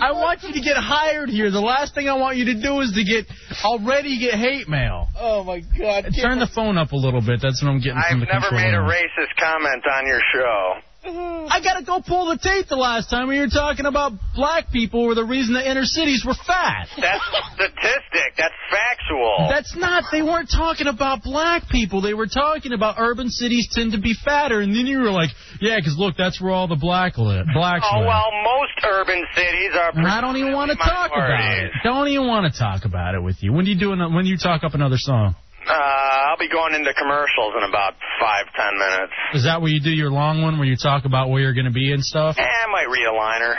Speaker 1: I want you to get hired here. The last thing I want you to do is to get already get hate mail.
Speaker 6: Oh my God!
Speaker 1: Turn the phone up a little bit. That's what I'm getting
Speaker 22: I've
Speaker 1: from the
Speaker 22: never
Speaker 1: control
Speaker 22: made a
Speaker 1: room.
Speaker 22: racist comment on your show.
Speaker 1: I gotta go pull the tape the last time when you were talking about black people were the reason the inner cities were fat.
Speaker 22: That's statistic. That's factual.
Speaker 1: That's not. They weren't talking about black people. They were talking about urban cities tend to be fatter. And then you were like, yeah, 'cause look, that's where all the black live. Blacks
Speaker 22: oh
Speaker 1: live.
Speaker 22: well, most urban cities are.
Speaker 1: And I don't even want to talk about it. Don't even want to talk about it with you. When do you do? An, when do you talk up another song?
Speaker 22: Uh, I'll be going into commercials in about five ten minutes.
Speaker 1: Is that where you do your long one where you talk about where you're going to be and stuff?
Speaker 22: Eh, I might read a liner.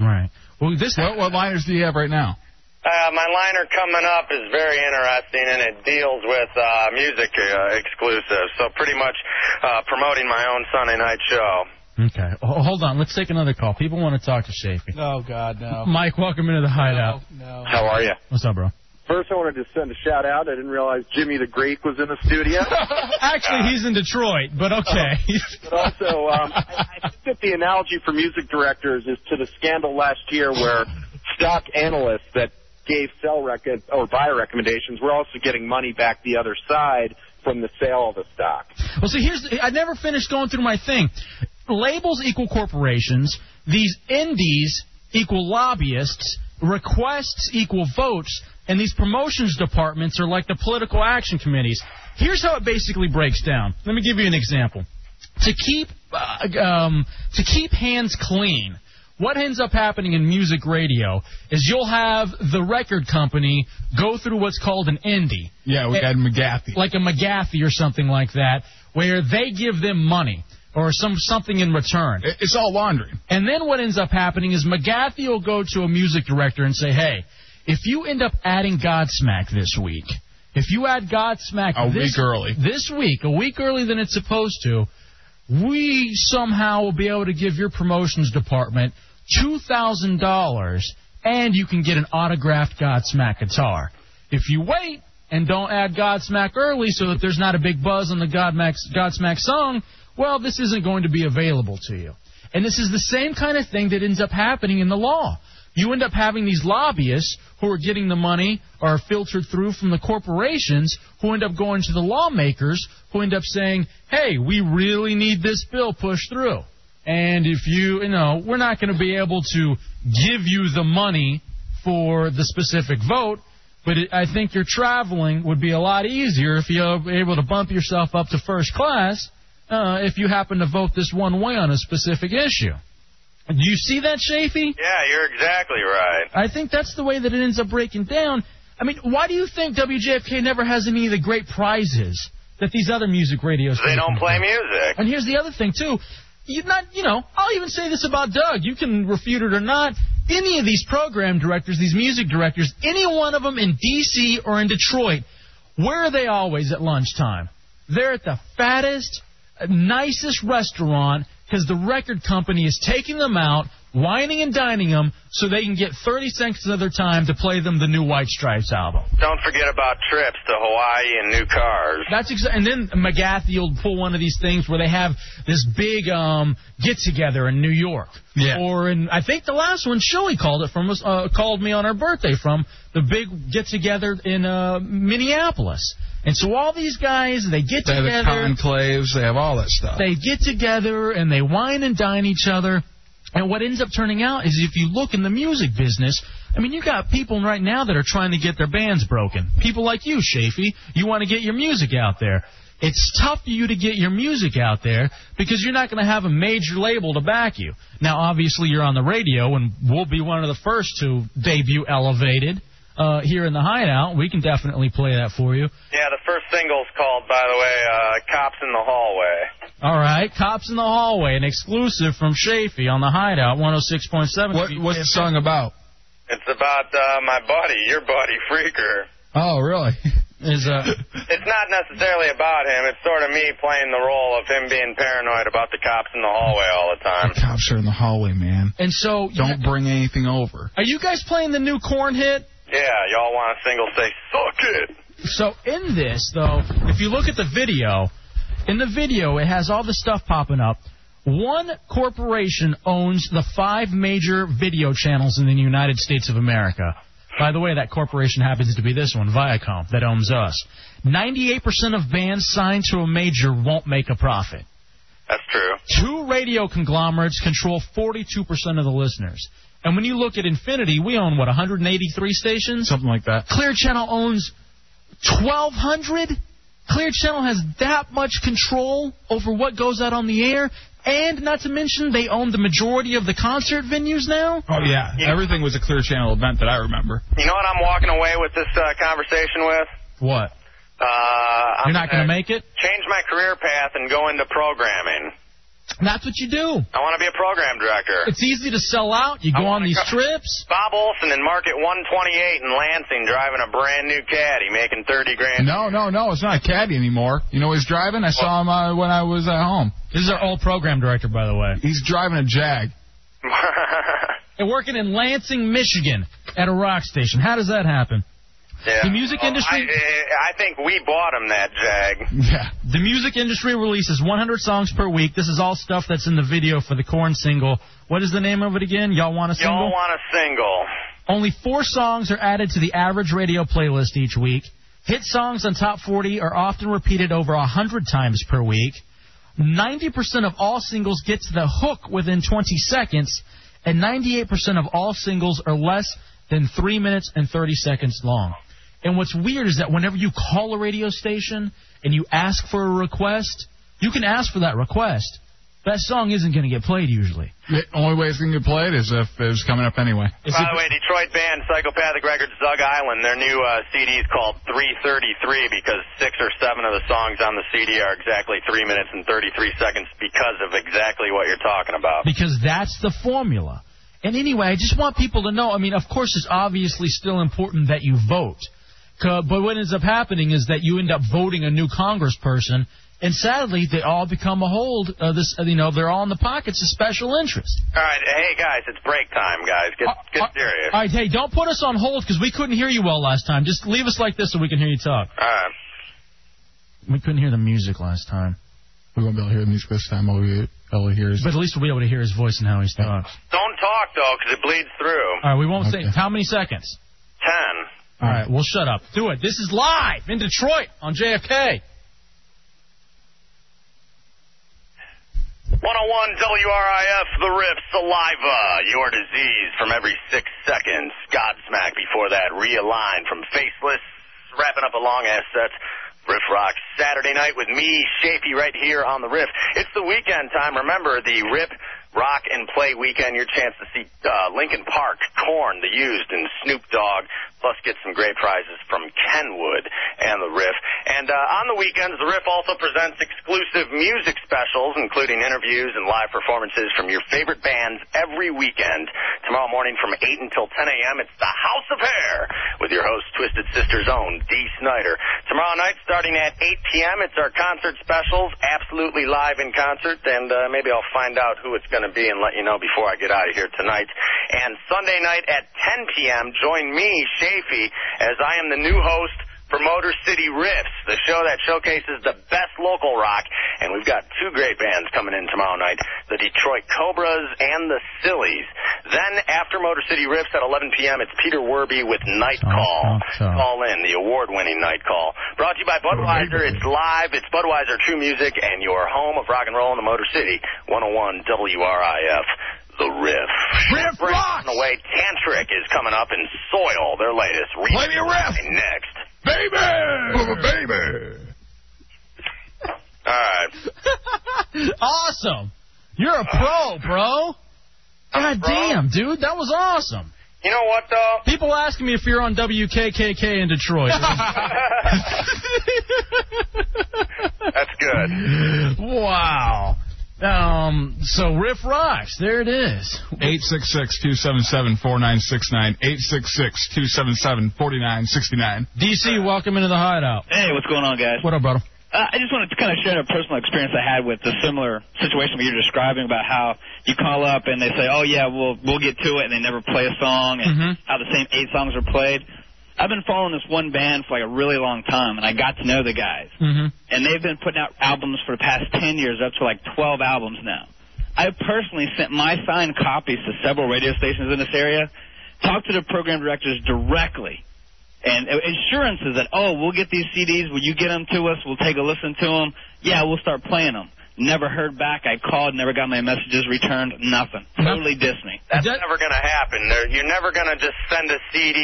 Speaker 1: All right. Well, this
Speaker 5: What what liners do you have right now?
Speaker 22: Uh, my liner coming up is very interesting, and it deals with uh, music uh, exclusives. So pretty much uh, promoting my own Sunday night show.
Speaker 1: Okay. Oh, hold on. Let's take another call. People want to talk to Shafi.
Speaker 12: Oh God, no.
Speaker 1: Mike, welcome into the hideout.
Speaker 22: How are you?
Speaker 1: What's up, bro?
Speaker 2: First, I wanted to send a shout out. I didn't realize Jimmy the Greek was in the studio.
Speaker 1: Actually, he's in Detroit, but okay.
Speaker 2: but also, um, I, I think that the analogy for music directors is to the scandal last year where stock analysts that gave sell rec- or buy recommendations were also getting money back the other side from the sale of the stock.
Speaker 1: Well, see, here's I never finished going through my thing. Labels equal corporations. These indies equal lobbyists. Requests equal votes. And these promotions departments are like the political action committees. Here's how it basically breaks down. Let me give you an example. To keep uh, um, to keep hands clean, what ends up happening in music radio is you'll have the record company go through what's called an indie.
Speaker 5: Yeah, we had McGathy.
Speaker 1: Like a McGathy or something like that, where they give them money or some something in return.
Speaker 5: It's all laundering.
Speaker 1: And then what ends up happening is McGathy will go to a music director and say, "Hey, if you end up adding Godsmack this week, if you add Godsmack
Speaker 5: A
Speaker 1: this,
Speaker 5: week early.
Speaker 1: this week, a week early than it's supposed to, we somehow will be able to give your promotions department two thousand dollars, and you can get an autographed Godsmack guitar. If you wait and don't add Godsmack early, so that there's not a big buzz on the Godmack, Godsmack song, well, this isn't going to be available to you. And this is the same kind of thing that ends up happening in the law. You end up having these lobbyists who are getting the money or are filtered through from the corporations who end up going to the lawmakers who end up saying, hey, we really need this bill pushed through. And if you, you know, we're not going to be able to give you the money for the specific vote, but it, I think your traveling would be a lot easier if you're able to bump yourself up to first class uh, if you happen to vote this one way on a specific issue. Do you see that, Shafi?
Speaker 22: Yeah, you're exactly right.
Speaker 1: I think that's the way that it ends up breaking down. I mean, why do you think WJFK never has any of the great prizes that these other music radio stations?
Speaker 22: They don't play music.
Speaker 1: And here's the other thing too. You not, you know, I'll even say this about Doug. You can refute it or not. Any of these program directors, these music directors, any one of them in D.C. or in Detroit, where are they always at lunchtime? They're at the fattest, nicest restaurant because the record company is taking them out, whining and dining them, so they can get 30 seconds of their time to play them the new White Stripes album.
Speaker 22: Don't forget about trips to Hawaii and new cars.
Speaker 1: That's exa- and then McGathy will pull one of these things where they have this big um, get together in New York, yeah. or in I think the last one Shelly called it from us, uh, called me on her birthday from the big get together in uh, Minneapolis, and so all these guys they get
Speaker 5: They have the
Speaker 1: together,
Speaker 5: conclaves. They have all that stuff.
Speaker 1: they get together and they wine and dine each other. And what ends up turning out is if you look in the music business, I mean, you got people right now that are trying to get their bands broken. People like you, Shafi, you want to get your music out there. It's tough for you to get your music out there because you're not going to have a major label to back you. Now, obviously, you're on the radio, and we'll be one of the first to debut Elevated uh, here in the Hideout. We can definitely play that for you.
Speaker 22: Yeah, the first single's called, by the way, uh, Cops in the Hallway.
Speaker 1: All right, Cops in the Hallway, an exclusive from Shafi on the Hideout 106.7. What, what's the
Speaker 5: song about?
Speaker 22: It's about uh, my buddy, your buddy, Freaker.
Speaker 5: Oh, really?
Speaker 1: Is uh,
Speaker 22: It's not necessarily about him. It's sort of me playing the role of him being paranoid about the cops in the hallway all the time.
Speaker 5: cops are in the hallway, man.
Speaker 1: And so
Speaker 5: don't bring anything over.
Speaker 1: Are you guys playing the new corn hit?
Speaker 22: Yeah, y'all want a single say, suck it.
Speaker 1: So in this though, if you look at the video, in the video it has all the stuff popping up. One corporation owns the five major video channels in the United States of America. By the way, that corporation happens to be this one, Viacom, that owns us. 98% of bands signed to a major won't make a profit.
Speaker 22: That's true.
Speaker 1: Two radio conglomerates control 42% of the listeners. And when you look at Infinity, we own, what, 183 stations?
Speaker 5: Something like that.
Speaker 1: Clear Channel owns 1,200? Clear Channel has that much control over what goes out on the air. And not to mention, they own the majority of the concert venues now.
Speaker 5: Oh yeah, everything was a Clear Channel event that I remember.
Speaker 22: You know what I'm walking away with this uh, conversation with?
Speaker 1: What?
Speaker 22: Uh, I'm
Speaker 1: You're not going
Speaker 22: gonna
Speaker 1: to make it?
Speaker 22: Change my career path and go into programming.
Speaker 1: That's what you do.
Speaker 22: I want to be a program director.
Speaker 1: It's easy to sell out. You
Speaker 22: I
Speaker 1: go on
Speaker 22: wanna
Speaker 1: these
Speaker 22: co-
Speaker 1: trips.
Speaker 22: Bob Olson in Market 128 in Lansing, driving a brand new caddy, making 30 grand.
Speaker 5: No, no, no. It's not a caddy anymore. You know he's driving? I saw him uh, when I was at home.
Speaker 1: This is our old program director, by the way.
Speaker 5: He's driving a Jag.
Speaker 1: They're working in Lansing, Michigan, at a rock station. How does that happen?
Speaker 22: Yeah.
Speaker 1: The music
Speaker 22: Oh,
Speaker 1: industry-
Speaker 22: I, I think we bought him that jag.
Speaker 5: Yeah.
Speaker 1: The music industry releases 100 songs per week. This is all stuff that's in the video for the Corn single. What is the name of it again? Y'all want a single?
Speaker 22: Y'all want a single?
Speaker 1: Only four songs are added to the average radio playlist each week. Hit songs on Top 40 are often repeated over 100 times per week. 90% of all singles get to the hook within 20 seconds, and 98% of all singles are less than 3 minutes and 30 seconds long. And what's weird is that whenever you call a radio station and you ask for a request, you can ask for that request. That song isn't going to get played usually.
Speaker 5: The only way it's going to get played is if it was coming up anyway.
Speaker 22: By the way, Detroit band Psychopathic Records Zug Island, their new uh, CD is called 333 because six or seven of the songs on the CD are exactly three minutes and 33 seconds because of exactly what you're talking about.
Speaker 1: Because that's the formula. And anyway, I just want people to know. I mean, of course, it's obviously still important that you vote. Co- But what ends up happening is that you end up voting a new congressperson, and sadly, they all become a hold. Uh, this, uh, you know, they're all in the pockets of special interest.
Speaker 22: All right, hey guys, it's break time, guys.
Speaker 1: Uh,
Speaker 22: Get get serious.
Speaker 1: All right, hey, don't put us on hold because we couldn't hear you well last time. Just leave us like this so we can hear you talk.
Speaker 22: All right.
Speaker 1: We couldn't hear the music last time.
Speaker 5: We won't be able to hear the music this time. All we all we hear is.
Speaker 1: But at least we'll be able to hear his voice and how he talks.
Speaker 22: Don't talk though, 'cause it bleeds through.
Speaker 1: All right, we won't say how many seconds.
Speaker 22: Ten.
Speaker 1: All right, well, shut up. Do it. This is live in Detroit on JFK.
Speaker 22: 101 WRIF, the rip, saliva, your disease from every six seconds. Godsmack before that, realign from faceless, wrapping up a long ass set. Riff Rock Saturday night with me, Shapey, right here on the Riff. It's the weekend time. Remember the Rip, Rock, and Play weekend. Your chance to see uh, Lincoln Park, Corn, The Used, and Snoop Dogg. Plus, get some great prizes from Kenwood and the Riff. And uh, on the weekends, the Riff also presents exclusive music specials, including interviews and live performances from your favorite bands every weekend. Tomorrow morning from 8 until 10 a.m., it's the House of Hair with your host, Twisted Sister's own D. Snyder. Tomorrow night, starting at 8 p.m., it's our concert specials, absolutely live in concert, and uh, maybe I'll find out who it's going to be and let you know before I get out of here tonight. And Sunday night at 10 p.m., join me, Shafee, as I am the new host for Motor City Riffs, the show that showcases the best local rock. And we've got two great bands coming in tomorrow night, the Detroit Cobras and the Sillies. Then after Motor City Riffs at 11 p.m., it's Peter Werby with Night Call. Call in, the award-winning Night Call. Brought to you by Budweiser. It's live. It's Budweiser True Music and your home of rock and roll in the Motor City. 101 WRIF. The Riff. Riff Rocks! Away. Tantric is coming up in Soil, their latest. Play me a riff! Next.
Speaker 3: Baby! baby!
Speaker 22: All right.
Speaker 1: awesome. You're a pro, bro. God damn, dude, that was awesome.
Speaker 22: You know what though?
Speaker 1: People ask me if you're on WKKK in Detroit.
Speaker 22: That's good.
Speaker 1: Wow. Um. So riff rocks. There it is.
Speaker 5: 866-277-4969. 866-277-4969.
Speaker 1: DC, welcome into the hideout.
Speaker 13: Hey, what's going on, guys?
Speaker 1: What up, brother?
Speaker 13: Uh, I just wanted to kind of share a personal experience I had with the similar situation what you're describing about how you call up and they say, "Oh yeah, we'll we'll get to it," and they never play a song, and
Speaker 1: Mm-hmm.
Speaker 13: how the same eight songs are played. I've been following this one band for like a really long time, and I got to know the guys,
Speaker 1: Mm-hmm.
Speaker 13: and they've been putting out albums for the past ten years, up to like twelve albums now. I personally sent my signed copies to several radio stations in this area, talked to the program directors directly, and uh, insurances that oh we'll get these CDs will you get them to us we'll take a listen to them yeah we'll start playing them never heard back I called never got my messages returned nothing totally dissed me
Speaker 22: That's never going to happen. There- You're never going to just send a CD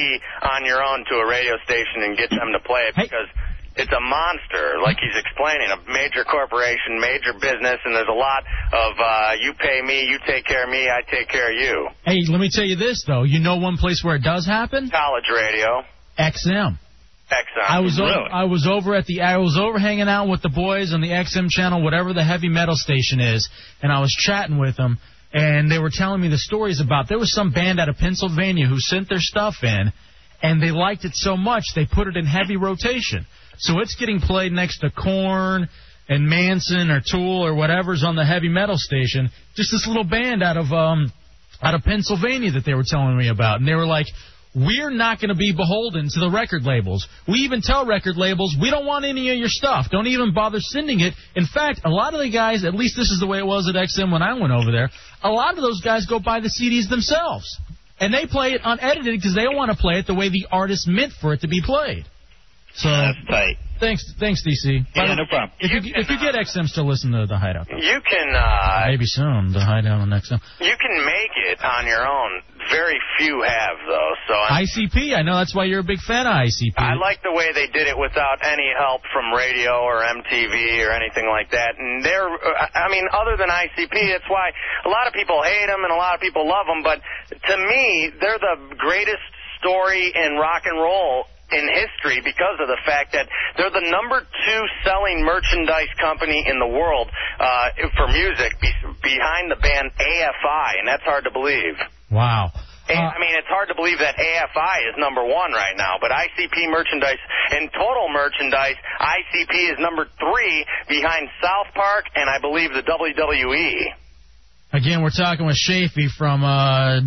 Speaker 22: on your own to a radio station and get them to play it because it's a monster, like he's explaining, a major corporation, major business, and there's a lot of uh, you pay me, you take care of me, I take care of you.
Speaker 1: Hey, let me tell you this though. You know one place where it does happen?
Speaker 22: College radio.
Speaker 1: XM.
Speaker 22: Exxon.
Speaker 1: I was
Speaker 22: really.
Speaker 1: over, I was over at the I was over hanging out with the boys on the XM channel, whatever the heavy metal station is, and I was chatting with them, and they were telling me the stories about there was some band out of Pennsylvania who sent their stuff in, and they liked it so much they put it in heavy rotation. So it's getting played next to Corn and Manson or Tool or whatever's on the heavy metal station. Just this little band out of um out of Pennsylvania that they were telling me about, and they were like, "We're not going to be beholden to the record labels. We even tell record labels we don't want any of your stuff. Don't even bother sending it. In fact, a lot of the guys, at least this is the way it was at XM when I went over there, a lot of those guys go buy the CDs themselves, and they play it unedited because they don't want to play it the way the artist meant for it to be played. So
Speaker 22: that's tight.
Speaker 1: Thanks, thanks, DC. By
Speaker 22: Yeah,
Speaker 1: the-
Speaker 22: no problem.
Speaker 1: If you, if you get XM still listen to the Hideout, though.
Speaker 22: You can uh,
Speaker 1: maybe soon the Hideout on XM.
Speaker 22: you can make it on your own. Very few have though, so i
Speaker 1: ICP. I know that's why you're a big fan of ICP.
Speaker 22: I like the way they did it without any help from radio or MTV or anything like that. And they're, uh, I mean, other than ICP, it's why a lot of people hate them and a lot of people love them. But to me, they're the greatest story in rock and roll in history because of the fact that they're the number two selling merchandise company in the world uh, for music be- behind the band AFI, and that's hard to believe.
Speaker 1: Wow.
Speaker 22: And, I mean, it's hard to believe that AFI is number one right now, but ICP merchandise and total merchandise, ICP is number three behind South Park and I believe the E. WWE.
Speaker 1: Again, we're talking with Shafee from uh,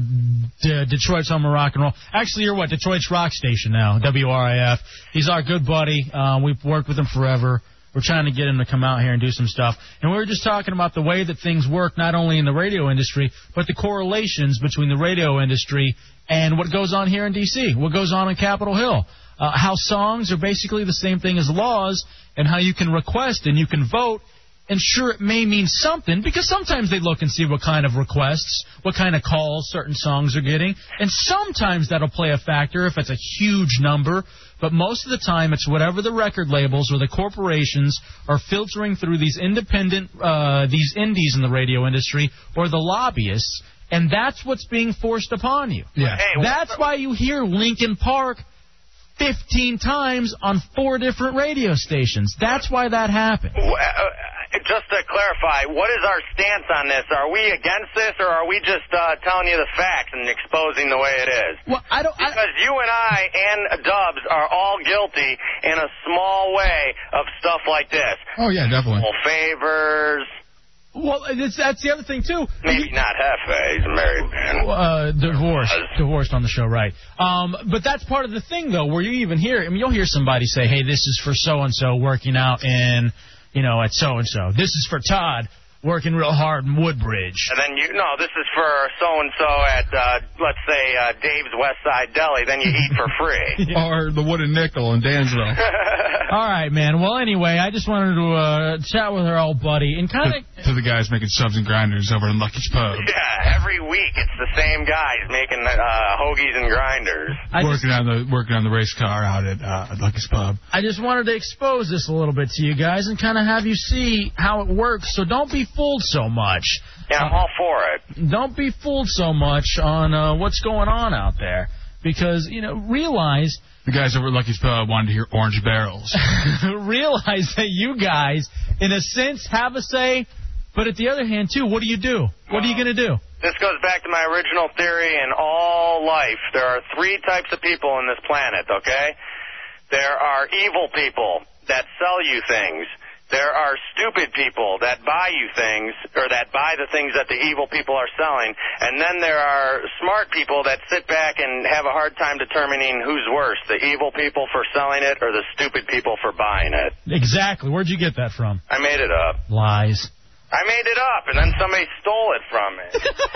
Speaker 1: D- Detroit's Home of Rock and Roll. Actually, you're what? Detroit's Rock Station now, WRIF. He's our good buddy. Uh, we've worked with him forever. We're trying to get him to come out here and do some stuff. And we were just talking about the way that things work, not only in the radio industry, but the correlations between the radio industry and what goes on here in D.C., what goes on in Capitol Hill. Uh, how songs are basically the same thing as laws, and how you can request and you can vote and sure, it may mean something because sometimes they look and see what kind of requests, what kind of calls certain songs are getting, and sometimes that'll play a factor if it's a huge number. But most of the time, it's whatever the record labels or the corporations are filtering through these independent, uh, these indies in the radio industry or the lobbyists, and that's what's being forced upon you. Yeah. That's why you hear Lincoln Park 15 times on four different radio stations. That's why that happened.
Speaker 22: W- uh, Just to clarify, what is our stance on this? Are we against this or are we just uh, telling you the facts and exposing the way it is?
Speaker 1: Well, I don't.
Speaker 22: Because you and I and Dubs are all guilty in a small way of stuff like this.
Speaker 5: Oh yeah, definitely.
Speaker 22: Well, favors,
Speaker 1: Well, it's, that's the other thing too.
Speaker 22: maybe not Hefe, he's a married man.
Speaker 1: Uh, divorced, divorced on the show, right? Um, but that's part of the thing though, where you even hear. I mean, you'll hear somebody say, "Hey, this is for so and so working out in, you know, at so and so. This is for Todd working real hard in Woodbridge."
Speaker 22: And then you no, this is for so and so at uh, let's say uh, Dave's West Side Deli. Then you eat for free.
Speaker 5: Or the wooden nickel in Dansville.
Speaker 1: All right, man. Well, anyway, I just wanted to uh, chat with our old buddy and kind of
Speaker 5: to the guys making subs and grinders over in Lucky's Pub.
Speaker 22: Yeah, every week it's the same guys making uh, hoagies and grinders.
Speaker 5: working on the working on the race car out at uh, Lucky's Pub.
Speaker 1: I just wanted to expose this a little bit to you guys and kind of have you see how it works. So don't be fooled so much.
Speaker 22: Yeah, I'm all for it.
Speaker 1: Don't be fooled so much on uh, what's going on out there because you know realize
Speaker 5: The guys over at Lucky's Pub wanted to hear Orange Barrels.
Speaker 1: realize that you guys, in a sense, have a say. But at the other hand, too, what do you do? What are you going to do?
Speaker 22: This goes back to my original theory in all life. There are three types of people on this planet, okay? There are evil people that sell you things. There are stupid people that buy you things, or that buy the things that the evil people are selling. And then there are smart people that sit back and have a hard time determining who's worse, the evil people for selling it or the stupid people for buying it.
Speaker 1: Exactly. Where'd you get that from?
Speaker 22: I made it up.
Speaker 1: Lies.
Speaker 22: I made it up, and then somebody stole it from me.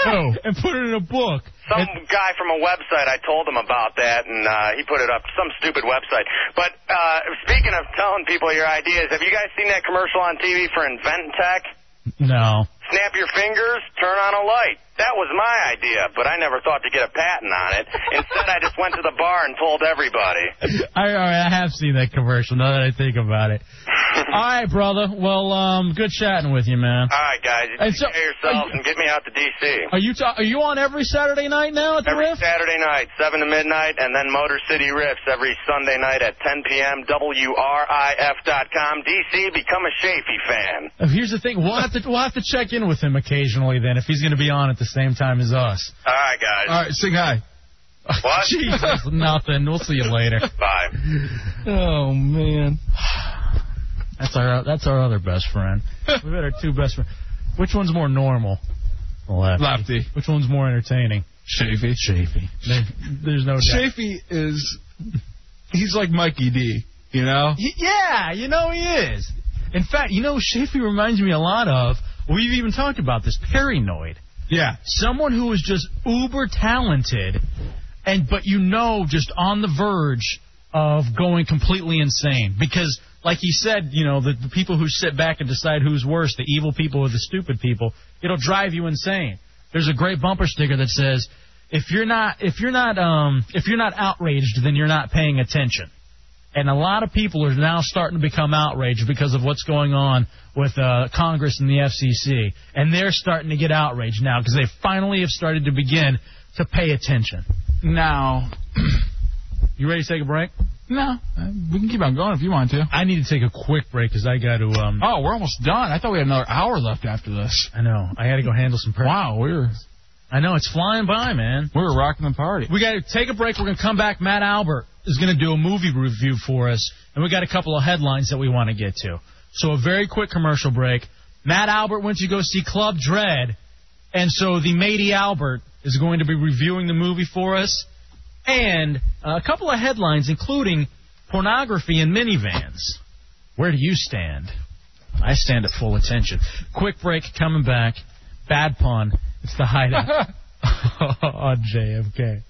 Speaker 1: Oh, and put it in a book.
Speaker 22: Some guy from a website, I told him about that, and uh, he put it up. Some stupid website. But uh, speaking of telling people your ideas, have you guys seen that commercial on TV for Inventec?
Speaker 1: No.
Speaker 22: Snap your fingers, turn on a light. That was my idea, but I never thought to get a patent on it. Instead, I just went to the bar and told everybody.
Speaker 1: I, I have seen that commercial. Now that I think about it, All right, brother. Well, um, good chatting with you, man.
Speaker 22: All right, guys, you
Speaker 1: And
Speaker 22: take
Speaker 1: so-
Speaker 22: care of yourselves and get me out to D.C.
Speaker 1: Are you ta- are you on every Saturday night now at the
Speaker 22: Every
Speaker 1: Riff?
Speaker 22: Saturday night, 7 to midnight, and then Motor City Riffs every Sunday night at 10 p.m. WRIF.com. DC, become a Shafee fan.
Speaker 1: Oh, Here's the thing. We'll have to we'll have to check in with him occasionally then if he's going to be on at the same time as us.
Speaker 22: All right, guys.
Speaker 1: All right, sing hi.
Speaker 22: What?
Speaker 1: Jesus, nothing. We'll see you later.
Speaker 22: Bye.
Speaker 1: Oh man. That's our that's our other best friend. We've had our two best friends. Which one's more normal? Lefty. Lefty. Which one's more entertaining? Shafee. Shafee. There's no doubt.
Speaker 5: Chafee is he's like Mikey D, you know?
Speaker 1: yeah, you know he is. In fact, you know, Shafee reminds me a lot of, we've even talked about this, Paranoid. Yeah. Someone who is just uber talented, and but you know, just on the verge of going completely insane. Because, like he said, you know, the, the people who sit back and decide who's worse, the evil people or the stupid people, it'll drive you insane. There's a great bumper sticker that says, if you're not if you're not um if you're not outraged then you're not paying attention and a lot of people are now starting to become outraged because of what's going on with uh, Congress and the FCC, and they're starting to get outraged now because they finally have started to begin to pay attention. Now, you ready to take a break?
Speaker 5: No, uh, we can keep on going if you want to.
Speaker 1: I need to take a quick break because I got to. Um...
Speaker 5: Oh, we're almost done. I thought we had another hour left after this.
Speaker 1: I know. I got to go handle some. Prayer. Wow, we're. I know it's flying by, man.
Speaker 5: We're rocking the party.
Speaker 1: We got to take a break. We're going to come back. Matt Albert is going to do a movie review for us, and we got a couple of headlines that we want to get to. So a very quick commercial break. Matt Albert went to go see Club Dread, and so the matey Albert is going to be reviewing the movie for us, and uh, a couple of headlines, including pornography in minivans. Where do you stand? I stand at full attention. Quick break, coming back. Bad pun. It's the hideout on JFK.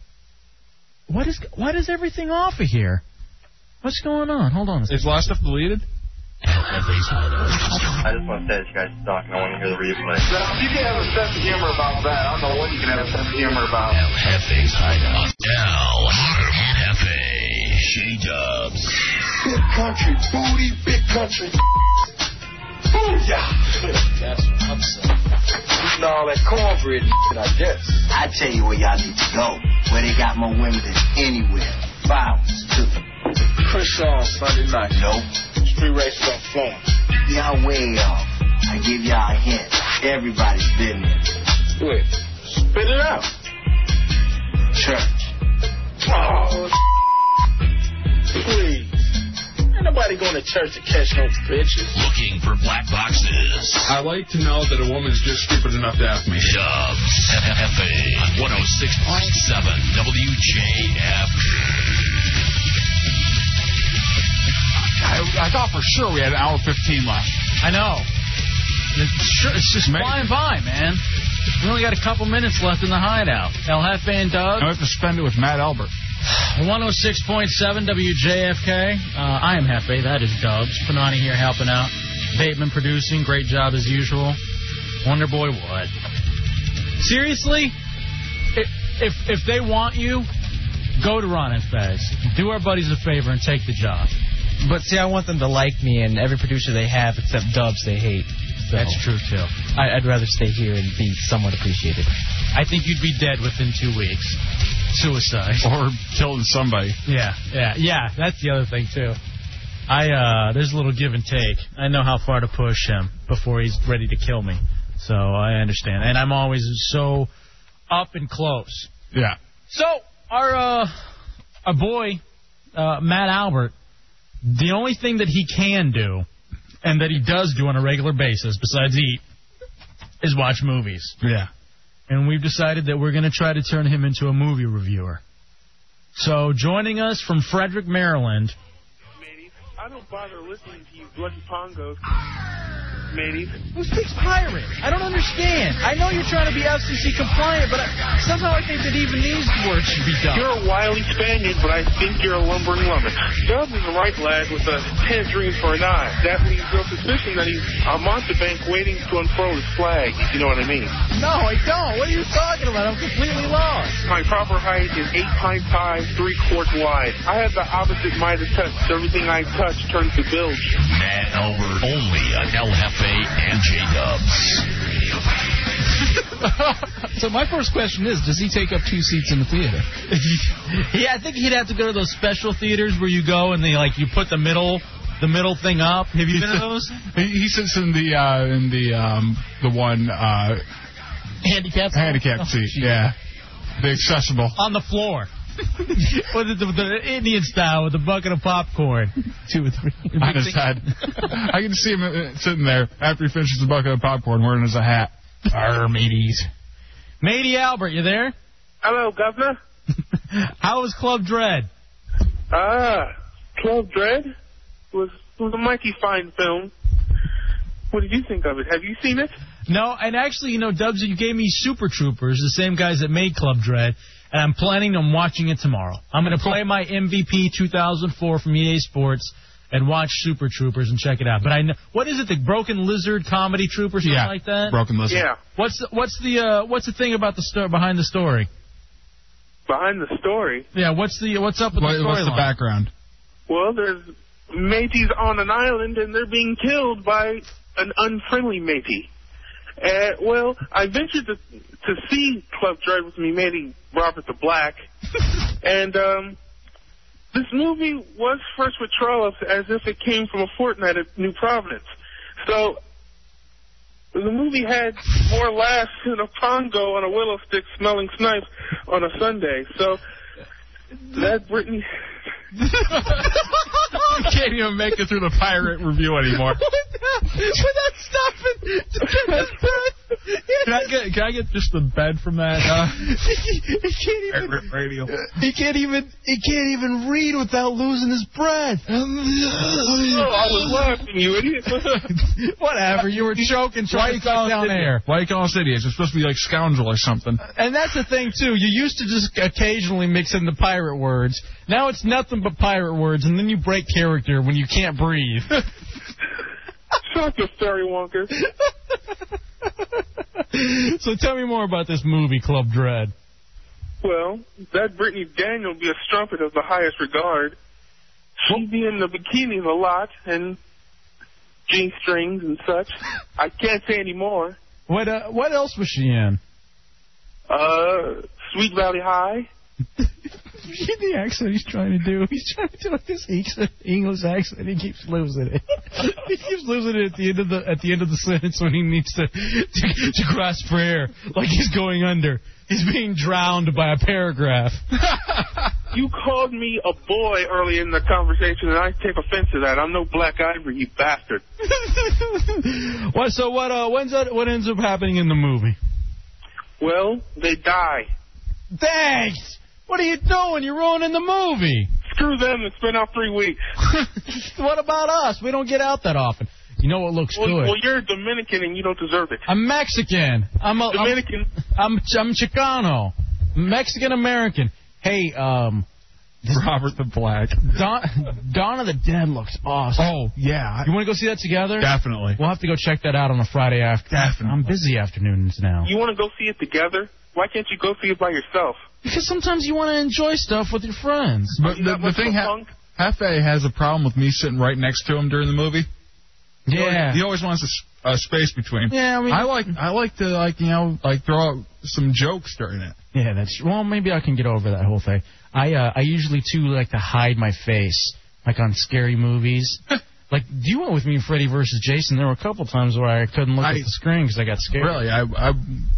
Speaker 1: What is what is everything off of here? What's going on? Hold on. A second.
Speaker 5: Is last stuff deleted?
Speaker 22: I just want to say that you guys suck, and I want to hear the replay.
Speaker 2: You can have a sense of humor about that. I don't know what you can have a sense of humor about.
Speaker 14: Hefe's hideout. Now, Hefe, J Dubs.
Speaker 3: Big country, booty, big country. Booyah! That's what's up. Eating all that cornbread, and I guess.
Speaker 8: I tell you where y'all need to go, where they got more women than anywhere. Violence, too.
Speaker 2: Chris on Sunday night.
Speaker 8: Nope.
Speaker 2: Street races on Florence.
Speaker 8: Y'all way off. I give y'all a hint. Everybody's business.
Speaker 2: Do it. Spit it out.
Speaker 8: Church.
Speaker 2: Oh, please. Ain't nobody going to church to catch no bitches.
Speaker 14: Looking for black boxes.
Speaker 5: I like to know that a woman's just stupid enough to ask me.
Speaker 14: Dubs. Hefe. 106.7 WJFK.
Speaker 5: I, I thought for sure we had an hour 15 left.
Speaker 1: I know. It's, sure, it's just flying by, man. We only got a couple minutes left in the hideout. El Jefe and Doug.
Speaker 5: Now we have to spend it with Matt Albert.
Speaker 1: 106.7 WJFK. Uh, I am Hefe. That is Dubs. Panani here helping out. Bateman producing. Great job as usual. Wonder Boy, what? Seriously? If, if, if they want you, go to Ron and Fez. Do our buddies a favor and take the job.
Speaker 15: But see, I want them to like me, and every producer they have, except Dubs, they hate. So
Speaker 1: That's true, too.
Speaker 15: I, I'd rather stay here and be somewhat appreciated.
Speaker 1: I think you'd be dead within two weeks. Suicide.
Speaker 5: Or killed somebody.
Speaker 1: Yeah, yeah, yeah. That's the other thing too. I uh, there's a little give and take. I know how far to push him before he's ready to kill me. So I understand, and I'm always so up and close.
Speaker 5: Yeah.
Speaker 1: So our uh, our boy uh, Matt Albert, the only thing that he can do, and that he does do on a regular basis besides eat, is watch movies.
Speaker 5: Yeah.
Speaker 1: And we've decided that we're going to try to turn him into a movie reviewer. So joining us from Frederick, Maryland,
Speaker 25: I don't bother listening to you bloody pongos. matey.
Speaker 6: Who speaks pirate? I don't understand. I know you're trying to be FCC compliant, but I, somehow I think that even these words should be done.
Speaker 25: You're a wily Spaniard, but I think you're a lumbering lummox. Dub is a right lad with a tangerine for an eye. That leaves no suspicion that he's a monster bank waiting to unfurl his flag, if you know what I mean.
Speaker 6: No, I don't. What are you talking about? I'm completely lost.
Speaker 25: My proper height is 8 times high, 3 quarts wide. I have the opposite Midas touch. Everything I touch turns to bilge.
Speaker 14: Matt Albert, only on LFA and J Dubs.
Speaker 12: So my first question is, does he take up two seats in the theater?
Speaker 9: yeah, I think he'd have to go to those special theaters where you go and they like you put the middle the middle thing up. Have you been to those?
Speaker 5: He he sits in the uh, in the um, the one uh,
Speaker 6: handicapped
Speaker 5: handicapped seat. Yeah, the accessible.
Speaker 9: On the floor. with the, the, the Indian style with a bucket of popcorn. Two or three.
Speaker 5: On his head. I can see him uh, sitting there after he finishes the bucket of popcorn wearing his hat. Arr, mateys.
Speaker 9: Matey Albert, you there?
Speaker 25: Hello, Governor.
Speaker 9: How was Club Dread?
Speaker 25: Ah, Club Dread was, was a mighty fine film. What did you think of it? Have you seen it?
Speaker 9: No, and actually, you know, Dubs, you gave me Super Troopers, the same guys that made Club Dread, and I'm planning on watching it tomorrow. I'm going to play my MVP 2004 from EA Sports and watch Super Troopers and check it out. But I know what is it, the Broken Lizard comedy troop or something
Speaker 5: Yeah,
Speaker 9: like that?
Speaker 5: Broken Lizard. Yeah.
Speaker 9: What's the, what's the uh, what's the thing about the story behind the story?
Speaker 25: Behind the story,
Speaker 9: Yeah, what's the what's up with
Speaker 5: What-
Speaker 9: the storyline?
Speaker 5: what's the background?
Speaker 25: well, there's mateys on an island and they're being killed by an unfriendly matey. Uh, well, I ventured to to see Club Dread with me matey Robert the Black, and um, this movie was first with Trollops as if it came from a fortnight at New Providence. So the movie had more laughs than a pongo on a willow stick smelling snipes on a Sunday. So that Brittany
Speaker 5: You can't even make it through the pirate review anymore.
Speaker 6: Without stopping to get his breath.
Speaker 5: Can I get can I get just the bed from that?
Speaker 6: he can't even
Speaker 5: radio.
Speaker 6: he can't even he can't even read without losing his breath.
Speaker 9: Oh,
Speaker 25: I was laughing, you idiot.
Speaker 6: Whatever, you were choking
Speaker 5: Why
Speaker 6: trying
Speaker 5: you
Speaker 6: to calm
Speaker 5: call us
Speaker 6: down
Speaker 5: idiots?
Speaker 6: air.
Speaker 5: Why you call us idiots? It's supposed to be like scoundrel or something.
Speaker 6: And that's the thing too. You used to just occasionally mix in the pirate words. Now it's nothing but pirate words, and then you break character when you can't breathe.
Speaker 25: Shut the fairy wonker.
Speaker 6: so tell me more about this movie, Club Dread.
Speaker 25: Well, that Brittany Daniel be a strumpet of the highest regard. She be in the bikinis a lot and G strings and such. I can't say any more.
Speaker 9: What uh, what else was she in?
Speaker 25: Uh, Sweet Valley High.
Speaker 6: the accent he's trying to do. He's trying to do like this English accent. He keeps losing it. he keeps losing it at the end of the at the end of the sentence when he needs to to, to grasp for air, like he's going under. He's being drowned by a paragraph.
Speaker 25: You called me a boy early in the conversation, and I take offense to that. I'm no Black Ivory, you bastard.
Speaker 6: What? So what? Uh, when's that, what ends up happening in the movie?
Speaker 25: Well, they die.
Speaker 6: Thanks. What are you doing? You're ruining the movie.
Speaker 25: Screw them and spend out three weeks.
Speaker 6: what about us? We don't get out that often. You know what looks
Speaker 25: Well,
Speaker 6: good?
Speaker 25: well, you're Dominican and you don't deserve it.
Speaker 6: I'm Mexican. I'm a,
Speaker 25: Dominican.
Speaker 6: I'm, I'm I'm Chicano. Mexican American. Hey, um,
Speaker 5: Robert the Black.
Speaker 6: Don, Dawn of the Dead looks awesome.
Speaker 5: Oh yeah,
Speaker 6: You want to go see that together?
Speaker 5: definitely.
Speaker 6: We'll have to go check that out on a Friday after.
Speaker 5: Definitely.
Speaker 6: I'm busy afternoons now.
Speaker 25: You want to go see it together? Why can't you go see it by yourself?
Speaker 6: Because sometimes you want to enjoy stuff with your friends.
Speaker 5: But
Speaker 25: You
Speaker 5: the,
Speaker 25: not
Speaker 5: the
Speaker 25: much of
Speaker 5: thing,
Speaker 25: a
Speaker 5: ha-
Speaker 25: punk?
Speaker 5: Hefe has a problem with me sitting right next to him during the movie. He always-
Speaker 6: Yeah.
Speaker 5: he always wants a, s- a space between.
Speaker 6: Yeah, I mean-
Speaker 5: like I like to like you know like throw out some jokes during it.
Speaker 6: Yeah, that's well. Maybe I can get over that whole thing. I uh, I usually too like to hide my face, like on scary movies. like you went with me, Freddy versus Jason. There were a couple times where I couldn't look at
Speaker 5: I-
Speaker 6: the screen because I got scared.
Speaker 5: Really, I I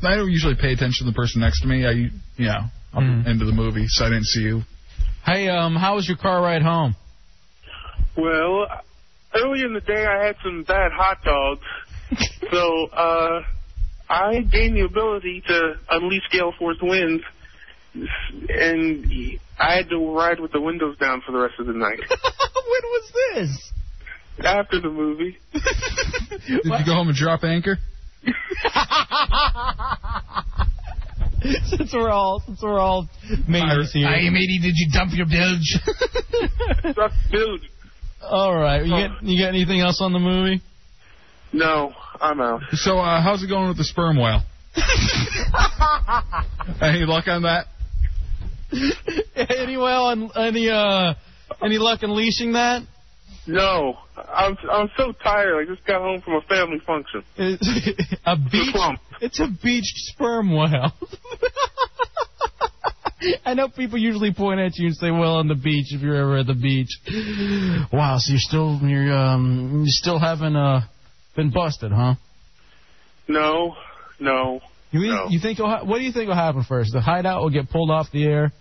Speaker 5: I don't usually pay attention to the person next to me. I you know I'm into the movie, so I didn't see you.
Speaker 6: Mm-hmm. Hey, um, how was your car ride home?
Speaker 25: Well, earlier in the day I had some bad hot dogs, so uh, I gained the ability to unleash gale force winds, and I had to ride with the windows down for the rest of the night.
Speaker 6: when was this?
Speaker 25: after the movie.
Speaker 5: Did you go home and drop anchor?
Speaker 6: since we're all since we're all mates here.
Speaker 26: Hey, matey, did you dump your bilge?
Speaker 25: Suck dude. Oh.
Speaker 1: All right. You got you got anything else on the movie?
Speaker 25: No, I'm out.
Speaker 5: So uh, how's it going with the sperm whale? Any luck on that?
Speaker 1: any well on any uh any luck unleashing that?
Speaker 25: No, Oh, I'm I'm so tired. I just got home from a family function.
Speaker 1: a beach. It's a beached sperm whale. I know people usually point at you and say, "Well, on the beach, if you're ever at the beach." Wow, so you're still you're um you still haven't uh been busted, huh?
Speaker 25: No, no.
Speaker 1: You mean, you think it'll ha- what do you think will happen first? The hideout will get pulled off the air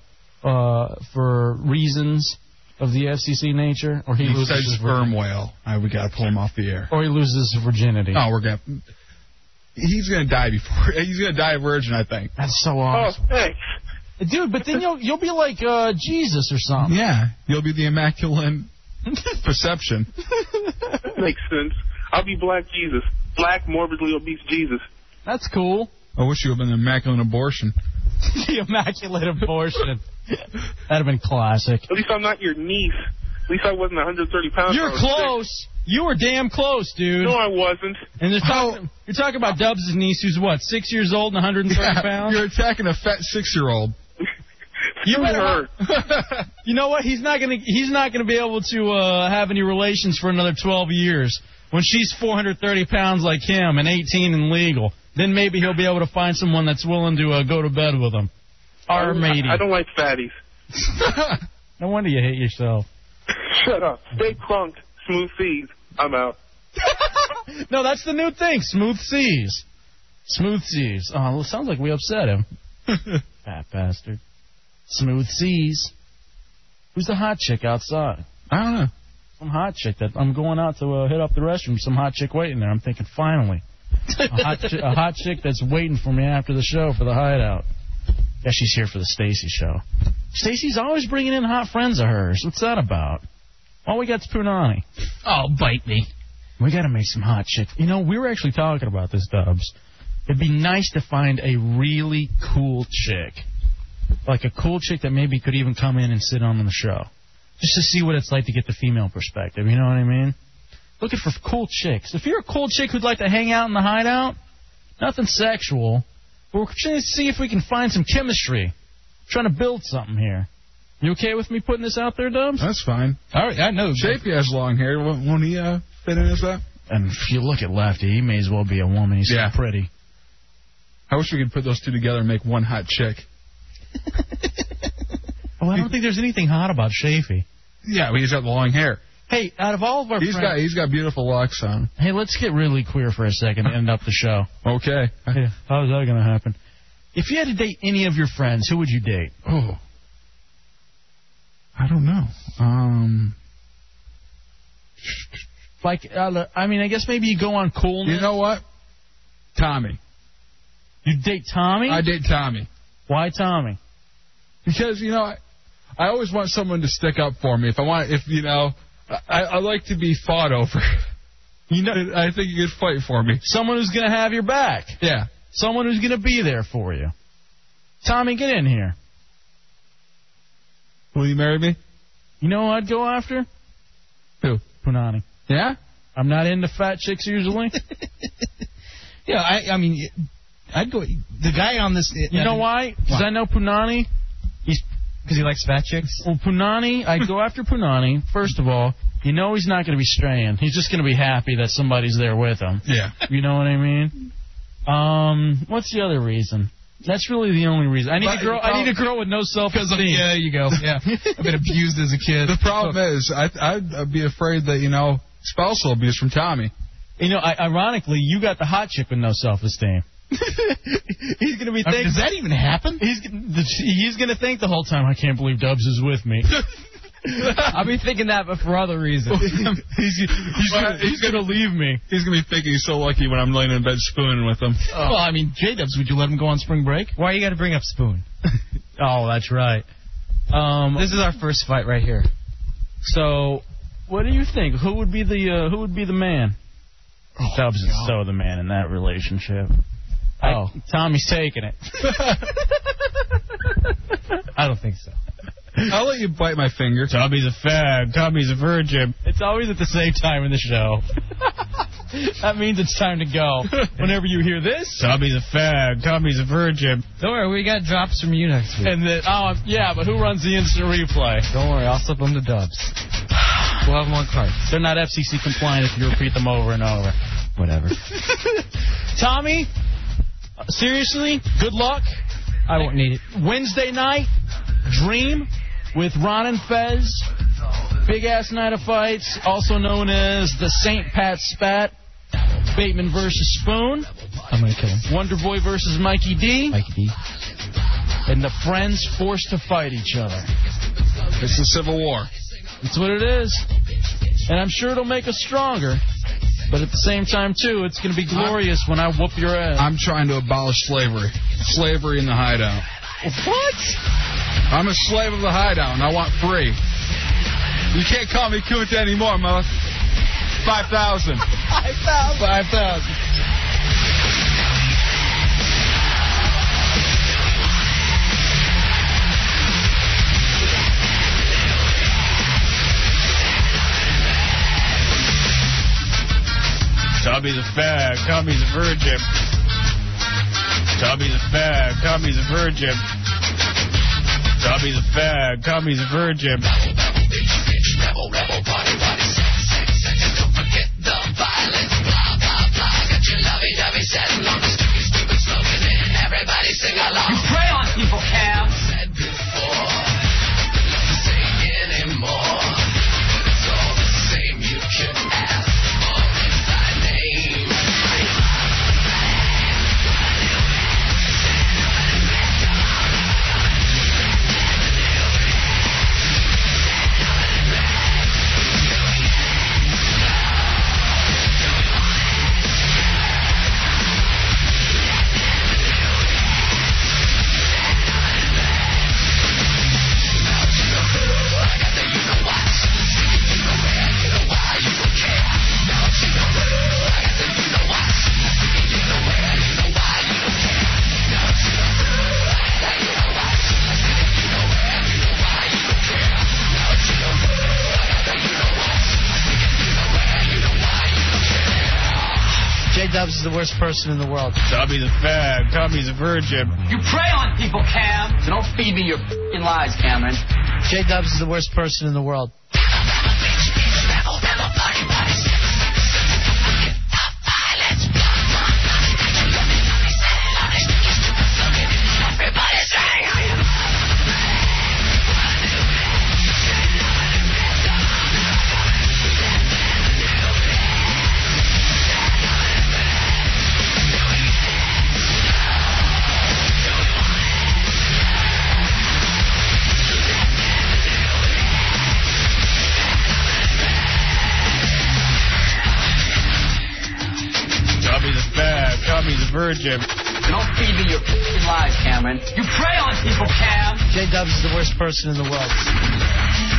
Speaker 1: uh for reasons of the FCC nature, or he,
Speaker 5: He
Speaker 1: loses
Speaker 5: said
Speaker 1: his
Speaker 5: sperm whale. I, we gotta pull him off the air.
Speaker 1: or he loses his virginity.
Speaker 5: Oh, we're gonna. He's gonna die before. He's gonna die a virgin, I think.
Speaker 1: That's so awesome.
Speaker 25: Oh, thanks.
Speaker 1: Dude, but then you'll you'll be like uh, Jesus or something.
Speaker 5: Yeah, you'll be the immaculate perception.
Speaker 25: Makes sense. I'll be black Jesus, black morbidly obese Jesus.
Speaker 1: That's cool.
Speaker 5: I wish you had been an immaculate abortion.
Speaker 1: the immaculate abortion. That'd have been classic.
Speaker 25: At least I'm not your niece. At least I wasn't 130 pounds.
Speaker 1: You're
Speaker 25: I was
Speaker 1: close. You were damn close, dude.
Speaker 25: No, I wasn't.
Speaker 1: And they're talking, you're talking about Dubs' niece, who's what, six years old and 130 pounds.
Speaker 5: You're attacking a fat six-year-old.
Speaker 1: You
Speaker 5: Screw
Speaker 1: better. you know what? He's not gonna. He's not gonna be able to uh, have any relations for another 12 years. When she's 430 pounds like him and 18 and legal, then maybe he'll be able to find someone that's willing to uh, go to bed with him. Our matey.
Speaker 25: I, I don't like fatties.
Speaker 1: No wonder you hate yourself.
Speaker 25: Shut up. Stay clunked. Smooth seas. I'm out.
Speaker 1: No, that's the new thing. Smooth seas. Smooth seas. Oh, well, it sounds like we upset him. Fat bastard. Smooth seas. Who's the hot chick outside?
Speaker 5: I don't know.
Speaker 1: Some hot chick that I'm going out to uh, hit up the restroom. Some hot chick waiting there. I'm thinking finally a, hot chi- a hot chick that's waiting for me after the show for the hideout. Yeah, she's here for the Stacy show. Stacy's always bringing in hot friends of hers. What's that about? All we got's Punani. Oh, bite me. We gotta make some hot chicks. You know, we were actually talking about this, Dubs. It'd be nice to find a really cool chick, like a cool chick that maybe could even come in and sit on the show, just to see what it's like to get the female perspective. You know what I mean? Looking for cool chicks. If you're a cool chick who'd like to hang out in the hideout, nothing sexual, but we're trying to see if we can find some chemistry. Trying to build something here. You okay with me putting this out there, Dubs?
Speaker 5: That's fine.
Speaker 1: All right, I know.
Speaker 5: Shapey has long hair. Won't, won't he uh, fit in as that?
Speaker 1: And if you look at Lefty, he may as well be a woman. He's so pretty.
Speaker 5: I wish we could put those two together and make one hot chick.
Speaker 1: Oh, I don't think there's anything hot about Shafee.
Speaker 5: Yeah, but he's got the long hair.
Speaker 1: Hey, out of all of our
Speaker 5: He's
Speaker 1: friends,
Speaker 5: got he's got beautiful locks on.
Speaker 1: hey, let's get really queer for a second and end up the show.
Speaker 5: Okay.
Speaker 1: Yeah, how's that gonna happen? If you had to date any of your friends, who would you date?
Speaker 5: Oh. I don't know. Um.
Speaker 1: Like, uh, I mean, I guess maybe you go on coolness.
Speaker 5: You know what? Tommy.
Speaker 1: You date Tommy?
Speaker 5: I date Tommy
Speaker 1: Why Tommy?
Speaker 5: because you know I, I always want someone to stick up for me. If I want, if you know, I, I like to be fought over.
Speaker 1: You know,
Speaker 5: I think you could fight for me.
Speaker 1: Someone who's gonna have your back.
Speaker 5: Yeah.
Speaker 1: Someone who's gonna be there for you. Tommy, get in here.
Speaker 5: Will you marry me?
Speaker 1: You know who I'd go after?
Speaker 5: Who?
Speaker 1: Punani.
Speaker 5: Yeah.
Speaker 1: I'm not into fat chicks usually.
Speaker 27: Yeah, I, I mean, I'd go. The guy on this.
Speaker 1: You know why? Because I know Punani. He's
Speaker 6: Because he likes fat chicks.
Speaker 1: well, Punani. I go after Punani first of all. You know he's not going to be straying. He's just going to be happy that somebody's there with him.
Speaker 5: Yeah.
Speaker 1: You know what I mean? Um, what's the other reason? That's really the only reason. I need
Speaker 5: But-
Speaker 1: a girl. I need a girl with no self esteem.
Speaker 27: Yeah, you go. Yeah, I've been abused as a kid.
Speaker 5: The problem is, I, I'd be afraid that you know spousal abuse from Tommy.
Speaker 1: You know, I, ironically, you got the hot chick with no self esteem. he's gonna be.
Speaker 27: I mean,
Speaker 1: Thinking,
Speaker 27: does that even happen?
Speaker 1: He's gonna- he's gonna think the whole time. I can't believe Dubs is with me.
Speaker 6: I've been thinking that, but for other reasons.
Speaker 1: he's he's, gonna, he's gonna leave me.
Speaker 5: He's gonna be thinking he's so lucky when I'm laying in bed spooning with him.
Speaker 27: Oh. Well, I mean, J Dubs, would you let him go on spring break?
Speaker 6: Why you got to bring up spoon?
Speaker 1: Oh, that's right. Um,
Speaker 6: This is our first fight right here. So
Speaker 1: What do you think? Who would be the uh, Who would be the man? Stubbs is so the man in that relationship. Oh, Tommy's taking it. I don't think so.
Speaker 5: I'll let you bite my finger.
Speaker 1: Tommy's a fag. Tommy's a virgin. It's always at the same time in the show. that means it's time to go. Whenever you hear this, Tommy's a fag. Tommy's a virgin. Don't worry, we got drops from you next week. And then, oh yeah, but who runs the instant replay? Don't worry, I'll slip them to Dubs. We'll have them on cards. They're not FCC compliant if you repeat them over and over. Whatever. Tommy, uh, seriously, good luck. I won't need it. Wednesday night, Dream with Ron and Fez. Big ass night of fights, also known as the St. Pat Spat. Bateman versus Spoon. I'm gonna kill him. Wonder Boy versus Mikey D. Mikey D. And the friends forced to fight each other. It's the Civil War. That's what it is. And I'm sure it'll make us stronger. But at the same time, too, it's going to be glorious when I whoop your ass.
Speaker 5: I'm trying to abolish slavery. Slavery in the hideout.
Speaker 1: What?
Speaker 5: I'm a slave of the hideout, and I want free. You can't call me Kunta anymore, mother. 5,000.
Speaker 1: 5,000. 5,000. Tommy's a fag. Tommy's a virgin. Tommy's a fag. Tommy's a virgin. Tommy's a fag. Tommy's a virgin.
Speaker 3: You prey on people, Cam.
Speaker 15: J Dubs is the worst person in the world.
Speaker 1: Tommy's a fag. Tommy's a virgin.
Speaker 3: You prey on people, Cam. So don't feed me your f***ing lies, Cameron.
Speaker 15: J Dubs is the worst person in the world.
Speaker 1: Tommy's a fag. Tommy's a virgin.
Speaker 3: Don't feed me your f***ing lies, Cameron. You prey on people, Cam.
Speaker 15: J Dubs is the worst person in the world.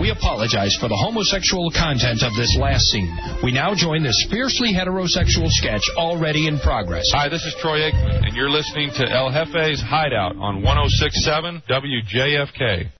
Speaker 16: We apologize for the homosexual content of this last scene. We now join this fiercely heterosexual sketch already in progress.
Speaker 17: Hi, this is Troy oh Aikman, and you're listening to El Jefe's Hideout on 1067 WJFK.